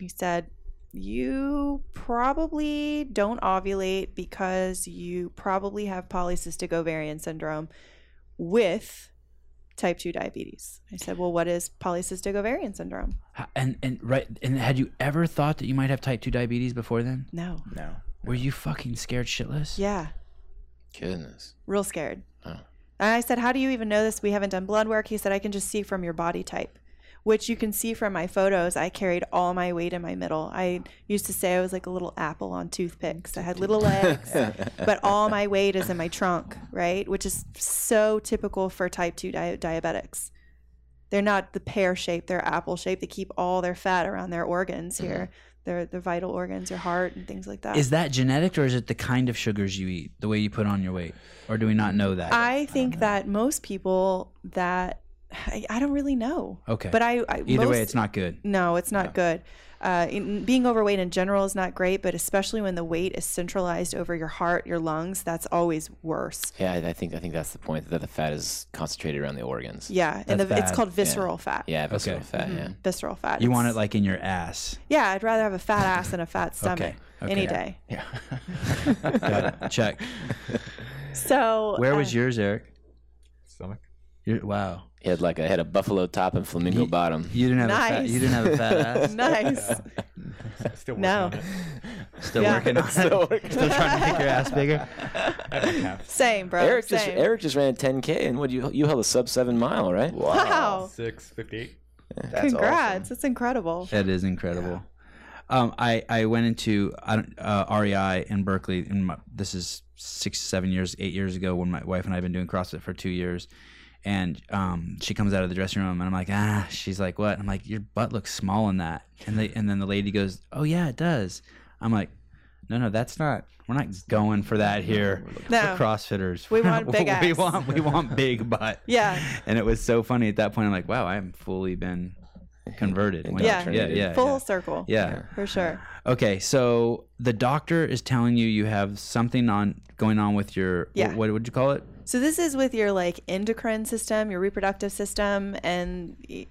Speaker 2: he said you probably don't ovulate because you probably have polycystic ovarian syndrome with type 2 diabetes i said well what is polycystic ovarian syndrome
Speaker 1: H- And and right. And had you ever thought that you might have type two diabetes before then?
Speaker 2: No.
Speaker 3: No.
Speaker 1: Were you fucking scared shitless?
Speaker 2: Yeah.
Speaker 4: Goodness.
Speaker 2: Real scared.
Speaker 4: Oh.
Speaker 2: And I said, How do you even know this? We haven't done blood work. He said, I can just see from your body type, which you can see from my photos. I carried all my weight in my middle. I used to say I was like a little apple on toothpicks. I had little legs, but all my weight is in my trunk, right? Which is so typical for type 2 di- diabetics. They're not the pear shape, they're apple shape. They keep all their fat around their organs here, their, their vital organs, your heart, and things like that.
Speaker 1: Is that genetic or is it the kind of sugars you eat, the way you put on your weight? Or do we not know that?
Speaker 2: I think that most people that I, I don't really know.
Speaker 1: okay.
Speaker 2: But I, I
Speaker 1: Either way,
Speaker 2: most-
Speaker 1: it's not good.
Speaker 2: no, it's not good. Uh, in, being overweight in general is not great, but especially when the weight is centralized over your heart, your lungs, that's always worse.
Speaker 4: Yeah, I I think I think that's the point that the fat is concentrated around the organs.
Speaker 2: Yeah, Mm-hmm. and
Speaker 1: That's
Speaker 2: the, it's
Speaker 1: bad.
Speaker 2: called visceral fat.
Speaker 4: Yeah, visceral fat. Yeah.
Speaker 2: visceral fat.
Speaker 1: You
Speaker 2: It's-
Speaker 1: want it like in your ass.
Speaker 2: Yeah, I'd rather have a fat ass than a fat stomach
Speaker 1: Okay.
Speaker 2: any
Speaker 1: Yeah.
Speaker 2: day.
Speaker 3: Yeah.
Speaker 1: Got it. Check.
Speaker 2: So
Speaker 1: Where
Speaker 2: uh,
Speaker 1: was yours, Eric?
Speaker 5: Stomach.
Speaker 1: Your, wow.
Speaker 4: He had like a had a buffalo top and flamingo bottom.
Speaker 1: You didn't have a fat,
Speaker 2: Nice.
Speaker 1: you didn't have a fat ass.
Speaker 2: nice?
Speaker 5: Still working
Speaker 2: No.
Speaker 5: on it.
Speaker 1: Still
Speaker 2: Yeah.
Speaker 1: working on it. Still, trying to make your ass bigger.
Speaker 5: I have a calf.
Speaker 2: Same, bro.
Speaker 4: Eric
Speaker 2: same.
Speaker 4: just Eric just ran 10k and what you you held a sub seven mile right?
Speaker 2: wow!
Speaker 5: Six fifty-eight.
Speaker 3: That's
Speaker 2: Congrats,
Speaker 3: awesome.
Speaker 2: that's incredible.
Speaker 1: That is incredible. Um, I, I went into I don't- uh, REI in Berkeley. In my, this is six, seven years, eight years ago when my wife and I have been doing CrossFit for two years. And um, she comes out of the dressing room, and I'm like, ah. She's like, what? I'm like, your butt looks small in that. And they, and then the lady goes, oh yeah, it does. I'm like, no, no, that's not. We're not going for that here.
Speaker 2: No.
Speaker 1: We're CrossFitters.
Speaker 2: We
Speaker 1: We're
Speaker 2: want
Speaker 1: not-
Speaker 2: big
Speaker 1: We
Speaker 2: ass.
Speaker 1: want we want big butt.
Speaker 2: Yeah.
Speaker 1: And it was so funny at that point. I'm like, wow, I am fully been converted.
Speaker 4: And
Speaker 1: Why
Speaker 2: Yeah.
Speaker 1: not? yeah,
Speaker 4: alternative.
Speaker 1: yeah,
Speaker 2: Full
Speaker 1: yeah.
Speaker 2: circle.
Speaker 1: Yeah.
Speaker 2: For sure.
Speaker 1: Okay, so the doctor is telling you you have something on going on with your
Speaker 2: Yeah.
Speaker 1: what would you call it?
Speaker 2: So this is with your like endocrine system, your reproductive system, and y-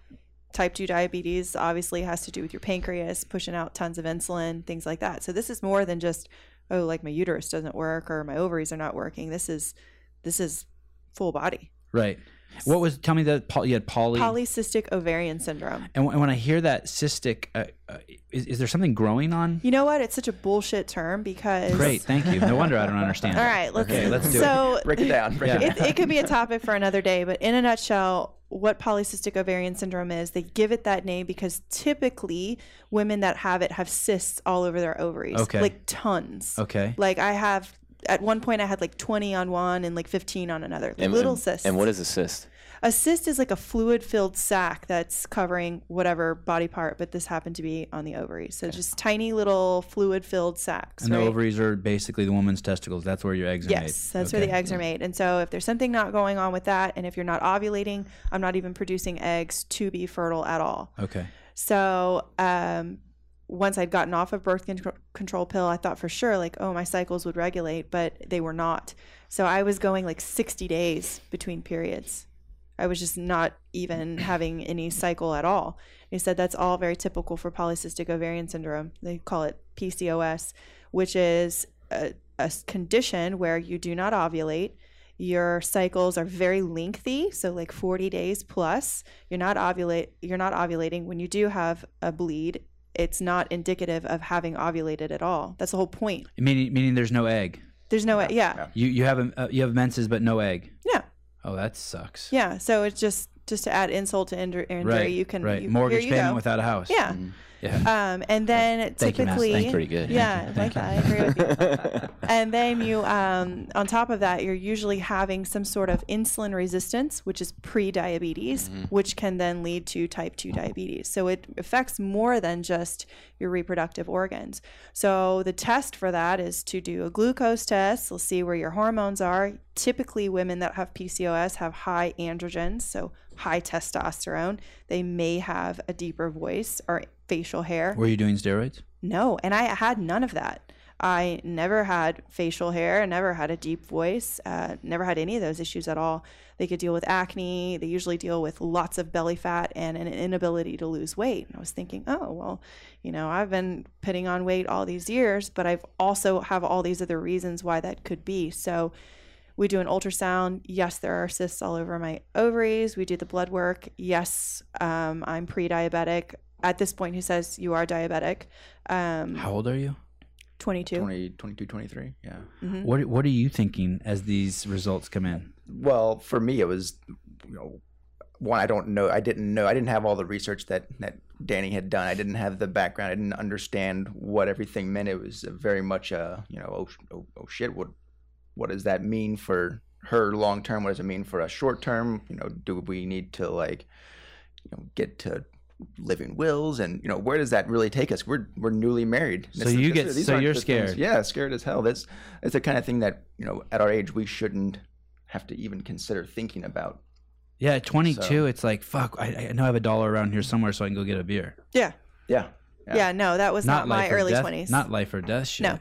Speaker 2: type two diabetes obviously has to do with your pancreas pushing out tons of insulin, things like that. So this is more than just oh, like my uterus doesn't work or my ovaries are not working. This is this is full body
Speaker 1: Right. What was tell me that poly, you had poly,
Speaker 2: polycystic ovarian syndrome.
Speaker 1: and, when- when I hear that cystic uh, uh, is, is there something growing on?
Speaker 2: You know what? It's such a bullshit term because
Speaker 1: Great, thank you. No wonder I don't understand.
Speaker 2: All right, let's
Speaker 1: Okay, let's do it.
Speaker 2: so
Speaker 3: Break it down. Break it
Speaker 1: Yeah.
Speaker 3: down.
Speaker 2: it, it could be a topic for another day, but in a nutshell, what polycystic ovarian syndrome is, they give it that name because typically women that have it have cysts all over their ovaries.
Speaker 1: Okay.
Speaker 2: Like tons.
Speaker 1: Okay.
Speaker 2: Like I have at one point I had like 20 on one and like 15 on another. Like
Speaker 4: And-
Speaker 2: little
Speaker 4: and,
Speaker 2: cysts.
Speaker 4: And what is a cyst?
Speaker 2: a cyst is like a fluid-filled sac that's covering whatever body part, but this happened to be on the ovaries. So just tiny little fluid-filled sacs.
Speaker 1: And the
Speaker 2: right?
Speaker 1: ovaries are basically the woman's testicles. That's where your eggs are made.
Speaker 2: Yes, that's where the eggs are made. And so if there's something not going on with that, and if you're not ovulating, I'm not even producing eggs to be fertile at all.
Speaker 1: Okay.
Speaker 2: So um, once I'd gotten off of birth con- control pill, I thought for sure like, oh, my cycles would regulate, but they were not. So I was going like 60 days between periods. I was just not even having any cycle at all. He said that's all very typical for polycystic ovarian syndrome. They call it PCOS, which is a, a s- condition where you do not ovulate. Your cycles are very lengthy, so like 40 days plus. You're not ovulate. You're not ovulating when you do have a bleed. It's not indicative of having ovulated at all. That's the whole point.
Speaker 1: Meaning, meaning there's no egg.
Speaker 2: There's no way. Yeah,
Speaker 1: You you have a, uh, you have menses but no egg.
Speaker 2: Yeah.
Speaker 1: Oh, that sucks.
Speaker 2: yeah. So it's just just to add insult to injury. injury
Speaker 1: Right.
Speaker 2: you can
Speaker 1: right.
Speaker 2: you- here
Speaker 1: Mortgage
Speaker 2: you
Speaker 1: payment
Speaker 2: go.
Speaker 1: without a house.
Speaker 2: Yeah.
Speaker 1: Yeah.
Speaker 2: Um, and then
Speaker 1: Thank you, Matt.
Speaker 2: typically,
Speaker 1: Thank
Speaker 4: Pretty good.
Speaker 2: yeah,
Speaker 1: Thank
Speaker 2: like
Speaker 1: you.
Speaker 2: I agree with you. And then you, um, on top of that, you're usually having some sort of insulin resistance, which is pre-diabetes, which can then lead to type two diabetes. So it affects more than just your reproductive organs. So the test for that is to do a glucose test. We'll see where your hormones are. Typically, women that have PCOS have high androgens, so high testosterone. They may have a deeper voice or facial hair.
Speaker 1: Were you doing steroids?
Speaker 2: No, and I had none of that. I never had facial hair, never had a deep voice, uh, never had any of those issues at all. They could deal with acne. They usually deal with lots of belly fat and an inability to lose weight. And I was thinking, oh well, you know, I've been putting on weight all these years, but I've also have all these other reasons why that could be. So we do an ultrasound. Yes, there are cysts all over my ovaries. We do the blood work. Yes, um, I'm pre-diabetic. At this point, he says you are diabetic. Um,
Speaker 1: How old are you?
Speaker 2: 22.
Speaker 3: 20, 22, 23. Yeah.
Speaker 2: Mhm.
Speaker 1: What What are you thinking as these results come in?
Speaker 3: Well, for me, it was, you know, one, I don't know. I didn't know. I didn't have all the research that, that Danny had done. I didn't have the background. I didn't understand what everything meant. It was very much a, you know, oh, sh- oh, oh shit, what, what does that mean for her long term? What does it mean for us short term? You know, do we need to like, you know, get to living wills and you know where does that really take us we're we're newly married
Speaker 1: So you get-
Speaker 3: these
Speaker 1: so
Speaker 3: aren't
Speaker 1: you're
Speaker 3: just things-
Speaker 1: scared.
Speaker 3: yeah scared as hell that's it's the kind of thing that you know at our age we shouldn't have to even consider thinking about
Speaker 1: Yeah, at 22,
Speaker 3: So-
Speaker 1: it's like fuck. I, I know I have a dollar around here somewhere, so I can go get a beer.
Speaker 2: Yeah.
Speaker 3: yeah
Speaker 2: yeah. no, that was not, my
Speaker 1: life or
Speaker 2: early
Speaker 1: death-
Speaker 2: 20s.
Speaker 1: Not life or death shit.
Speaker 2: No.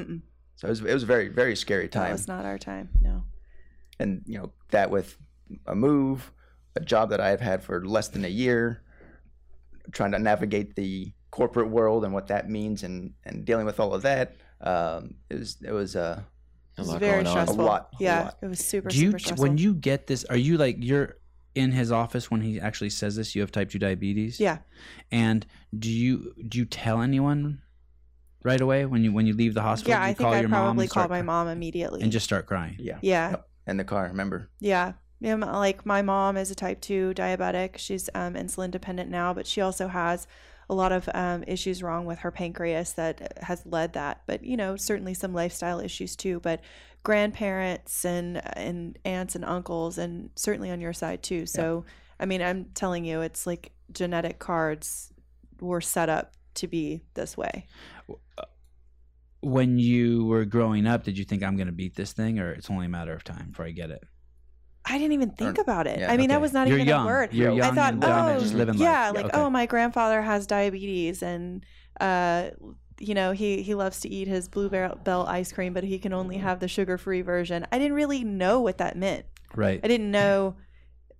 Speaker 2: Mm-mm.
Speaker 3: so it was, it was a very very scary
Speaker 2: That
Speaker 3: time
Speaker 2: was Oh, not our time. No.
Speaker 3: and you know that with a move a job that i've had for less than a year trying to navigate the corporate world and what that means and and dealing with all of that um it was it was uh
Speaker 2: It
Speaker 4: A
Speaker 2: was
Speaker 4: lot
Speaker 2: very
Speaker 4: going on.
Speaker 2: stressful.
Speaker 3: lot, a
Speaker 2: yeah,
Speaker 3: lot.
Speaker 2: it was super,
Speaker 1: Do you
Speaker 2: super stressful.
Speaker 1: when you get this? Are you like you're in his office when he actually says this? You have type two diabetes.
Speaker 2: yeah.
Speaker 1: And do you do you tell anyone right away when you when you leave the hospital?
Speaker 2: Yeah,
Speaker 1: do you
Speaker 2: I think I
Speaker 1: and
Speaker 2: probably
Speaker 1: start
Speaker 2: called my
Speaker 1: cr-
Speaker 2: mom immediately.
Speaker 1: and just start crying.
Speaker 3: yeah
Speaker 2: yeah.
Speaker 3: in the car remember
Speaker 2: Yeah. Yeah, m- like my mom is a type 2 diabetic. She's um, insulin dependent now, but she also has a lot of um, issues wrong with her pancreas that uh, has led that. But, you know, certainly some lifestyle issues too. But grandparents and, uh, and aunts and uncles, and certainly on your side too. So, I mean, I'm telling you, it's like genetic cards were set up to be this way.
Speaker 1: When you were growing up, did you think I'm going to beat this thing, or it's only a matter of time before I get it?
Speaker 2: I didn't even think
Speaker 3: Or-
Speaker 2: about it.
Speaker 3: yeah,
Speaker 2: I mean, that
Speaker 1: okay.
Speaker 2: was not
Speaker 1: You're
Speaker 2: even
Speaker 1: young.
Speaker 2: a word.
Speaker 1: You're young
Speaker 2: I thought,
Speaker 1: and dumb
Speaker 2: oh,
Speaker 1: and just living life.
Speaker 2: yeah, like
Speaker 1: okay.
Speaker 2: oh, my grandfather has diabetes, and uh, you know, he he loves to eat his bluebell ice cream, but he can only have the sugar-free version. I didn't really know what that meant.
Speaker 1: right.
Speaker 2: I didn't know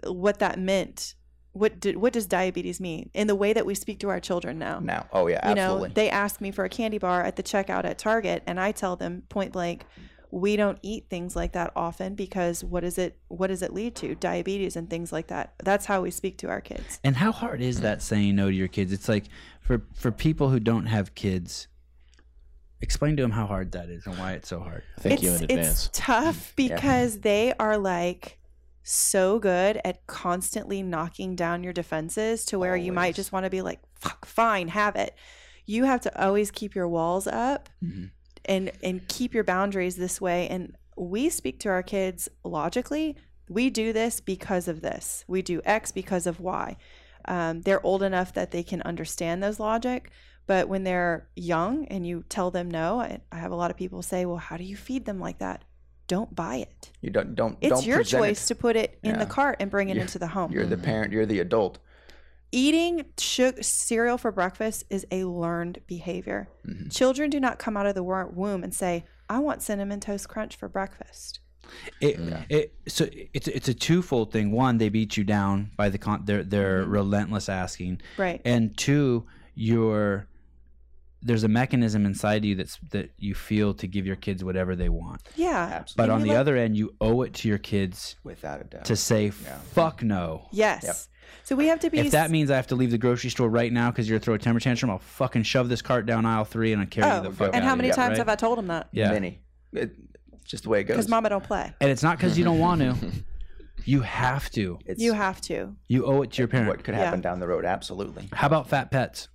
Speaker 2: what that meant. What did what does diabetes mean in the way that we speak to our children now?
Speaker 3: now. Oh yeah,
Speaker 2: you know,
Speaker 3: absolutely.
Speaker 2: they ask me for a candy bar at the checkout at Target, and I tell them point blank, we don't eat things like that often because what is it? What does it lead to? Diabetes and things like that. That's how we speak to our kids.
Speaker 1: And how hard is that saying no to your kids? It's like for for people who don't have kids, explain to them how hard that is and why it's so hard.
Speaker 4: Thank
Speaker 2: it's,
Speaker 4: you in advance.
Speaker 2: It's tough because they are like so good at constantly knocking down your defenses to where you might
Speaker 3: Always.
Speaker 2: just want to be like, "Fuck, fine, have it." You have to always keep your walls up
Speaker 3: Mhm.
Speaker 2: and and keep your boundaries this way. And we speak to our kids logically. We do this because of this. We do X because of Y. Um, they're old enough that they can understand those logic, but when they're young and you tell them no, I, I have a lot of people say, "Well, how do you feed them like that?" Don't buy it.
Speaker 3: You don't don't
Speaker 2: It's
Speaker 3: don't
Speaker 2: your
Speaker 3: present it.
Speaker 2: choice to put it in the
Speaker 3: Yeah.
Speaker 2: cart and bring it
Speaker 3: You're-
Speaker 2: into the home.
Speaker 3: You're
Speaker 1: Mm-hmm.
Speaker 3: the parent. You're the adult.
Speaker 2: Eating sug- cereal for breakfast is a learned behavior.
Speaker 3: Mhm.
Speaker 2: Children do not come out of the wor- womb and say, "I want cinnamon toast crunch for breakfast."
Speaker 1: It,
Speaker 4: Yeah.
Speaker 1: it so it's it's a twofold thing. One, they beat you down by the con- their their
Speaker 2: Mm-hmm.
Speaker 1: relentless asking,
Speaker 2: Right.
Speaker 1: and two, your there's a mechanism inside you that's that you feel to give your kids whatever they want.
Speaker 2: yeah.
Speaker 3: Absolutely,
Speaker 1: But
Speaker 2: And
Speaker 1: on
Speaker 2: you
Speaker 1: the
Speaker 2: let- Oh,
Speaker 1: other end, you owe it to your kids
Speaker 3: without a doubt.
Speaker 1: to say fuck no.
Speaker 2: Yes. So we have to be
Speaker 1: If that means I have to leave the grocery store right now because you're gonna throw a temper tantrum, I'll fucking shove this cart down aisle three and I'll carry
Speaker 2: Oh,
Speaker 1: you the fuck.
Speaker 2: and
Speaker 1: out
Speaker 2: how
Speaker 1: of
Speaker 2: many
Speaker 1: here,
Speaker 2: times
Speaker 1: right?
Speaker 2: have I told them that?
Speaker 1: Yeah,
Speaker 3: many. It, it's just the way it goes.
Speaker 2: Because mama don't play.
Speaker 1: and it's not because you don't want to. You have to.
Speaker 3: it's
Speaker 2: You have to.
Speaker 1: You owe it to your parent.
Speaker 3: what could
Speaker 2: Yeah.
Speaker 3: happen down the road. Absolutely.
Speaker 1: How about fat pets?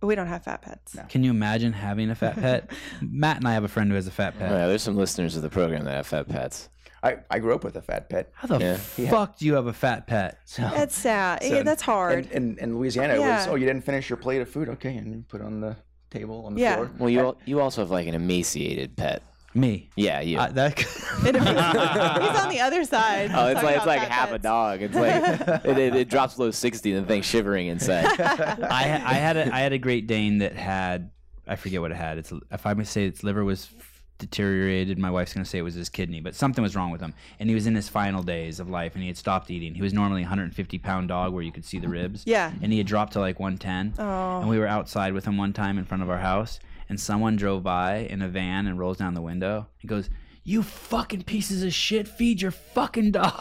Speaker 2: We don't have fat pets.
Speaker 3: No.
Speaker 1: Can you imagine having a fat pet? Matt and I have a friend who has a fat
Speaker 4: All
Speaker 1: pet.
Speaker 4: right, there's some listeners of the program that have fat pets.
Speaker 3: I, I grew up with a fat pet.
Speaker 1: How the
Speaker 4: Yeah.
Speaker 1: fuck do you have a fat pet?
Speaker 3: So,
Speaker 2: That's sad.
Speaker 3: so-
Speaker 2: yeah, that's hard.
Speaker 3: And in, in Louisiana, it was
Speaker 2: Yeah.
Speaker 3: oh you didn't finish your plate of food. Okay, and you put it on the table on the
Speaker 2: Yeah.
Speaker 3: floor.
Speaker 4: Well, you al- you also have like an emaciated pet.
Speaker 1: Me.
Speaker 4: Yeah, you.
Speaker 1: I- that-
Speaker 2: It is- he's on the other side.
Speaker 4: oh, it's
Speaker 2: Talking
Speaker 4: like it's
Speaker 2: about
Speaker 4: like
Speaker 2: fat
Speaker 4: half a
Speaker 2: pets.
Speaker 4: dog. It's like it, it, it drops below sixty, and the thing's shivering inside.
Speaker 1: I, I had a, I had a Great Dane that had I forget what it had. It's if I would say its liver was deteriorated, my wife's gonna say it was his kidney, but something was wrong with him, and he was in his final days of life, and he had stopped eating. He was normally a 150 pound dog where you could see the ribs.
Speaker 2: Yeah.
Speaker 1: and he had dropped to like 110.
Speaker 2: Oh.
Speaker 1: And we were outside with him one time in front of our house, and someone drove by in a van and rolls down the window and goes, "You fucking pieces of shit! Feed your fucking dog."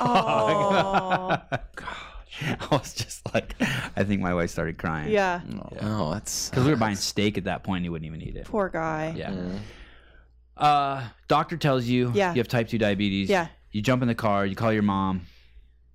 Speaker 2: Oh.
Speaker 1: I was just like, I think my wife started crying.
Speaker 2: yeah.
Speaker 1: Mm.
Speaker 4: Oh, that's
Speaker 1: Because we were buying steak at that point, and he wouldn't even eat it.
Speaker 2: Poor guy.
Speaker 1: Yeah. Uh, doctor tells you
Speaker 2: Yeah.
Speaker 1: you have type two diabetes.
Speaker 2: Yeah.
Speaker 1: You jump in the car. You call your mom.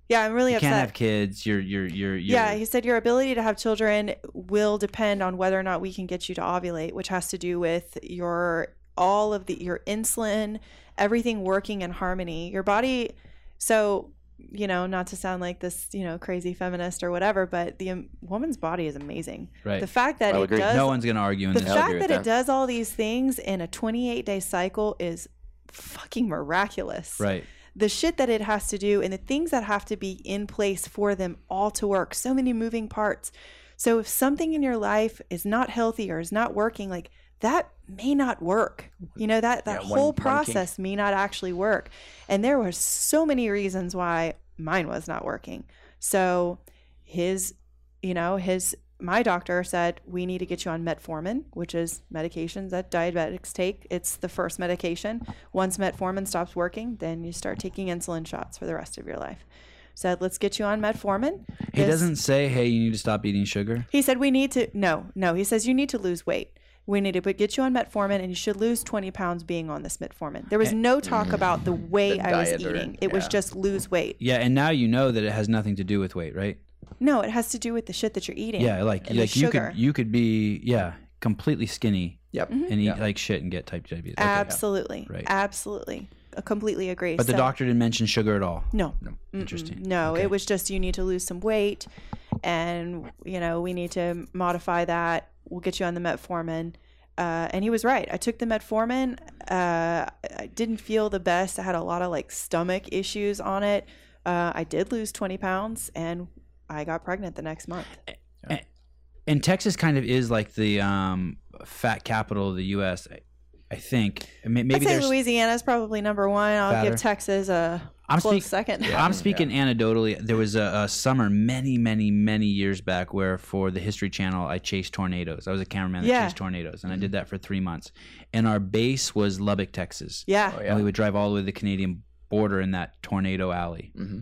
Speaker 2: Yeah, I'm really
Speaker 1: You
Speaker 2: upset.
Speaker 1: can't have kids. You're you're you're, you're
Speaker 2: yeah, he said your ability to have children will depend on whether or not we can get you to ovulate, which has to do with your all of the your insulin, everything working in harmony. Your body so you know, not to sound like this, you know, crazy feminist or whatever, but the um, woman's body is amazing.
Speaker 1: right.
Speaker 2: The fact that
Speaker 4: I'll
Speaker 2: it
Speaker 4: agree.
Speaker 2: does
Speaker 1: no one's gonna argue in
Speaker 2: the
Speaker 1: this.
Speaker 4: I'll
Speaker 2: fact
Speaker 4: agree with
Speaker 2: that
Speaker 4: that.
Speaker 2: it does all these things in a 28 day cycle is fucking miraculous.
Speaker 1: right.
Speaker 2: The shit that it has to do and the things that have to be in place for them all to work. So many moving parts. So if something in your life is not healthy or is not working, like that may not work. You know that that
Speaker 3: Yeah, one-
Speaker 2: whole
Speaker 3: one kink.
Speaker 2: process may not actually work. And there were so many reasons why mine was not working. So his you know, his my doctor said we need to get you on metformin, which is medications that diabetics take. It's the first medication. Once metformin stops working, then you start taking insulin shots for the rest of your life. Said, let's get you on metformin.
Speaker 1: He
Speaker 2: This-
Speaker 1: doesn't say, "Hey, you need to stop eating sugar."
Speaker 2: He said we need to no, no. He says you need to lose weight. We need to put, get you on metformin, and you should lose twenty pounds being on this metformin. There was no talk about the way
Speaker 3: Mm. The
Speaker 2: I was
Speaker 3: diet or-
Speaker 2: eating. It was
Speaker 3: yeah.
Speaker 2: just lose weight.
Speaker 1: Yeah, and now you know that it has nothing to do with weight, right?
Speaker 2: No, it has to do with the shit that you're eating.
Speaker 1: Yeah, like
Speaker 2: And the
Speaker 1: like you
Speaker 2: sugar.
Speaker 1: could you could be yeah completely skinny
Speaker 3: Yep.
Speaker 1: and eat
Speaker 3: Yeah.
Speaker 1: like shit and get type two diabetes. Okay.
Speaker 2: absolutely,
Speaker 1: Right.
Speaker 2: absolutely, I completely agree.
Speaker 1: But the
Speaker 2: So-
Speaker 1: doctor didn't mention sugar at all.
Speaker 2: no,
Speaker 1: No.
Speaker 2: Mm-mm.
Speaker 1: Interesting.
Speaker 2: No,
Speaker 1: Okay.
Speaker 2: it was just you need to lose some weight, and you know we need to modify that. We'll get you on the metformin, uh, and he was right. I took the metformin. Uh, I didn't feel the best. I had a lot of like stomach issues on it. Uh, I did lose 20 pounds and I got pregnant the next month.
Speaker 1: and Texas kind of is like the um, fat capital of the U.S. I, I think I mean, maybe
Speaker 2: I'd say
Speaker 1: there's.
Speaker 2: Louisiana is probably number one. I'll
Speaker 1: Fatter.
Speaker 2: give Texas a
Speaker 1: I'm,
Speaker 2: close
Speaker 1: speak,
Speaker 2: second.
Speaker 1: I'm speaking anecdotally. There was a, a summer many, many, many years back where for the History Channel I chased tornadoes. I was a cameraman that
Speaker 2: Yeah.
Speaker 1: chased tornadoes, and I did that for three months. And our base was Lubbock, Texas.
Speaker 3: Oh,
Speaker 2: Yeah.
Speaker 1: And we would drive all the way to the Canadian border in that tornado alley.
Speaker 3: hmm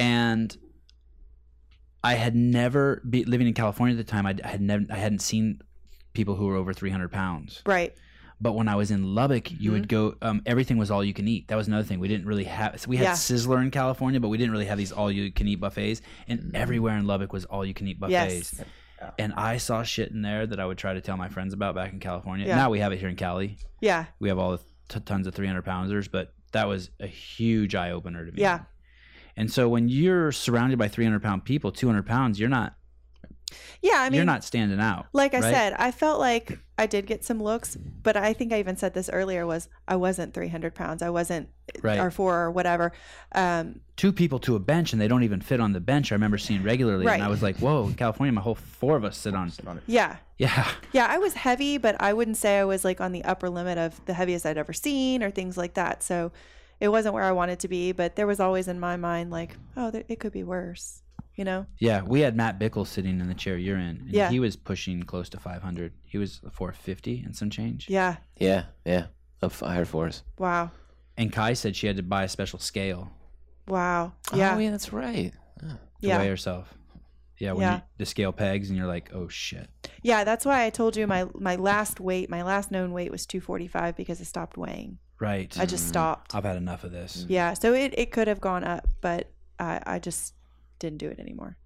Speaker 1: and I had never be living in California at the time. I d- I had never, I hadn't seen people who were over 300 pounds.
Speaker 2: Right.
Speaker 1: But when I was in Lubbock, you would
Speaker 2: Mm-hmm.
Speaker 1: go. Um, everything was all you can eat. That was another thing. We didn't really have. So we had
Speaker 2: Yeah.
Speaker 1: Sizzler in California, but we didn't really have these all you can eat buffets. And everywhere in Lubbock was all you can eat buffets.
Speaker 2: Mm-hmm. Yes.
Speaker 1: And I saw shit in there that I would try to tell my friends about back in California.
Speaker 2: Yeah.
Speaker 1: Now we have it here in Cali.
Speaker 2: Yeah.
Speaker 1: We have all the t- tons of 300 pounders, but that was a huge eye opener to me.
Speaker 2: Yeah.
Speaker 1: And so when you're surrounded by 300 pound people, 200 pounds, you're not
Speaker 2: Yeah. I mean,
Speaker 1: you're not standing out.
Speaker 2: like I
Speaker 1: right?
Speaker 2: said, I felt like I did get some looks, but I think I even said this earlier was I wasn't 300 pounds. I wasn't
Speaker 1: Right.
Speaker 2: or four or whatever. Um,
Speaker 1: two people to a bench and they don't even fit on the bench. I remember seeing regularly,
Speaker 2: Right.
Speaker 1: and I was like, "Whoa, California! My whole four of us sit on."
Speaker 2: yeah.
Speaker 1: Yeah,
Speaker 2: Yeah. I was heavy, but I wouldn't say I was like on the upper limit of the heaviest I'd ever seen or things like that. So it wasn't where I wanted to be, but there was always in my mind like, oh, there, it could be worse, you know?
Speaker 1: yeah. We had Matt Bickle sitting in the chair you're in, and
Speaker 2: Yeah.
Speaker 1: he was pushing close to 500. He was 450 and some change.
Speaker 2: Yeah.
Speaker 4: Yeah, yeah. Up higher fours.
Speaker 2: Wow.
Speaker 1: And Kai said she had to buy a special scale
Speaker 2: Wow. Yeah.
Speaker 4: Oh, yeah, that's right.
Speaker 1: to
Speaker 2: yeah.
Speaker 1: weigh herself. Yeah, when
Speaker 2: Yeah.
Speaker 1: You, the scale pegs, and you're like, "Oh shit!"
Speaker 2: Yeah, that's why I told you my my last weight, my last known weight was 245 because I stopped weighing.
Speaker 1: Right.
Speaker 2: I just stopped.
Speaker 1: I've had enough of this.
Speaker 2: Yeah, so it, it could have gone up, but I, I just didn't do it anymore.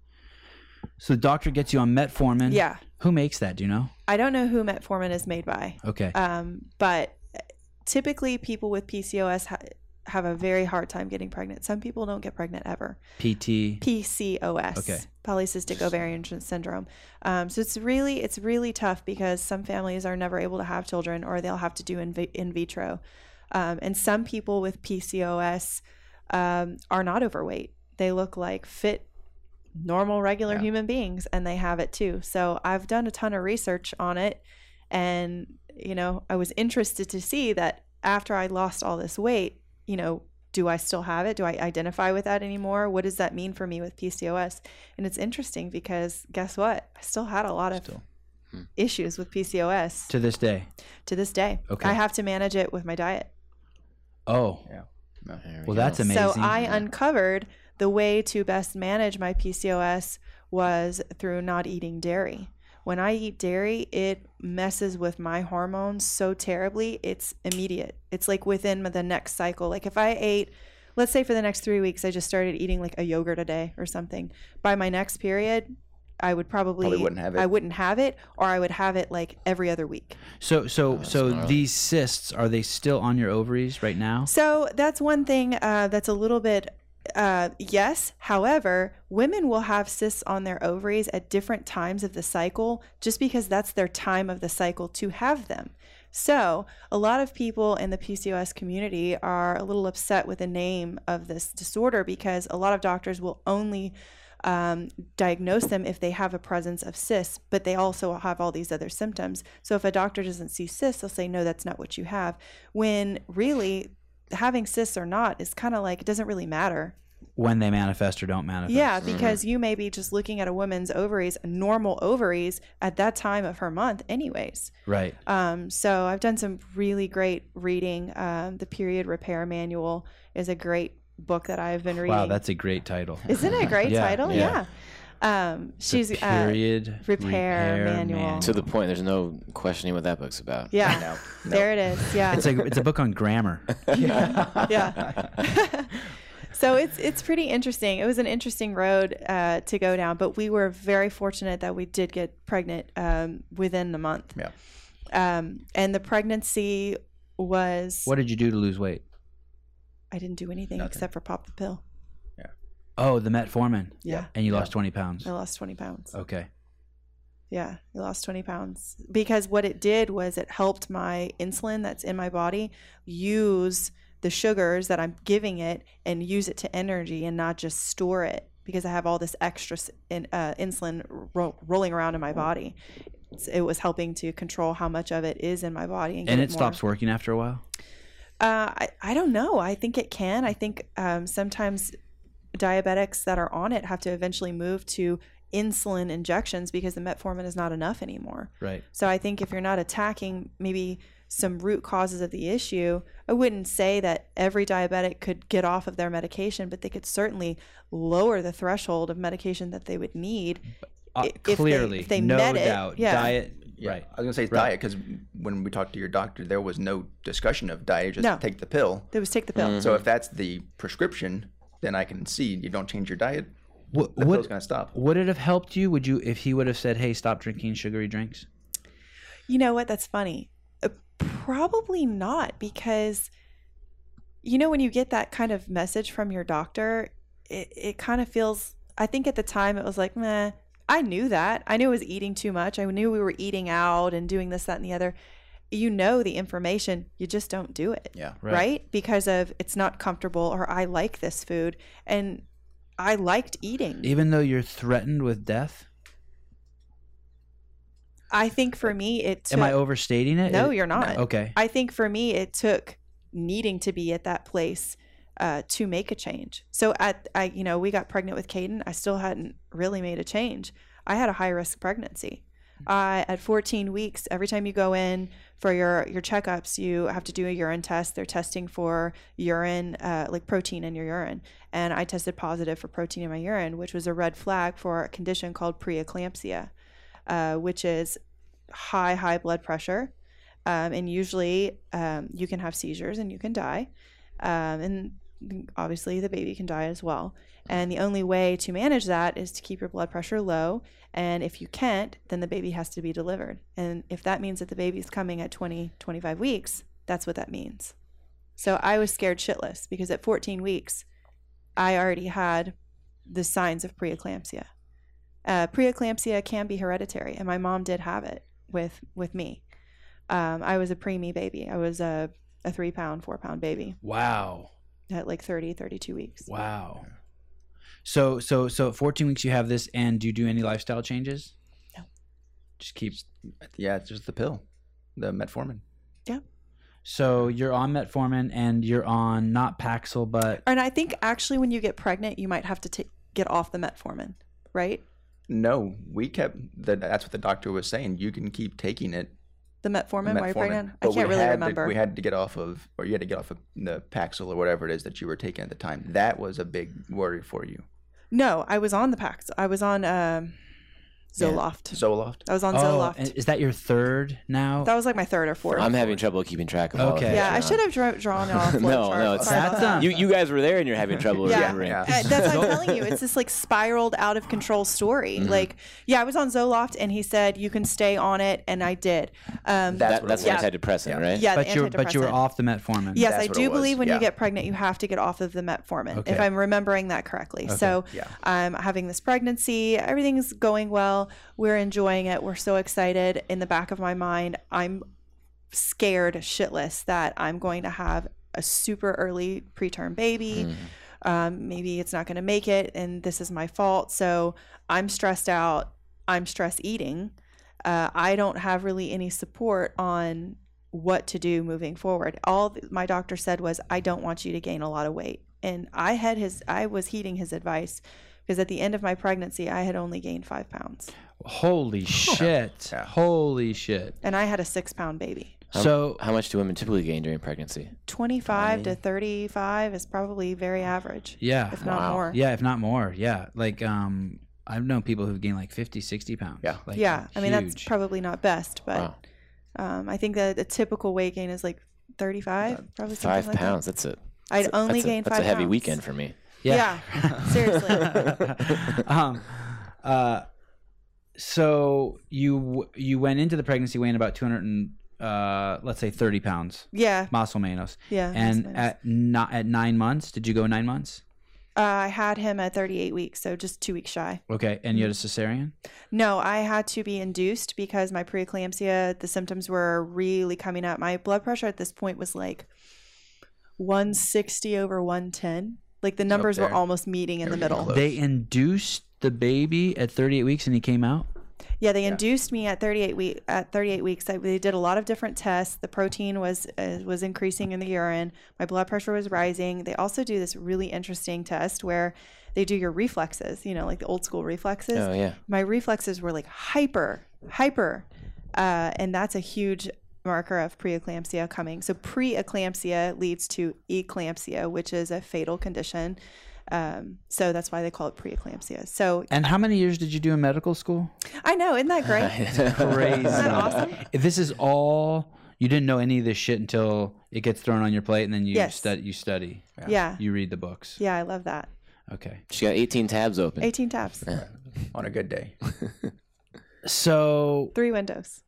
Speaker 1: So the doctor gets you on metformin.
Speaker 2: Yeah,
Speaker 1: Who makes that? Do you know?
Speaker 2: I don't know who metformin is made by,
Speaker 1: Okay.
Speaker 2: um, but typically people with PCOS ha- have a very hard time getting pregnant. Some people don't get pregnant ever.
Speaker 1: PT.
Speaker 2: PCOS,
Speaker 1: Okay.
Speaker 2: polycystic ovarian tr- syndrome. Um, so it's really it's really tough because some families are never able to have children, or they'll have to do in, vi- in vitro. Um, and some people with PCOS um, are not overweight. They look like fit, normal, regular
Speaker 4: Yeah.
Speaker 2: human beings, and they have it too. So I've done a ton of research on it, and you know I was interested to see that after I lost all this weight, you know, do I still have it? Do I identify with that anymore? What does that mean for me with PCOS? And it's interesting because guess what? I still had a lot of
Speaker 3: Still.
Speaker 4: Hmm.
Speaker 2: issues with PCOS to,
Speaker 1: To this day.
Speaker 2: this day.
Speaker 1: Okay.
Speaker 2: I have to manage it with my diet.
Speaker 1: Oh,
Speaker 4: There we
Speaker 1: Well,
Speaker 4: go.
Speaker 1: that's amazing.
Speaker 2: So I
Speaker 1: Yeah.
Speaker 2: uncovered the way to best manage my PCOS was through not eating dairy. When I eat dairy, it messes with my hormones so terribly. It's immediate. It's like within the next cycle. Like if I ate, let's say for the next three weeks, I just started eating like a yogurt a day or something. By my next period, I would probably,
Speaker 3: Probably wouldn't have it.
Speaker 2: I wouldn't have it, or I would have it like every other week.
Speaker 1: So so
Speaker 4: that's
Speaker 1: so
Speaker 4: gnarly.
Speaker 1: these cysts are they still on your ovaries right now?
Speaker 2: So that's one thing uh, that's a little bit. Uh, yes. However, women will have cysts on their ovaries at different times of the cycle just because that's their time of the cycle to have them. So, a lot of people in the PCOS community are a little upset with the name of this disorder because a lot of doctors will only um, diagnose them if they have a presence of cysts, but they also have all these other symptoms. So, if a doctor doesn't see cysts, they'll say, No, that's not what you have. When really, having cysts or not is kind of like it doesn't really matter.
Speaker 1: When they manifest or don't manifest?
Speaker 2: Yeah, because you may be just looking at a woman's ovaries, normal ovaries, at that time of her month, anyways.
Speaker 1: Right.
Speaker 2: Um, so I've done some really great reading. Um, the Period Repair Manual is a great book that I've been reading.
Speaker 1: Wow, that's a great title.
Speaker 2: Isn't it a great
Speaker 1: Yeah,
Speaker 2: title?
Speaker 1: yeah.
Speaker 2: Yeah. Um,
Speaker 1: The
Speaker 2: she's uh,
Speaker 1: period
Speaker 2: repair manual.
Speaker 4: to the point. There's no questioning what that book's about.
Speaker 2: yeah.
Speaker 3: No, no.
Speaker 2: There it is. Yeah.
Speaker 1: It's a it's a book on grammar.
Speaker 2: yeah. so it's it's pretty interesting. It was an interesting road uh, to go down, but we were very fortunate that we did get pregnant um, within the month.
Speaker 3: Yeah.
Speaker 2: Um, and the pregnancy was
Speaker 1: What did you do to lose weight?
Speaker 2: I didn't do anything
Speaker 3: Nothing.
Speaker 2: except for pop the pill.
Speaker 1: Oh, the metformin,
Speaker 2: Yeah.
Speaker 1: and you lost twenty pounds.
Speaker 2: I lost 20 pounds.
Speaker 1: Okay.
Speaker 2: Yeah, you lost 20 pounds because what it did was it helped my insulin that's in my body use the sugars that I'm giving it and use it to energy and not just store it because I have all this extra s- in, uh, insulin ro- rolling around in my body. It's- It was helping to control how much of it is in my body, and, get
Speaker 1: and it
Speaker 2: more.
Speaker 1: stops working after a while.
Speaker 2: Uh, I, I don't know. I think it can. I think um, sometimes diabetics that are on it have to eventually move to insulin injections because the metformin is not enough anymore.
Speaker 1: Right.
Speaker 2: So I think if you're not attacking maybe some root causes of the issue, I wouldn't say that every diabetic could get off of their medication, but they could certainly lower the threshold of medication that they would need.
Speaker 1: Uh,
Speaker 2: I- if they-
Speaker 1: clearly,
Speaker 2: if they
Speaker 1: no
Speaker 2: met it,
Speaker 1: doubt.
Speaker 2: yeah.
Speaker 1: Diet.
Speaker 3: Yeah.
Speaker 1: Right.
Speaker 3: I was gonna say it's
Speaker 1: Right.
Speaker 3: diet because when we talked to your doctor, there was no discussion of diet. Just
Speaker 2: No.
Speaker 3: take the pill.
Speaker 2: They was take the pill.
Speaker 1: Mm-hmm.
Speaker 3: So if that's the prescription, then I can see you don't change your diet.
Speaker 1: What,
Speaker 3: The pill's
Speaker 1: would,
Speaker 3: gonna stop.
Speaker 1: would it have helped you? Would you if he would have said, "Hey, stop drinking sugary drinks"?
Speaker 2: You know what? That's funny. Uh, Probably not because you know when you get that kind of message from your doctor, it, it kind of feels I think at the time it was like, meh, I knew that. I knew I was eating too much. I knew we were eating out and doing this, that, and the other. You know the information, you just don't do it
Speaker 3: Yeah.
Speaker 1: Right.
Speaker 2: right. Because of it's not comfortable or I like this food and I liked eating.
Speaker 1: Even though you're threatened with death,
Speaker 2: I think for me it took
Speaker 1: am I overstating it?
Speaker 2: No,
Speaker 1: It-
Speaker 2: you're not.
Speaker 1: Okay.
Speaker 2: I think for me, it took needing to be at that place uh, to make a change. So at I, you know, we got pregnant with Caden. I still hadn't really made a change. I had a high risk pregnancy. I at 14 weeks, every time you go in for your your checkups, you have to do a urine test. They're testing for urine, uh, like protein in your urine, and I tested positive for protein in my urine, which was a red flag for a condition called preeclampsia, uh, which is high high blood pressure um, and usually um, you can have seizures and you can die um, and obviously the baby can die as well and the only way to manage that is to keep your blood pressure low and if you can't then the baby has to be delivered and if that means that the baby's coming at 20 25 weeks that's what that means so i was scared shitless because at 14 weeks i already had the signs of preeclampsia uh, preeclampsia can be hereditary and my mom did have it with with me um, I was a preemie baby. I was a, a three pound, four pound baby
Speaker 1: Wow.
Speaker 2: at like 30, 32 weeks.
Speaker 1: Wow. So so so at 14 weeks you have this, and do you do any lifestyle changes?
Speaker 2: No.
Speaker 1: Just keep.
Speaker 3: Yeah, it's just the pill, the metformin.
Speaker 1: So you're on metformin, and you're on not Paxil, but
Speaker 2: And I think actually when you get pregnant, you might have to ta- get off the metformin, right?
Speaker 3: No, we kept that. That's what the doctor was saying. You can keep taking it.
Speaker 2: The
Speaker 3: the
Speaker 2: metformin, while you're
Speaker 3: metformin,
Speaker 2: pregnant? I
Speaker 3: but we
Speaker 2: can't really
Speaker 3: had to-
Speaker 2: remember.
Speaker 3: we had to get off of, or you had to get off of the Paxil or whatever it is that you were taking at the time. That was a big worry for you.
Speaker 2: no, I was on the Pax. I was on um,
Speaker 3: Yeah.
Speaker 2: Zoloft.
Speaker 3: Zoloft.
Speaker 2: I was on
Speaker 1: oh,
Speaker 2: Zoloft.
Speaker 1: and is that your third now?
Speaker 2: that was like my third or fourth.
Speaker 4: I'm having trouble keeping track of all of
Speaker 1: Okay.
Speaker 4: that,
Speaker 2: yeah, I
Speaker 4: John.
Speaker 2: should have dra- drawn off.
Speaker 4: No, no, it's-
Speaker 1: That's, um,
Speaker 4: You, you guys were there and you're having trouble
Speaker 2: Yeah.
Speaker 4: remembering.
Speaker 3: Yeah.
Speaker 2: Uh, that's what I'm telling you. It's this like spiraled out of control story.
Speaker 3: Mm-hmm.
Speaker 2: Like, yeah, I was on Zoloft and he said you can stay on it, and I did. Um,
Speaker 3: That's
Speaker 4: That,
Speaker 3: what it
Speaker 4: that's
Speaker 3: was.
Speaker 4: antidepressant, right?
Speaker 2: yeah, the
Speaker 1: but you but you were
Speaker 2: antidepressant.
Speaker 1: off the metformin.
Speaker 2: Yes,
Speaker 3: That's
Speaker 2: I
Speaker 3: what
Speaker 2: do
Speaker 3: it was.
Speaker 2: believe when
Speaker 3: Yeah.
Speaker 2: you get pregnant, you have to get off of the metformin,
Speaker 1: Okay.
Speaker 2: if I'm remembering that correctly. So
Speaker 3: Yeah.
Speaker 2: I'm having this pregnancy, everything's going well. We're enjoying it. We're so excited. In the back of my mind, I'm scared shitless that I'm going to have a super early preterm baby.
Speaker 4: Mm.
Speaker 2: Um, maybe it's not going to make it, and this is my fault. So I'm stressed out. I'm stress eating. Uh, I don't have really any support on what to do moving forward. All th- my doctor said was, I don't want you to gain a lot of weight. And I had his, I was heeding his advice because at the end of my pregnancy, I had only gained five pounds
Speaker 1: Holy shit.
Speaker 3: Yeah.
Speaker 1: Holy shit.
Speaker 2: and I had a six pound baby.
Speaker 1: So
Speaker 4: How much do women typically gain during pregnancy?
Speaker 2: 25 to 35 is probably very average,
Speaker 1: yeah.
Speaker 2: if not
Speaker 4: Wow.
Speaker 2: more.
Speaker 1: Yeah, if not more. Yeah. Like um I've known people who've gained like 50, 60 pounds.
Speaker 3: Yeah.
Speaker 1: Like,
Speaker 2: Yeah, I mean, that's
Speaker 1: huge.
Speaker 2: probably not best, but
Speaker 4: Wow.
Speaker 2: um, I think that the typical weight gain is like 35, probably something
Speaker 4: Five
Speaker 2: like that.
Speaker 4: pounds. That's a
Speaker 2: I'd only
Speaker 4: that's a,
Speaker 2: gained
Speaker 4: that's
Speaker 2: five
Speaker 4: a heavy
Speaker 2: pounds.
Speaker 4: weekend for me.
Speaker 2: Yeah. Seriously.
Speaker 1: um uh so you w- you went into the pregnancy weighing about 200 and uh let's say 30 pounds
Speaker 2: Yeah.
Speaker 1: muscle manos.
Speaker 2: Yeah.
Speaker 1: and
Speaker 2: that's nice.
Speaker 1: at not at 9 months, did you go 9 months?
Speaker 2: Uh, I had him at 38 weeks, so just two weeks shy.
Speaker 1: Okay, and you had a
Speaker 2: Mm-hmm.
Speaker 1: cesarean.
Speaker 2: No, I had to be induced because my preeclampsia, the symptoms were really coming up. My blood pressure at this point was like 160 over 110. Like the numbers were
Speaker 3: there.
Speaker 2: almost meeting in the
Speaker 3: There we go.
Speaker 2: middle.
Speaker 3: Close.
Speaker 1: They induced the baby at 38 weeks, and he came out.
Speaker 2: Yeah, they induced me at 38 week at 38 weeks. I, they did a lot of different tests. The protein was uh, was increasing in the urine. My blood pressure was rising. They also do this really interesting test where they do your reflexes, you know, like the old school reflexes.
Speaker 4: Oh yeah.
Speaker 2: my reflexes were like hyper, hyper. Uh, and that's a huge marker of preeclampsia coming. So, preeclampsia leads to eclampsia, which is a fatal condition. Um, so, that's why they call it preeclampsia. So,
Speaker 1: And how many years did you do in medical school?
Speaker 2: I know, isn't that great?
Speaker 1: Crazy.
Speaker 2: Isn't that awesome?
Speaker 1: This is all you didn't know any of this shit until it gets thrown on your plate, and then you
Speaker 2: Yes.
Speaker 1: stud- you study,
Speaker 2: Yeah.
Speaker 1: you read the books.
Speaker 2: Yeah, I love that.
Speaker 1: Okay.
Speaker 4: She got 18 tabs open.
Speaker 2: 18 taps,
Speaker 3: on a good day.
Speaker 1: So
Speaker 2: three windows.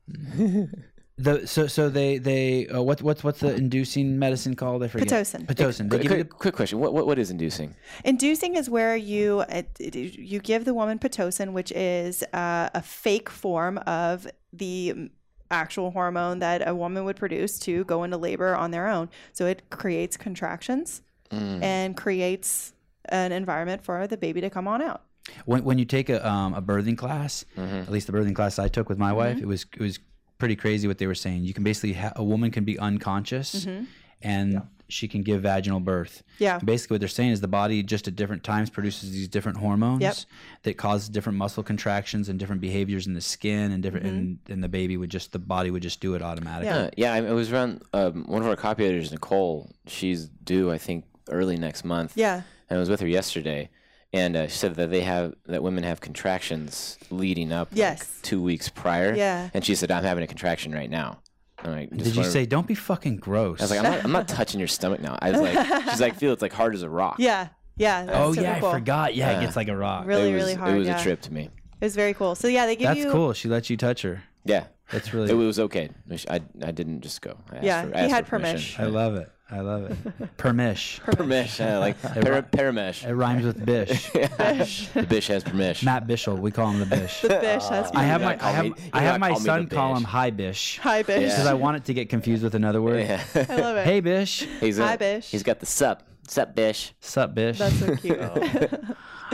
Speaker 1: the so so they they uh, what what's what's the inducing medicine called? I forget.
Speaker 2: Pitocin.
Speaker 1: Pitocin. They
Speaker 4: Quick,
Speaker 1: give you
Speaker 4: quick, quick question. What, what what is inducing?
Speaker 2: Inducing is where you uh, you give the woman pitocin, which is uh, a fake form of the actual hormone that a woman would produce to go into labor on their own. So it creates contractions
Speaker 1: Mm.
Speaker 2: and creates an environment for the baby to come on out.
Speaker 1: the, when when you take a um, a birthing class,
Speaker 4: Mm-hmm.
Speaker 1: at least the birthing class I took with my
Speaker 2: Mm-hmm.
Speaker 1: wife, it was it was pretty crazy what they were saying. You can basically ha- a woman can be unconscious,
Speaker 2: Mm-hmm.
Speaker 1: and she can give vaginal birth.
Speaker 2: Yeah.
Speaker 1: And basically, what they're saying is the body just at different times produces these different hormones
Speaker 2: Yep.
Speaker 1: that cause different muscle contractions and different behaviors in the skin and different
Speaker 2: Mm-hmm.
Speaker 1: and, and the baby would just the body would just do it automatically.
Speaker 4: Uh, yeah, I, it was around um, one of our copy editors, Nicole. She's due, I think, early next month.
Speaker 2: Yeah.
Speaker 4: And I was with her yesterday, and uh, she said that they have that women have contractions leading up. like,
Speaker 2: Yes.
Speaker 4: two weeks prior.
Speaker 2: Yeah.
Speaker 4: And she said, "I'm having a contraction right now." I'm like, just
Speaker 1: Did you
Speaker 4: wanna-
Speaker 1: say don't be fucking gross?
Speaker 4: I was like, I'm not, "I'm not touching your stomach now." I was like, "She's like, feel it's like hard as a rock."
Speaker 2: Yeah. Yeah. That's
Speaker 1: oh
Speaker 2: super
Speaker 1: yeah,
Speaker 2: cool.
Speaker 1: I forgot. Yeah, it gets like a rock.
Speaker 4: It
Speaker 2: Really,
Speaker 4: was,
Speaker 2: really hard.
Speaker 4: It was
Speaker 2: yeah.
Speaker 4: a trip to me.
Speaker 2: It was very cool. So yeah, they give
Speaker 1: That's
Speaker 2: you
Speaker 1: cool. She lets you touch her.
Speaker 4: Yeah.
Speaker 1: That's really.
Speaker 4: It was okay. I, I didn't just go. I asked
Speaker 2: Yeah,
Speaker 4: for- I
Speaker 2: he
Speaker 4: asked
Speaker 2: had
Speaker 4: for
Speaker 1: I love it. I love it. Permish.
Speaker 4: Permish, yeah, like para, paramesh.
Speaker 1: It rhymes with bish.
Speaker 4: The bish has permish.
Speaker 1: Matt Bishel. We call him the bish.
Speaker 2: the fish. That's
Speaker 1: I have
Speaker 4: You
Speaker 1: my
Speaker 4: gotta
Speaker 1: I
Speaker 4: call
Speaker 1: have
Speaker 4: me- you
Speaker 1: I
Speaker 4: gotta
Speaker 1: have my
Speaker 4: call me
Speaker 1: son
Speaker 4: the
Speaker 1: call him
Speaker 4: bish.
Speaker 1: hi bish
Speaker 2: hi bish.
Speaker 1: because I want it to get confused with another word.
Speaker 2: I love it.
Speaker 1: Hey bish.
Speaker 4: He's
Speaker 2: Hi,
Speaker 4: a-
Speaker 2: Bish.
Speaker 4: He's got the sup. Sup, Bish.
Speaker 1: Sup bish.
Speaker 2: That's so cute.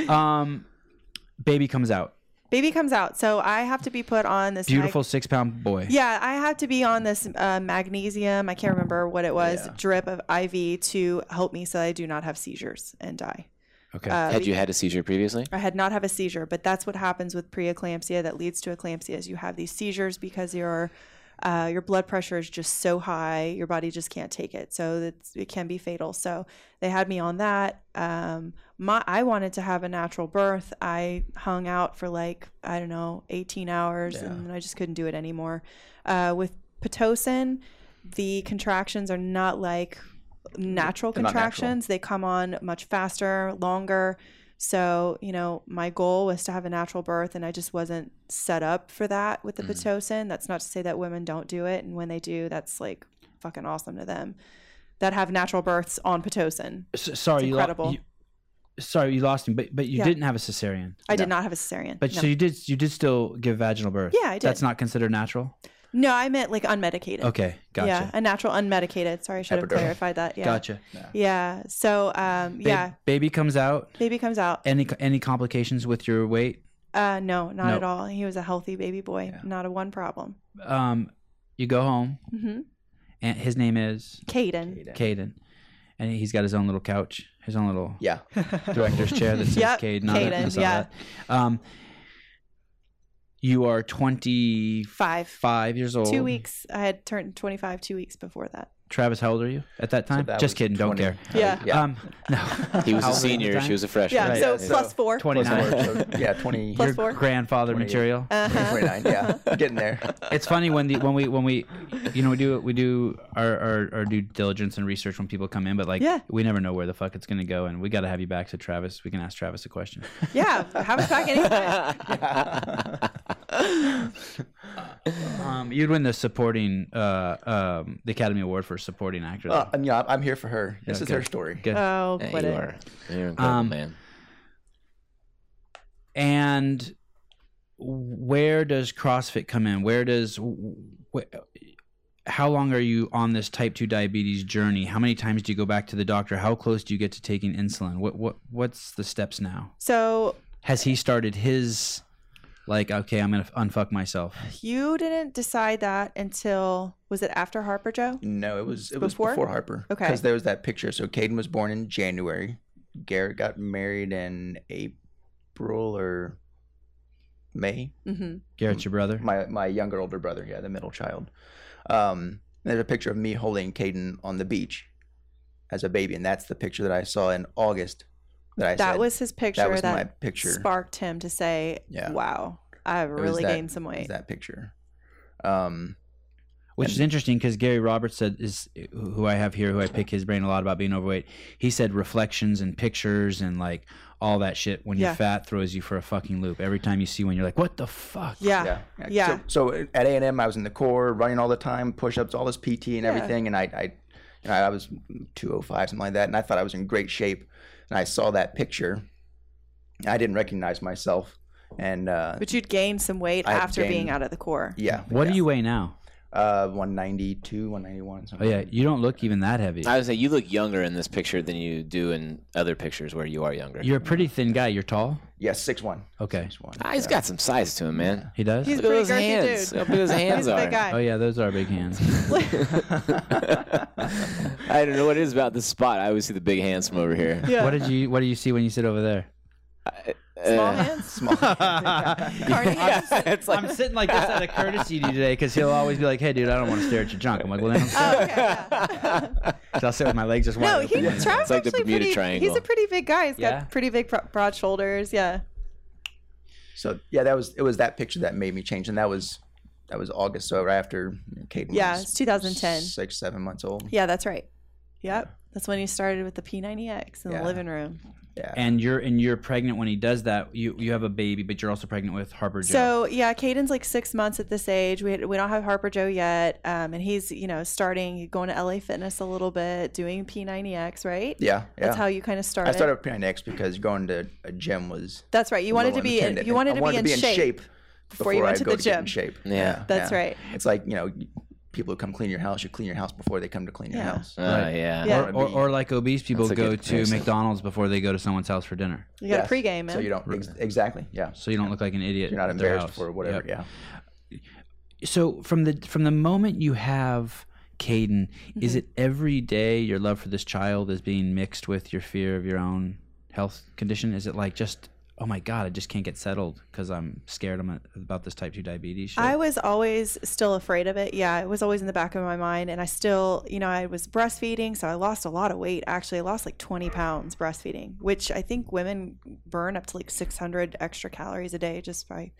Speaker 1: Um, baby comes out.
Speaker 2: baby comes out, so I have to be put on this
Speaker 1: Beautiful six pound boy.
Speaker 2: Yeah, I had to be on this uh, magnesium. I can't remember what it was. Drip of IV to help me so I do not have seizures and die.
Speaker 1: Okay.
Speaker 2: Uh,
Speaker 4: Had you had a seizure previously?
Speaker 2: I had not have a seizure, but that's what happens with preeclampsia that leads to eclampsia. Is you have these seizures because your uh, your blood pressure is just so high, your body just can't take it. So it's, it can be fatal. So they had me on that. Um, my I wanted to have a natural birth. I hung out for like I don't know 18 hours, and I just couldn't do it anymore. Uh, with pitocin, the contractions are not like natural
Speaker 3: not natural.
Speaker 2: contractions. They come on much faster, longer. So, you know, my goal was to have a natural birth and I just wasn't set up for that with the
Speaker 1: Mm.
Speaker 2: Pitocin. That's not to say that women don't do it. And when they do, that's like fucking awesome to them that have natural births on Pitocin.
Speaker 1: S- sorry,
Speaker 2: it's
Speaker 1: you, lo-
Speaker 2: incredible.
Speaker 1: you Sorry, you lost him, but but you
Speaker 2: Yeah.
Speaker 1: didn't have a cesarean.
Speaker 2: I did not have a cesarean.
Speaker 1: But
Speaker 2: no.
Speaker 1: so you did you did still give vaginal birth.
Speaker 2: Yeah, I did.
Speaker 1: That's not considered natural.
Speaker 2: no, I meant like unmedicated.
Speaker 1: Okay, gotcha.
Speaker 2: Yeah, a natural unmedicated. Sorry, I should have
Speaker 3: Epidural.
Speaker 2: clarified that. Yeah.
Speaker 1: Gotcha.
Speaker 2: Yeah. So, um,
Speaker 1: Ba-
Speaker 2: yeah,
Speaker 1: Baby comes out.
Speaker 2: baby comes out.
Speaker 1: Any any complications with your weight?
Speaker 2: Uh, no, not
Speaker 1: No.
Speaker 2: at all. He was a healthy baby boy. Not a one problem.
Speaker 1: Um, you go home,
Speaker 2: Mm-hmm.
Speaker 1: and his name is
Speaker 2: Caden.
Speaker 1: Caden, and he's got his own little couch, his own little
Speaker 3: Yeah,
Speaker 1: director's chair that says
Speaker 2: Yep,
Speaker 1: Caden. on it. I
Speaker 2: Caden,
Speaker 1: saw
Speaker 2: yeah.
Speaker 1: that. Um, you are twenty
Speaker 2: Five.
Speaker 1: five years old.
Speaker 2: Two weeks. I had turned 25 two weeks before that.
Speaker 1: Travis, how old are you at that time?
Speaker 3: that
Speaker 1: Just
Speaker 3: was
Speaker 1: kidding. Don't
Speaker 3: 20.
Speaker 1: care.
Speaker 2: Yeah.
Speaker 3: Yeah.
Speaker 1: Um, no.
Speaker 4: He was
Speaker 1: How
Speaker 4: a
Speaker 1: old at the
Speaker 4: senior.
Speaker 1: time?
Speaker 4: She was a freshman.
Speaker 2: Uh, Yeah.
Speaker 3: Right.
Speaker 2: So
Speaker 3: Yeah, so-
Speaker 2: plus four.
Speaker 1: twenty
Speaker 3: Plus
Speaker 1: nine.
Speaker 3: four, so, yeah, 20,
Speaker 2: Plus four.
Speaker 1: Grandfather
Speaker 3: 28.
Speaker 1: material.
Speaker 2: Uh-huh.
Speaker 3: 29, yeah, getting there.
Speaker 1: it's funny when the when we when we you know we do we do our, our, our due diligence and research when people come in, but like
Speaker 2: Yeah.
Speaker 1: we never know where the fuck it's gonna go, and we got to have you back to Travis. We can ask Travis a question.
Speaker 2: Yeah. Have us back anytime.
Speaker 1: Um, you'd win the supporting uh, um, the Academy Award for supporting actor.
Speaker 3: Uh,
Speaker 1: though.
Speaker 3: and yeah, I'm here for her. This
Speaker 1: Yeah,
Speaker 3: is
Speaker 1: good.
Speaker 3: her story.
Speaker 1: Good.
Speaker 2: Oh,
Speaker 4: Yeah,
Speaker 2: quit
Speaker 4: you
Speaker 2: it.
Speaker 4: are. You're incredible,
Speaker 1: Um,
Speaker 4: man.
Speaker 1: and where does CrossFit come in? Where does wh- how long are you on this type two diabetes journey? How many times do you go back to the doctor? How close do you get to taking insulin? What what what's the steps now?
Speaker 2: So
Speaker 1: Has he started his like okay, I'm gonna unfuck myself?
Speaker 2: you didn't decide that until was it after Harper Joe?
Speaker 3: No, it was it was
Speaker 2: Before?
Speaker 3: before, Harper.
Speaker 2: Okay.
Speaker 3: Because there was that picture. So Caden was born in January. Garrett got married in April or May.
Speaker 2: Mm-hmm.
Speaker 1: Garrett's your brother.
Speaker 3: My my younger older brother, yeah, the middle child. Um, there's a picture of me holding Caden on the beach as a baby, and that's the picture that I saw in August. That I
Speaker 2: That
Speaker 3: said,
Speaker 2: was his picture.
Speaker 3: that was
Speaker 2: that
Speaker 3: my picture.
Speaker 2: sparked him to say,
Speaker 3: Yeah.
Speaker 2: "Wow, I've
Speaker 3: was
Speaker 2: really
Speaker 3: that-
Speaker 2: gained some
Speaker 3: is
Speaker 2: weight."
Speaker 3: that picture. Um,
Speaker 1: Which is interesting because Gary Roberts said is who I have here, who I pick his brain a lot about being overweight. He said reflections and pictures and like all that shit when
Speaker 2: Yeah.
Speaker 1: you're fat throws you for a fucking loop. Every time you see one, you're like, what the fuck?
Speaker 2: yeah.
Speaker 3: yeah.
Speaker 2: Yeah.
Speaker 3: So, so at A and M, I was in the core, running all the time, push-ups, all this PT and
Speaker 2: Yeah.
Speaker 3: everything, and I, I, you know, I was 205 something like that, and I thought I was in great shape, and I saw that picture, and I didn't recognize myself, and uh,
Speaker 2: But you'd gained some weight
Speaker 3: I had
Speaker 2: after being
Speaker 3: gained-
Speaker 2: out of the core.
Speaker 3: yeah,
Speaker 1: What
Speaker 3: yeah.
Speaker 1: do you weigh now?
Speaker 3: Uh, 192, 191.
Speaker 1: Oh
Speaker 3: Something.
Speaker 1: yeah, you don't look even that heavy.
Speaker 4: I would say you look younger in this picture than you do in other pictures where you are younger.
Speaker 1: You're a pretty thin guy. You're tall.
Speaker 3: yeah, six one.
Speaker 1: Okay.
Speaker 3: Six one.
Speaker 4: Ah, he's got some size to him, man.
Speaker 1: He does.
Speaker 2: He's a
Speaker 4: Look at
Speaker 2: pretty
Speaker 4: those
Speaker 2: girthy
Speaker 4: hands.
Speaker 2: dude.
Speaker 4: How big those hands
Speaker 2: He's a
Speaker 4: are.
Speaker 2: big guy.
Speaker 1: oh yeah, those are big hands.
Speaker 4: I don't know what it is about this spot. I always see the big hands from over here.
Speaker 2: Yeah.
Speaker 1: What did you What do you see when you sit over there?
Speaker 2: Small
Speaker 4: Uh,
Speaker 2: hands.
Speaker 3: Small.
Speaker 2: Carney
Speaker 4: yeah,
Speaker 2: hands.
Speaker 4: it's like
Speaker 1: I'm sitting like this out of courtesy to you today because he'll always be like, "Hey, dude, I don't want to stare at your junk." I'm like, "Well, then I'll sit."
Speaker 2: Oh, okay, yeah.
Speaker 1: So I'll sit with my legs just wide
Speaker 2: Oh. No,
Speaker 1: open.
Speaker 2: he,
Speaker 1: like-
Speaker 2: Trav's
Speaker 4: It's like the
Speaker 2: actually
Speaker 4: Bermuda
Speaker 2: pretty. He's
Speaker 4: Triangle.
Speaker 2: a pretty big guy. He's got
Speaker 1: Yeah.
Speaker 2: pretty big, bro- broad shoulders. Yeah.
Speaker 3: So yeah, that was it. Was that picture that made me change, and that was that was August, so right after Caden.
Speaker 2: Yeah,
Speaker 3: was
Speaker 2: it's 2010.
Speaker 3: Six, seven months old.
Speaker 2: Yeah, that's right. Yep. That's when he started with the P90X in
Speaker 3: Yeah.
Speaker 2: the living room.
Speaker 3: Yeah.
Speaker 1: and you're and you're pregnant when he does that. You you have a baby, but you're also pregnant with Harper Joe.
Speaker 2: So yeah, Caden's like six months at this age. We we don't have Harper Joe yet, um, and he's you know starting going to LA Fitness a little bit, doing P90X, right?
Speaker 3: yeah. Yeah.
Speaker 2: That's how you kind of started.
Speaker 3: I started with P90X because going to a gym was
Speaker 2: That's right. You wanted to be in, you wanted to be in, shape. before you went
Speaker 3: I
Speaker 2: to
Speaker 3: go
Speaker 2: the
Speaker 3: get
Speaker 2: gym.
Speaker 3: in shape.
Speaker 4: Yeah.
Speaker 2: That's right.
Speaker 3: It's like you know, people who come clean your house. You clean your house before they come to clean your
Speaker 2: Yeah.
Speaker 3: house.
Speaker 4: uh,
Speaker 1: Right.
Speaker 4: yeah.
Speaker 2: Yeah.
Speaker 1: or, or, or like obese people
Speaker 4: That's a
Speaker 1: go
Speaker 4: good
Speaker 1: to
Speaker 4: comparison.
Speaker 1: McDonald's before they go to someone's house for dinner,
Speaker 2: You got
Speaker 3: Yes.
Speaker 2: a pregame, man.
Speaker 3: So you don't ex- exactly. Yeah.
Speaker 1: so you don't look like an idiot.
Speaker 3: You're not
Speaker 1: at their
Speaker 3: embarrassed
Speaker 1: house.
Speaker 3: for whatever.
Speaker 1: Yep.
Speaker 3: Yeah.
Speaker 1: So from the from the moment you have Caden,
Speaker 2: Mm-hmm.
Speaker 1: is it every day your love for this child is being mixed with your fear of your own health condition? Is it like just oh my god, I just can't get settled because I'm scared I'm a- about this type two diabetes? Shit?
Speaker 2: I was always still afraid of it. Yeah, it was always in the back of my mind. And I still, you know, I was breastfeeding, so I lost a lot of weight. Actually, I lost like 20 pounds breastfeeding, which I think women burn up to like 600 extra calories a day just by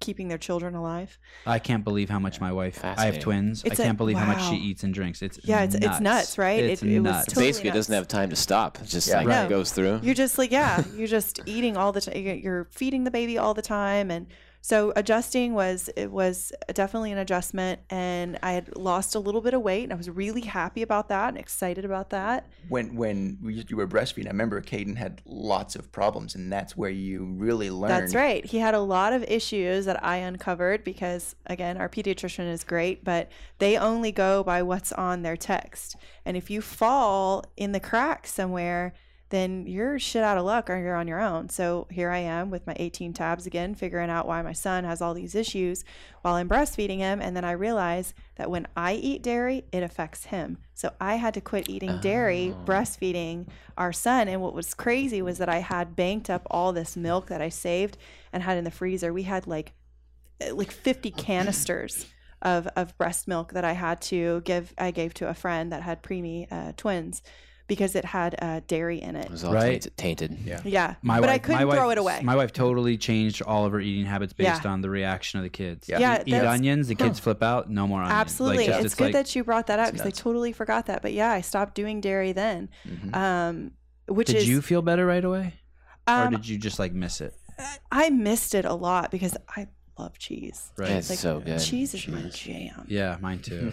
Speaker 2: keeping their children alive.
Speaker 1: I can't believe how much my wife. I have
Speaker 4: Fascinating.
Speaker 1: twins.
Speaker 2: It's
Speaker 1: I can't
Speaker 2: a-
Speaker 1: believe how much she
Speaker 2: wow.
Speaker 1: eats and drinks. It's
Speaker 2: Yeah, it's- it's nuts, right?
Speaker 1: It's
Speaker 2: It- it was
Speaker 1: nuts.
Speaker 2: totally
Speaker 4: Basically, it doesn't have
Speaker 2: nuts.
Speaker 4: time to stop. It's just
Speaker 3: Yeah.
Speaker 4: like
Speaker 2: Right.
Speaker 4: it goes through.
Speaker 2: You're just like, yeah, you're just eating all the time. You're feeding the baby all the time, and so adjusting was it was definitely an adjustment. And I had lost a little bit of weight, and I was really happy about that and excited about that.
Speaker 3: When when we- you were breastfeeding, I remember Caden had lots of problems, and that's where you really learned.
Speaker 2: That's right. He had a lot of issues that I uncovered because, again, our pediatrician is great, but they only go by what's on their text. And if you fall in the crack somewhere, then you're shit out of luck or you're on your own. So here I am with my 18 tabs again, figuring out why my son has all these issues while I'm breastfeeding him. And then I realize that when I eat dairy, it affects him. So I had to quit eating dairy, breastfeeding our son. And what was crazy was that I had banked up all this milk that I saved and had in the freezer. We had like eh, like 50 canisters of, of breast milk that I had to give, I gave to a friend that had preemie uh, twins because it had uh, dairy in it.
Speaker 4: It was all
Speaker 1: Right.
Speaker 4: tainted- tainted.
Speaker 3: Yeah.
Speaker 2: Yeah.
Speaker 1: My
Speaker 2: but
Speaker 1: wife,
Speaker 2: I couldn't
Speaker 1: my wife,
Speaker 2: throw it away.
Speaker 1: My wife totally changed all of her eating habits based
Speaker 2: Yeah.
Speaker 1: on the reaction of the kids.
Speaker 3: Yeah.
Speaker 2: Yeah,
Speaker 1: eat
Speaker 2: that's-
Speaker 1: onions, the kids flip out. No more onions. Like,
Speaker 2: Absolutely.
Speaker 1: just-
Speaker 2: it's, good
Speaker 1: like-
Speaker 2: that you brought that up because I
Speaker 3: nuts.
Speaker 2: totally forgot that. But yeah, I stopped doing dairy then.
Speaker 3: Mhm.
Speaker 2: Um, which
Speaker 1: Did
Speaker 2: is
Speaker 1: you feel better right away, or
Speaker 2: um,
Speaker 1: did you just like miss it?
Speaker 2: I missed it a lot because I love cheese.
Speaker 1: Right.
Speaker 4: It's
Speaker 2: like
Speaker 4: so good.
Speaker 2: cheese is my
Speaker 4: Cheese.
Speaker 2: jam.
Speaker 1: Yeah, mine too.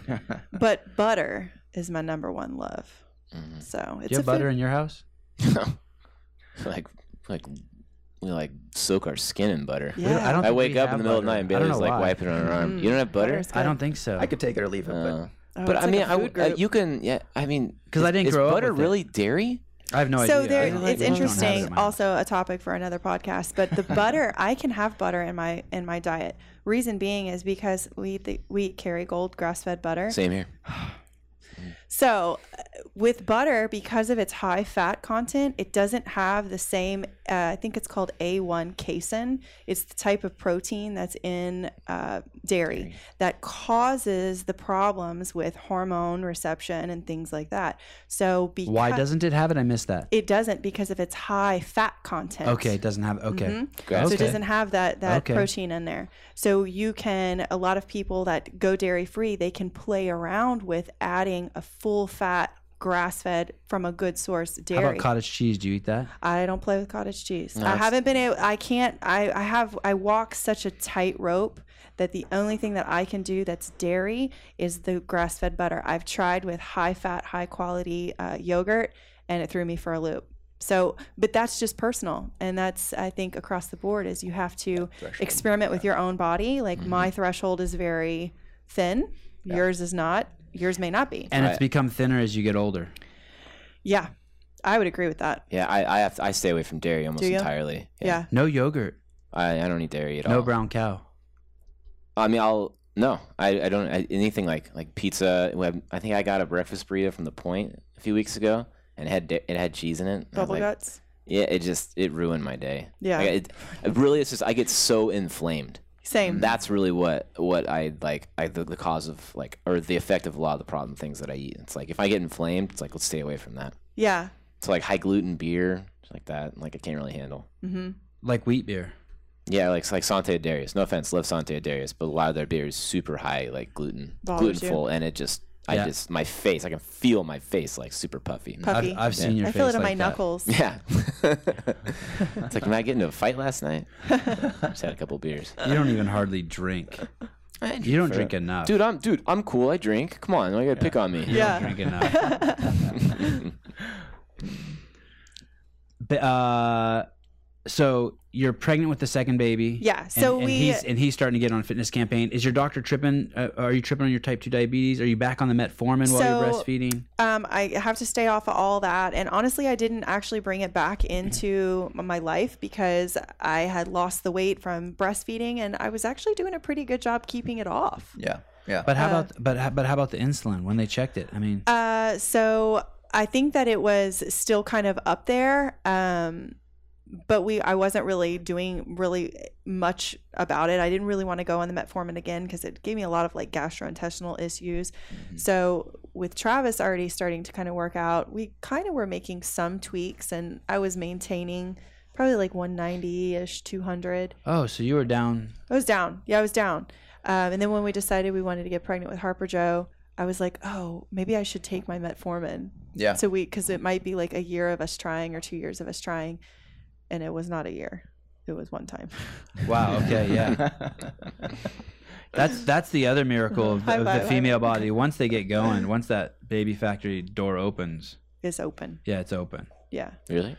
Speaker 2: But butter is my number one love.
Speaker 4: Mhm.
Speaker 2: So
Speaker 1: Mm. Do
Speaker 2: it's
Speaker 1: you
Speaker 2: a
Speaker 1: have butter
Speaker 2: food-
Speaker 1: in your house?
Speaker 4: Mm-hmm. like, like we like soak our skin in butter.
Speaker 1: don't-
Speaker 2: Yeah.
Speaker 1: I don't
Speaker 4: I
Speaker 1: think
Speaker 4: wake
Speaker 1: we
Speaker 4: up in
Speaker 1: have
Speaker 4: the middle of the
Speaker 1: butter.
Speaker 4: night and
Speaker 1: I don't
Speaker 4: Bailey's
Speaker 1: know
Speaker 4: like
Speaker 1: why.
Speaker 4: wiping it on her arm.
Speaker 2: Mm.
Speaker 4: You don't have butter?
Speaker 2: Butter's
Speaker 1: I don't
Speaker 2: good.
Speaker 1: think so.
Speaker 3: I could take it or leave it,
Speaker 4: Uh,
Speaker 2: Oh,
Speaker 4: but
Speaker 2: it's
Speaker 4: I
Speaker 2: like
Speaker 4: mean,
Speaker 2: a
Speaker 4: I w-
Speaker 2: food
Speaker 4: uh,
Speaker 2: group.
Speaker 4: you can, yeah. I mean,
Speaker 1: 'Cause I
Speaker 4: is-
Speaker 1: didn't
Speaker 4: is
Speaker 1: grow up
Speaker 4: butter
Speaker 1: with it.
Speaker 4: really dairy?
Speaker 1: I have no idea.
Speaker 2: so
Speaker 1: I
Speaker 2: there,
Speaker 1: don't-
Speaker 4: like
Speaker 2: it's
Speaker 1: I don't have it in
Speaker 2: interesting.
Speaker 1: my house.
Speaker 2: Also, a topic for another podcast. But the butter, I can have butter in my in my diet. Reason being is because we eat the, we eat Kerrygold grass fed butter.
Speaker 4: Same here.
Speaker 2: So, uh, with butter, because of its high fat content, it doesn't have the same, uh, I think it's called A1 casein. It's the type of protein that's in uh, dairy that causes the problems with hormone reception and things like that. So, because
Speaker 1: Why doesn't it have it? I missed that.
Speaker 2: it doesn't because of its high fat content.
Speaker 1: Okay, it doesn't have. Okay,
Speaker 2: Mhm.
Speaker 4: Grass
Speaker 2: So
Speaker 1: Okay.
Speaker 2: it doesn't have that that
Speaker 1: Okay.
Speaker 2: protein in there. So you can a lot of people that go dairy free, they can play around with adding a full fat grass fed from a good source
Speaker 1: how about
Speaker 2: dairy.
Speaker 1: cottage cheese? Do you eat that?
Speaker 2: I don't play with cottage cheese. I
Speaker 4: That's-
Speaker 2: haven't been able I can't I, I have I walk such a tight rope that the only thing that I can do that's dairy is the grass fed butter. I've tried with high fat, high quality uh, yogurt and it threw me for a loop. So, but that's just personal. And that's, I think, across the board is you have to
Speaker 3: Threshold.
Speaker 2: experiment with your own body. Like my threshold is very thin, yours is not, yours may not be.
Speaker 1: And
Speaker 4: Right.
Speaker 1: it's become thinner as you get older.
Speaker 2: Yeah, I would agree with that.
Speaker 4: Yeah, I I, have to, I stay away from dairy almost
Speaker 2: Do you?
Speaker 4: entirely.
Speaker 2: Yeah.
Speaker 1: No yogurt,
Speaker 4: I, I don't eat dairy at all.
Speaker 1: no brown cow.
Speaker 4: I mean, I'll no, I, I don't I, anything like like pizza. we have- I think I got a breakfast burrito from the Point a few weeks ago, and it had da- it had cheese in it. and I was
Speaker 2: Bubble
Speaker 4: like,
Speaker 2: guts.
Speaker 4: Yeah, it just it ruined my day.
Speaker 2: Yeah.
Speaker 4: Like, it, it really, it's just I get so inflamed.
Speaker 2: Same.
Speaker 4: That's really what what I like. I the, the cause of like or the effect of a lot of the problem things that I eat. It's like if I get inflamed, it's like let's stay away from that.
Speaker 2: yeah.
Speaker 4: So like high gluten beer, shit like that. Like I can't really handle.
Speaker 2: Mm-hmm.
Speaker 1: like wheat beer.
Speaker 4: Yeah, like like Sante Darius. No offense, love Sante Darius, but a lot of their beer is super high, like gluten,
Speaker 2: Bothers
Speaker 4: glutenful, and it just, I
Speaker 1: Yeah.
Speaker 4: just, my face, I can feel my face like super puffy.
Speaker 2: Puffy.
Speaker 1: I've, I've seen your
Speaker 2: I
Speaker 1: face.
Speaker 2: feel it in
Speaker 1: like
Speaker 2: my
Speaker 1: that.
Speaker 2: knuckles.
Speaker 4: Yeah, it's like when I get into a fight last night. Just had a couple beers.
Speaker 1: You don't even hardly drink.
Speaker 4: I
Speaker 1: You don't drink enough.
Speaker 4: dude. I'm dude. I'm cool. I drink. Come on, you gotta pick on me.
Speaker 1: You
Speaker 2: Yeah.
Speaker 1: don't drink enough. but, uh, so you're pregnant with the second baby.
Speaker 2: Yeah,
Speaker 1: And-
Speaker 2: so
Speaker 1: and
Speaker 2: we-
Speaker 1: he's and he's starting to get on a fitness campaign. Is your doctor tripping? Uh, are you tripping on your type two diabetes? Are you back on the metformin while you're
Speaker 2: So-
Speaker 1: breastfeeding?
Speaker 2: Um, I have to stay off of all that. And honestly, I didn't actually bring it back into my life because I had lost the weight from breastfeeding and I was actually doing a pretty good job keeping it off.
Speaker 3: yeah, yeah.
Speaker 1: But how about but how- but how about the insulin when they checked it? I mean,
Speaker 2: Uh, so I think that it was still kind of up there. Um, but we, I wasn't really doing really much about it. I didn't really want to go on the metformin again because it gave me a lot of like gastrointestinal issues. So with Travis already starting to kind of work out, we kind of were making some tweaks, and I was maintaining probably like 190 ish, 200.
Speaker 1: oh, so you were down.
Speaker 2: I was down. Yeah, I was down. Um, and then when we decided we wanted to get pregnant with Harper Joe, I was like, oh, maybe I should take my metformin.
Speaker 3: Yeah.
Speaker 2: So we, because it might be like a year of us trying or two years of us trying. And it was not a year, it was one time.
Speaker 1: Wow. Okay. Yeah. That's that's the other miracle of the,
Speaker 2: High
Speaker 1: of the
Speaker 2: five.
Speaker 1: female body. Once they get going, once that baby factory door opens,
Speaker 2: It's open.
Speaker 1: yeah, it's open.
Speaker 2: Yeah.
Speaker 4: Really?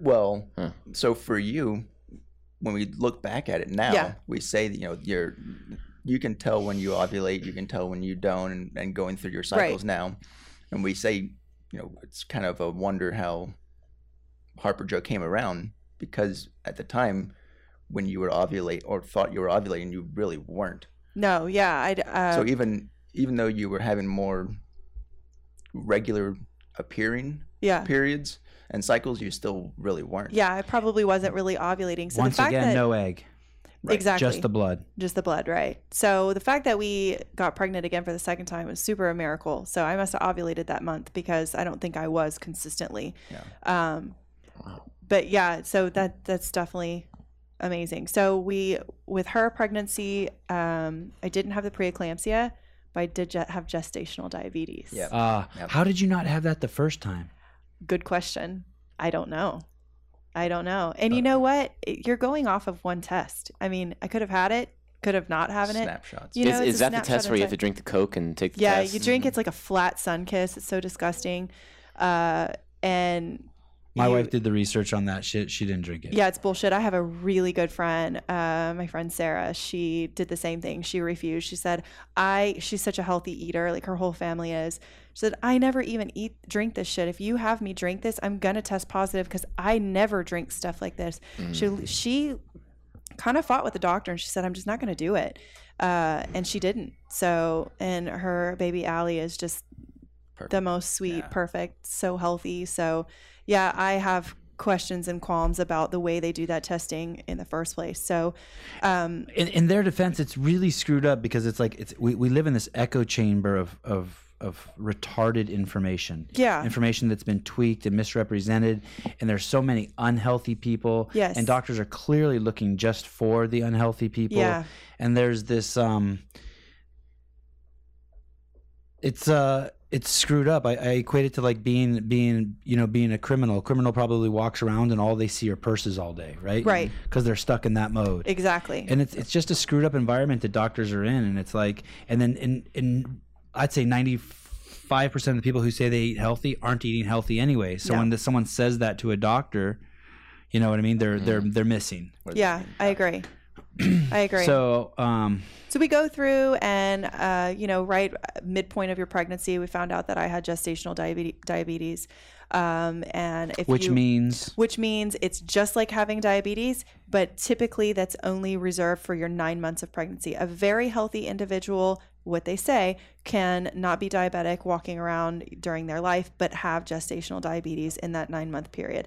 Speaker 3: Well,
Speaker 4: Huh.
Speaker 3: so for you, when we look back at it now,
Speaker 2: Yeah.
Speaker 3: we say that you know you're you can tell when you ovulate, you can tell when you don't, and, and going through your cycles now, and we say you know it's kind of a wonder how Harper Joe came around because at the time when you were ovulate or thought you were ovulating, you really weren't.
Speaker 2: No, yeah. I'd, uh,
Speaker 3: so e- even even though you were having more regular appearing
Speaker 2: yeah.
Speaker 3: periods and cycles, you still really weren't.
Speaker 2: Yeah, I probably wasn't really ovulating. So
Speaker 1: once
Speaker 2: the fact
Speaker 1: again,
Speaker 2: that
Speaker 1: no egg,
Speaker 3: Right.
Speaker 2: exactly
Speaker 1: just the blood.
Speaker 2: just the blood, right? So the fact that we got pregnant again for the second time was super a miracle. So I must have ovulated that month because I don't think I was consistently. Um, But yeah, so that that's definitely amazing. So we with her pregnancy, um, I didn't have the preeclampsia, but I did ge- have gestational diabetes.
Speaker 3: Yeah.
Speaker 1: Uh,
Speaker 3: Yep.
Speaker 1: How did you not have that the first time?
Speaker 2: Good question. I don't know. I don't know. And you know what? It- You're going off of one test. I mean, I could have had it. could have not having it.
Speaker 3: snapshots.
Speaker 2: You know, it's
Speaker 4: is is
Speaker 2: a
Speaker 4: that the
Speaker 2: snapshot
Speaker 4: test
Speaker 2: in
Speaker 4: where you have
Speaker 2: time.
Speaker 4: to drink the Coke and take the
Speaker 2: Yeah,
Speaker 4: test?
Speaker 2: you drink. It's like a flat sun kiss. It's so disgusting. Uh, and
Speaker 1: My
Speaker 2: you-
Speaker 1: wife did the research on that shit. She didn't drink it.
Speaker 2: Yeah, it's bullshit. I have a really good friend, uh, my friend Sarah. She did the same thing. She refused. She said, "I." She's such a healthy eater. Like her whole family is. She said, "I never even eat drink this shit. If you have me drink this, I'm gonna test positive because I never drink stuff like this."
Speaker 1: Mm.
Speaker 2: She she kind of fought with the doctor and she said, "I'm just not gonna do it," uh, and she didn't. So, and her baby Allie is just the most sweet,
Speaker 3: Yeah.
Speaker 2: perfect, so healthy. So, yeah, I have questions and qualms about the way they do that testing in the first place. So, um,
Speaker 1: in, in their defense, it's really screwed up because it's like it's we, we live in this echo chamber of of of retarded information.
Speaker 2: Yeah.
Speaker 1: Information that's been tweaked and misrepresented. And there's so many unhealthy people.
Speaker 2: Yes.
Speaker 1: And doctors are clearly looking just for the unhealthy people.
Speaker 2: Yeah.
Speaker 1: And there's this um it's uh it's screwed up. I, I equate it to like being being you know being a criminal. A criminal probably walks around and all they see are purses all day, right?
Speaker 2: Right.
Speaker 1: Because they're stuck in that mode
Speaker 2: exactly.
Speaker 1: and it's it's just a screwed up environment that doctors are in, and it's like, and then in in I'd say ninety five percent of the people who say they eat healthy aren't eating healthy anyway. So
Speaker 2: No.
Speaker 1: when the, someone says that to a doctor, you know what I mean? They're they're they're missing.
Speaker 2: yeah, I agree. I agree.
Speaker 1: So um,
Speaker 2: So we go through, and uh, you know, right midpoint of your pregnancy, we found out that I had gestational diabetes. diabetes. Um, and if
Speaker 1: which
Speaker 2: you,
Speaker 1: means
Speaker 2: which means it's just like having diabetes, but typically that's only reserved for your nine months of pregnancy. A very healthy individual, what they say, can not be diabetic walking around during their life, but have gestational diabetes in that nine month period.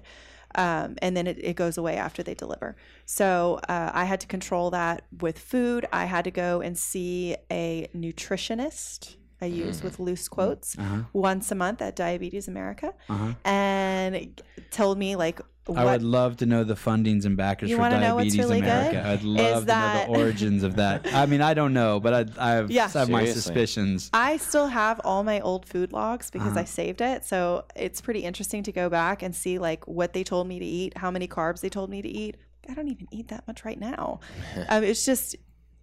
Speaker 2: Um, and then it, it goes away after they deliver. So uh, I had to control that with food. I had to go and see a nutritionist. I use with loose quotes
Speaker 1: Mm. uh-huh,
Speaker 2: once a month at Diabetes America
Speaker 1: uh-huh.
Speaker 2: and told me like
Speaker 1: I
Speaker 2: what
Speaker 1: would love to know the fundings and backers
Speaker 2: You
Speaker 1: for
Speaker 2: wanna know what's
Speaker 1: Diabetes
Speaker 2: really good?
Speaker 1: America. I'd love
Speaker 2: that-
Speaker 1: to know the origins of that. I mean, I don't know, but I, I have,
Speaker 2: Yeah.
Speaker 1: I have my
Speaker 4: Seriously.
Speaker 1: suspicions.
Speaker 2: I still have all my old food logs because
Speaker 1: Uh-huh.
Speaker 2: I saved it. So it's pretty interesting to go back and see like what they told me to eat, how many carbs they told me to eat. I don't even eat that much right now. um, it's just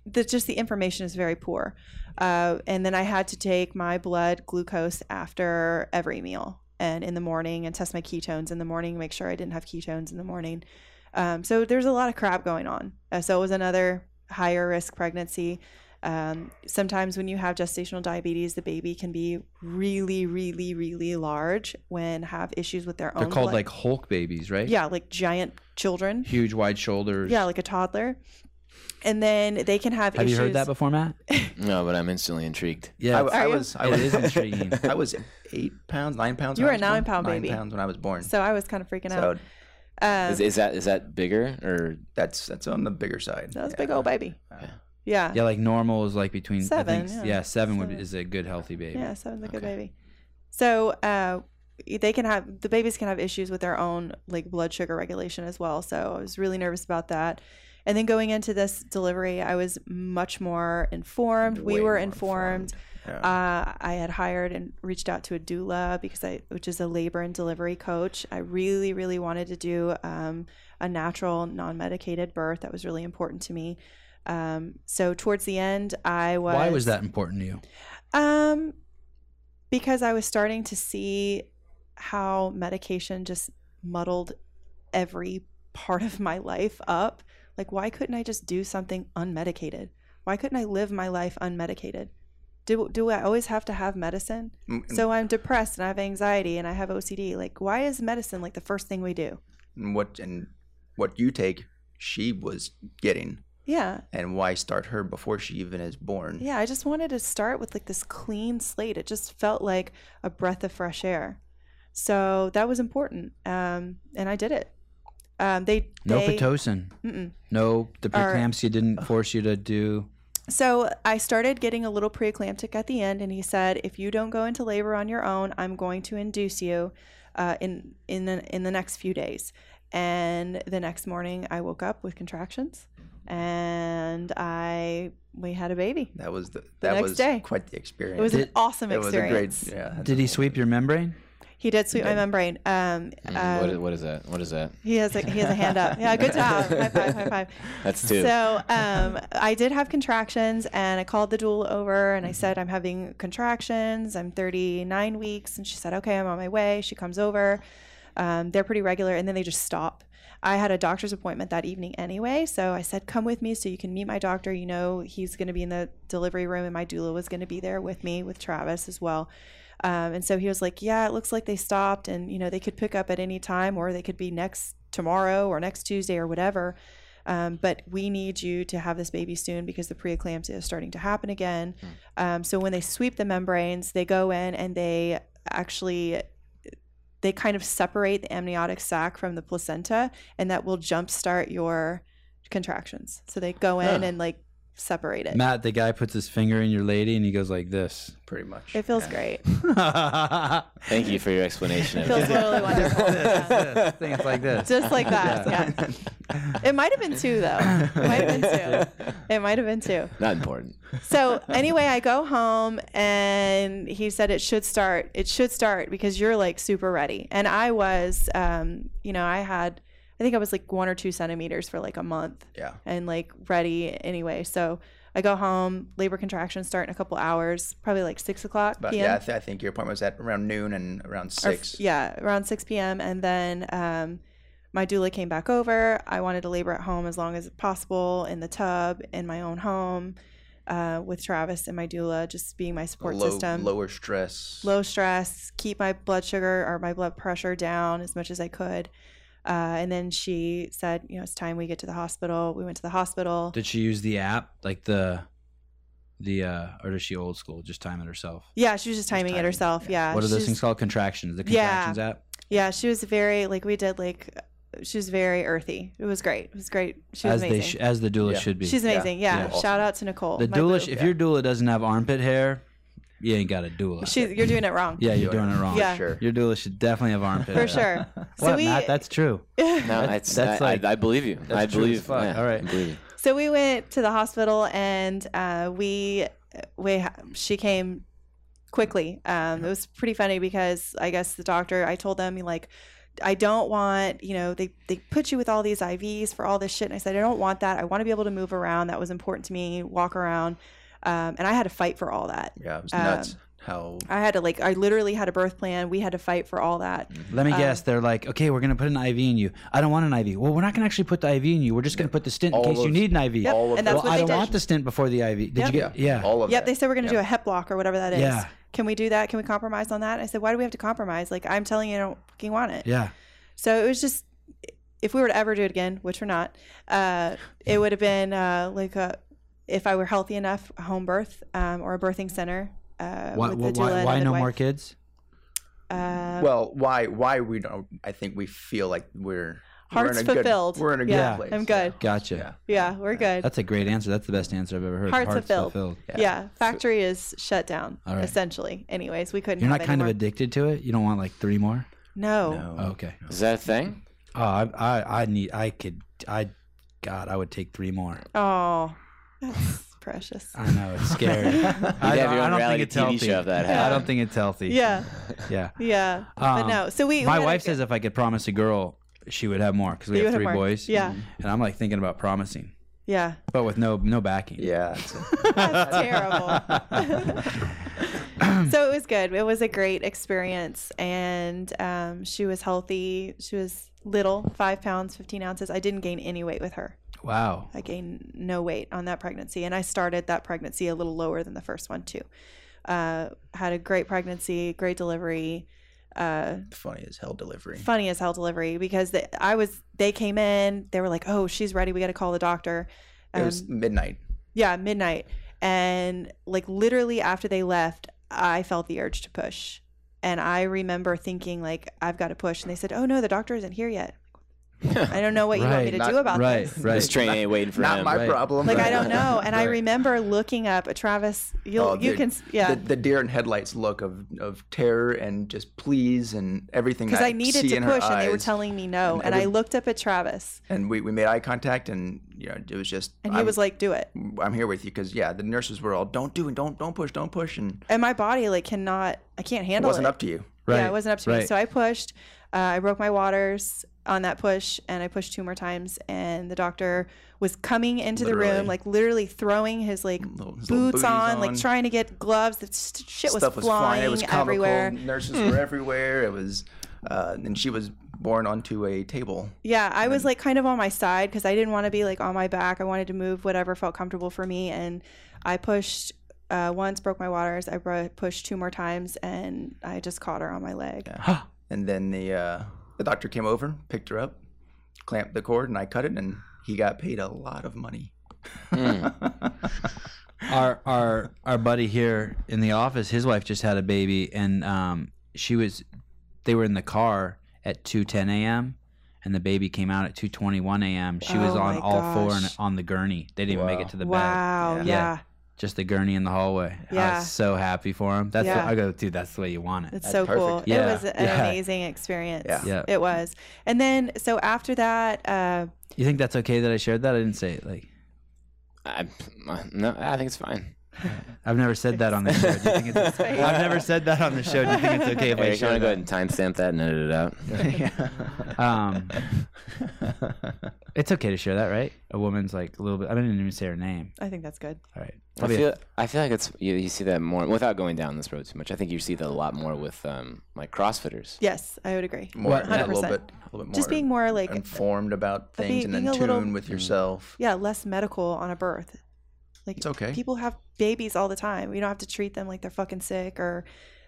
Speaker 2: the just the information is very poor. Uh, and then I had to take my blood glucose after every meal and in the morning and test my ketones in the morning, make sure I didn't have ketones in the morning. Um, so there's a lot of crap going on. Uh, so it was another higher risk pregnancy. Um, sometimes when you have gestational diabetes, the baby can be really, really, really large when have issues with their own.
Speaker 1: They're called
Speaker 2: blood-
Speaker 1: like Hulk babies, right?
Speaker 2: yeah, like giant children.
Speaker 1: Huge, wide shoulders.
Speaker 2: Yeah, like a toddler. And then they can have,
Speaker 1: Have
Speaker 2: issues.
Speaker 1: you heard that before, Matt?
Speaker 4: No, but I'm instantly intrigued.
Speaker 1: Yeah.
Speaker 3: I, I
Speaker 2: Are you?
Speaker 3: was. I
Speaker 1: it
Speaker 3: was,
Speaker 1: is intriguing.
Speaker 3: I was eight pounds, nine pounds.
Speaker 2: You
Speaker 3: when
Speaker 2: were
Speaker 3: I was
Speaker 2: a
Speaker 3: born.
Speaker 2: nine-pound
Speaker 3: Nine
Speaker 2: baby.
Speaker 3: pounds when I was born.
Speaker 2: So I was kind of freaking out.
Speaker 3: So
Speaker 2: Um,
Speaker 4: Is, is that is that bigger or
Speaker 3: that's that's on the bigger side.
Speaker 2: that was a
Speaker 3: Yeah.
Speaker 2: big old baby.
Speaker 3: Yeah.
Speaker 2: Yeah.
Speaker 1: Yeah, like normal is like between I
Speaker 2: Seven,
Speaker 1: think,
Speaker 2: yeah.
Speaker 1: yeah. seven would be,
Speaker 2: Seven.
Speaker 1: is a good healthy baby.
Speaker 2: Yeah, seven's a good
Speaker 4: Okay.
Speaker 2: baby. So uh, they can have the babies can have issues with their own like blood sugar regulation as well. So I was really nervous about that. And then going into this delivery, I was much more informed. we
Speaker 3: Way
Speaker 2: were
Speaker 3: more
Speaker 2: informed.
Speaker 3: Yeah.
Speaker 2: Uh, I had hired and reached out to a doula because I, which is a labor and delivery coach. I really, really wanted to do um, a natural, non-medicated birth. That was really important to me. Um, so towards the end, I was.
Speaker 1: Why was that important to you?
Speaker 2: Um, because I was starting to see how medication just muddled every part of my life up. Like, why couldn't I just do something unmedicated? Why couldn't I live my life unmedicated? Do, do I always have to have medicine?
Speaker 3: Mm, and
Speaker 2: So I'm depressed and I have anxiety and I have OCD. Like, why is medicine like the first thing we do?
Speaker 3: and what and what you take, she was getting,
Speaker 2: Yeah.
Speaker 3: and why start her before she even is born?
Speaker 2: Yeah. I just wanted to start with like this clean slate. It just felt like a breath of fresh air. So that was important. Um, and I did it. Um, they,
Speaker 1: No
Speaker 2: they
Speaker 1: pitocin.
Speaker 2: Mm-mm.
Speaker 1: No, the
Speaker 2: Or-
Speaker 1: preeclampsia didn't force you to do.
Speaker 2: So I started getting a little preeclamptic at the end, and he said, "If you don't go into labor on your own, I'm going to induce you uh, in in the, in the next few days." And the next morning, I woke up with contractions, and I we had a baby.
Speaker 3: That was the that
Speaker 2: next
Speaker 3: was
Speaker 2: day.
Speaker 3: quite the experience.
Speaker 2: It was an awesome
Speaker 3: It was a great.
Speaker 2: experience.
Speaker 3: Yeah.
Speaker 1: Did he sweep your membrane?
Speaker 2: He did sweep my
Speaker 3: did.
Speaker 2: membrane. Um,
Speaker 4: Mm, what,
Speaker 2: um,
Speaker 4: is, what is that? What is that?
Speaker 2: he has a, he has a hand up. Yeah, good job. high five, high five.
Speaker 4: That's two.
Speaker 2: So um, I did have contractions, and I called the doula over,
Speaker 4: Mm-hmm.
Speaker 2: and I said I'm having contractions. I'm 39 weeks, and she said, "Okay, I'm on my way." She comes over. Um, they're pretty regular, and then they just stop. I had a doctor's appointment that evening anyway, so I said, "Come with me, so you can meet my doctor. You know, he's going to be in the delivery room, and my doula was going to be there with me with Travis as well." Um, and so he was like, "Yeah, it looks like they stopped, and you know they could pick up at any time, or they could be next tomorrow or next Tuesday or whatever. Um, but we need you to have this baby soon because the preeclampsia is starting to happen again. Um, so when they sweep the membranes, they go in and they actually they kind of separate the amniotic sac from the placenta, and that will jumpstart your contractions. So they go in
Speaker 4: Huh.
Speaker 2: and like separate it.
Speaker 1: Matt, the guy puts his finger in your lady and he goes like this, pretty much.
Speaker 2: it feels great.
Speaker 4: Thank you for your explanation.
Speaker 2: It
Speaker 4: of
Speaker 2: feels
Speaker 4: it.
Speaker 2: totally wonderful. Yeah.
Speaker 1: I think it's like this.
Speaker 2: Just like that. Yeah. It might have been two though. It might have been two. It might have been two.
Speaker 4: Not important.
Speaker 2: So anyway, I go home and he said it should start. It should start because you're like super ready. And I was, um, you know, I had, I think I was like one or two centimeters for like a month
Speaker 1: Yeah.
Speaker 2: and like ready anyway. So I go home, labor contractions start in a couple hours, probably like six o'clock
Speaker 3: But
Speaker 2: p.m.
Speaker 3: yeah, I, th- I think your appointment was at around noon and around
Speaker 2: or f- E
Speaker 3: six.
Speaker 2: yeah, around 6 p.m. And then um, my doula came back over. I wanted to labor at home as long as possible in the tub, in my own home, uh, with Travis and my doula just being my support
Speaker 3: low,
Speaker 2: system.
Speaker 3: lower stress.
Speaker 2: Low stress, keep my blood sugar or my blood pressure down as much as I could. Uh, and then she said, you know, it's time we get to the hospital. We went to the hospital.
Speaker 1: Did she use the app, like the, the, uh, or does she old school, just time it herself?
Speaker 2: yeah, she was just timing, it
Speaker 3: timing,
Speaker 2: herself. Yeah.
Speaker 1: what are those
Speaker 2: she's-
Speaker 1: things called? Contractions. The
Speaker 2: Yeah.
Speaker 1: contractions app.
Speaker 2: Yeah, she was very like we did like she was very earthy. It was great. It was great. She was
Speaker 1: as
Speaker 2: amazing.
Speaker 1: they sh- as the doula
Speaker 3: Yeah.
Speaker 1: should be.
Speaker 2: She's
Speaker 3: Yeah.
Speaker 2: amazing. Yeah.
Speaker 1: Yeah.
Speaker 3: Awesome.
Speaker 2: Shout out to Nicole.
Speaker 1: the
Speaker 2: my
Speaker 1: doula.
Speaker 2: boo.
Speaker 1: If your doula doesn't have armpit hair, you ain't got a doula.
Speaker 2: She's, you're doing it wrong.
Speaker 1: yeah, you're doing it wrong.
Speaker 2: Yeah.
Speaker 3: Sure.
Speaker 1: Your doula should definitely have armpit
Speaker 2: For
Speaker 1: hair.
Speaker 2: sure. So
Speaker 1: What,
Speaker 2: we
Speaker 1: Matt? That's true.
Speaker 4: No,
Speaker 1: That's-
Speaker 4: that's,
Speaker 1: that's
Speaker 4: I, I-
Speaker 1: like-
Speaker 4: I, believe you. I
Speaker 1: that's true as
Speaker 4: believe.
Speaker 1: fuck.
Speaker 4: yeah,
Speaker 1: All right.
Speaker 4: I believe you.
Speaker 2: so we went to the hospital and uh, we we ha- she came quickly. Um, it was pretty funny because I guess the doctor I told them like I don't want you know they they put you with all these IVs for all this shit and I said I don't want that. I want to be able to move around. That was important to me. Walk around. Um, and I had to fight for all that.
Speaker 3: Yeah, it was
Speaker 2: Um,
Speaker 3: nuts. How
Speaker 2: I had to like I literally had a birth plan. We had to fight for all that.
Speaker 1: Let me guess. They're like, okay, we're gonna put an IV in you. I don't want an IV. Well, we're not gonna actually put the IV in you. We're just gonna put the stint
Speaker 3: All
Speaker 1: in case you
Speaker 3: those-
Speaker 1: need an IV.
Speaker 2: Yep.
Speaker 3: all of
Speaker 2: and that's
Speaker 1: well,
Speaker 2: what
Speaker 1: I
Speaker 2: they
Speaker 1: don't
Speaker 2: did.
Speaker 1: want the stint before the IV. Did
Speaker 2: Yep.
Speaker 1: you get? Yeah.
Speaker 3: all of
Speaker 2: Yep, they
Speaker 3: that.
Speaker 2: said we're going to
Speaker 3: Yep.
Speaker 2: do a hip block or whatever that is.
Speaker 1: Yeah.
Speaker 2: Can we do that? Can we compromise on that? I said, why do we have to compromise? Like, I'm telling you, I don't fucking want it.
Speaker 1: yeah.
Speaker 2: So it was just, if we were to ever do it again, which we're not, uh, it would have been uh, like a, if I were healthy enough, a home birth um, or a birthing center. Uh,
Speaker 1: Why,
Speaker 2: with a
Speaker 1: why,
Speaker 2: doula
Speaker 1: why,
Speaker 2: and
Speaker 1: why
Speaker 2: a
Speaker 1: no more
Speaker 2: midwife.
Speaker 1: kids?
Speaker 2: Uh,
Speaker 3: well, why? Why we don't? I think we feel like we're
Speaker 2: Heart's
Speaker 3: we're in a
Speaker 2: fulfilled.
Speaker 3: Good, we're in a good
Speaker 2: Yeah,
Speaker 3: place.
Speaker 2: I'm good.
Speaker 1: Gotcha.
Speaker 3: Yeah.
Speaker 2: yeah, we're good.
Speaker 1: uh, That's a great answer. That's the best answer I've ever heard.
Speaker 2: Hearts fulfilled.
Speaker 3: yeah.
Speaker 2: yeah. factory is shut down
Speaker 1: All right.
Speaker 2: essentially. Anyways, we couldn't.
Speaker 1: You're
Speaker 2: have
Speaker 1: not kind
Speaker 2: any
Speaker 1: of
Speaker 2: more.
Speaker 1: addicted to it. You don't want like three more.
Speaker 2: no.
Speaker 3: No.
Speaker 1: Oh, okay.
Speaker 4: Is that a thing?
Speaker 1: Oh, I, I, I need. I could. I, God, I would take three more.
Speaker 2: Oh, that's precious.
Speaker 1: I know it's scary. I, don't-
Speaker 4: have your
Speaker 1: I don't think
Speaker 4: own reality
Speaker 1: it's
Speaker 4: TV
Speaker 1: healthy.
Speaker 4: show if that
Speaker 1: I don't
Speaker 4: happened.
Speaker 1: think it's healthy.
Speaker 2: Yeah,
Speaker 1: Yeah.
Speaker 2: yeah. but
Speaker 1: Um,
Speaker 2: no, so we. we
Speaker 1: My
Speaker 2: had a
Speaker 1: wife
Speaker 2: good-
Speaker 1: says if I could promise a girl, she would have more because we
Speaker 2: You
Speaker 1: have
Speaker 2: would have
Speaker 1: three
Speaker 2: more.
Speaker 1: boys.
Speaker 2: Yeah,
Speaker 1: And I'm like thinking about promising,
Speaker 2: yeah.
Speaker 1: but with no no backing.
Speaker 3: Yeah, it's a-
Speaker 2: That's terrible. so it was good. It was a great experience, and um, she was healthy. She was little, five pounds, fifteen ounces. I didn't gain any weight with her.
Speaker 1: Wow.
Speaker 2: I gained no weight on that pregnancy, and I started that pregnancy a little lower than the first one too. Uh, had a great pregnancy, great delivery. Uh,
Speaker 3: funny as hell delivery.
Speaker 2: funny as hell delivery because they, I was they came in they were like oh she's ready we got to call the doctor
Speaker 3: it was
Speaker 2: Um,
Speaker 3: midnight.
Speaker 2: yeah midnight and like literally after they left I felt the urge to push and I remember thinking like I've got to push and they said oh no the doctor isn't here yet I don't know what you want me
Speaker 1: Right,
Speaker 2: to
Speaker 3: not-
Speaker 2: do about
Speaker 1: Right.
Speaker 2: this
Speaker 1: Right.
Speaker 4: This train ain't waiting for
Speaker 3: Not
Speaker 4: him.
Speaker 3: my
Speaker 1: Right.
Speaker 3: problem.
Speaker 2: like I don't know and I
Speaker 1: Right.
Speaker 2: remember looking up Travis you'll
Speaker 3: Oh,
Speaker 2: you
Speaker 3: dude.
Speaker 2: can s- yeah
Speaker 3: The, the deer in headlights look of, of terror and just please and everything.
Speaker 2: because I needed
Speaker 3: see
Speaker 2: to
Speaker 3: in her
Speaker 2: push and they were
Speaker 3: eyes.
Speaker 2: telling me no
Speaker 3: and
Speaker 2: and I
Speaker 3: every-
Speaker 2: looked up at Travis
Speaker 3: And we, we made eye contact, and you know, it was just.
Speaker 2: and he
Speaker 3: I'm,
Speaker 2: was like do it
Speaker 3: "I'm here with you," because yeah, the nurses were all, "Don't do it, don't don't push, don't push," and
Speaker 2: and my body like cannot I can't
Speaker 3: it
Speaker 2: handle
Speaker 3: wasn't
Speaker 2: it
Speaker 3: up to you.
Speaker 1: Right.
Speaker 2: Yeah, it wasn't up to me.
Speaker 1: right.
Speaker 2: So I pushed. Uh, I broke my waters on that push, and I pushed two more times. And the doctor was coming into the room,
Speaker 3: Literally.
Speaker 2: like literally throwing his like
Speaker 3: Little- his little
Speaker 2: boots
Speaker 3: booties
Speaker 2: on, like
Speaker 3: on.
Speaker 2: trying to get gloves. The s- shit was
Speaker 3: Stuff was flying.
Speaker 2: flying,
Speaker 3: It was comical.
Speaker 2: everywhere. Hmm.
Speaker 3: Nurses were everywhere. It was, uh, and she was born onto a table.
Speaker 2: Yeah, I was like kind of on my side because I didn't want to be like on my back. I wanted to move whatever felt comfortable for me, and I pushed uh, once, broke my waters. I bro- pushed two more times, and I just caught her on my leg.
Speaker 3: And then the uh, the doctor came over, picked her up, clamped the cord, and I cut it. And he got paid a lot of money.
Speaker 4: Hmm.
Speaker 1: our our our buddy here in the office, his wife just had a baby, and um, she was they were in the car at two ten a.m. and the baby came out at two twenty one a.m. She was
Speaker 2: Oh
Speaker 1: on
Speaker 2: my
Speaker 1: all four and
Speaker 2: gosh.
Speaker 1: on the gurney. They didn't even make it to the bed,
Speaker 2: wow.
Speaker 3: Yeah.
Speaker 2: Yeah.
Speaker 1: Yeah. just the gurney in the hallway. I
Speaker 2: Yeah.
Speaker 1: was so happy for him. That's
Speaker 2: Yeah.
Speaker 1: the, I go, dude. That's the way you want it.
Speaker 2: It's
Speaker 3: That's
Speaker 2: so cool.
Speaker 3: perfect.
Speaker 1: Yeah.
Speaker 2: It was an
Speaker 1: Yeah.
Speaker 2: amazing experience.
Speaker 3: Yeah.
Speaker 1: Yeah.
Speaker 2: It was. And then, so after that, uh,
Speaker 1: You think that's okay that I shared that? I didn't say it. Like
Speaker 4: I, uh, no, I think it's fine.
Speaker 1: I've never said that on the show. Do you think it's,
Speaker 2: It's fine.
Speaker 1: I've never said that on the show. Do you think it's okay if I
Speaker 4: Eric, you want
Speaker 1: share
Speaker 4: to
Speaker 1: that?
Speaker 4: go ahead and timestamp that and edit it out?
Speaker 1: Um, it's okay to share that, right? A woman's like a little bit. I didn't even say her name.
Speaker 2: I think that's good.
Speaker 1: All right.
Speaker 4: I
Speaker 1: Probably a-
Speaker 4: feel I feel like it's you, you see that more without going down this road too much. I think you see that a lot more with um like CrossFitters.
Speaker 2: Yes, I would agree.
Speaker 3: more,
Speaker 1: What-
Speaker 3: a little
Speaker 2: 100%.
Speaker 3: bit, a little bit more
Speaker 2: Just being more like,
Speaker 3: informed about
Speaker 2: But
Speaker 3: things
Speaker 2: being-
Speaker 3: and in
Speaker 2: being a
Speaker 3: tune
Speaker 2: little-
Speaker 3: with yourself.
Speaker 2: yeah, less medical on a birth. Like,
Speaker 3: It's okay.
Speaker 2: people have babies all the time. We don't have to treat them like they're fucking sick or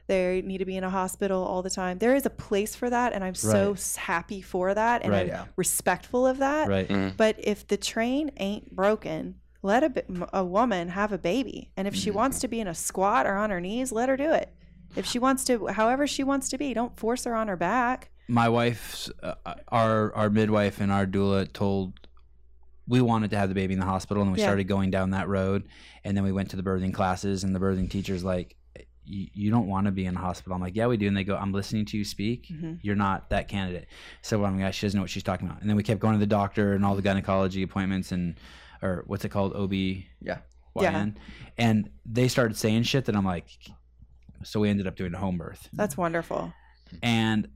Speaker 2: they need to be in a hospital all the time. There is a place for that, and I'm so
Speaker 1: Right.
Speaker 2: s- happy for that, and
Speaker 1: Right.
Speaker 2: I'm
Speaker 3: Yeah.
Speaker 2: respectful of that.
Speaker 1: right.
Speaker 4: Mm.
Speaker 2: But if the train ain't broken, let a, b- m- a woman have a baby. And if
Speaker 1: Mm.
Speaker 2: she wants to be in a squat or on her knees, let her do it. If she wants to, however she wants to be, don't force her on her back.
Speaker 1: My wife's, uh, our our midwife and our doula told we wanted to have the baby in the hospital, and we
Speaker 2: Yeah.
Speaker 1: started going down that road, and then we went to the birthing classes, and the birthing teacher's like. "You- You don't want to be in a hospital. I'm like, yeah, we do. And they go, I'm listening to you speak.
Speaker 2: Mhm.
Speaker 1: You're not that candidate. So I'm like, she doesn't know what she's talking about. And then we kept going to the doctor and all the gynecology appointments and, or what's it called, OB
Speaker 3: Yeah.
Speaker 2: Yeah.
Speaker 1: YN. And they started saying shit that I'm like, so we ended up doing a home birth.
Speaker 2: That's wonderful.
Speaker 1: And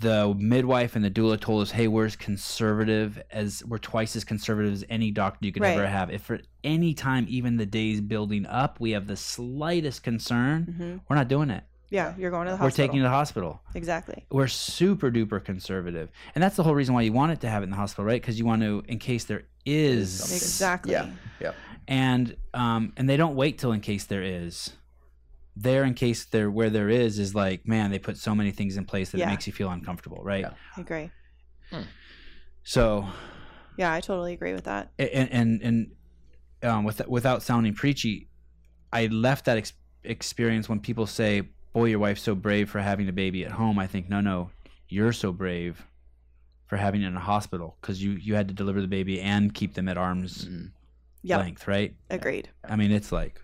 Speaker 1: the midwife and the doula told us, hey, we're as conservative as, we're twice as conservative as any doctor you could
Speaker 2: Right.
Speaker 1: ever have. If for any time, even the days building up, we have the slightest concern,
Speaker 2: hmm
Speaker 1: we're not doing it.
Speaker 2: Yeah, you're going to the
Speaker 1: Mm-hmm. We're
Speaker 2: hospital.
Speaker 1: taking it to the hospital
Speaker 2: exactly.
Speaker 1: we're super duper conservative and that's the whole reason why you want it to have it in the hospital right because you want to in case there is
Speaker 3: Something.
Speaker 2: Exactly.
Speaker 3: Yeah. Yeah.
Speaker 1: and um and they don't wait till in case there is there in case there where there is is like man they put so many things in place that it
Speaker 2: Yeah.
Speaker 1: makes you feel uncomfortable right
Speaker 3: Yeah.
Speaker 2: I agree.
Speaker 1: so
Speaker 2: Yeah, I totally agree with that.
Speaker 1: and and and um, with, without sounding preachy, I left that ex- experience when people say, "Boy, your wife's so brave for having a baby at home." I think, no, no, you're so brave for having it in a hospital because you you had to deliver the baby and keep them at arm's
Speaker 3: Mhm.
Speaker 4: Mm-hmm.
Speaker 2: Yeah,
Speaker 1: length, right?
Speaker 2: agreed.
Speaker 1: I mean, it's like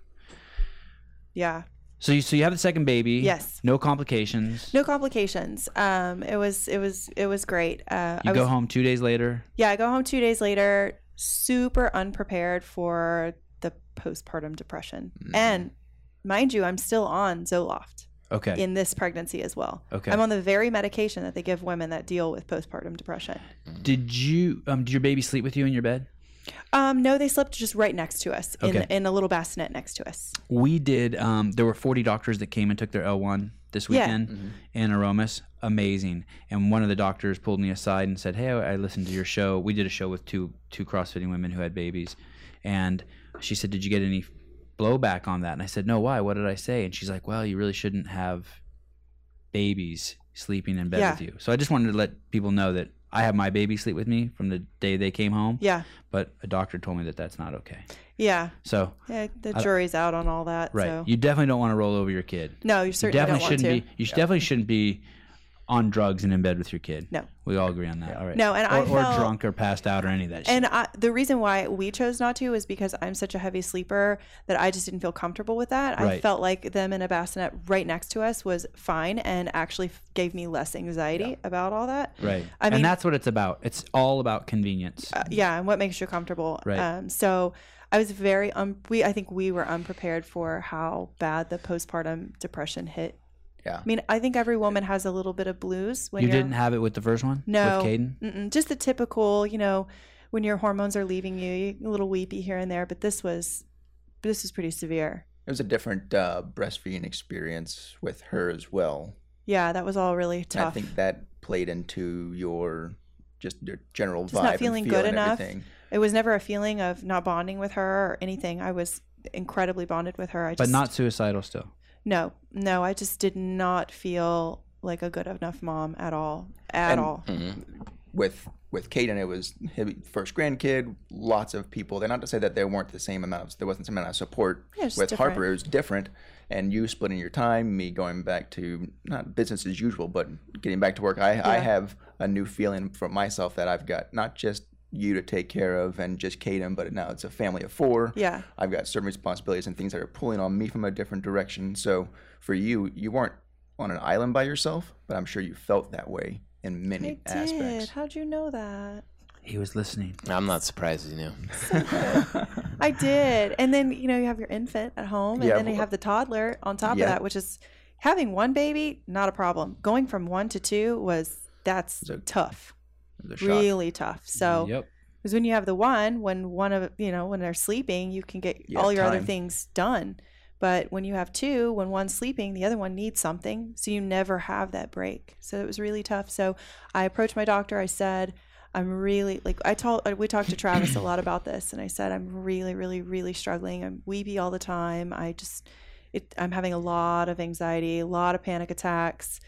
Speaker 2: Yeah.
Speaker 1: so you so you have the second baby,
Speaker 2: Yes.
Speaker 1: no complications.
Speaker 2: No complications. Um, it was it was it was great. Uh,
Speaker 1: you
Speaker 2: I
Speaker 1: go
Speaker 2: was,
Speaker 1: home two days later.
Speaker 2: Yeah, I go home two days later, super unprepared for the postpartum depression.
Speaker 1: Mm-hmm.
Speaker 3: Mm.
Speaker 2: And mind you, I'm still on Zoloft
Speaker 1: Okay,
Speaker 2: in this pregnancy as well.
Speaker 1: okay.
Speaker 2: I'm on the very medication that they give women that deal with postpartum depression.
Speaker 1: did you um did your baby sleep with you in your bed?
Speaker 2: Um, no, they slept just right next to us in,
Speaker 1: Okay.
Speaker 2: in a little bassinet next to us.
Speaker 1: We did. Um, there were 40 doctors that came and took their L1 this
Speaker 2: Yeah.
Speaker 1: weekend in Aromas. Amazing. And one of the doctors pulled me aside and said, "Hey, I I listened to your show. We did a show with two two CrossFitting women who had babies." And she said, "Did you get any blowback on that?" And I said, "No. Why? What did I say?" And she's like, "Well, you really shouldn't have babies sleeping in bed
Speaker 2: Yeah.
Speaker 1: with you." So I just wanted to let people know that I have my baby sleep with me from the day they came home.
Speaker 2: Yeah.
Speaker 1: But a doctor told me that that's not okay.
Speaker 2: Yeah.
Speaker 1: So
Speaker 2: yeah the
Speaker 1: I-
Speaker 2: jury's out on all that.
Speaker 1: right,
Speaker 2: So.
Speaker 1: you definitely don't want to roll over your kid.
Speaker 2: no, you
Speaker 1: You
Speaker 2: certainly
Speaker 1: definitely
Speaker 2: don't want
Speaker 1: shouldn't
Speaker 2: to.
Speaker 1: be. You sh- definitely shouldn't be on drugs and in bed with your kid.
Speaker 2: No.
Speaker 1: we all agree on that. All right.
Speaker 2: No, and
Speaker 1: or,
Speaker 2: I
Speaker 1: or
Speaker 2: felt-
Speaker 1: drunk or passed out or any of that.
Speaker 2: And
Speaker 1: shit.
Speaker 2: I, the reason why we chose not to is because I'm such a heavy sleeper that I just didn't feel comfortable with that. I
Speaker 1: Right.
Speaker 2: felt like them in a bassinet right next to us was fine and actually f- gave me less anxiety about all that.
Speaker 1: right.
Speaker 2: I mean-
Speaker 1: and that's what it's about. It's all about convenience.
Speaker 2: Uh, yeah, and what makes you comfortable.
Speaker 1: Right.
Speaker 2: Um, so I was very um we I think we were unprepared for how bad the postpartum depression hit
Speaker 3: Yeah.
Speaker 2: I mean, I think every woman has a little bit of blues when
Speaker 1: you
Speaker 2: are
Speaker 1: didn't have it with the first one?
Speaker 2: No.
Speaker 1: With Caden?
Speaker 2: Mm-mm, just the typical, you know, when your hormones are leaving you, you- a little weepy here and there. But this was, this was pretty severe.
Speaker 3: It was a different uh, breastfeeding experience with her as well.
Speaker 2: Yeah, that was all really
Speaker 3: And I
Speaker 2: tough.
Speaker 3: think that played into your just your general
Speaker 2: Just
Speaker 3: vibe.
Speaker 2: not
Speaker 3: and
Speaker 2: feeling
Speaker 3: feel
Speaker 2: good
Speaker 3: and
Speaker 2: enough.
Speaker 3: everything.
Speaker 2: it was never a feeling of not bonding with her or anything. I was incredibly bonded with her. I
Speaker 1: But
Speaker 2: just,
Speaker 1: not suicidal still.
Speaker 2: No, no, I just did not feel like a good enough mom at all, at
Speaker 3: And- mm,
Speaker 2: all.
Speaker 4: Mhm.
Speaker 3: with with Caden, it was his first grandkid. Lots of people. They're not to say that there weren't the same amount. Of, there wasn't the same amount of support
Speaker 2: Yeah, it's
Speaker 3: with
Speaker 2: different.
Speaker 3: Harper. It was different, and you splitting your time. Me going back to not business as usual, but getting back to work. I I
Speaker 2: Yeah.
Speaker 3: have a new feeling for myself that I've got not just you to take care of and just Caden, but now it's a family of four.
Speaker 2: Yeah,
Speaker 3: I've got certain responsibilities and things that are pulling on me from a different direction. So for you, you weren't on an island by yourself, but I'm sure you felt that way in
Speaker 2: I
Speaker 3: many
Speaker 2: did.
Speaker 3: aspects.
Speaker 2: How'd you know that?
Speaker 1: He was listening.
Speaker 4: I'm not surprised you knew.
Speaker 2: I did. And then, you know, you have your infant at home and
Speaker 3: Yeah,
Speaker 2: then you
Speaker 3: but-
Speaker 2: have the toddler on top
Speaker 3: Yeah.
Speaker 2: of that, which is having one baby, not a problem. Going from one to two was that's
Speaker 3: It's a
Speaker 2: tough,
Speaker 3: The shock.
Speaker 2: really tough. So,
Speaker 1: Yep.
Speaker 2: because when you have the one, when one of, you know, when they're sleeping, you can get
Speaker 3: You
Speaker 2: all
Speaker 3: have
Speaker 2: your other
Speaker 3: time.
Speaker 2: things done. But when you have two, when one's sleeping, the other one needs something. So you never have that break. So it was really tough. So I approached my doctor. I said, I'm really like I told we talked to Travis a lot about this, and I said I'm really, really, really struggling. I'm weepy all the time. I just, it, I'm having a lot of anxiety, a lot of panic attacks.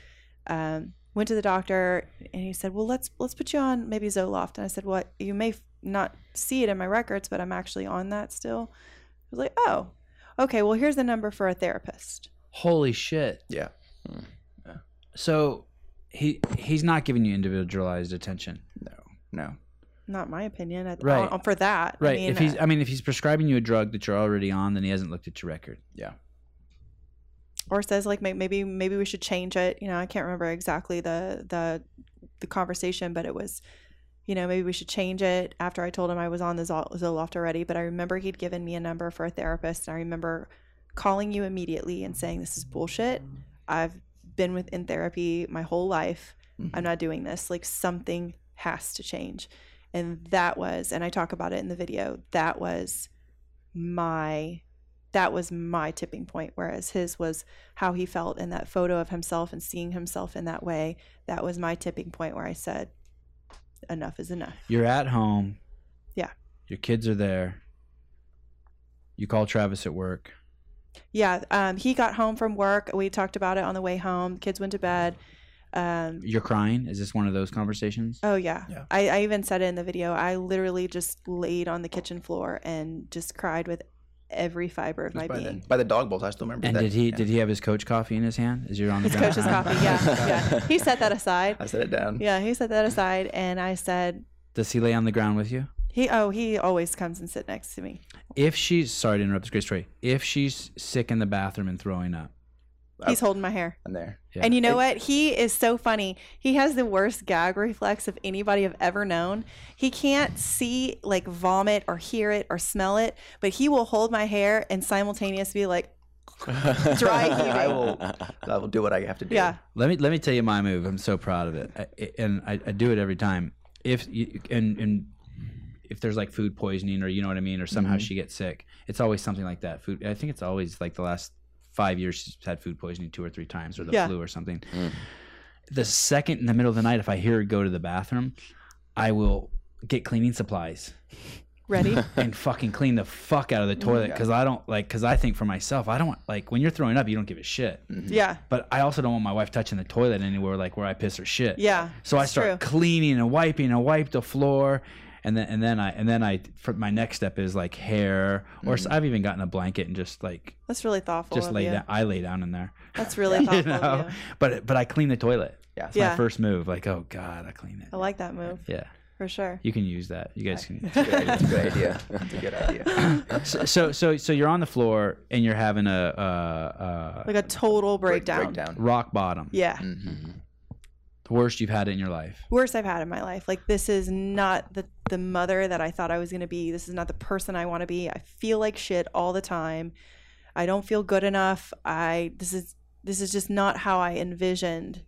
Speaker 2: Um, went to the doctor, and he said, "Well, let's let's put you on maybe Zoloft." And I said, "What? you may f- not see it in my records, but I'm actually on that still." I was like, "Oh, okay. Well, here's the number for a therapist."
Speaker 1: Holy shit.
Speaker 3: Yeah.
Speaker 4: Hmm.
Speaker 3: Yeah.
Speaker 1: So he he's not giving you individualized attention.
Speaker 3: No.
Speaker 2: Not my opinion. I,
Speaker 1: Right.
Speaker 2: on- for that, I
Speaker 1: Right.
Speaker 2: mean,
Speaker 1: if he's
Speaker 2: uh,
Speaker 1: I mean if he's prescribing you a drug that you're already on, then he hasn't looked at your record.
Speaker 2: or says like may- maybe maybe we should change it you know i can't remember exactly the the the conversation but it was you know maybe we should change it after i told him i was on the Zol- zoloft already but i remember he'd given me a number for a therapist and i remember calling you immediately and saying this is bullshit i've been with in therapy my whole life i'm not doing this like something has to change and that was and i talk about it in the video that was my that was my tipping point whereas his was how he felt in that photo of himself and seeing himself in that way that was my tipping point where i said enough is enough
Speaker 1: You're at home.
Speaker 2: Yeah.
Speaker 1: Your kids are there. You call Travis at work.
Speaker 2: yeah um, he got home from work we talked about it on the way home kids went to bed um,
Speaker 1: You're crying. Is this one of those conversations?
Speaker 2: Oh yeah.
Speaker 3: Yeah.
Speaker 2: I, I even said it in the video. I literally just laid on the kitchen floor and just cried with every fiber of
Speaker 3: It was
Speaker 2: my
Speaker 3: by, the,
Speaker 2: being.
Speaker 3: by the dog bowls. I still remember
Speaker 1: and
Speaker 3: that.
Speaker 1: did he
Speaker 3: Yeah.
Speaker 1: did he have his coach coffee in his hand? Is you on the
Speaker 2: His
Speaker 1: ground?
Speaker 2: coach's
Speaker 1: crying?
Speaker 2: coffee, yeah, yeah. He set that aside.
Speaker 3: I set it down.
Speaker 2: Yeah, he set that aside, and I said,
Speaker 1: Does he lay on the ground with you?
Speaker 2: "He oh, he always comes and sit next to me."
Speaker 1: If she's sorry to interrupt this great story. If she's sick in the bathroom and throwing up,
Speaker 3: Oh.
Speaker 2: He's holding my hair.
Speaker 3: I'm there.
Speaker 1: Yeah.
Speaker 2: And you know what? He is so funny. He has the worst gag reflex of anybody I've ever known. He can't see like vomit or hear it or smell it, but he will hold my hair and simultaneously be like, Dry heaving.
Speaker 3: I will. I will do what I have to do.
Speaker 2: Yeah.
Speaker 1: Let me let me tell you my move. I'm so proud of it, I, I- and I, I do it every time. If you, and and if there's like food poisoning or you know what I mean, or somehow she gets sick, it's always something like that. Food. I think it's always like the last five years she's had food poisoning two or three times, or the
Speaker 2: Yeah.
Speaker 1: flu or something.
Speaker 4: Mm.
Speaker 1: The second in the middle of the night, if I hear her go to the bathroom, I will get cleaning supplies
Speaker 2: "Ready?"
Speaker 1: and fucking clean the fuck out of the toilet because I don't like because I think for myself I don't want like when you're throwing up you don't give a shit.
Speaker 2: yeah.
Speaker 1: But I also don't want my wife touching the toilet anywhere like where I piss or shit.
Speaker 2: Yeah.
Speaker 1: So I
Speaker 2: it's
Speaker 1: start cleaning and wiping and wipe the floor, and then and then I and then I for my next step is like hair or
Speaker 2: Mm.
Speaker 1: s I've even gotten a blanket and just like
Speaker 2: That's really thoughtful.
Speaker 1: just
Speaker 2: of
Speaker 1: lay
Speaker 2: you.
Speaker 1: down. I lay down in there.
Speaker 2: That's really thoughtful.
Speaker 1: you know,
Speaker 2: of you.
Speaker 1: but but I clean the toilet.
Speaker 3: Yeah.
Speaker 1: It's
Speaker 2: Yeah,
Speaker 1: my first move. Like oh god, I clean it.
Speaker 2: I like that move
Speaker 1: yeah,
Speaker 2: for sure.
Speaker 1: you can use that. You guys can.
Speaker 3: Good idea. It's a good idea. It's a good idea.
Speaker 1: so, so so so you're on the floor and you're having a uh, uh,
Speaker 2: Like a total breakdown.
Speaker 3: Breakdown.
Speaker 1: rock bottom.
Speaker 2: Yeah,
Speaker 4: Mm-hmm.
Speaker 1: The worst you've had it in your life.
Speaker 2: worst I've had in my life. Like this is not the the mother that I thought I was gonna be. This is not the person I want to be. I feel like shit all the time. I don't feel good enough. I this is this is just not how I envisioned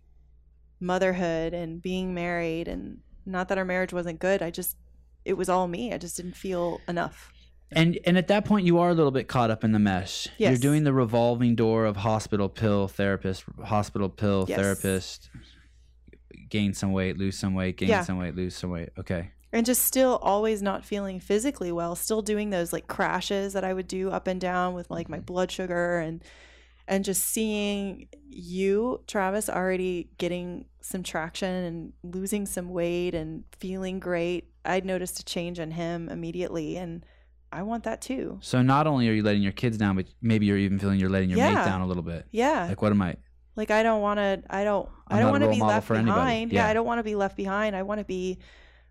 Speaker 2: motherhood and being married and not that our marriage wasn't good. I just it was all me. I just didn't feel enough.
Speaker 1: And and at that point, you are a little bit caught up in the mesh. You're
Speaker 2: Yes.
Speaker 1: doing the revolving door of hospital pill therapist, hospital pill
Speaker 2: Yes.
Speaker 1: therapist. Gain some weight, lose some weight, gain
Speaker 2: Yeah.
Speaker 1: some weight, lose some weight. Okay.
Speaker 2: and just still always not feeling physically well still doing those like crashes that i would do up and down with like my blood sugar and and just seeing you travis already getting some traction and losing some weight and feeling great i noticed a change in him immediately and i want that too
Speaker 1: So not only are you letting your kids down, but maybe you're even feeling you're letting your mate
Speaker 2: Yeah. Uh,
Speaker 1: down a little bit.
Speaker 2: yeah
Speaker 1: Like, what am I?
Speaker 2: Like I don't want to. I don't. I'm
Speaker 1: I'm
Speaker 2: I do
Speaker 1: not a
Speaker 2: not want to
Speaker 1: role
Speaker 2: be
Speaker 1: model
Speaker 2: left
Speaker 1: for anybody.
Speaker 2: behind. Yeah.
Speaker 1: Yeah.
Speaker 2: I don't want to be left behind. I want to be.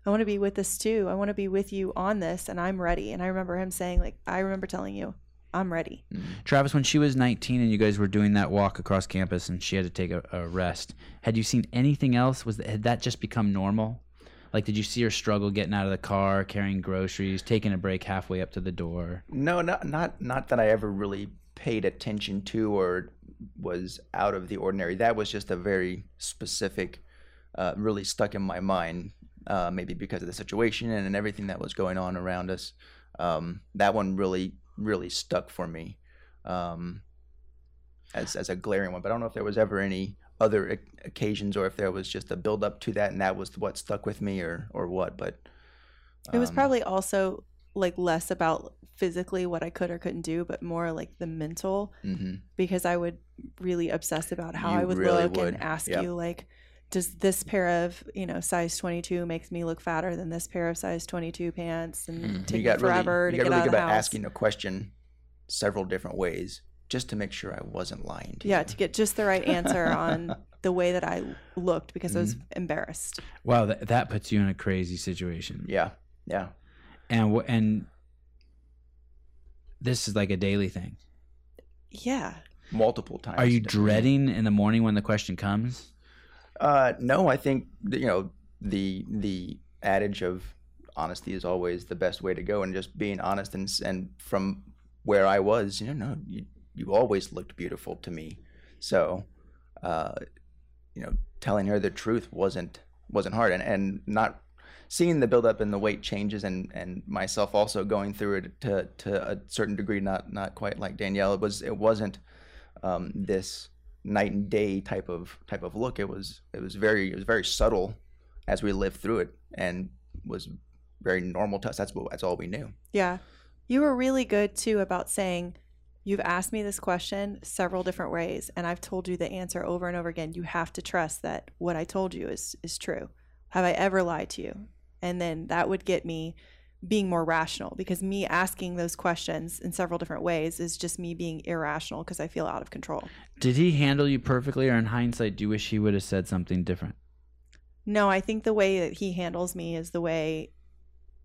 Speaker 2: I want to be with this too. I want to be with you on this, and I'm ready. And I remember him saying, like, I remember telling you, I'm ready.
Speaker 1: Travis, when she was 19 and you guys were doing that walk across campus and she had to take a, a rest, had you seen anything else? Was had that just become normal? Like, did you see her struggle getting out of the car, carrying groceries, taking a break halfway up to the door?
Speaker 3: No, not not not that I ever really paid attention to or was out of the ordinary. That was just a very specific, uh, really stuck in my mind. Uh, maybe because of the situation and, and everything that was going on around us. Um, that one really really stuck for me um, as as a glaring one. But I don't know if there was ever any other oc- occasions or if there was just a build up to that and that was what stuck with me or or what. But
Speaker 2: It was
Speaker 3: um,
Speaker 2: probably also like less about physically what I could or couldn't do, but more like the mental
Speaker 3: mhm.
Speaker 2: because I would really obsess about how
Speaker 3: You
Speaker 2: I would
Speaker 3: really
Speaker 2: look
Speaker 3: would.
Speaker 2: and ask
Speaker 3: Yep.
Speaker 2: you like, does this pair of you know size 22 makes me look fatter than this pair of size 22 pants and
Speaker 4: Mm. You
Speaker 2: take forever to
Speaker 3: really, Hmm. you
Speaker 2: get out
Speaker 3: got really good
Speaker 2: of the
Speaker 3: about
Speaker 2: house?
Speaker 3: asking a question several different ways just to make sure I wasn't lying to
Speaker 2: yeah
Speaker 3: you.
Speaker 2: to get just the right answer on the way that i looked because i was embarrassed
Speaker 1: Wow, that, that puts you in a crazy situation.
Speaker 3: yeah, yeah,
Speaker 1: And wh- and this is like a daily thing.
Speaker 2: yeah
Speaker 3: multiple times.
Speaker 1: Are you dreading in the morning when the question comes?
Speaker 3: Uh, no, I think that, you know the the adage of honesty is always the best way to go, and just being honest and s- and from where I was, you know, no, you you always looked beautiful to me. So, uh, you know, telling her the truth wasn't wasn't hard, and and not seeing the buildup in the weight changes, and and myself also going through it to to a certain degree, not not quite like Danielle. It was it wasn't um, this night and day type of type of look. It was it was very it was very subtle as we lived through it, and was very normal to us. That's what that's all we knew.
Speaker 2: yeah you were really good too about saying you've asked me this question several different ways and i've told you the answer over and over again you have to trust that what i told you is is true have i ever lied to you and then that would get me being more rational because me asking those questions in several different ways is just me being irrational because i feel out of control
Speaker 1: Did he handle you perfectly, or in hindsight, do you wish he would have said something different?
Speaker 2: No, I think the way that he handles me is the way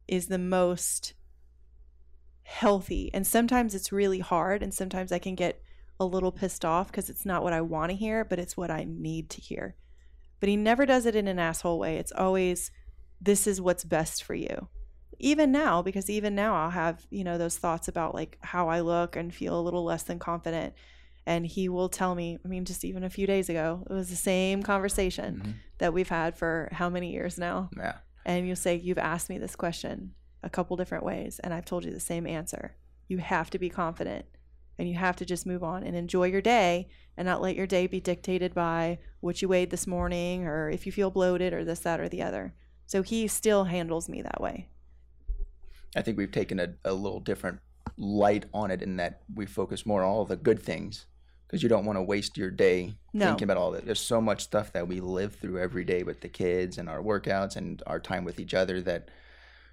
Speaker 2: is the most healthy. And sometimes it's really hard and sometimes I can get a little pissed off cuz it's not what I want to hear, but it's what I need to hear. But he never does it in an asshole way. It's always this is what's best for you. Even now because even now I'll have, you know, those thoughts about like how I look and feel a little less than confident and he will tell me, I mean just even a few days ago, it was the same conversation that we've had for how many years now?
Speaker 3: Yeah,
Speaker 2: And you'll say, You've asked me this question a couple different ways, and I've told you the same answer. You have to be confident and you have to just move on and enjoy your day and not let your day be dictated by what you weighed this morning or if you feel bloated or this, that, or the other. So he still handles me that way.
Speaker 3: I think we've taken a, a little different light on it in that we focus more on all the good things because you don't want to waste your day
Speaker 2: No.
Speaker 3: thinking about all that. There's so much stuff that we live through every day with the kids and our workouts and our time with each other that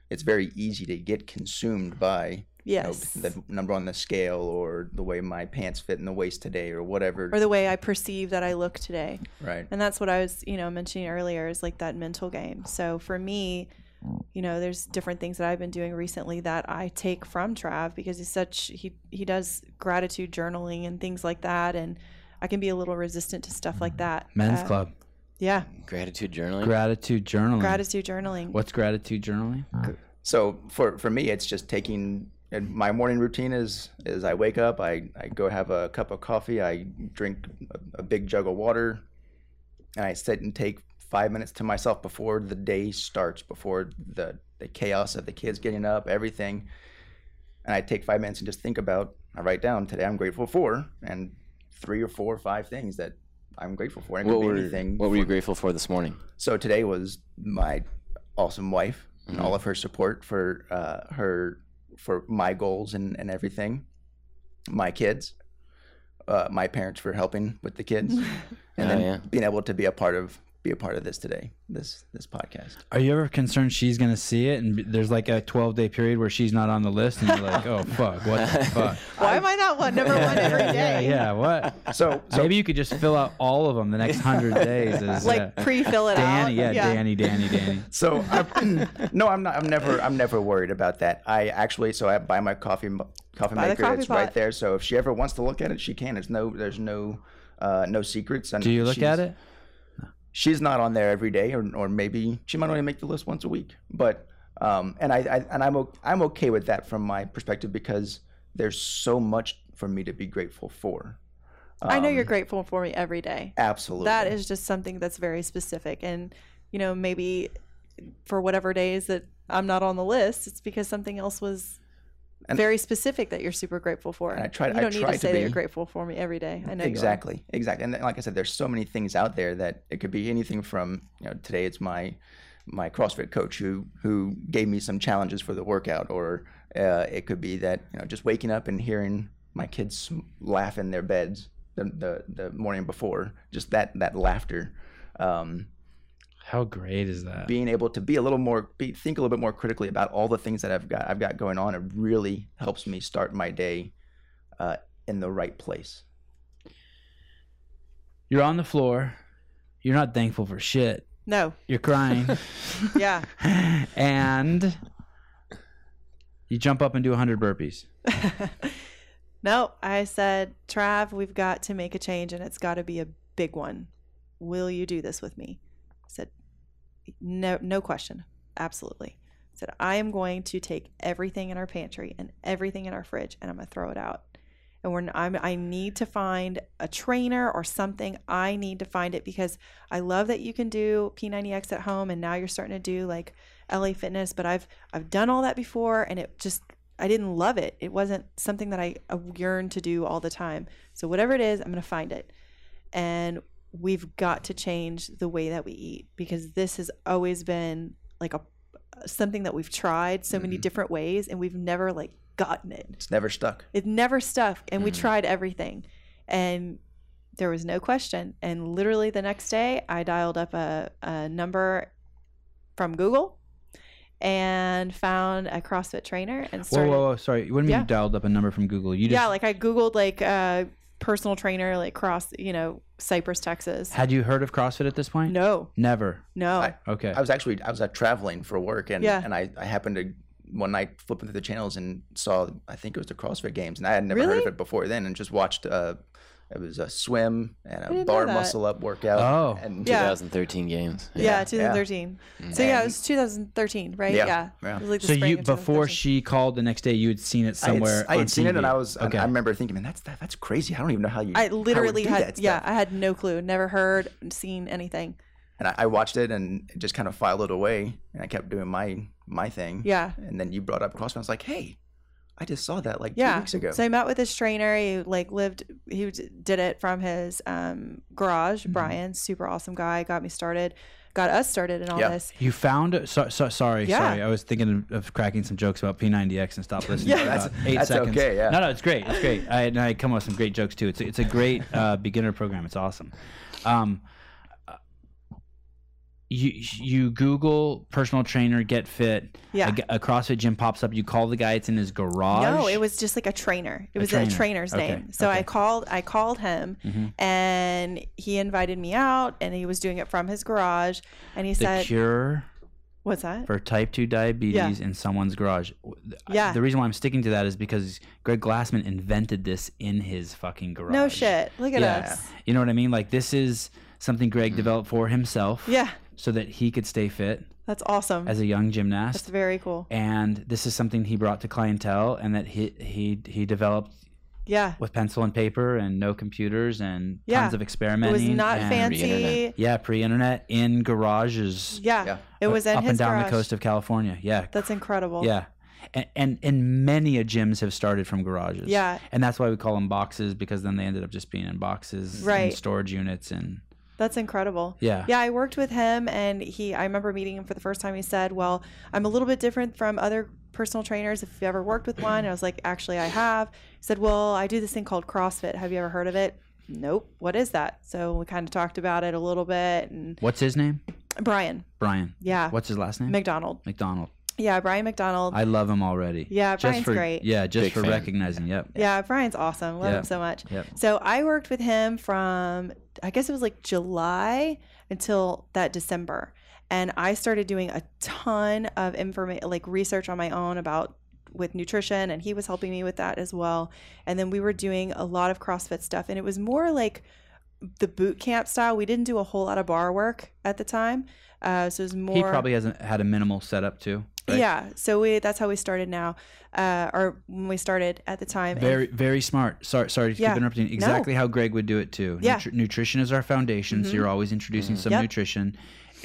Speaker 3: it's very easy to get consumed by you know,
Speaker 2: Yes.
Speaker 3: the number on the scale or the way my pants fit in the waist today or whatever.
Speaker 2: or the way I perceive that I look today.
Speaker 3: right.
Speaker 2: And that's what I was, you know, mentioning earlier is like that mental game. So for me, you know, there's different things that I've been doing recently that I take from Trav because he's such he he does gratitude journaling and things like that and I can be a little resistant to stuff like that.
Speaker 1: Men's
Speaker 2: Uh,
Speaker 1: club,
Speaker 2: Yeah.
Speaker 4: Gratitude journaling.
Speaker 1: gratitude journaling.
Speaker 2: Gratitude journaling. Uh,
Speaker 1: What's gratitude journaling?
Speaker 3: So for for me, it's just taking and my morning routine is is I wake up, I, I go have a cup of coffee, I drink a, a big jug of water, and I sit and take five minutes to myself before the day starts, before the the chaos of the kids getting up, everything. And I take five minutes and just think about. I write down today I'm grateful for, and three or four or five things that I'm grateful for. And it
Speaker 4: What
Speaker 3: could be
Speaker 4: were
Speaker 3: anything.
Speaker 4: What were you grateful for this morning?
Speaker 3: So today was my awesome wife and
Speaker 4: Mhm.
Speaker 1: Mm-hmm.
Speaker 3: all of her support for uh, her for my goals and, and everything. My kids, uh, my parents for helping with the kids, and
Speaker 4: Oh,
Speaker 3: then
Speaker 4: yeah.
Speaker 3: being able to be a part of be a part of this today, this this podcast.
Speaker 1: Are you ever concerned she's gonna see it and b- there's like a 12 day period where she's not on the list and you're like, oh fuck, what the fuck?
Speaker 2: Why am I not one number one every day?
Speaker 1: Yeah, yeah, what?
Speaker 3: So, so
Speaker 1: Maybe you could just fill out all of them the next hundred days. Is,
Speaker 2: Like
Speaker 1: yeah.
Speaker 2: pre-fill it
Speaker 1: Danny, yeah,
Speaker 2: out.
Speaker 1: Danny, Danny, Danny.
Speaker 3: So I, no, I'm not. I'm never. I'm never worried about that. I actually. So I buy my coffee mo- coffee
Speaker 2: Buy the
Speaker 3: maker.
Speaker 2: coffee
Speaker 3: it's
Speaker 2: pot.
Speaker 3: right there. So if she ever wants to look at it, she can. It's no. There's no. Uh, no secrets. And
Speaker 1: Do you look at
Speaker 3: she's-
Speaker 1: it?
Speaker 3: She's not on there every day, or or maybe she might only make the list once a week. But um, and I, I and I'm o- I'm okay with that from my perspective because there's so much for me to be grateful for.
Speaker 2: I know
Speaker 3: Um,
Speaker 2: you're grateful for me every day.
Speaker 3: Absolutely.
Speaker 2: That is just something that's very specific. And, you know, maybe for whatever days that I'm not on the list, it's because something else was
Speaker 3: And-
Speaker 2: very specific that you're super grateful for.
Speaker 3: And I try-
Speaker 2: you
Speaker 3: I
Speaker 2: don't need
Speaker 3: try
Speaker 2: to
Speaker 3: to
Speaker 2: say that you're
Speaker 3: be.
Speaker 2: grateful for me every day. I know you are.
Speaker 3: exactly exactly and then, like i said there's so many things out there that it could be anything from you know today it's my my crossfit coach who who gave me some challenges for the workout or uh, it could be that you know just waking up and hearing my kids sm- laugh in their beds the the, the morning before just that that laughter um,
Speaker 1: How great is that?
Speaker 3: being able to be a little more be, think a little bit more critically about all the things that i've got i've got going on it really helps me start my day uh, in the right place
Speaker 1: You're on the floor. You're not thankful for shit.
Speaker 2: No.
Speaker 1: You're crying.
Speaker 2: Yeah.
Speaker 1: and you jump up and do 100 burpees.
Speaker 2: no, I said, Trav, we've got to make a change and it's got to be a big one. Will you do this with me? I said, no, no question. Absolutely. I said, I am going to take everything in our pantry and everything in our fridge and I'm going to throw it out. And we're, I'm, I need to find a trainer or something. I need to find it because I love that you can do P90X at home and now you're starting to do like LA Fitness, but I've, I've done all that before and it just I didn't love it. It wasn't something that I uh, yearned to do all the time. So whatever it is, I'm going to find it. And we've got to change the way that we eat because this has always been like a something that we've tried so many
Speaker 3: Mhm.
Speaker 2: different ways and we've never like gotten it.
Speaker 3: it's never stuck
Speaker 2: It never stuck. And we
Speaker 1: Mm-hmm.
Speaker 4: Mhm.
Speaker 2: tried everything. And there was no question. And literally the next day, I dialed up a, a number from Google and found a CrossFit trainer and
Speaker 1: Whoa,
Speaker 2: started.
Speaker 1: whoa, whoa. Sorry. What do you mean
Speaker 2: Yeah.
Speaker 1: you dialed up a number from Google? You just
Speaker 2: yeah, like I Googled like uh, personal trainer, like cross, you know, Cypress, Texas.
Speaker 1: had you heard of CrossFit at this point?
Speaker 2: No,
Speaker 1: Never.
Speaker 2: no.
Speaker 3: I-
Speaker 1: Okay.
Speaker 3: I was actually I was out traveling for work, and
Speaker 2: Yeah.
Speaker 3: and I, I happened to one night flipping through the channels and saw I think it was the CrossFit Games, and I had never heard
Speaker 2: Really?
Speaker 3: of it before then, and just watched uh, it was a swim and
Speaker 2: didn't know
Speaker 3: a bar
Speaker 2: that.
Speaker 3: muscle up workout.
Speaker 1: Oh.
Speaker 3: and
Speaker 2: Yeah.
Speaker 4: 2013 games.
Speaker 2: yeah,
Speaker 3: yeah. Mm.
Speaker 2: 2013. So yeah, it was 2013, right?
Speaker 3: Yeah,
Speaker 2: It
Speaker 3: yeah.
Speaker 2: was like the
Speaker 1: so
Speaker 2: spring
Speaker 1: you
Speaker 2: of
Speaker 1: before
Speaker 2: 2013.
Speaker 1: she called the next day, you had seen it
Speaker 3: I had,
Speaker 1: somewhere.
Speaker 3: I had
Speaker 1: on
Speaker 3: seen it, and
Speaker 1: TV.
Speaker 3: I was I-
Speaker 1: okay.
Speaker 3: I, remember thinking, man, that's that, that's crazy. I don't even know how you. how
Speaker 2: I
Speaker 3: would
Speaker 2: literally
Speaker 3: do
Speaker 2: had
Speaker 3: that
Speaker 2: yeah,
Speaker 3: stuff."
Speaker 2: I had no clue, never heard, seen anything.
Speaker 3: and I, I watched it and it just kind of filed away, and I kept doing my my thing.
Speaker 2: Yeah.
Speaker 3: and then you brought up CrossFit. I was like, hey, I just saw that like
Speaker 2: Yeah.
Speaker 3: two weeks ago.
Speaker 2: So I met with this trainer. He like lived. He d- did it from his um, garage.
Speaker 1: Mm-hmm.
Speaker 2: Brian, super awesome guy, got me started, got us started in all
Speaker 3: Yeah.
Speaker 2: this.
Speaker 1: You found so, so, sorry,
Speaker 2: Yeah.
Speaker 1: sorry. I was thinking of, of cracking some jokes about P90X and stop listening.
Speaker 2: Yeah.
Speaker 1: for
Speaker 3: That's-
Speaker 1: about eight
Speaker 3: that's
Speaker 1: seconds.
Speaker 3: okay, yeah.
Speaker 1: No, no, it's great. It's great. I, and I come up with some great jokes too. It's a, it's a great uh, beginner program. It's awesome. Um, uh, you you Google personal trainer get fit.
Speaker 2: Yeah.
Speaker 1: A g- A, CrossFit gym pops up. You call the guy. It's in his garage.
Speaker 2: No, it was just like a trainer. It
Speaker 1: A
Speaker 2: was a
Speaker 1: trainer.
Speaker 2: trainer's
Speaker 1: Okay,
Speaker 2: name. So I
Speaker 1: okay.
Speaker 2: called. I called him,
Speaker 1: Mhm.
Speaker 2: and he invited me out, and he was doing it from his garage. And he
Speaker 1: the
Speaker 2: said,
Speaker 1: cure
Speaker 2: "What's that?"
Speaker 1: for type 2 diabetes in someone's garage. W- th- I-
Speaker 2: Yeah.
Speaker 1: The reason why I'm sticking to that is because Greg Glassman invented this in his fucking garage.
Speaker 2: No shit. Look at
Speaker 1: Yeah.
Speaker 2: us.
Speaker 1: You know what I mean? Like this is something Greg developed for himself
Speaker 2: Mm. Yeah.
Speaker 1: so that he could stay fit.
Speaker 2: That's awesome.
Speaker 1: as a young
Speaker 2: That's
Speaker 1: gymnast.
Speaker 2: very cool.
Speaker 1: And this is something he brought to clientele, and that he he he developed
Speaker 2: Yeah.
Speaker 1: with pencil and paper and no computers and
Speaker 2: Yeah.
Speaker 1: tons of
Speaker 2: It
Speaker 1: experimenting.
Speaker 2: was not
Speaker 1: and-
Speaker 2: fancy.
Speaker 4: Pre-internet.
Speaker 1: Yeah, pre-internet in garages.
Speaker 2: Yeah.
Speaker 3: Yeah.
Speaker 2: It was in
Speaker 1: up
Speaker 2: his
Speaker 1: and down
Speaker 2: garage.
Speaker 1: the coast of California. Yeah,
Speaker 2: That's incredible.
Speaker 1: yeah, and, and and many a gyms have started from garages.
Speaker 2: Yeah.
Speaker 1: and that's why we call them boxes because then they ended up just being in boxes,
Speaker 2: Right.
Speaker 1: And storage units, and
Speaker 2: That's incredible.
Speaker 1: yeah,
Speaker 2: Yeah, I worked with him and he I remember meeting him for the first time. He said, Well, I'm a little bit different from other personal trainers if you've ever worked with one. And I was like, Actually I have. He said, Well, I do this thing called CrossFit. Have you ever heard of it? Nope. What is that? So we kind of talked about it a little bit and
Speaker 1: What's his name?
Speaker 2: Brian.
Speaker 1: Brian.
Speaker 2: Yeah.
Speaker 1: What's his last name?
Speaker 2: McDonald.
Speaker 1: McDonald.
Speaker 2: Yeah, Brian McDonald.
Speaker 1: I love him already.
Speaker 2: yeah,
Speaker 1: just
Speaker 2: Brian's
Speaker 1: for
Speaker 2: great.
Speaker 1: yeah, just
Speaker 4: Big
Speaker 1: for
Speaker 4: fan.
Speaker 1: recognizing. Yep.
Speaker 2: Yeah, Brian's awesome. Love
Speaker 1: Yeah.
Speaker 2: him so much.
Speaker 1: Yep.
Speaker 2: So I worked with him from I guess it was like July until that December. And I started doing a ton of information like research on my own about with nutrition and he was helping me with that as well. And then we were doing a lot of CrossFit stuff and it was more like the boot camp style. We didn't do a whole lot of bar work at the time. Uh, so it was more
Speaker 1: He probably hasn't had a minimal setup too. right?
Speaker 2: Yeah, so we that's how we started now, uh, or when we started at the time. and-
Speaker 1: Very, very smart. Sorry, sorry to
Speaker 2: Yeah.
Speaker 1: keep interrupting. Exactly how Greg would do it too.
Speaker 2: Yeah. Mm-hmm.
Speaker 1: Nutri- nutrition is our foundation, so you're always introducing some
Speaker 2: Yep.
Speaker 1: nutrition,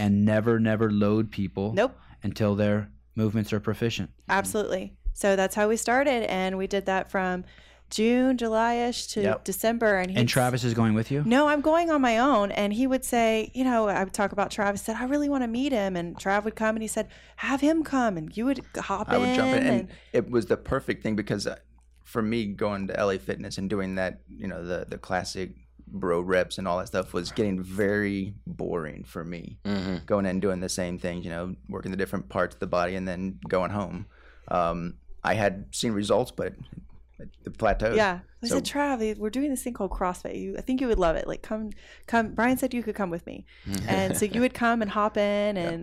Speaker 1: and never, never load people.
Speaker 2: Nope.
Speaker 1: Until their movements are proficient.
Speaker 3: Mm-hmm.
Speaker 2: Absolutely. So that's how we started, and we did that from June, July-ish to
Speaker 1: Yep.
Speaker 2: December. And, he'd-
Speaker 1: And Travis is going with you.
Speaker 2: no, I'm going on my own. And he would say, you know, I would talk about Travis. Said I really want to meet him, and Trav would come, and he said, have him come, and you would hop
Speaker 3: I
Speaker 2: in.
Speaker 3: would jump in,
Speaker 2: and-
Speaker 3: and it was the perfect thing because uh, for me, going to LA Fitness and doing that, you know, the the classic bro reps and all that stuff was getting very boring for me.
Speaker 4: Mm-hmm.
Speaker 3: Going in and doing the same things, you know, working the different parts of the body and then going home. Um, I had seen results, but it, it plateaued.
Speaker 2: yeah. I
Speaker 3: So-
Speaker 2: said, Trav, we're doing this thing called CrossFit. You, I think you would love it. Like, come, come. Brian said you could come with me,
Speaker 4: Mm-hmm.
Speaker 2: and so you would come and hop in, and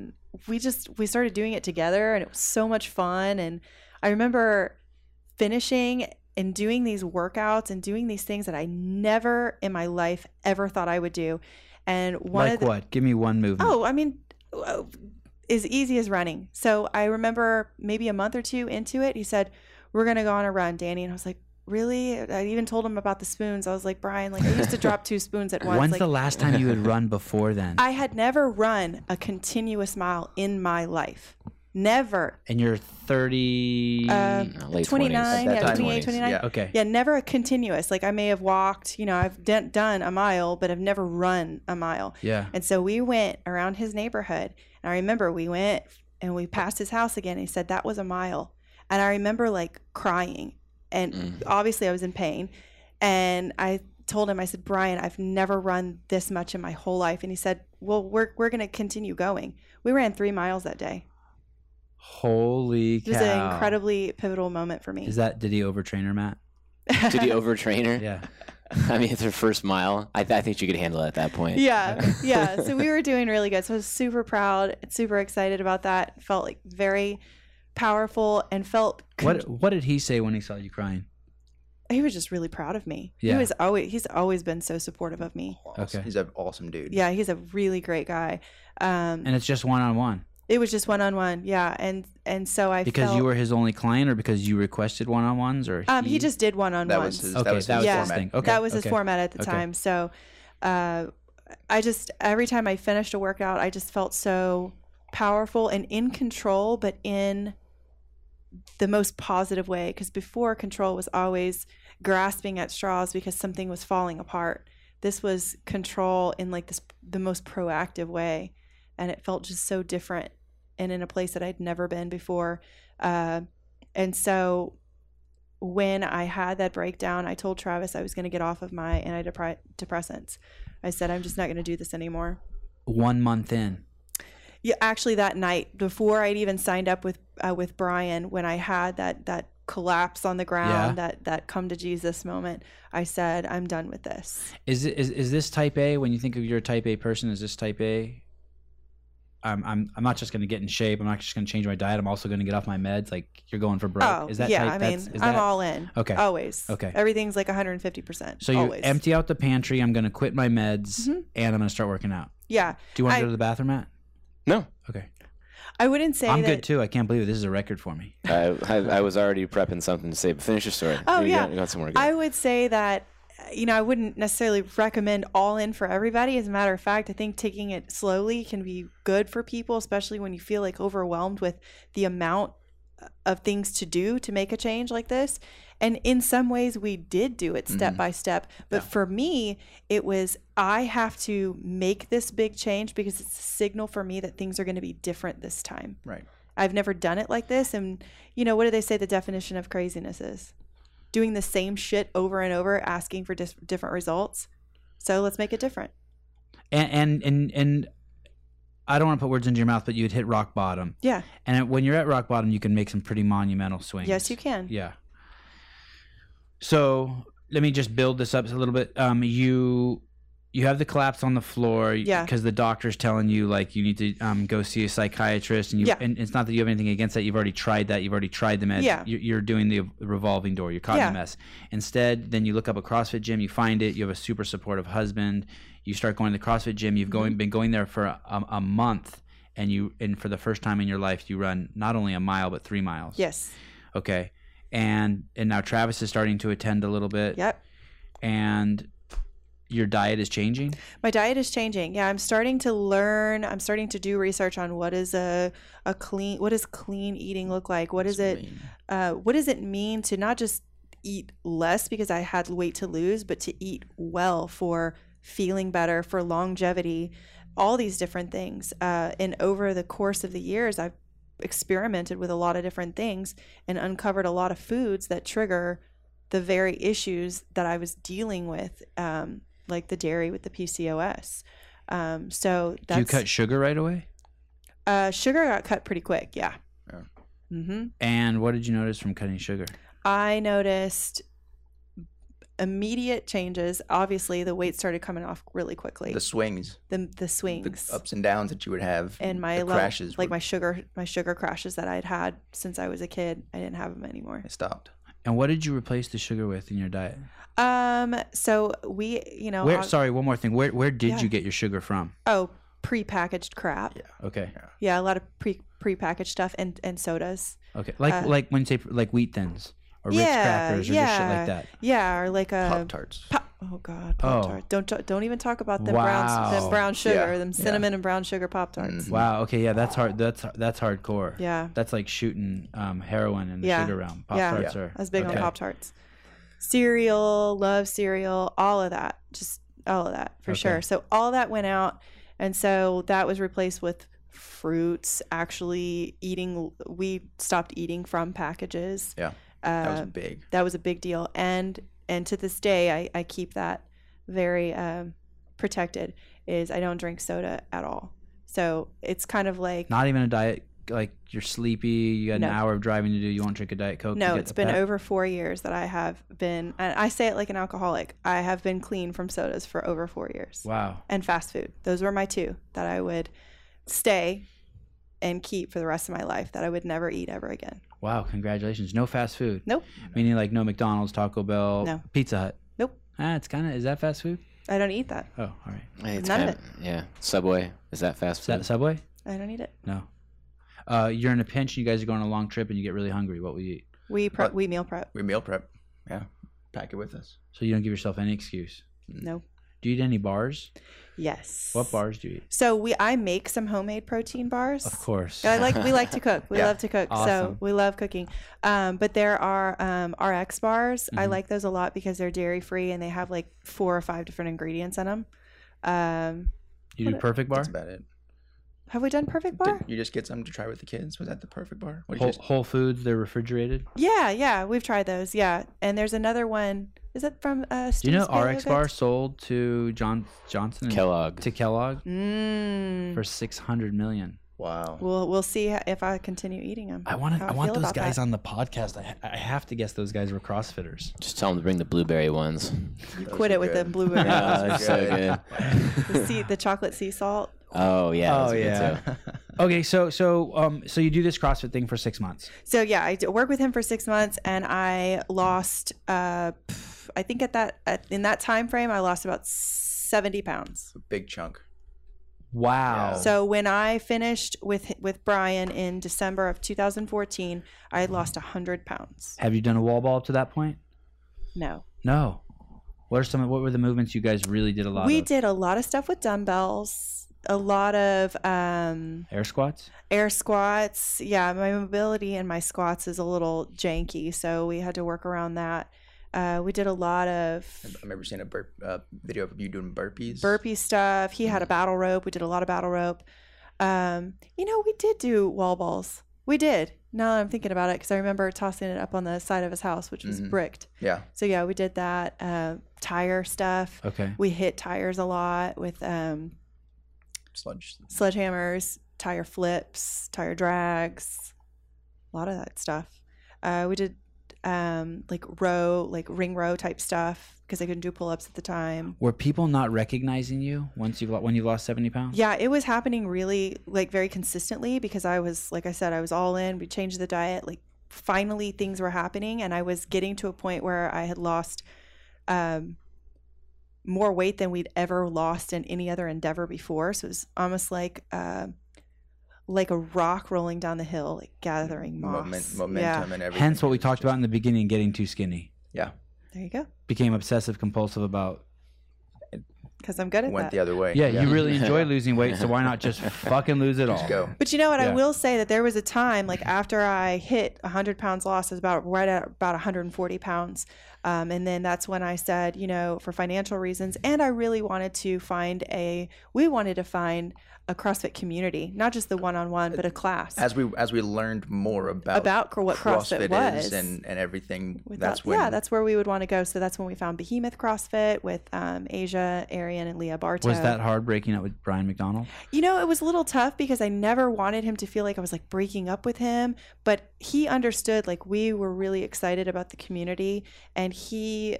Speaker 2: we just we started doing it together, and it was so much fun. And I remember finishing and doing these workouts and doing these things that I never in my life ever thought I would do. And one
Speaker 1: Like
Speaker 2: of the,
Speaker 1: what? Give me one movement.
Speaker 2: Oh, I mean, uh, as easy as running. So I remember maybe a month or two into it, he said, "We're gonna go on a run, Danny," and I was like, "Really?" I even told him about the spoons. I was like, "Brian, like I used to drop two spoons at once."
Speaker 1: When's
Speaker 2: like,
Speaker 1: the last time you would run before then?
Speaker 2: I had never run a continuous mile in my life. Never.
Speaker 1: and you're 30.
Speaker 2: Um,
Speaker 4: Late
Speaker 2: 29,
Speaker 3: At that
Speaker 2: yeah,
Speaker 3: time,
Speaker 2: 28,
Speaker 4: 20s,
Speaker 2: 29.
Speaker 3: yeah.
Speaker 1: okay.
Speaker 2: Yeah, never a continuous. Like I may have walked, you know, I've d- done a mile, but I've never run a mile.
Speaker 1: Yeah.
Speaker 2: And so we went around his neighborhood. And I remember we went and we passed his house again. And he said, That was a mile. And I remember like crying. And
Speaker 4: Mm.
Speaker 2: obviously I was in pain. And I told him, I said, Brian, I've never run this much in my whole life. And he said, Well, we're, we're going to continue going. We ran three miles that day.
Speaker 1: Holy
Speaker 2: It
Speaker 1: cow.
Speaker 2: was an incredibly pivotal moment for me.
Speaker 1: Is that, did he overtrain her, Matt?
Speaker 4: Did he overtrain her?
Speaker 1: Yeah.
Speaker 4: I mean, it's her first mile. I, I think she could handle it at that point.
Speaker 2: yeah yeah so we were doing really good so i was super proud super excited about that felt like very powerful and felt con-
Speaker 1: What, what did he say when he saw you crying?
Speaker 2: he was just really proud of me he
Speaker 1: Yeah.
Speaker 2: was always he's always been so supportive of me
Speaker 1: Okay.
Speaker 3: He's an awesome dude.
Speaker 2: yeah he's a really great guy um
Speaker 1: And it's just one on one.
Speaker 2: it was just one-on-one yeah and and so i
Speaker 1: because
Speaker 2: felt,
Speaker 1: you were his only client or because you requested one-on-ones or
Speaker 2: um he just did one-on-ones
Speaker 3: That was his,
Speaker 1: okay
Speaker 3: that was his
Speaker 2: Yeah.
Speaker 1: his
Speaker 3: format.
Speaker 1: thing okay
Speaker 2: that was his
Speaker 1: okay.
Speaker 2: format at the
Speaker 1: Okay.
Speaker 2: time. So, uh, I just every time I finished a workout, I just felt so powerful and in control, but in the most positive way. Because before, control was always grasping at straws because something was falling apart. This was control in like this the most proactive way, and it felt just so different and in a place that I'd never been before. Uh, and so when I had that breakdown, I told Travis I was going to get off of my antidepressants. I said, I'm just not going to do this anymore.
Speaker 1: one month in
Speaker 2: Yeah, actually, that night before I'd even signed up with uh, with Brian, when I had that that collapse on the ground, that that come to Jesus moment, I said, I'm done with this.
Speaker 1: is, it, is is this type a when you think of you're a type a person is this type a i'm i'm, I'm not just going to get in shape i'm not just going to change my diet i'm also going to get off my meds like you're going for broke
Speaker 2: oh,
Speaker 1: is that
Speaker 2: yeah.
Speaker 1: type
Speaker 2: I mean,
Speaker 1: that's- is
Speaker 2: I'm
Speaker 1: that-
Speaker 2: all in.
Speaker 1: okay
Speaker 2: Always.
Speaker 1: Okay.
Speaker 2: Everything's like 150. percent
Speaker 1: so you
Speaker 2: always.
Speaker 1: empty out the pantry i'm going to quit my meds
Speaker 2: Mhm.
Speaker 1: and i'm going to start working out
Speaker 2: Yeah.
Speaker 1: do you want to
Speaker 2: I-
Speaker 1: go to the bathroom matt
Speaker 4: No.
Speaker 1: okay
Speaker 2: I wouldn't say
Speaker 1: I'm
Speaker 2: that.
Speaker 1: good too. I can't believe it. This is a record for me.
Speaker 4: I, I, I was already prepping something to say, but finish your story.
Speaker 2: Oh,
Speaker 4: you
Speaker 2: yeah.
Speaker 4: Got, you got somewhere to go.
Speaker 2: I would say that you know I wouldn't necessarily recommend all in for everybody. As a matter of fact, I think taking it slowly can be good for people, especially when you feel like overwhelmed with the amount uh, of things to do to make a change like this. And in some ways, we did do it step by step. But for me, it was I have to make this big change because it's a signal for me that things are going to be different this time.
Speaker 1: Right.
Speaker 2: I've never done it like this. And, you know, what do they say the definition of craziness is? Doing the same shit over and over, asking for dis- different results. So let's make it different.
Speaker 1: And and and, and I don't want to put words into your mouth, but you'd hit rock bottom.
Speaker 2: Yeah.
Speaker 1: And when you're at rock bottom, you can make some pretty monumental swings.
Speaker 2: Yes, you can.
Speaker 1: Yeah. So let me just build this up a little bit. Um, you you have the collapse on the floor
Speaker 2: Yeah.
Speaker 1: because the doctor's telling you like you need to um, go see a psychiatrist and you
Speaker 2: Yeah.
Speaker 1: and it's not that you have anything against that you've already tried that you've already tried the meds
Speaker 2: Yeah.
Speaker 1: you're, you're doing the revolving door you're caught in
Speaker 2: Yeah.
Speaker 1: a mess instead then you look up a CrossFit gym you find it you have a super supportive husband you start going to the CrossFit gym you've
Speaker 2: Mm-hmm.
Speaker 1: going been going there for a, a, a month and you and for the first time in your life you run not only a mile but three miles
Speaker 2: Yes.
Speaker 1: okay and and now travis is starting to attend a little bit
Speaker 2: Yep.
Speaker 1: and your diet is changing
Speaker 2: My diet is changing. Yeah, I'm starting to learn. I'm starting to do research on what is a, a clean, what does clean eating look like? What is it? Uh, what does it mean to not just eat less because I had weight to lose, but to eat well for feeling better, for longevity, all these different things. Uh, and over the course of the years, I've experimented with a lot of different things and uncovered a lot of foods that trigger the very issues that I was dealing with, um, like the dairy with the PCOS. Um, so
Speaker 1: do
Speaker 2: that's
Speaker 1: you cut sugar right away
Speaker 2: uh, sugar got cut pretty quick. Yeah.
Speaker 3: Yeah.
Speaker 2: Mm-hmm.
Speaker 1: and what did you notice from cutting sugar
Speaker 2: I noticed immediate changes. Obviously, the weight started coming off really quickly.
Speaker 3: The
Speaker 2: The
Speaker 3: swings,
Speaker 2: the,
Speaker 3: the
Speaker 2: swings
Speaker 3: ups and downs that you would have,
Speaker 2: and my
Speaker 3: the
Speaker 2: level-
Speaker 3: crashes,
Speaker 2: like
Speaker 3: were-
Speaker 2: my sugar, my sugar crashes that I'd had since I was a kid. I didn't have them anymore.
Speaker 3: it stopped.
Speaker 1: and what did you replace the sugar with in your diet
Speaker 2: Um. So we, you know,
Speaker 1: where
Speaker 2: ob-
Speaker 1: sorry one more thing where where did
Speaker 2: Oh, Yeah.
Speaker 1: you get your sugar from
Speaker 2: oh, prepackaged crap.
Speaker 3: Yeah.
Speaker 2: Yeah,
Speaker 1: okay
Speaker 2: a lot of pre prepackaged stuff and and sodas.
Speaker 1: okay like
Speaker 2: Uh,
Speaker 1: like when you say like wheat thins or ritz
Speaker 2: Yeah,
Speaker 1: crackers or just shit
Speaker 2: yeah.
Speaker 1: like that
Speaker 2: Yeah, or like a.
Speaker 3: Pop tarts.
Speaker 2: Pop- oh God!
Speaker 1: Oh.
Speaker 2: Pop tart. Don't t- don't even talk about them brown
Speaker 1: Wow.
Speaker 2: them brown sugar,
Speaker 3: Yeah,
Speaker 2: them
Speaker 3: yeah.
Speaker 2: cinnamon and brown sugar pop tarts.
Speaker 3: Mhm.
Speaker 1: wow okay yeah that's hard that's that's hardcore
Speaker 2: Yeah.
Speaker 1: that's like shooting um, heroin in the
Speaker 2: Yeah.
Speaker 1: sugar realm pop
Speaker 2: Yeah.
Speaker 1: tarts
Speaker 3: Yeah.
Speaker 1: are
Speaker 2: I was big
Speaker 1: okay.
Speaker 2: on Pop Tarts. Cereal, love cereal, all of that. Just all of that for
Speaker 1: Okay.
Speaker 2: sure. So all that went out. And so that was replaced with fruits, actually eating. We stopped eating from packages.
Speaker 3: Yeah. That was
Speaker 2: Uh,
Speaker 3: big.
Speaker 2: that was a big deal. And, and to this day, I, I keep that very um, protected is I don't drink soda at all. So it's kind of like,
Speaker 1: Not even a diet. Like you're sleepy. You had
Speaker 2: No.
Speaker 1: an hour of driving to do. You won't drink a diet coke.
Speaker 2: No,
Speaker 1: it
Speaker 2: it's been over four years that I have been, and I say it like an alcoholic. I have been clean from sodas for over four years
Speaker 1: Wow.
Speaker 2: and fast food. Those were my two that I would stay and keep for the rest of my life that I would never eat ever again.
Speaker 1: Wow. Congratulations. No fast food.
Speaker 2: Nope.
Speaker 1: Meaning like no McDonald's, Taco Bell,
Speaker 2: No.
Speaker 1: Pizza Hut.
Speaker 2: Nope.
Speaker 1: Ah, it's kind of is that fast food?
Speaker 2: I don't eat that.
Speaker 1: Oh, all right.
Speaker 4: Hey, it's
Speaker 2: None of
Speaker 4: kinda- Yeah. Subway. Is that fast
Speaker 1: Is
Speaker 4: food?
Speaker 1: that Subway?
Speaker 2: I don't eat it.
Speaker 1: No. Uh, you're in a pinch and you guys are going on a long trip and you get really hungry. What will you eat?
Speaker 2: We prep,
Speaker 3: But-
Speaker 2: we meal prep.
Speaker 3: We meal prep. Yeah. Pack it with us.
Speaker 1: So you don't give yourself any excuse.
Speaker 2: No.
Speaker 1: Do you eat any bars?
Speaker 2: Yes.
Speaker 1: What bars do you eat?
Speaker 2: So we, I make some homemade protein bars.
Speaker 1: Of course.
Speaker 2: I like we like to cook. We
Speaker 3: Yeah.
Speaker 2: love to cook. So
Speaker 1: Awesome.
Speaker 2: we love cooking. Um, but there are um, RX bars. I
Speaker 1: Mhm.
Speaker 2: like those a lot because they're dairy free and they have like four or five different ingredients in them. Um,
Speaker 1: You do perfect bar.
Speaker 3: That's about it.
Speaker 2: have we done perfect
Speaker 3: Did
Speaker 2: bar?
Speaker 3: you just get something to try with the kids? Was that the perfect bar? What did
Speaker 1: Whole,
Speaker 3: you just-
Speaker 1: Whole Foods. They're refrigerated.
Speaker 2: Yeah, yeah, we've tried those. Yeah, and there's another one. Is it from uh?
Speaker 1: Do you know
Speaker 2: Steve's Paleo
Speaker 1: RX bar
Speaker 2: Goods?
Speaker 1: sold to John Johnson and
Speaker 4: Kellogg.
Speaker 1: to Kellogg
Speaker 2: Mm.
Speaker 1: for six hundred million.
Speaker 3: wow.
Speaker 2: We'll we'll see if I continue eating them.
Speaker 1: I want to.
Speaker 2: How
Speaker 1: I want
Speaker 2: feel
Speaker 1: those
Speaker 2: about
Speaker 1: guys
Speaker 2: that.
Speaker 1: on the podcast. I, I have to guess those guys were CrossFitters.
Speaker 4: Just tell them to bring the blueberry ones.
Speaker 3: You
Speaker 2: Quit it with the blueberry.
Speaker 4: Ah,
Speaker 3: those
Speaker 4: they're
Speaker 3: are
Speaker 4: so good.
Speaker 3: good.
Speaker 2: the sea, the chocolate sea salt.
Speaker 4: Oh yeah.
Speaker 1: Oh,
Speaker 4: those are good,
Speaker 1: yeah.
Speaker 4: too.
Speaker 1: Okay, so so um so you do this CrossFit thing for six months.
Speaker 2: So yeah, I d- worked with him for six months, and I lost. Uh, pff, I think at that at, in that time frame, I lost about seventy pounds.
Speaker 3: Big chunk.
Speaker 1: Wow.
Speaker 2: So when I finished with with Brian in December of 2014, I had lost 100 pounds.
Speaker 1: have you done a wall ball up to that point?
Speaker 2: No.
Speaker 1: No. What are some? What were the movements you guys really did a lot?
Speaker 2: We
Speaker 1: of?
Speaker 2: did a lot of stuff with dumbbells, a lot of um,
Speaker 1: air squats.
Speaker 2: air squats. Yeah, my mobility and my squats is a little janky, so we had to work around that. Uh, we did a lot of
Speaker 3: I remember seeing a burp, uh, video of you doing burpees.
Speaker 2: burpee stuff. He had a battle rope. We did a lot of battle rope. Um, you know, we did do wall balls. We did. Now that I'm thinking about it, because I remember tossing it up on the side of his house, which was
Speaker 3: Mhm.
Speaker 2: bricked.
Speaker 3: Yeah.
Speaker 2: So yeah, we did that. Uh, tire stuff.
Speaker 1: Okay.
Speaker 2: We hit tires a lot with um,
Speaker 3: Sludge.
Speaker 2: sledgehammers, tire flips, tire drags, a lot of that stuff. Uh, we did um, like row, like ring row type stuff because I couldn't do pull ups at the time.
Speaker 1: Were people not recognizing you once you've lo- when you lost seventy pounds?
Speaker 2: Yeah, it was happening really like very consistently because I was like I said I was all in. We changed the diet. Like finally things were happening and I was getting to a point where I had lost um more weight than we'd ever lost in any other endeavor before. So it was almost like uh, like a rock rolling down the hill, like gathering moss.
Speaker 3: Moment,
Speaker 2: Yeah,
Speaker 3: momentum and everything.
Speaker 1: Hence, what we talked
Speaker 3: Just-
Speaker 1: about in the beginning: getting too skinny.
Speaker 2: there you go.
Speaker 1: Became obsessive compulsive about.
Speaker 2: Because I'm good at
Speaker 3: Went
Speaker 2: that.
Speaker 3: the other way.
Speaker 1: Yeah, you really enjoy losing weight, so why not just fucking lose it all?
Speaker 3: Just go.
Speaker 2: But you know what?
Speaker 1: Yeah.
Speaker 2: I will say that there was a time, like
Speaker 3: Mm-hmm.
Speaker 2: after I hit 100 pounds lost, it was about right at about 140 pounds, um, and then that's when I said, you know, for financial reasons, and I really wanted to find a, we wanted to find a CrossFit community, not just the one-on-one, but a class
Speaker 3: As we as we learned more about
Speaker 2: about cr- what CrossFit, was.
Speaker 3: is and and everything,
Speaker 2: we
Speaker 3: that's
Speaker 2: thought,
Speaker 3: when
Speaker 2: yeah, that's where we would want to go. So that's when we found Behemoth CrossFit with um, Asia, Arian, and Leah Barto.
Speaker 1: Was that hard breaking up with Brian McDonald?
Speaker 2: You know, it was a little tough because I never wanted him to feel like I was like breaking up with him, but he understood like we were really excited about the community and he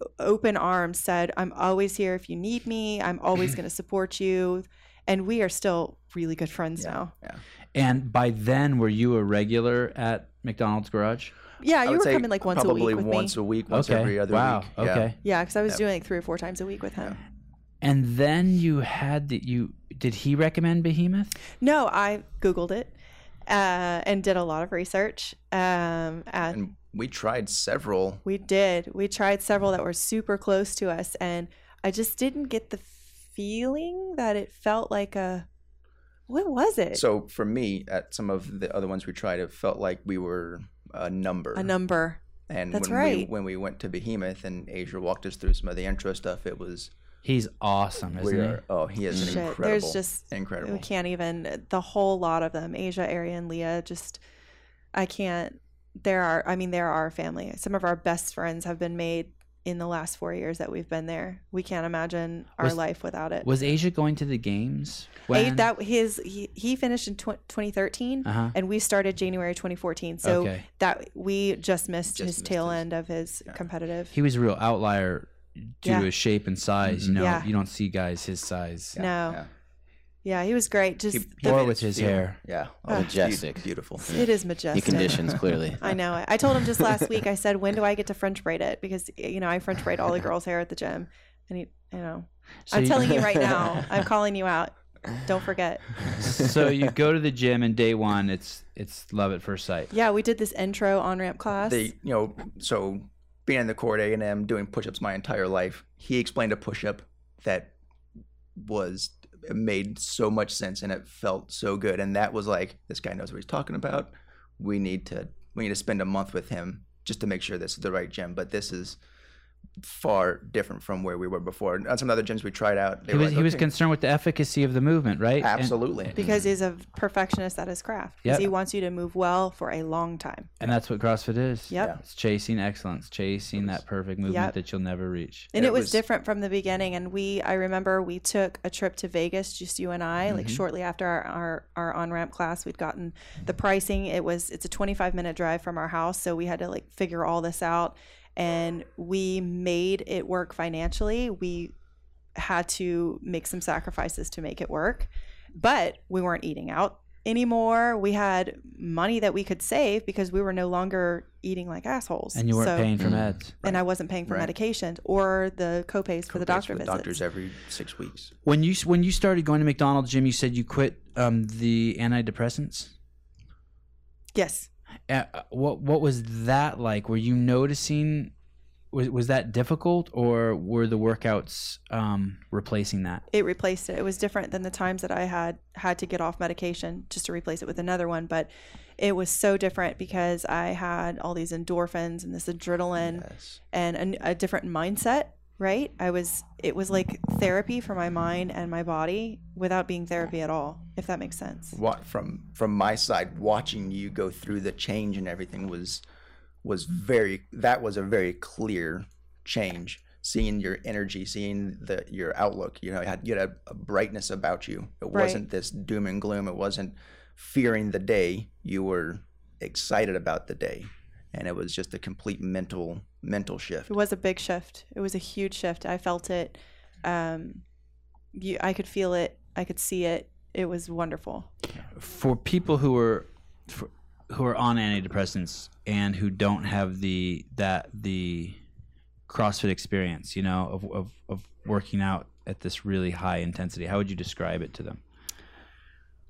Speaker 2: uh, open arms said, "I'm always here if you need me. I'm always going to support you." And we are still really good friends
Speaker 3: Yeah.
Speaker 2: now.
Speaker 1: And by then, were you a regular at McDonald's Garage?
Speaker 2: Yeah,
Speaker 3: I
Speaker 2: you
Speaker 3: would
Speaker 2: were
Speaker 3: say
Speaker 2: coming like once a
Speaker 3: probably
Speaker 2: week with
Speaker 3: once
Speaker 2: me.
Speaker 3: a week, once
Speaker 1: okay.
Speaker 3: every other
Speaker 1: wow.
Speaker 3: week. yeah.
Speaker 1: Okay.
Speaker 2: yeah, because I was
Speaker 3: Yeah.
Speaker 2: doing like three or four times a week with him.
Speaker 1: And then you had that you did he recommend Behemoth?
Speaker 2: No, I googled it uh, and did a lot of research. Um, at
Speaker 3: And we tried several.
Speaker 2: We did. We tried several that were super close to us, and I just didn't get the feeling that it felt like a. What was it?
Speaker 3: So for me, at some of the other ones we tried, it felt like we were a number.
Speaker 2: a number.
Speaker 3: And
Speaker 2: That's
Speaker 3: when we
Speaker 2: right.
Speaker 3: when we went to Behemoth and Asia walked us through some of the intro stuff, it was
Speaker 1: He's awesome, isn't
Speaker 3: we
Speaker 1: he?
Speaker 3: are oh he is an
Speaker 2: Shit.
Speaker 3: incredible
Speaker 2: There's just
Speaker 3: incredible.
Speaker 2: we can't even the whole lot of them. Asia, Aria, and Leah. Just I can't. There are. I mean, there are our family. Some of our best friends have been made in the last four years that we've been there. We can't imagine our
Speaker 1: Was-
Speaker 2: life without it.
Speaker 1: Was Asia going to the games?
Speaker 2: Eight- that his he, he finished in tw- 2013
Speaker 1: uh huh.
Speaker 2: and we started January 2014. So
Speaker 1: okay.
Speaker 2: that we just missed
Speaker 3: Just
Speaker 2: his
Speaker 3: missed
Speaker 2: tail
Speaker 3: his-
Speaker 2: end of his
Speaker 3: yeah.
Speaker 2: competitive.
Speaker 1: He was a real outlier due
Speaker 2: Yeah.
Speaker 1: to his shape and size. You know,
Speaker 2: Yeah.
Speaker 1: you don't see guys his size.
Speaker 3: Mm-hmm. Yeah,
Speaker 2: no.
Speaker 3: yeah.
Speaker 2: yeah, he was great. Just
Speaker 3: He- he
Speaker 2: the-
Speaker 1: Or
Speaker 3: made
Speaker 1: with
Speaker 3: us
Speaker 1: his
Speaker 3: feel-
Speaker 1: hair.
Speaker 3: Yeah.
Speaker 2: Ah.
Speaker 3: it's beau-
Speaker 4: Majestic.
Speaker 3: Beautiful.
Speaker 2: it is majestic.
Speaker 4: He conditions clearly.
Speaker 2: I know it. I told him just last week. I said, "When do I get to French braid it?" Because you know I French braid all the girls' hair at the gym, and he, you know,
Speaker 1: So
Speaker 2: I'm
Speaker 1: you-
Speaker 2: telling you right now, I'm calling you out. Don't forget.
Speaker 1: so you go to the gym and day one, it's it's love at first sight.
Speaker 2: Yeah, we did this intro on ramp class.
Speaker 3: They you know, so being in the court A and M doing push ups my entire life, he explained a push up that was it made so much sense and it felt so good. And that was like, this guy knows what he's talking about. We need to we need to spend a month with him just to make sure this is the right gym. But this is far different from where we were before. And some other gyms we tried out, they
Speaker 1: He
Speaker 3: were
Speaker 1: was
Speaker 3: like,
Speaker 1: he was
Speaker 3: "Okay,
Speaker 1: concerned with the efficacy of the movement, right? And-
Speaker 3: absolutely
Speaker 2: because he's a perfectionist at his craft. Because
Speaker 1: Yeah.
Speaker 2: he wants you to move well for a long time.
Speaker 1: And, that's what CrossFit is.
Speaker 2: Yep.
Speaker 3: Yeah.
Speaker 1: It's chasing excellence, chasing that perfect movement
Speaker 2: Yep.
Speaker 1: that you'll never reach.
Speaker 2: and
Speaker 3: It
Speaker 2: it, was,
Speaker 3: was-
Speaker 2: different from the beginning and we i remember we took a trip to vegas just you and i
Speaker 1: Mm-hmm.
Speaker 2: like shortly after our our, our on-ramp class we'd gotten the pricing it was it's a 25 minute drive from our house so we had to like figure all this out and we made it work financially we had to make some sacrifices to make it work but we weren't eating out anymore. We had money that we could save because we were no longer eating like assholes.
Speaker 1: and you weren't
Speaker 2: So-
Speaker 1: paying for
Speaker 4: Mm.
Speaker 1: meds.
Speaker 2: And I wasn't paying for
Speaker 3: Right.
Speaker 2: medications or the copays for the
Speaker 3: Copays
Speaker 2: doctor
Speaker 3: with
Speaker 2: visits.
Speaker 3: Doctors e- every six weeks.
Speaker 1: When you s- when you started going to McDonald's, Jim, you said you quit um, the antidepressants.
Speaker 2: yes.
Speaker 1: Uh, what what was that like? Were you noticing? Was was that difficult, or were the workouts um, replacing that?
Speaker 2: it replaced it. It was different than the times that I had had to get off medication just to replace it with another one, but it was so different because I had all these endorphins and this adrenaline
Speaker 3: Yes.
Speaker 2: and a, a different mindset. Right? I was. It was like therapy for my mind and my body without being therapy at all. If that makes sense.
Speaker 3: What from from my side, watching you go through the change and everything was was very. That was a very clear change. Seeing your energy, seeing the your outlook. You know, you had, you had a, a brightness about you. It
Speaker 2: Right.
Speaker 3: wasn't this doom and gloom. It wasn't fearing the day. You were excited about the day, and it was just a complete mental mental shift.
Speaker 2: It was a big shift. It was a huge shift. I felt it. Um, you, I could feel it. I could see it. It was wonderful.
Speaker 1: for people who are for, who are on antidepressants and who don't have the that the CrossFit experience, you know, of of, of working out at this really high intensity, how would you describe it to them?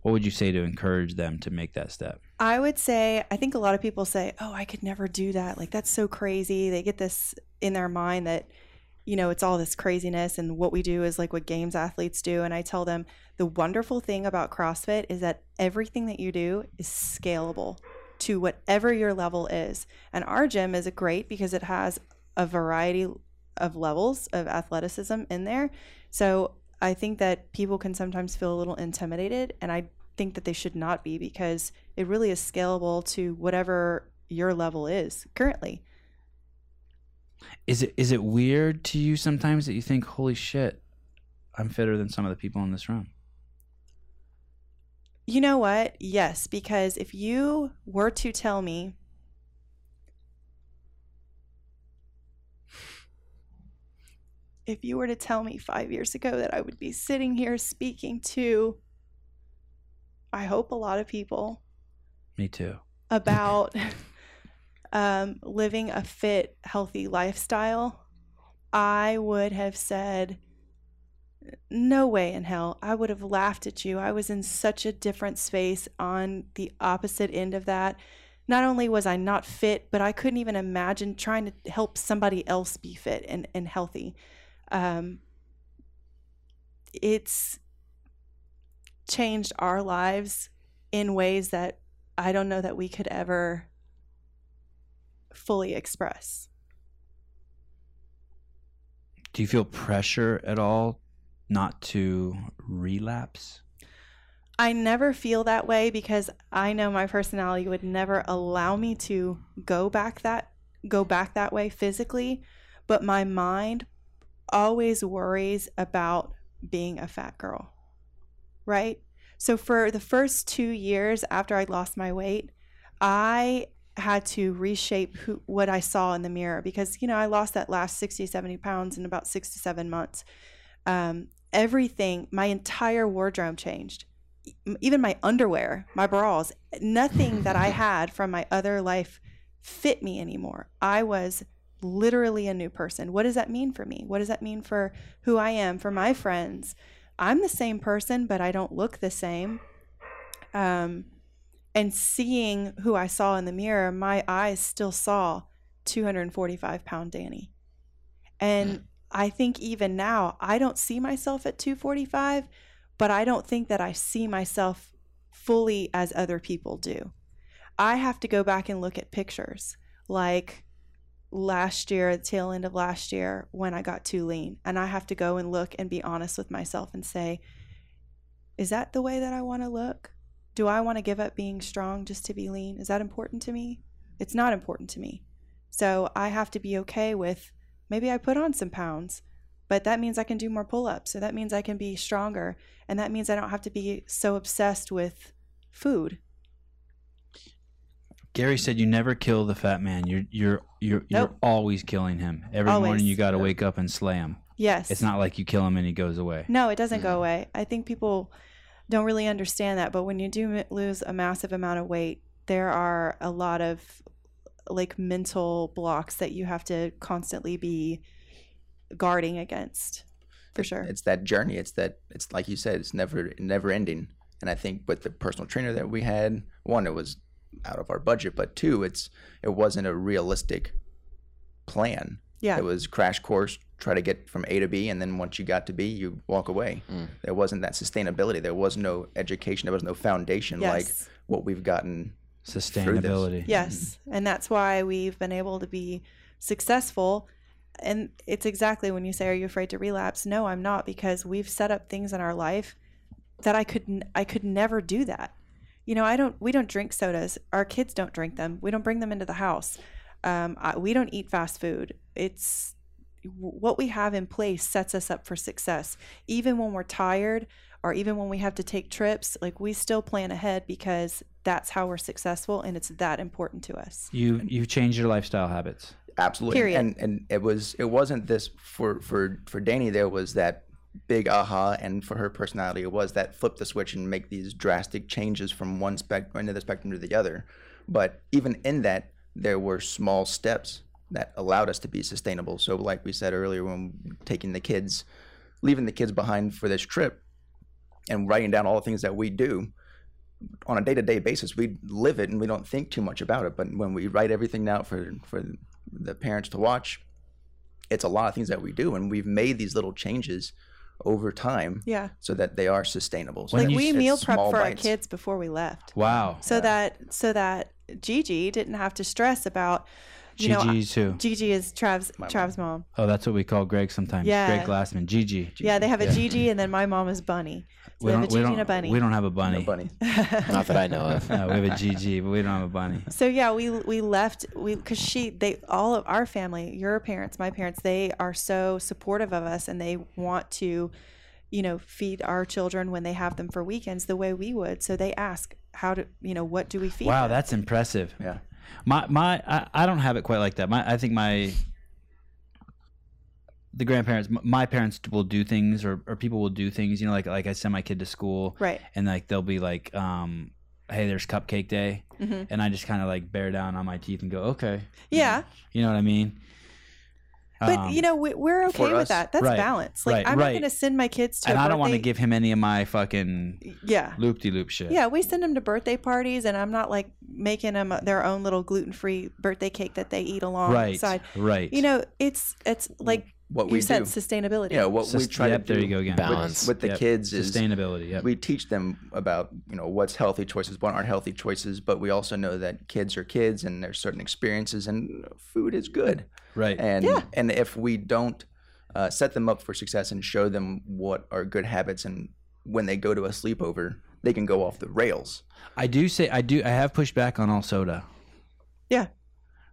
Speaker 1: What would you say to encourage them to make that step?
Speaker 2: I would say, I think a lot of people say, oh, I could never do that. Like, that's so crazy. They get this in their mind that, you know, it's all this craziness. And what we do is like what games athletes do. And I tell them the wonderful thing about CrossFit is that everything that you do is scalable to whatever your level is. And our gym is great because it has a variety of levels of athleticism in there. So I think that people can sometimes feel a little intimidated. And I think that they should not be because it really is scalable to whatever your level is currently.
Speaker 1: Is it is it weird to you sometimes that you think, "Holy shit, I'm fitter than some of the people in this room"?
Speaker 2: You know what? Yes, because if you were to tell me if you were to tell me 5 years ago that I would be sitting here speaking to I hope a lot of people
Speaker 1: Me too.
Speaker 2: about um, living a fit, healthy lifestyle, I would have said, No way in hell. I would have laughed at you. I was in such a different space on the opposite end of that. Not only was I not fit, but I couldn't even imagine trying to help somebody else be fit and, and healthy. Um, it's changed our lives in ways that I don't know that we could ever fully express.
Speaker 1: Do you feel pressure at all not to relapse?
Speaker 2: I never feel that way because I know my personality would never allow me to go back that go back that way physically, but my mind always worries about being a fat girl. Right? So for the first 2 years after I lost my weight, I had to reshape who, what I saw in the mirror because you know I lost that last 60 70 pounds in about 6 to 7 months. Um everything, my entire wardrobe changed E, m- even my underwear, my bras, nothing that I had from my other life fit me anymore. I was literally a new person. What does that mean for me? What does that mean for who I am, for my friends? I'm the same person, but I don't look the same. Um, and seeing who I saw in the mirror, my eyes still saw 245 pound Danny. And I think even now, I don't see myself at 245 but I don't think that I see myself fully as other people do. I have to go back and look at pictures like last year, the tail end of last year, when I got too lean. And I have to go and look and be honest with myself and say, is that the way that I want to look? Do I want to give up being strong just to be lean? Is that important to me? It's not important to me. So I have to be okay with maybe I put on some pounds, but that means I can do more pull ups. So that means I can be stronger. And that means I don't have to be so obsessed with food.
Speaker 1: Gary said you never kill the fat man. You're you're you're you're
Speaker 2: Nope.
Speaker 1: always killing him. Every
Speaker 2: Always.
Speaker 1: morning you got to wake up and slay him.
Speaker 2: Yes.
Speaker 1: It's not like you kill him and he goes away.
Speaker 3: Mm.
Speaker 2: No, it doesn't go away. I think people don't really understand that. But when you do m- lose a massive amount of weight, there are a lot of like mental blocks that you have to constantly be guarding against for
Speaker 3: It-
Speaker 2: sure.
Speaker 3: It's that journey. It's that. It's like you said. It's never never ending. And I think with the personal trainer that we had, one, it was out of our budget, but two, it's it wasn't a realistic plan.
Speaker 2: yeah.
Speaker 3: It was crash course, try to get from A to B, and then once you got to B, you walk away.
Speaker 4: Mm.
Speaker 3: There wasn't that sustainability. There was no education. There was no foundation like
Speaker 2: Yes.
Speaker 3: what we've gotten.
Speaker 1: Sustainability.
Speaker 2: Yes. And that's why we've been able to be successful. And it's exactly when you say, Are you afraid to relapse? No, I'm not, because we've set up things in our life that I could n- I could never do that. You know, I don't we don't drink sodas. Our kids don't drink them. We don't bring them into the house. Um, I, we don't eat fast food. It's what we have in place sets us up for success. Even when we're tired or even when we have to take trips, like we still plan ahead because that's how we're successful and it's that important to us.
Speaker 1: You you've changed your lifestyle habits.
Speaker 3: Absolutely.
Speaker 2: Period.
Speaker 3: And and it was it wasn't this for for for Danny. There was that big aha, and for her personality, it was that flip the switch and make these drastic changes from one spectrum end of the spectrum to the other. But even in that, there were small steps that allowed us to be sustainable. So, like we said earlier, when taking the kids, leaving the kids behind for this trip, and writing down all the things that we do on a day-to-day basis, we live it and we don't think too much about it. But when we write everything out for for the parents to watch, it's a lot of things that we do, and we've made these little changes over time
Speaker 2: Yeah.
Speaker 3: so that they are sustainable. So
Speaker 1: When
Speaker 2: like
Speaker 1: you-
Speaker 2: we
Speaker 3: it's
Speaker 2: meal prep
Speaker 3: small
Speaker 2: for our
Speaker 3: bites.
Speaker 2: kids before we left.
Speaker 1: Wow.
Speaker 2: So that so that Gigi didn't have to stress about you know I-
Speaker 1: GG too.
Speaker 2: Gigi is Trav's
Speaker 3: My
Speaker 2: Trav's mom.
Speaker 1: Oh, that's what we call Greg sometimes.
Speaker 2: Yeah.
Speaker 1: Greg Glassman. GG.
Speaker 2: Yeah, they have a Gigi and then my mom is Bunny.
Speaker 1: We
Speaker 2: So they have
Speaker 1: don't,
Speaker 2: a
Speaker 1: we,
Speaker 2: Gigi
Speaker 1: don't,
Speaker 2: and a bunny.
Speaker 1: we don't have a bunny.
Speaker 3: No bunny.
Speaker 4: Not that I know of.
Speaker 1: no, we have a GG, but we don't have a bunny.
Speaker 2: So yeah, we we left we because she they all of our family, your parents, my parents, they are so supportive of us and they want to, you know, feed our children when they have them for weekends the way we would. So they ask how do you know what do we feed?
Speaker 1: Wow,
Speaker 2: them?
Speaker 1: that's impressive.
Speaker 3: Yeah.
Speaker 1: My my I, I don't have it quite like that. My I think my the grandparents m- my parents will do things or, or people will do things, you know, like like I send my kid to school
Speaker 2: right.
Speaker 1: and like they'll be like um hey, there's cupcake day
Speaker 2: hmm
Speaker 1: and I just kind of like bear down on my teeth and go, "Okay."
Speaker 2: Yeah,
Speaker 1: You know what I mean?
Speaker 2: but
Speaker 1: Mm-hmm. Um,
Speaker 2: you know we, we're
Speaker 3: for
Speaker 2: okay with
Speaker 3: us,
Speaker 2: that. That's
Speaker 1: right,
Speaker 2: balance. Like
Speaker 1: right,
Speaker 2: I'm
Speaker 1: right.
Speaker 2: not going to send my kids to.
Speaker 1: and
Speaker 2: I
Speaker 1: I don't want to give him any of my fucking
Speaker 2: Yeah.
Speaker 1: loop-de-loop shit.
Speaker 2: Yeah, we send them to birthday parties, and I'm not like making them their own little gluten-free birthday cake that they eat
Speaker 1: Right.
Speaker 2: alongside.
Speaker 1: Right.
Speaker 2: You know, it's it's like
Speaker 3: What
Speaker 2: you
Speaker 3: we
Speaker 2: said,
Speaker 3: do.
Speaker 2: sustainability.
Speaker 3: Yeah, what we
Speaker 1: Sus-
Speaker 3: try
Speaker 1: yep,
Speaker 3: to do
Speaker 1: there you go again.
Speaker 3: with-
Speaker 4: Balance.
Speaker 3: with the
Speaker 1: Yep.
Speaker 3: kids is
Speaker 1: Sustainability. Yeah.
Speaker 3: we teach them about you know what's healthy choices, what aren't healthy choices, but we also know that kids are kids, and there's certain experiences, and food is good.
Speaker 1: right.
Speaker 3: and and if we don't uh, set them up for success and show them what are good habits and when they go to a sleepover they can go off the rails
Speaker 1: I do say I do I have pushed back on all soda.
Speaker 2: Yeah.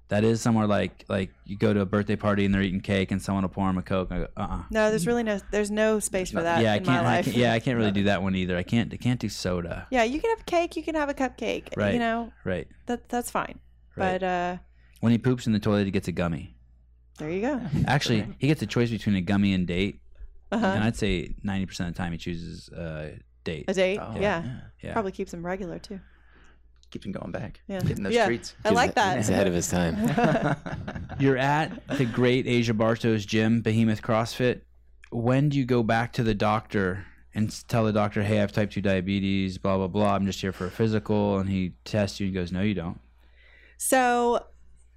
Speaker 1: That is somewhere like like you go to a birthday party and they're eating cake and someone will pour them a coke. And I go, uh uh
Speaker 2: No, there's really no there's no space for that
Speaker 1: Yeah, I
Speaker 2: in my
Speaker 1: can't, I
Speaker 2: life.
Speaker 1: can't. Yeah, I can't really do that one either. I can't. I can't do soda.
Speaker 2: Yeah, you can have cake, you can have a cupcake.
Speaker 1: Right.
Speaker 2: You know,
Speaker 1: Right.
Speaker 2: that that's fine.
Speaker 1: Right.
Speaker 2: But uh
Speaker 1: when he poops in the toilet, he gets a gummy.
Speaker 2: there you go.
Speaker 1: Actually, he gets a choice between a gummy and date, and
Speaker 2: Uh-huh.
Speaker 1: I'd say ninety percent of the time he chooses uh, date.
Speaker 2: A date.
Speaker 3: Oh,
Speaker 2: yeah.
Speaker 1: Yeah.
Speaker 2: Probably keeps them regular too.
Speaker 3: keeps them going back
Speaker 2: Yeah.
Speaker 3: getting those
Speaker 2: Yeah.
Speaker 3: treats
Speaker 2: I like
Speaker 4: He's
Speaker 2: that.
Speaker 4: ahead of his time.
Speaker 1: You're at the great Asia Bartos gym, Behemoth CrossFit. When do you go back to the doctor and s- tell the doctor, hey, I have type 2 diabetes, blah, blah, blah. I'm just here for a physical. And he tests you and goes, no, you don't.
Speaker 2: So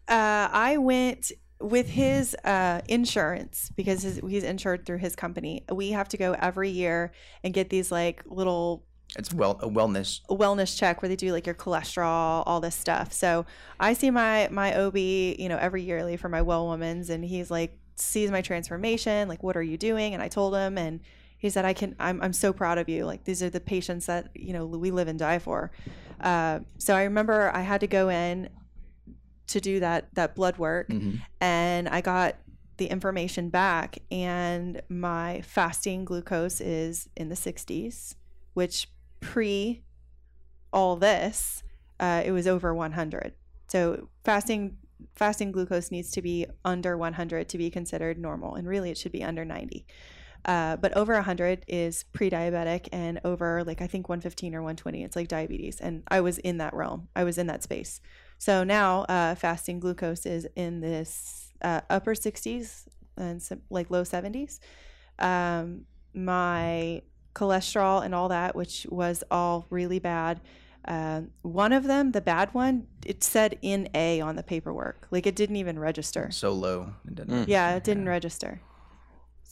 Speaker 2: uh, I went with his uh, insurance because his, he's insured through his company. We have to go every year and get these like little
Speaker 3: it's well a wellness
Speaker 2: wellness check where they do like your cholesterol, all this stuff. So I see my my OB, you know, every yearly for my well woman's, and he's like sees my transformation, like what are you doing? And I told him, and he said, I can, I'm I'm so proud of you. Like these are the patients that you know we live and die for. Uh, so I remember I had to go in to do that that blood work,
Speaker 3: Mhm.
Speaker 2: and I got the information back and my fasting glucose is in the 60s which pre all this uh, it was over 100 so fasting fasting glucose needs to be under 100 to be considered normal and really it should be under 90 Uh, but over 100 is pre-diabetic, and over like I think 115 or 120, it's like diabetes. And I was in that realm. I was in that space. So now uh, fasting glucose is in this uh, upper 60s and some, like low 70s. Um, my cholesterol and all that, which was all really bad. Um, one of them, the bad one, it said in A on the paperwork. Like it didn't even register.
Speaker 3: So low. It doesn't-
Speaker 4: Mm.
Speaker 2: Yeah, it didn't register.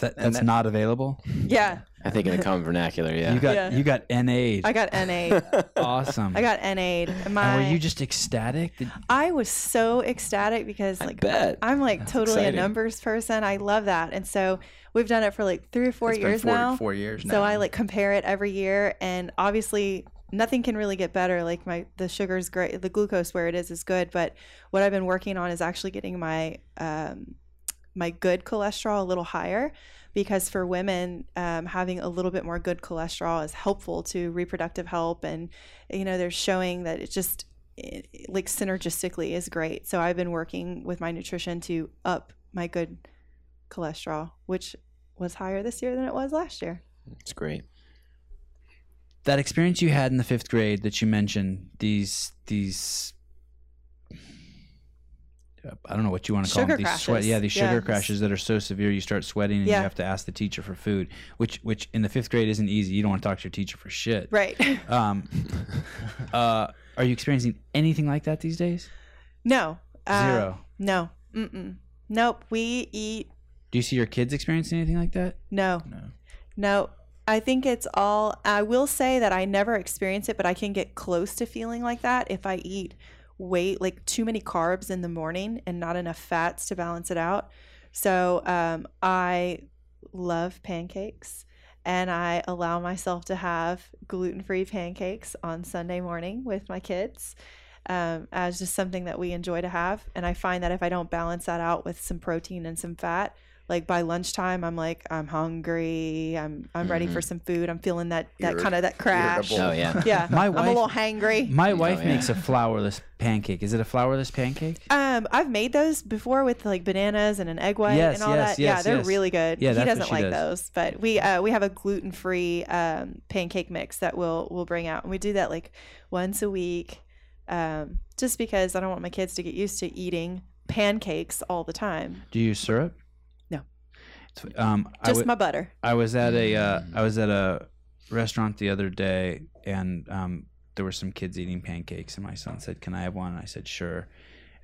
Speaker 1: That,
Speaker 3: And
Speaker 1: that's
Speaker 3: that-
Speaker 1: not available.
Speaker 2: Yeah,
Speaker 4: I think in the common vernacular,
Speaker 1: You
Speaker 4: yeah.
Speaker 1: got
Speaker 2: Yeah.
Speaker 1: you got NA.
Speaker 2: I got NA.
Speaker 1: awesome.
Speaker 2: I got NA'd. My,
Speaker 1: and were you just ecstatic? Did,
Speaker 2: I was so ecstatic because like
Speaker 4: bet.
Speaker 2: I'm like totally
Speaker 4: exciting.
Speaker 2: a numbers person. I love that. And so we've done it for like three or four
Speaker 3: It's been
Speaker 2: years
Speaker 3: four,
Speaker 2: now.
Speaker 3: Four years now.
Speaker 2: So I like compare it every year, and obviously nothing can really get better. Like my the sugar's great, the glucose where it is is good, but what I've been working on is actually getting my um, my good cholesterol a little higher, because for women um, having a little bit more good cholesterol is helpful to reproductive help, and you know they're showing that it just it, like synergistically is great. So I've been working with my nutrition to up my good cholesterol, which was higher this year than it was last year.
Speaker 4: It's great.
Speaker 1: that experience you had in the fifth grade that you mentioned these these uh, I don't know what you want to call
Speaker 2: Sugar
Speaker 1: them. These
Speaker 2: crashes.
Speaker 1: yeah, these
Speaker 2: Yeah.
Speaker 1: sugar crashes that are so severe you start sweating and
Speaker 2: Yeah.
Speaker 1: you have to ask the teacher for food, which which in the fifth grade isn't easy. You don't want to talk to your teacher for shit.
Speaker 2: Right.
Speaker 1: Um, uh, are you experiencing anything like that these days?
Speaker 2: No. Uh,
Speaker 1: Zero.
Speaker 2: No. Mm-mm. Nope. We eat.
Speaker 1: Do you see your kids experiencing anything like that?
Speaker 2: No.
Speaker 3: No.
Speaker 2: No. I think it's all. I will say that I never experience it, but I can get close to feeling like that if I eat weight, like too many carbs in the morning and not enough fats to balance it out. So um, I love pancakes and I allow myself to have gluten free pancakes on Sunday morning with my kids um, as just something that we enjoy to have. And I find that if I don't balance that out with some protein and some fat, like by lunchtime, I'm like, I'm hungry. I'm I'm ready for some food. I'm feeling that that
Speaker 3: Irrit-
Speaker 2: kind of that crash.
Speaker 3: irritable.
Speaker 4: Oh yeah.
Speaker 2: Yeah,
Speaker 1: My
Speaker 2: I'm a
Speaker 1: wife-
Speaker 2: little hangry.
Speaker 1: My wife
Speaker 4: yeah.
Speaker 1: makes a flourless pancake. Is it a flourless pancake?
Speaker 2: Um, I've made those before with like bananas and an egg white
Speaker 1: Yes,
Speaker 2: and all
Speaker 1: yes,
Speaker 2: that. yeah,
Speaker 1: yes,
Speaker 2: they're
Speaker 1: yes.
Speaker 2: really good.
Speaker 1: Yeah,
Speaker 2: he
Speaker 1: that's what
Speaker 2: doesn't
Speaker 1: she
Speaker 2: like
Speaker 1: does.
Speaker 2: those, but we uh, we have a gluten free um, pancake mix that we'll we'll bring out, and we do that like once a week, um, just because I don't want my kids to get used to eating pancakes all the time.
Speaker 1: Do you use syrup?
Speaker 2: No.
Speaker 1: It's- Um, I
Speaker 2: Just
Speaker 1: would-
Speaker 2: my butter.
Speaker 1: I was at a uh, I was at a restaurant the other day, and um, there were some kids eating pancakes, and my son said, "Can I have one?" And I said, "Sure."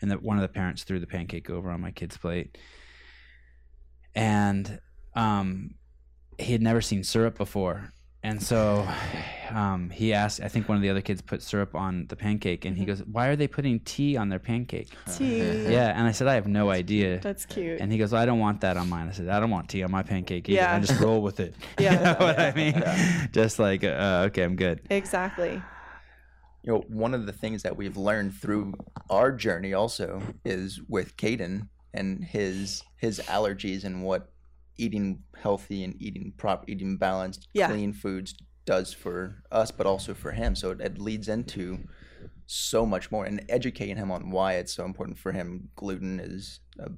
Speaker 1: And that one of the parents threw the pancake over on my kid's plate, and um, he had never seen syrup before, and so um, he asked. I think one of the other kids put syrup on the pancake, and he
Speaker 2: Mhm.
Speaker 1: goes, "Why are they putting tea on their pancake?"
Speaker 2: Tea.
Speaker 1: Yeah, and I said, "I have no idea."
Speaker 2: that's cute.
Speaker 1: And he goes, I don't want that on mine. I said, I don't want tea on my pancake either.
Speaker 2: Yeah.
Speaker 1: I just roll with it.
Speaker 2: Yeah.
Speaker 1: you know what I mean? Just like, uh, okay, I'm good.
Speaker 2: exactly.
Speaker 3: you know, one of the things that we've learned through our journey also is with Caden and his his allergies and what eating healthy and eating prop eating balanced
Speaker 2: Yeah.
Speaker 3: clean foods does for us but also for him so it, it leads into so much more and educating him on why it's so important for him gluten is a,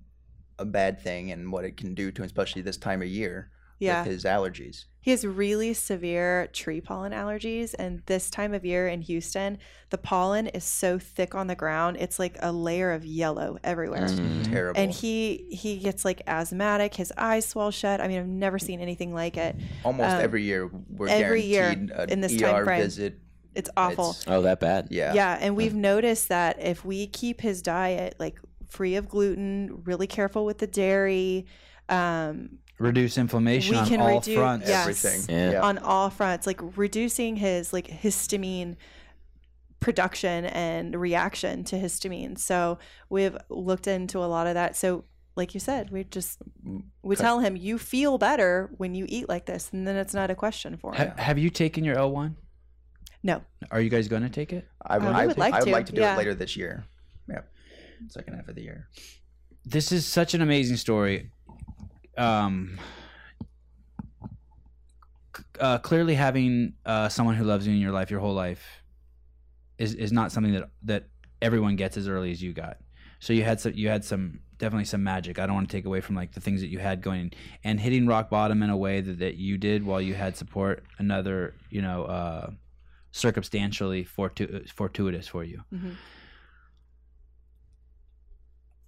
Speaker 3: a bad thing and what it can do to him especially this time of year
Speaker 2: Yeah.
Speaker 3: with his allergies
Speaker 2: He has really severe tree pollen allergies. And this time of year in Houston, the pollen is so thick on the ground. It's like a layer of yellow everywhere.
Speaker 4: Mm.
Speaker 3: terrible
Speaker 2: And he he gets like asthmatic. His eyes swell shut. I mean, I've never seen anything like it.
Speaker 3: almost
Speaker 2: um,
Speaker 3: every year we're
Speaker 2: every year
Speaker 3: guaranteed an
Speaker 2: in this
Speaker 3: ER
Speaker 2: time frame.
Speaker 3: visit
Speaker 2: It's awful.
Speaker 3: It's-
Speaker 4: Oh, that bad.
Speaker 3: yeah
Speaker 2: yeah, and we've noticed that if we keep his diet like free of gluten, really careful with the dairy, um,
Speaker 1: Reduce inflammation
Speaker 2: We
Speaker 1: on
Speaker 2: can
Speaker 1: all
Speaker 2: redu-
Speaker 1: fronts.
Speaker 2: yeah.
Speaker 3: everything.
Speaker 4: Yeah.
Speaker 2: on all fronts like reducing his like histamine production and reaction to histamine so we've looked into a lot of that so like you said we just we
Speaker 3: Okay.
Speaker 2: tell him you feel better when you eat like this and then it's not a question for him
Speaker 1: Ha- have you taken your L1?
Speaker 2: no
Speaker 1: Are you guys going to take it?
Speaker 3: I would,
Speaker 2: Uh, we
Speaker 3: I
Speaker 2: would
Speaker 3: would
Speaker 2: like
Speaker 3: like I would
Speaker 2: to,
Speaker 3: to, like to do
Speaker 2: yeah.
Speaker 3: it later this year. Yep. Second half of the year.
Speaker 1: This is such an amazing story. Um, c- uh, clearly, having uh, someone who loves you in your life your whole life is, is not something that, that everyone gets as early as you got. So you had some you had some definitely some magic. I don't want to take away from like the things that you had going and hitting rock bottom in a way that, that you did while you had support. Another, you know, uh, circumstantially fortu- fortuitous for you.
Speaker 2: Mhm.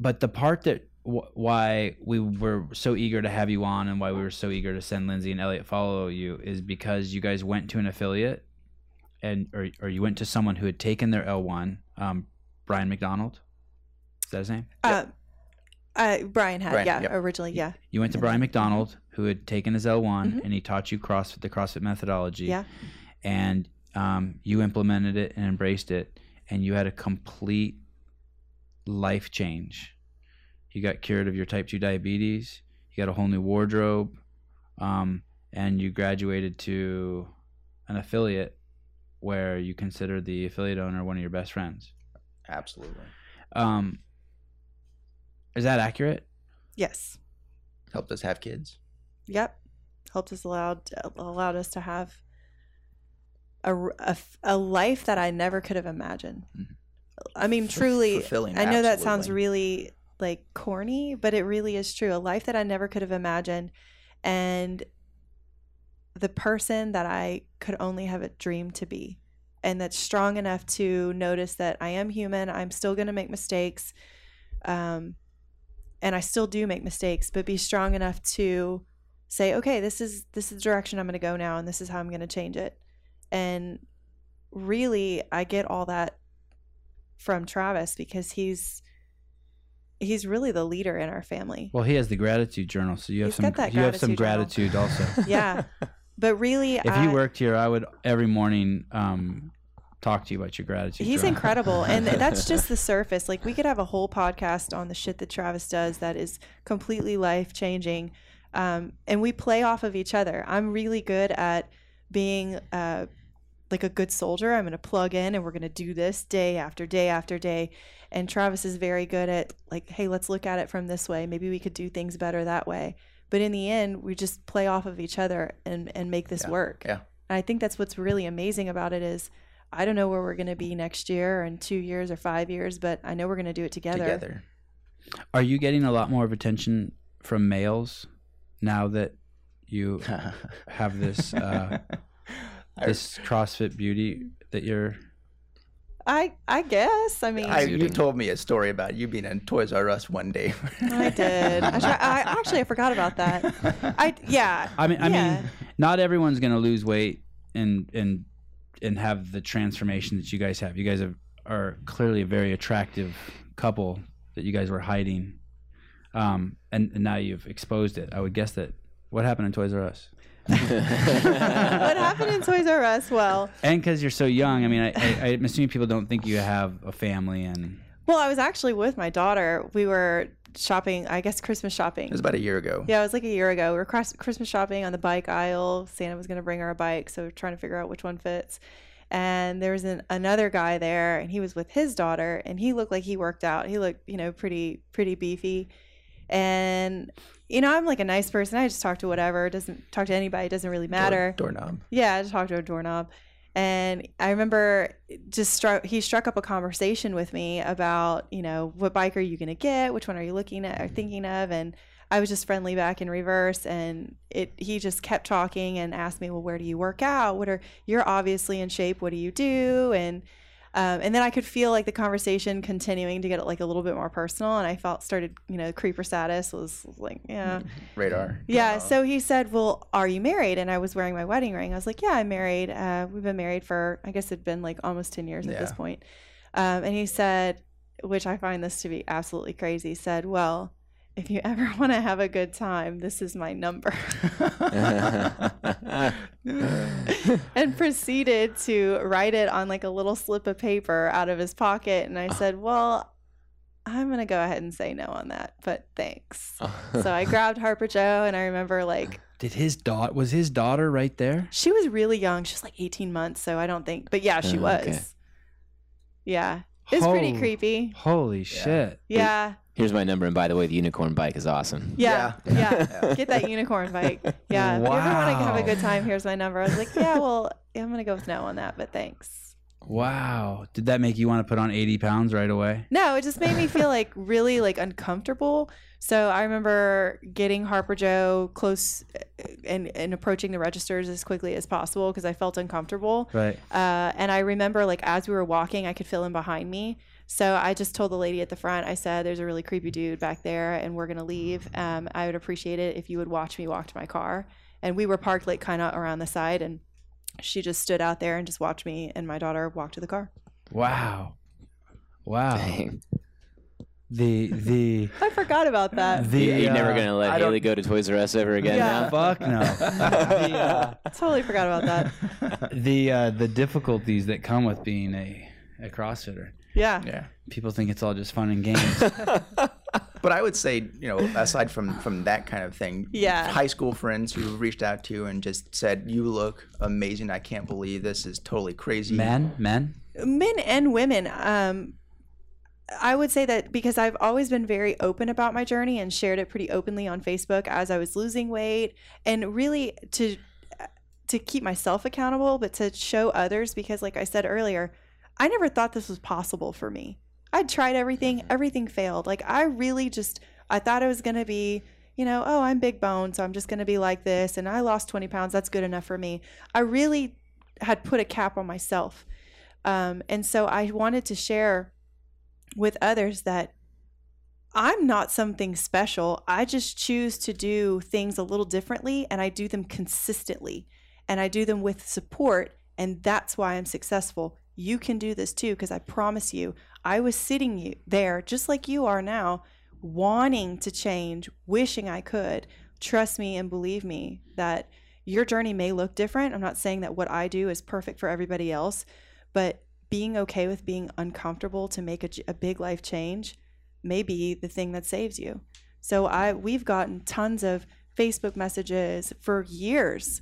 Speaker 1: But the part that wh- why we were so eager to have you on and why we were so eager to send Lindsay and Elliot follow you is because you guys went to an affiliate and or, or you went to someone who had taken their L1, um, Brian McDonald. Is that his name?
Speaker 2: Uh, uh, Brian had,
Speaker 3: Brian,
Speaker 2: yeah,
Speaker 3: yep.
Speaker 2: originally, yeah,
Speaker 1: You went to
Speaker 2: Mhm.
Speaker 1: Brian McDonald, who had taken his L1,
Speaker 2: Mhm.
Speaker 1: and he taught you CrossFit, the CrossFit methodology.
Speaker 2: Yeah.
Speaker 1: And um, you implemented it and embraced it, and you had a complete life change. You got cured of your type 2 diabetes, you got a whole new wardrobe, um, and you graduated to an affiliate where you consider the affiliate owner one of your best friends.
Speaker 3: Absolutely.
Speaker 1: Um, is that accurate?
Speaker 2: yes,
Speaker 3: Helped us have kids.
Speaker 2: yep, helped us allowed allowed us to have a r- a f- a life that I never could have imagined.
Speaker 3: Mhm.
Speaker 2: I mean,
Speaker 3: F-
Speaker 2: truly,
Speaker 3: fulfilling.
Speaker 2: I know that sounds
Speaker 3: absolutely.
Speaker 2: really like corny, but it really is true. A life that I never could have imagined, and the person that I could only have a dream to be, and that's strong enough to notice that I am human. I'm still going to make mistakes, um, and I still do make mistakes, but be strong enough to say, okay, this is this is the direction I'm going to go now, and this is how I'm going to change it. And really, I get all that from Travis because he's he's really the leader in our family.
Speaker 1: Well, he has the gratitude journal, so you have
Speaker 2: He's
Speaker 1: some
Speaker 2: got that
Speaker 1: you have some
Speaker 2: gratitude
Speaker 1: gratitude also.
Speaker 2: Yeah. But really,
Speaker 1: if
Speaker 2: I,
Speaker 1: you worked here, I would every morning um, talk to you about your gratitude.
Speaker 2: he's
Speaker 1: journal.
Speaker 2: incredible, and that's just the surface. Like we could have a whole podcast on the shit that Travis does that is completely life changing, um, and we play off of each other. I'm really good at being. Uh, like a good soldier, I'm going to plug in and we're going to do this day after day after day. And Travis is very good at, like, hey, let's look at it from this way. Maybe we could do things better that way. But in the end, we just play off of each other and, and make this work.
Speaker 3: Yeah.
Speaker 2: And I think that's what's really amazing about it is I don't know where we're going to be next year or in two years or five years, but I know we're going to do it together.
Speaker 3: together.
Speaker 1: Are you getting a lot more of attention from males now that you have this uh,
Speaker 3: I-
Speaker 1: this CrossFit beauty that you're?
Speaker 2: I, I guess. I mean, I,
Speaker 3: I, you told me a story about you being in Toys R Us one day.
Speaker 2: did. I, try, I actually I forgot about that. I yeah.
Speaker 1: I mean, I
Speaker 2: Yeah.
Speaker 1: mean, not everyone's going to lose weight and and and have the transformation that you guys have. You guys have, are clearly a very attractive couple that you guys were hiding, um, and, and now you've exposed it. I would guess that what happened in Toys R Us.
Speaker 2: What happened in Toys R Us? Well,
Speaker 1: And because you're so young, I mean, I, I, I'm assuming people don't think you have a family, and
Speaker 2: Well, I was actually with my daughter. We were shopping, I guess Christmas shopping.
Speaker 3: It was about a year ago.
Speaker 2: Yeah, it was like a year ago. We were cross- Christmas shopping on the bike aisle. Santa was going to bring her a bike, so we are trying to figure out which one fits. And there was an, another guy there, and he was with his daughter, and he looked like he worked out. He looked, you know, pretty pretty beefy. And you know, I'm like a nice person. I just talk to whatever. Doesn't talk to anybody. Doesn't really
Speaker 3: Door-
Speaker 2: matter.
Speaker 3: doorknob.
Speaker 2: Yeah, I just talked to a doorknob. And I remember eh, just struck, he struck up a conversation with me about, you know, what bike are you going to get? Which one are you looking at or thinking of? And I was just friendly back in reverse. And it, he just kept talking and asked me, well, where do you work out? What are, you're obviously in shape. What do you do? And, um, and then I could feel like the conversation continuing to get like a little bit more personal. And I felt started, you know, creeper status was like, yeah.
Speaker 3: Radar.
Speaker 2: Yeah.
Speaker 3: Uh,
Speaker 2: so he said, "Well, are you married?" And I was wearing my wedding ring. I was like, "Yeah, I'm married. Uh, we've been married for, I guess, it'd been like almost ten years at this
Speaker 3: Yeah.
Speaker 2: point." Um, and he said, which I find this to be absolutely crazy. Said, "Well, if you ever want to have a good time, this is my number," and proceeded to write it on like a little slip of paper out of his pocket. And I said, "Well, I'm gonna go ahead and say no on that, but thanks." So I grabbed Harper Joe, and I remember like
Speaker 1: did his daughter was his daughter right there?
Speaker 2: She was really young. She was like 18 months, so I don't think. But yeah, she
Speaker 4: Oh,
Speaker 2: was.
Speaker 4: okay.
Speaker 2: Yeah. It's pretty
Speaker 1: Ho-
Speaker 2: creepy.
Speaker 1: Holy shit!
Speaker 2: Yeah.
Speaker 4: Here's my number, and by the way, the unicorn bike is awesome.
Speaker 2: Yeah. Yeah.
Speaker 3: Yeah.
Speaker 2: Get that unicorn bike. Yeah. If you ever want to have a
Speaker 1: Wow.
Speaker 2: good time, here's my number. I was like, yeah, well, yeah, I'm going to go with no on that, but thanks.
Speaker 1: Wow. Did that make you want to put on 80 pounds right away?
Speaker 2: No, it just made me feel like really like uncomfortable. So I remember getting Harper Joe close uh, and and approaching the registers as quickly as possible because I felt uncomfortable.
Speaker 1: Right.
Speaker 2: Uh, and I remember like as we were walking, I could feel him behind me. So I just told the lady at the front, I said, "There's a really creepy dude back there, and we're gonna leave. Um, I would appreciate it if you would watch me walk to my car." And we were parked like kind of around the side, and she just stood out there and just watched me and my daughter walk to the car.
Speaker 1: Wow. Wow.
Speaker 4: Dang.
Speaker 1: The the
Speaker 2: I forgot about that.
Speaker 1: the
Speaker 4: You- You're never
Speaker 1: uh,
Speaker 4: gonna
Speaker 1: I
Speaker 4: let
Speaker 1: don't-
Speaker 4: Haley go to Toys R Us ever again
Speaker 2: Yeah.
Speaker 4: now?
Speaker 1: Fuck no. the uh,
Speaker 2: totally forgot about that.
Speaker 1: the, uh, the difficulties that come with being a a CrossFitter.
Speaker 2: Yeah.
Speaker 3: yeah.
Speaker 1: People think it's all just fun and games.
Speaker 3: But I would say, you know, aside from from that kind of thing,
Speaker 2: Yeah.
Speaker 3: high school friends who reached out to you and just said, "You look amazing. I can't believe this is totally crazy."
Speaker 1: men, men.
Speaker 2: Men and women. Um, I would say that because I've always been very open about my journey and shared it pretty openly on Facebook as I was losing weight and really to to keep myself accountable but to show others because like I said earlier, I never thought this was possible for me. I tried everything, everything failed. Like I really just I thought it was going to be, you know, oh, I'm big bone, so I'm just going to be like this and I lost 20 pounds, that's good enough for me. I really had put a cap on myself. Um, and so I wanted to share with others that I'm not something special. I just choose to do things a little differently and I do them consistently and I do them with support. And that's why I'm successful. You can do this too, because I promise you, I was sitting you there just like you are now, wanting to change, wishing I could. Trust me and believe me that your journey may look different. I'm not saying that what I do is perfect for everybody else, but being okay with being uncomfortable to make a, j- a big life change may be the thing that saves you. So I we've gotten tons of Facebook messages for years.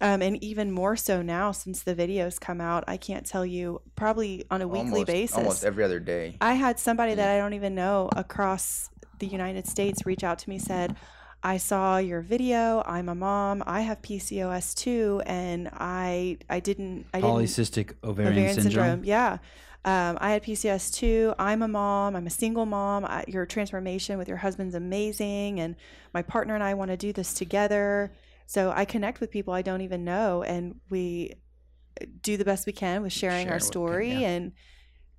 Speaker 2: Um, and even more so now since the videos come out, I can't tell you probably on a weekly
Speaker 3: almost,
Speaker 2: basis.
Speaker 3: almost every other day.
Speaker 2: I had somebody that I don't even know across the United States reach out to me said, "I saw your video. I'm a mom. I have PCOS too, and I I didn't I didn't
Speaker 1: Polycystic ovarian, syndrome.
Speaker 2: Yeah. Um, I had PCOS too. I'm a mom. I'm a single mom. I, your transformation with your husband's amazing, and my partner and I want to do this together. So I connect with people I don't even know, and we uh, do the best we can with sharing
Speaker 3: Share
Speaker 2: our
Speaker 3: what we can,
Speaker 2: story.
Speaker 3: yeah.
Speaker 2: And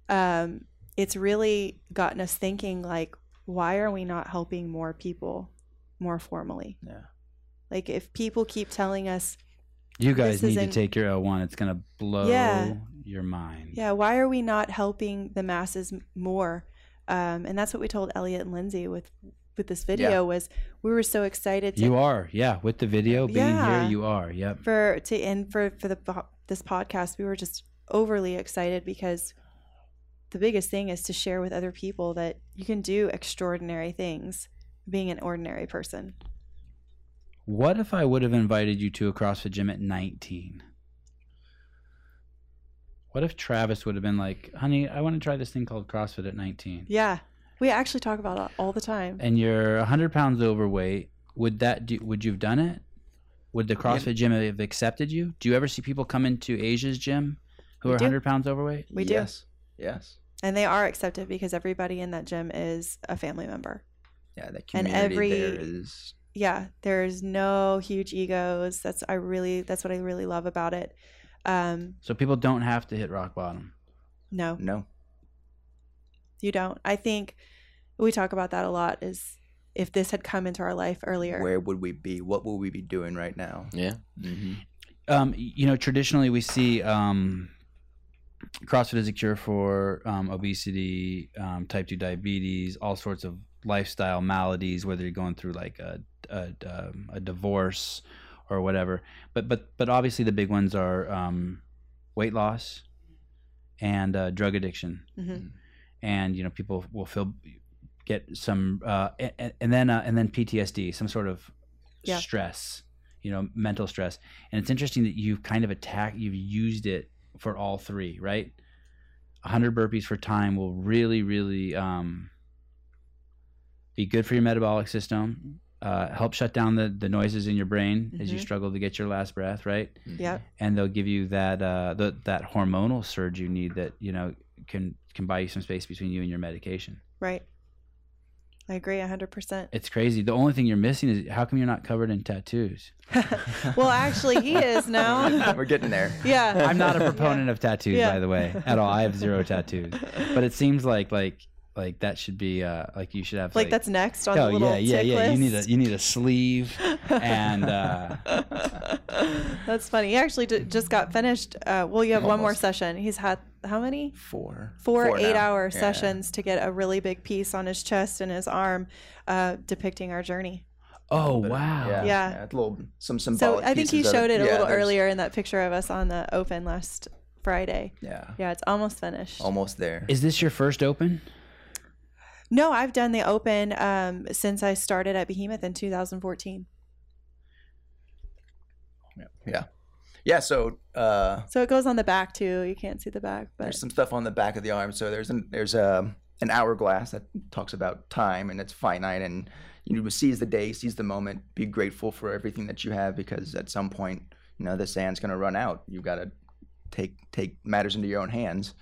Speaker 2: um, it's really gotten us thinking, like, why are we not helping more people more formally?
Speaker 3: Yeah.
Speaker 2: Like, if people keep telling us
Speaker 1: You guys
Speaker 2: This
Speaker 1: need to
Speaker 2: isn't-
Speaker 1: take your L1. It's gonna blow
Speaker 2: Yeah.
Speaker 1: your mind.
Speaker 2: Yeah, why are we not helping the masses m- more? Um, and that's what we told Elliot and Lindsay with with this video
Speaker 3: Yeah.
Speaker 2: was we were so excited to,
Speaker 1: You are, yeah. With the video being
Speaker 2: Yeah.
Speaker 1: here, you are. Yep.
Speaker 2: for to and for for the po- this podcast we were just overly excited because the biggest thing is to share with other people that you can do extraordinary things being an ordinary person.
Speaker 1: What if I would have invited you to a CrossFit gym at 19? What if Travis would have been like, honey, I want to try this thing called CrossFit at 19?
Speaker 2: Yeah. We actually talk about it all the time.
Speaker 1: And you're 100 pounds overweight. Would that do, would you have done it? Would the CrossFit gym have accepted you? Do you ever see people come into Asia's gym who
Speaker 2: We
Speaker 1: are
Speaker 2: do.
Speaker 1: 100 pounds overweight?
Speaker 2: We do.
Speaker 3: yes. Yes.
Speaker 2: And they are accepted because everybody in that gym is a family member.
Speaker 3: Yeah, that
Speaker 2: And
Speaker 3: community there
Speaker 2: every-
Speaker 3: is
Speaker 2: yeah there's no huge egos that's i really that's what i really love about it um
Speaker 1: So people don't have to hit rock bottom.
Speaker 2: no
Speaker 3: no.
Speaker 2: you don't i think we talk about that a lot is if this had come into our life earlier
Speaker 3: Where would we be? What would we be doing right now?
Speaker 4: Yeah.
Speaker 3: Mm-hmm.
Speaker 1: um, you know, traditionally we see um, CrossFit as a cure for um, obesity, um, type 2 diabetes, all sorts of lifestyle maladies, whether you're going through like a, a, um, a divorce or whatever. But, but, but obviously the big ones are um, weight loss and uh, drug addiction
Speaker 2: Mhm.
Speaker 1: and you know people will feel get some uh, and, and then uh, and then PTSD, some sort of
Speaker 2: Yeah.
Speaker 1: stress, you know, mental stress. And it's interesting that you've kind of attacked, you've used it for all three, right? 100 burpees for time will really, really um, be good for your metabolic system. uh, help shut down the, the noises in your brain as you
Speaker 2: Mhm.
Speaker 1: struggle to get your last breath, right?
Speaker 2: Yep.
Speaker 1: And they'll give you that uh, the, that hormonal surge you need that you know can can buy you some space between you and your medication.
Speaker 2: Right. I agree 100%.
Speaker 1: It's crazy. The only thing you're missing is how come you're not covered in tattoos?
Speaker 2: well, actually, he is now.
Speaker 3: We're getting there.
Speaker 2: yeah.
Speaker 1: I'm not a proponent of tattoos,
Speaker 2: Yeah.
Speaker 1: by the way, at all. I have zero tattoos, but it seems like like like that should be uh, like you should have
Speaker 2: Like, that's next on
Speaker 1: oh
Speaker 2: the little
Speaker 1: yeah yeah
Speaker 2: tick
Speaker 1: yeah you need a
Speaker 2: list.
Speaker 1: you need a sleeve and uh,
Speaker 2: That's funny. He actually d- just got finished. Uh, well, you have one more
Speaker 3: Almost.
Speaker 2: session. He's had how many?
Speaker 3: Four.
Speaker 2: Four,
Speaker 3: Four now.
Speaker 2: eight-hour
Speaker 3: Yeah.
Speaker 2: sessions to get a really big piece on his chest and his arm, uh, depicting our journey.
Speaker 1: oh
Speaker 3: But,
Speaker 1: wow
Speaker 3: Yeah.
Speaker 2: Yeah.
Speaker 3: yeah, it's a little some
Speaker 2: So
Speaker 3: symbolic.
Speaker 2: I think he
Speaker 3: pieces of
Speaker 2: showed it a
Speaker 3: Yeah,
Speaker 2: little
Speaker 3: there's-
Speaker 2: earlier in that picture of us on the open last Friday.
Speaker 3: Yeah.
Speaker 2: Yeah, it's almost finished.
Speaker 3: Almost there.
Speaker 1: Is this your first open?
Speaker 2: No, I've done the open um, since I started at Behemoth in 2014.
Speaker 3: yeah. Yeah. So uh,
Speaker 2: So it goes on the back too. You can't see the back, but
Speaker 3: there's some stuff on the back of the arm. So there's an there's a an hourglass that talks about time and it's finite and you know, seize the day, seize the moment, be grateful for everything that you have because at some point, you know, the sand's gonna run out. You've gotta take take matters into your own hands.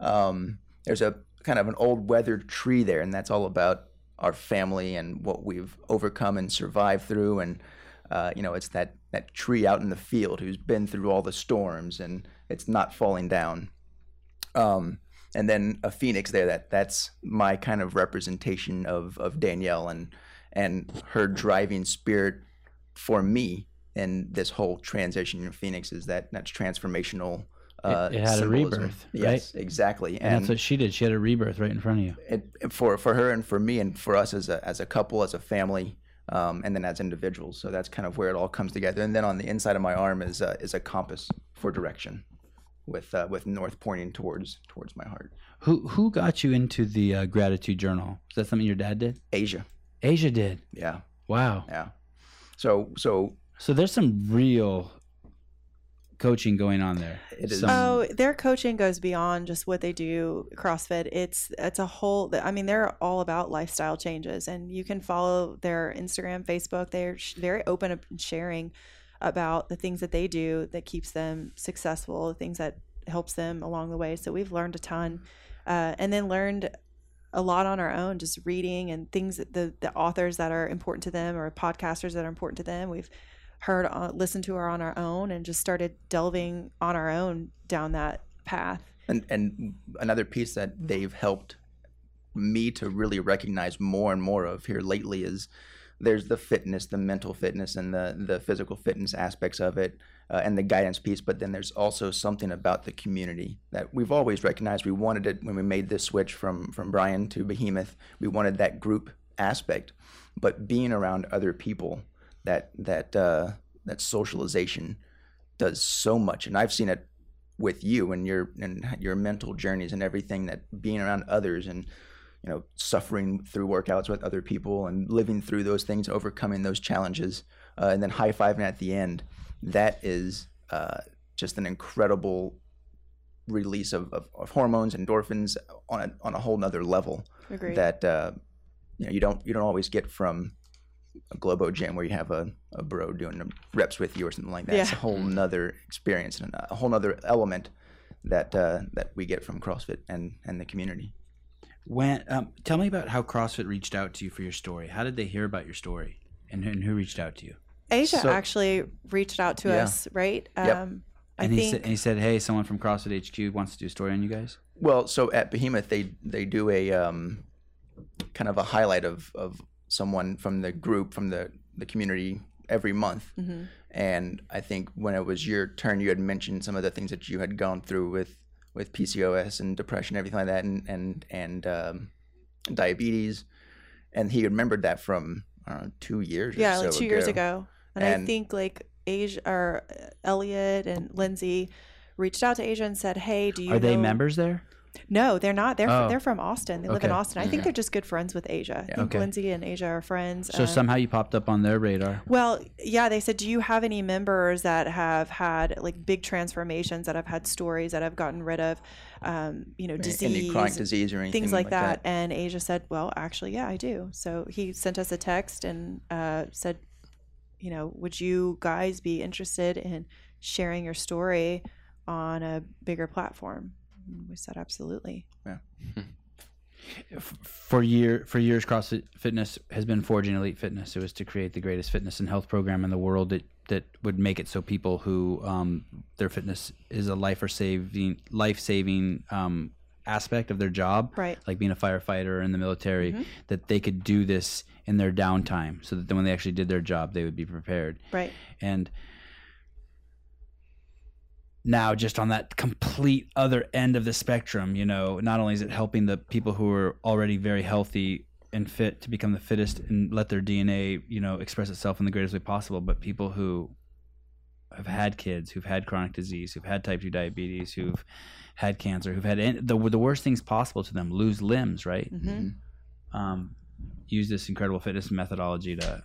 Speaker 3: Um, there's a kind of an old weathered tree there, and that's all about our family and what we've overcome and survived through. And uh, you know, it's that that tree out in the field who's been through all the storms and it's not falling down um, and then a phoenix there. That that's my kind of representation of of Danielle and and her driving spirit for me in this whole transition in Phoenix is that that's transformational. Uh,
Speaker 1: it had a
Speaker 3: symbolism.
Speaker 1: rebirth,
Speaker 3: Yes, exactly.
Speaker 1: And, that's what she did. She had a rebirth right in front of you.
Speaker 3: it, for for her and for me and for us as a as a couple, as a family, um, and then as individuals. So that's kind of where it all comes together. And then on the inside of my arm is uh, is a compass for direction, with uh, with north pointing towards towards my heart.
Speaker 1: Who who got you into the uh, gratitude journal? Is that something your dad did?
Speaker 3: Asia,
Speaker 1: Asia did.
Speaker 3: yeah,
Speaker 1: Wow.
Speaker 3: yeah. So so
Speaker 1: So there's some real coaching going on there.
Speaker 3: It is.
Speaker 1: Some-
Speaker 2: oh, their coaching goes beyond just what they do CrossFit. It's it's a whole. I mean, they're all about lifestyle changes, and you can follow their Instagram, Facebook. They're sh- very open up and sharing about the things that they do that keeps them successful, the things that helps them along the way. So we've learned a ton, uh, and then learned a lot on our own, just reading and things that the the authors that are important to them or podcasters that are important to them. We've heard on, listened to her on our own and just started delving on our own down that path.
Speaker 3: and and another piece that they've helped me to really recognize more and more of here lately is there's the fitness, the mental fitness, and the the physical fitness aspects of it, uh, and the guidance piece. But then there's also something about the community that we've always recognized. We wanted it when we made this switch from from Brian to Behemoth. We wanted that group aspect, but being around other people, that that uh, that socialization does so much, and I've seen it with you and your and your mental journeys and everything that being around others and you know suffering through workouts with other people and living through those things overcoming those challenges uh, and then high-fiving at the end that is uh, just an incredible release of, of, of hormones endorphins on a, on a whole nother level
Speaker 2: Agreed.
Speaker 3: that uh, you know you don't you don't always get from a globo gym where you have a, a bro doing the reps with you or something like that. It's a
Speaker 2: Yeah.
Speaker 3: whole nother experience and a whole nother element that uh, that we get from CrossFit and and the community.
Speaker 1: when um, tell me about how CrossFit reached out to you for your story. How did they hear about your story, and, and who reached out to you?
Speaker 2: Asia
Speaker 3: so-
Speaker 2: actually reached out to
Speaker 3: Yeah.
Speaker 2: us, right?
Speaker 3: Yep.
Speaker 2: Um, I
Speaker 1: And he
Speaker 2: think
Speaker 1: said, and he said, "Hey, someone from CrossFit HQ wants to do a story on you guys."
Speaker 3: Well, so at Behemoth they they do a um, kind of a highlight of of someone from the group from the the community every month.
Speaker 2: Mhm.
Speaker 3: And I think when it was your turn, you had mentioned some of the things that you had gone through with with PCOS and depression, everything like that, and and and um, diabetes. And he remembered that from I don't know, two years.
Speaker 2: yeah,
Speaker 3: or
Speaker 2: like
Speaker 3: so
Speaker 2: two years ago, and, I
Speaker 3: And-
Speaker 2: think like Asia or uh, Elliot and Lindsay reached out to Asia and said, "Hey, do you
Speaker 1: Are they
Speaker 2: know-
Speaker 1: members there?
Speaker 2: No, they're not. They're
Speaker 1: Oh.
Speaker 2: they're from Austin. They live in
Speaker 1: Okay. Mm-hmm.
Speaker 2: Austin. I think
Speaker 4: Mm.
Speaker 2: they're just good friends with Asia. I
Speaker 3: Yeah.
Speaker 2: think
Speaker 1: Okay.
Speaker 2: Lindsay and Asia are friends.
Speaker 1: So
Speaker 2: um,
Speaker 1: somehow you popped up on their radar.
Speaker 2: Well, yeah, they said, "Do you have any members that have had like big transformations that have had stories that have gotten rid of, um, you know, disease,
Speaker 3: any chronic disease or anything
Speaker 2: things like, that. And Asia said, "Well, actually, yeah, I do." So he sent us a text and uh, said, "You know, would you guys be interested in sharing your story on a bigger platform?" And we said, "Absolutely."
Speaker 1: F- For year for years, CrossFit Fitness has been forging elite fitness. It was to create the greatest fitness and health program in the world that that would make it so people who um, their fitness is a life or saving life saving um, aspect of their job,
Speaker 2: Right.
Speaker 1: like being a firefighter or in the military, that they could do this in their downtime, so that then when they actually did their job, they would be prepared.
Speaker 2: Right.
Speaker 1: and now just on that complete other end of the spectrum you know not only is it helping the people who are already very healthy and fit to become the fittest and let their dna you know express itself in the greatest way possible but people who have had kids who've had chronic disease who've had type 2 diabetes who've had cancer who've had an- the, the worst things possible to them lose limbs right
Speaker 3: Mm-hmm.
Speaker 2: hmm
Speaker 1: um, use this incredible fitness methodology to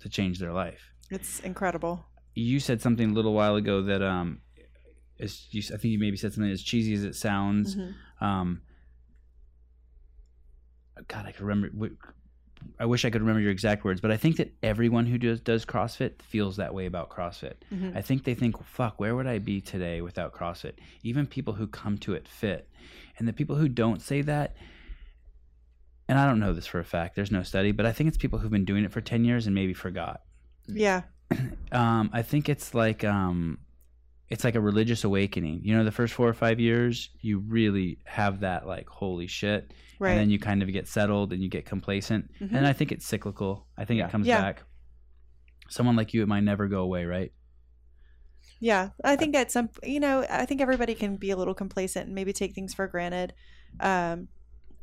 Speaker 1: to change their life
Speaker 2: It's incredible.
Speaker 1: you said something a little while ago that um, as you, I think you maybe said something as cheesy as it sounds.
Speaker 2: Mhm.
Speaker 1: Um, God, I could remember. w- I wish I could remember your exact words, but I think that everyone who does does CrossFit feels that way about CrossFit.
Speaker 2: Mhm.
Speaker 1: I think they think, "Fuck, where would I be today without CrossFit?" Even people who come to it fit, and the people who don't say that. And I don't know this for a fact. There's no study, but I think it's people who've been doing it for ten years and maybe forgot
Speaker 2: Yeah.
Speaker 1: um, I think it's like um, it's like a religious awakening. You know, the first four or five years, you really have that like holy shit,
Speaker 2: Right.
Speaker 1: and then you kind of get settled and you get complacent.
Speaker 2: Mhm.
Speaker 1: And I think it's cyclical. I think
Speaker 3: Yeah.
Speaker 1: it comes
Speaker 2: Yeah.
Speaker 1: back. Someone like you, it might never go away, right?
Speaker 2: Yeah, I think at some, you know, I think everybody can be a little complacent and maybe take things for granted. Um,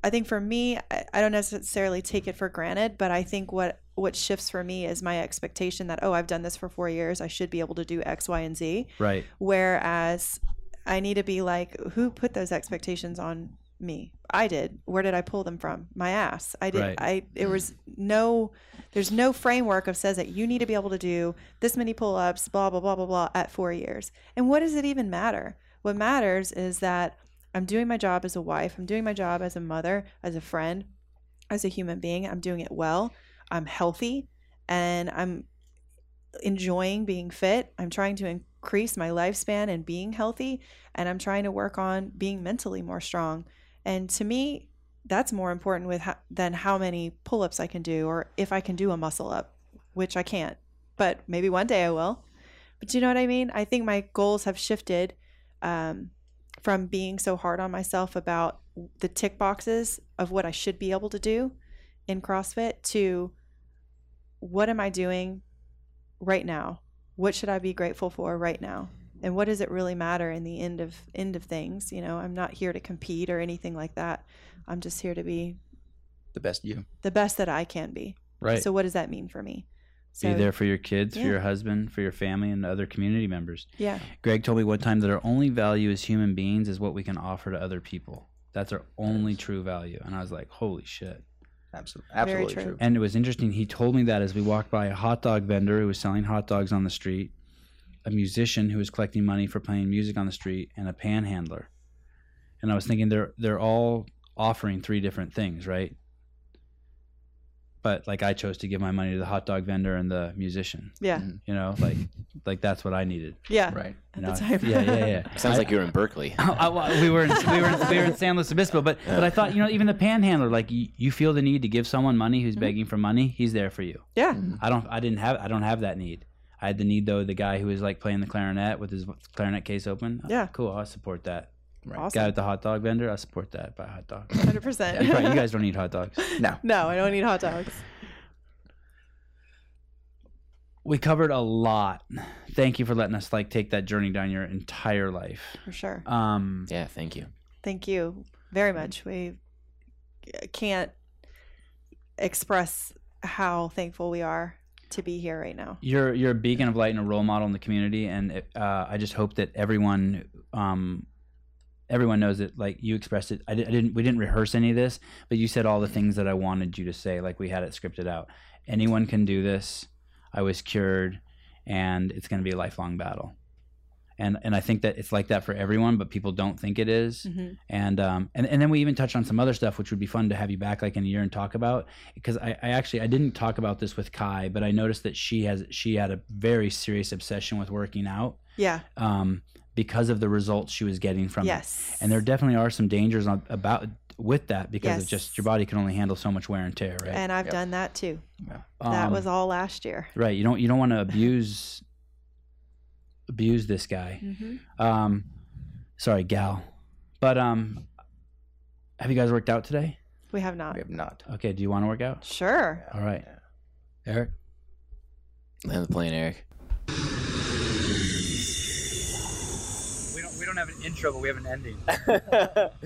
Speaker 2: I think for me, I, I don't necessarily take it for granted, but I think what what shifts for me is my expectation that oh, I've done this for four years, I should be able to do X, Y, and Z.
Speaker 1: Right.
Speaker 2: Whereas I need to be like, who put those expectations on me? I did. Where did I pull them from? My ass. I did.
Speaker 1: Right.
Speaker 2: I there was no there's no framework of says that you need to be able to do this many pull-ups, blah blah blah blah blah at 4 years. And what does it even matter? What matters is that I'm doing my job as a wife, I'm doing my job as a mother, as a friend, as a human being. I'm doing it well. I'm healthy and I'm enjoying being fit. I'm trying to increase my lifespan and being healthy. And I'm trying to work on being mentally more strong. And to me, that's more important with ho- than how many pull ups I can do or if I can do a muscle up, which I can't, but maybe one day I will. But do you know what I mean? I think my goals have shifted um, from being so hard on myself about the tick boxes of what I should be able to do in CrossFit to what am I doing right now? What should I be grateful for right now? And what does it really matter in the end of end of things? You know, I'm not here to compete or anything like that. I'm just here to be
Speaker 3: The best you.
Speaker 2: the best that I can be.
Speaker 1: Right.
Speaker 2: So what does that mean for me? So
Speaker 1: Be there for your kids,
Speaker 2: Yeah.
Speaker 1: for your husband, for your family, and other community members.
Speaker 2: yeah,
Speaker 1: Greg told me one time that our only value as human beings is what we can offer to other people. That's our only true value. And I was like, holy shit.
Speaker 3: Absolutely,
Speaker 2: Very
Speaker 3: absolutely
Speaker 2: true.
Speaker 3: true.
Speaker 1: And it was interesting. He told me that as we walked by a hot dog vendor who was selling hot dogs on the street, a musician who was collecting money for playing music on the street, and a panhandler. And I was thinking they're they're all offering three different things, right? But like I chose to give my money to the hot dog vendor and the musician.
Speaker 2: yeah,
Speaker 3: Mhm.
Speaker 1: You know, like like that's what I needed.
Speaker 2: yeah.
Speaker 3: Right.
Speaker 1: you
Speaker 2: At the
Speaker 1: know?
Speaker 2: time,
Speaker 1: Yeah, yeah, yeah.
Speaker 4: Sounds
Speaker 1: I-
Speaker 4: like you were in Berkeley.
Speaker 1: I, well, we were in, we were in, we were in San Luis Obispo, but but I thought you know even the panhandler like you, you feel the need to give someone money who's
Speaker 2: Mhm.
Speaker 1: begging for money he's there for you.
Speaker 2: yeah,
Speaker 1: I don't. I didn't have. I don't have that need. I had the need though. The guy who was like playing the clarinet with his clarinet case open. Oh,
Speaker 2: Yeah.
Speaker 1: cool. I support that.
Speaker 3: Right.
Speaker 1: Guy
Speaker 2: awesome,
Speaker 1: with the hot dog vendor. I support that. Buy a hot dog.
Speaker 2: hundred
Speaker 1: you, probably- you
Speaker 2: percent.
Speaker 1: guys don't eat hot dogs.
Speaker 3: Now,
Speaker 2: No, I don't need hot dogs.
Speaker 1: We covered a lot. Thank you for letting us like take that journey down your entire life.
Speaker 2: For sure.
Speaker 1: Um,
Speaker 4: Yeah, thank you.
Speaker 2: Thank you very much. We c- can't express how thankful we are to be here right now.
Speaker 1: you're you're a beacon of light and a role model in the community, and uh, I just hope that everyone um, everyone knows it. Like you expressed it. I, di- I didn't. We didn't rehearse any of this, but you said all the things that I wanted you to say. Like we had it scripted out. Anyone can do this. I was cured, and it's going to be a lifelong battle. And and I think that it's like that for everyone, but people don't think it is.
Speaker 2: Mhm.
Speaker 1: And um and, and then we even touched on some other stuff, which would be fun to have you back like in a year and talk about. Because I, I actually I didn't talk about this with Kai, but I noticed that she has she had a very serious obsession with working out
Speaker 2: Yeah.
Speaker 1: um, because of the results she was getting from it.
Speaker 2: yes.
Speaker 1: And there definitely are some dangers on, about with that because of
Speaker 2: Yes.
Speaker 1: just your body can only handle so much wear and tear, right?
Speaker 2: and I've
Speaker 3: Yep.
Speaker 2: done that too.
Speaker 1: Um,
Speaker 2: that was all last year.
Speaker 1: right. You don't you don't want to abuse abuse this guy.
Speaker 2: Mm-hmm.
Speaker 1: Um, sorry, gal. But um, have you guys worked out today?
Speaker 2: We have not.
Speaker 3: We have not.
Speaker 1: Okay. Do you want to work out?
Speaker 2: Sure.
Speaker 1: All right, Eric.
Speaker 4: Land the plane, Eric.
Speaker 1: We don't we don't have an intro, but we have an ending.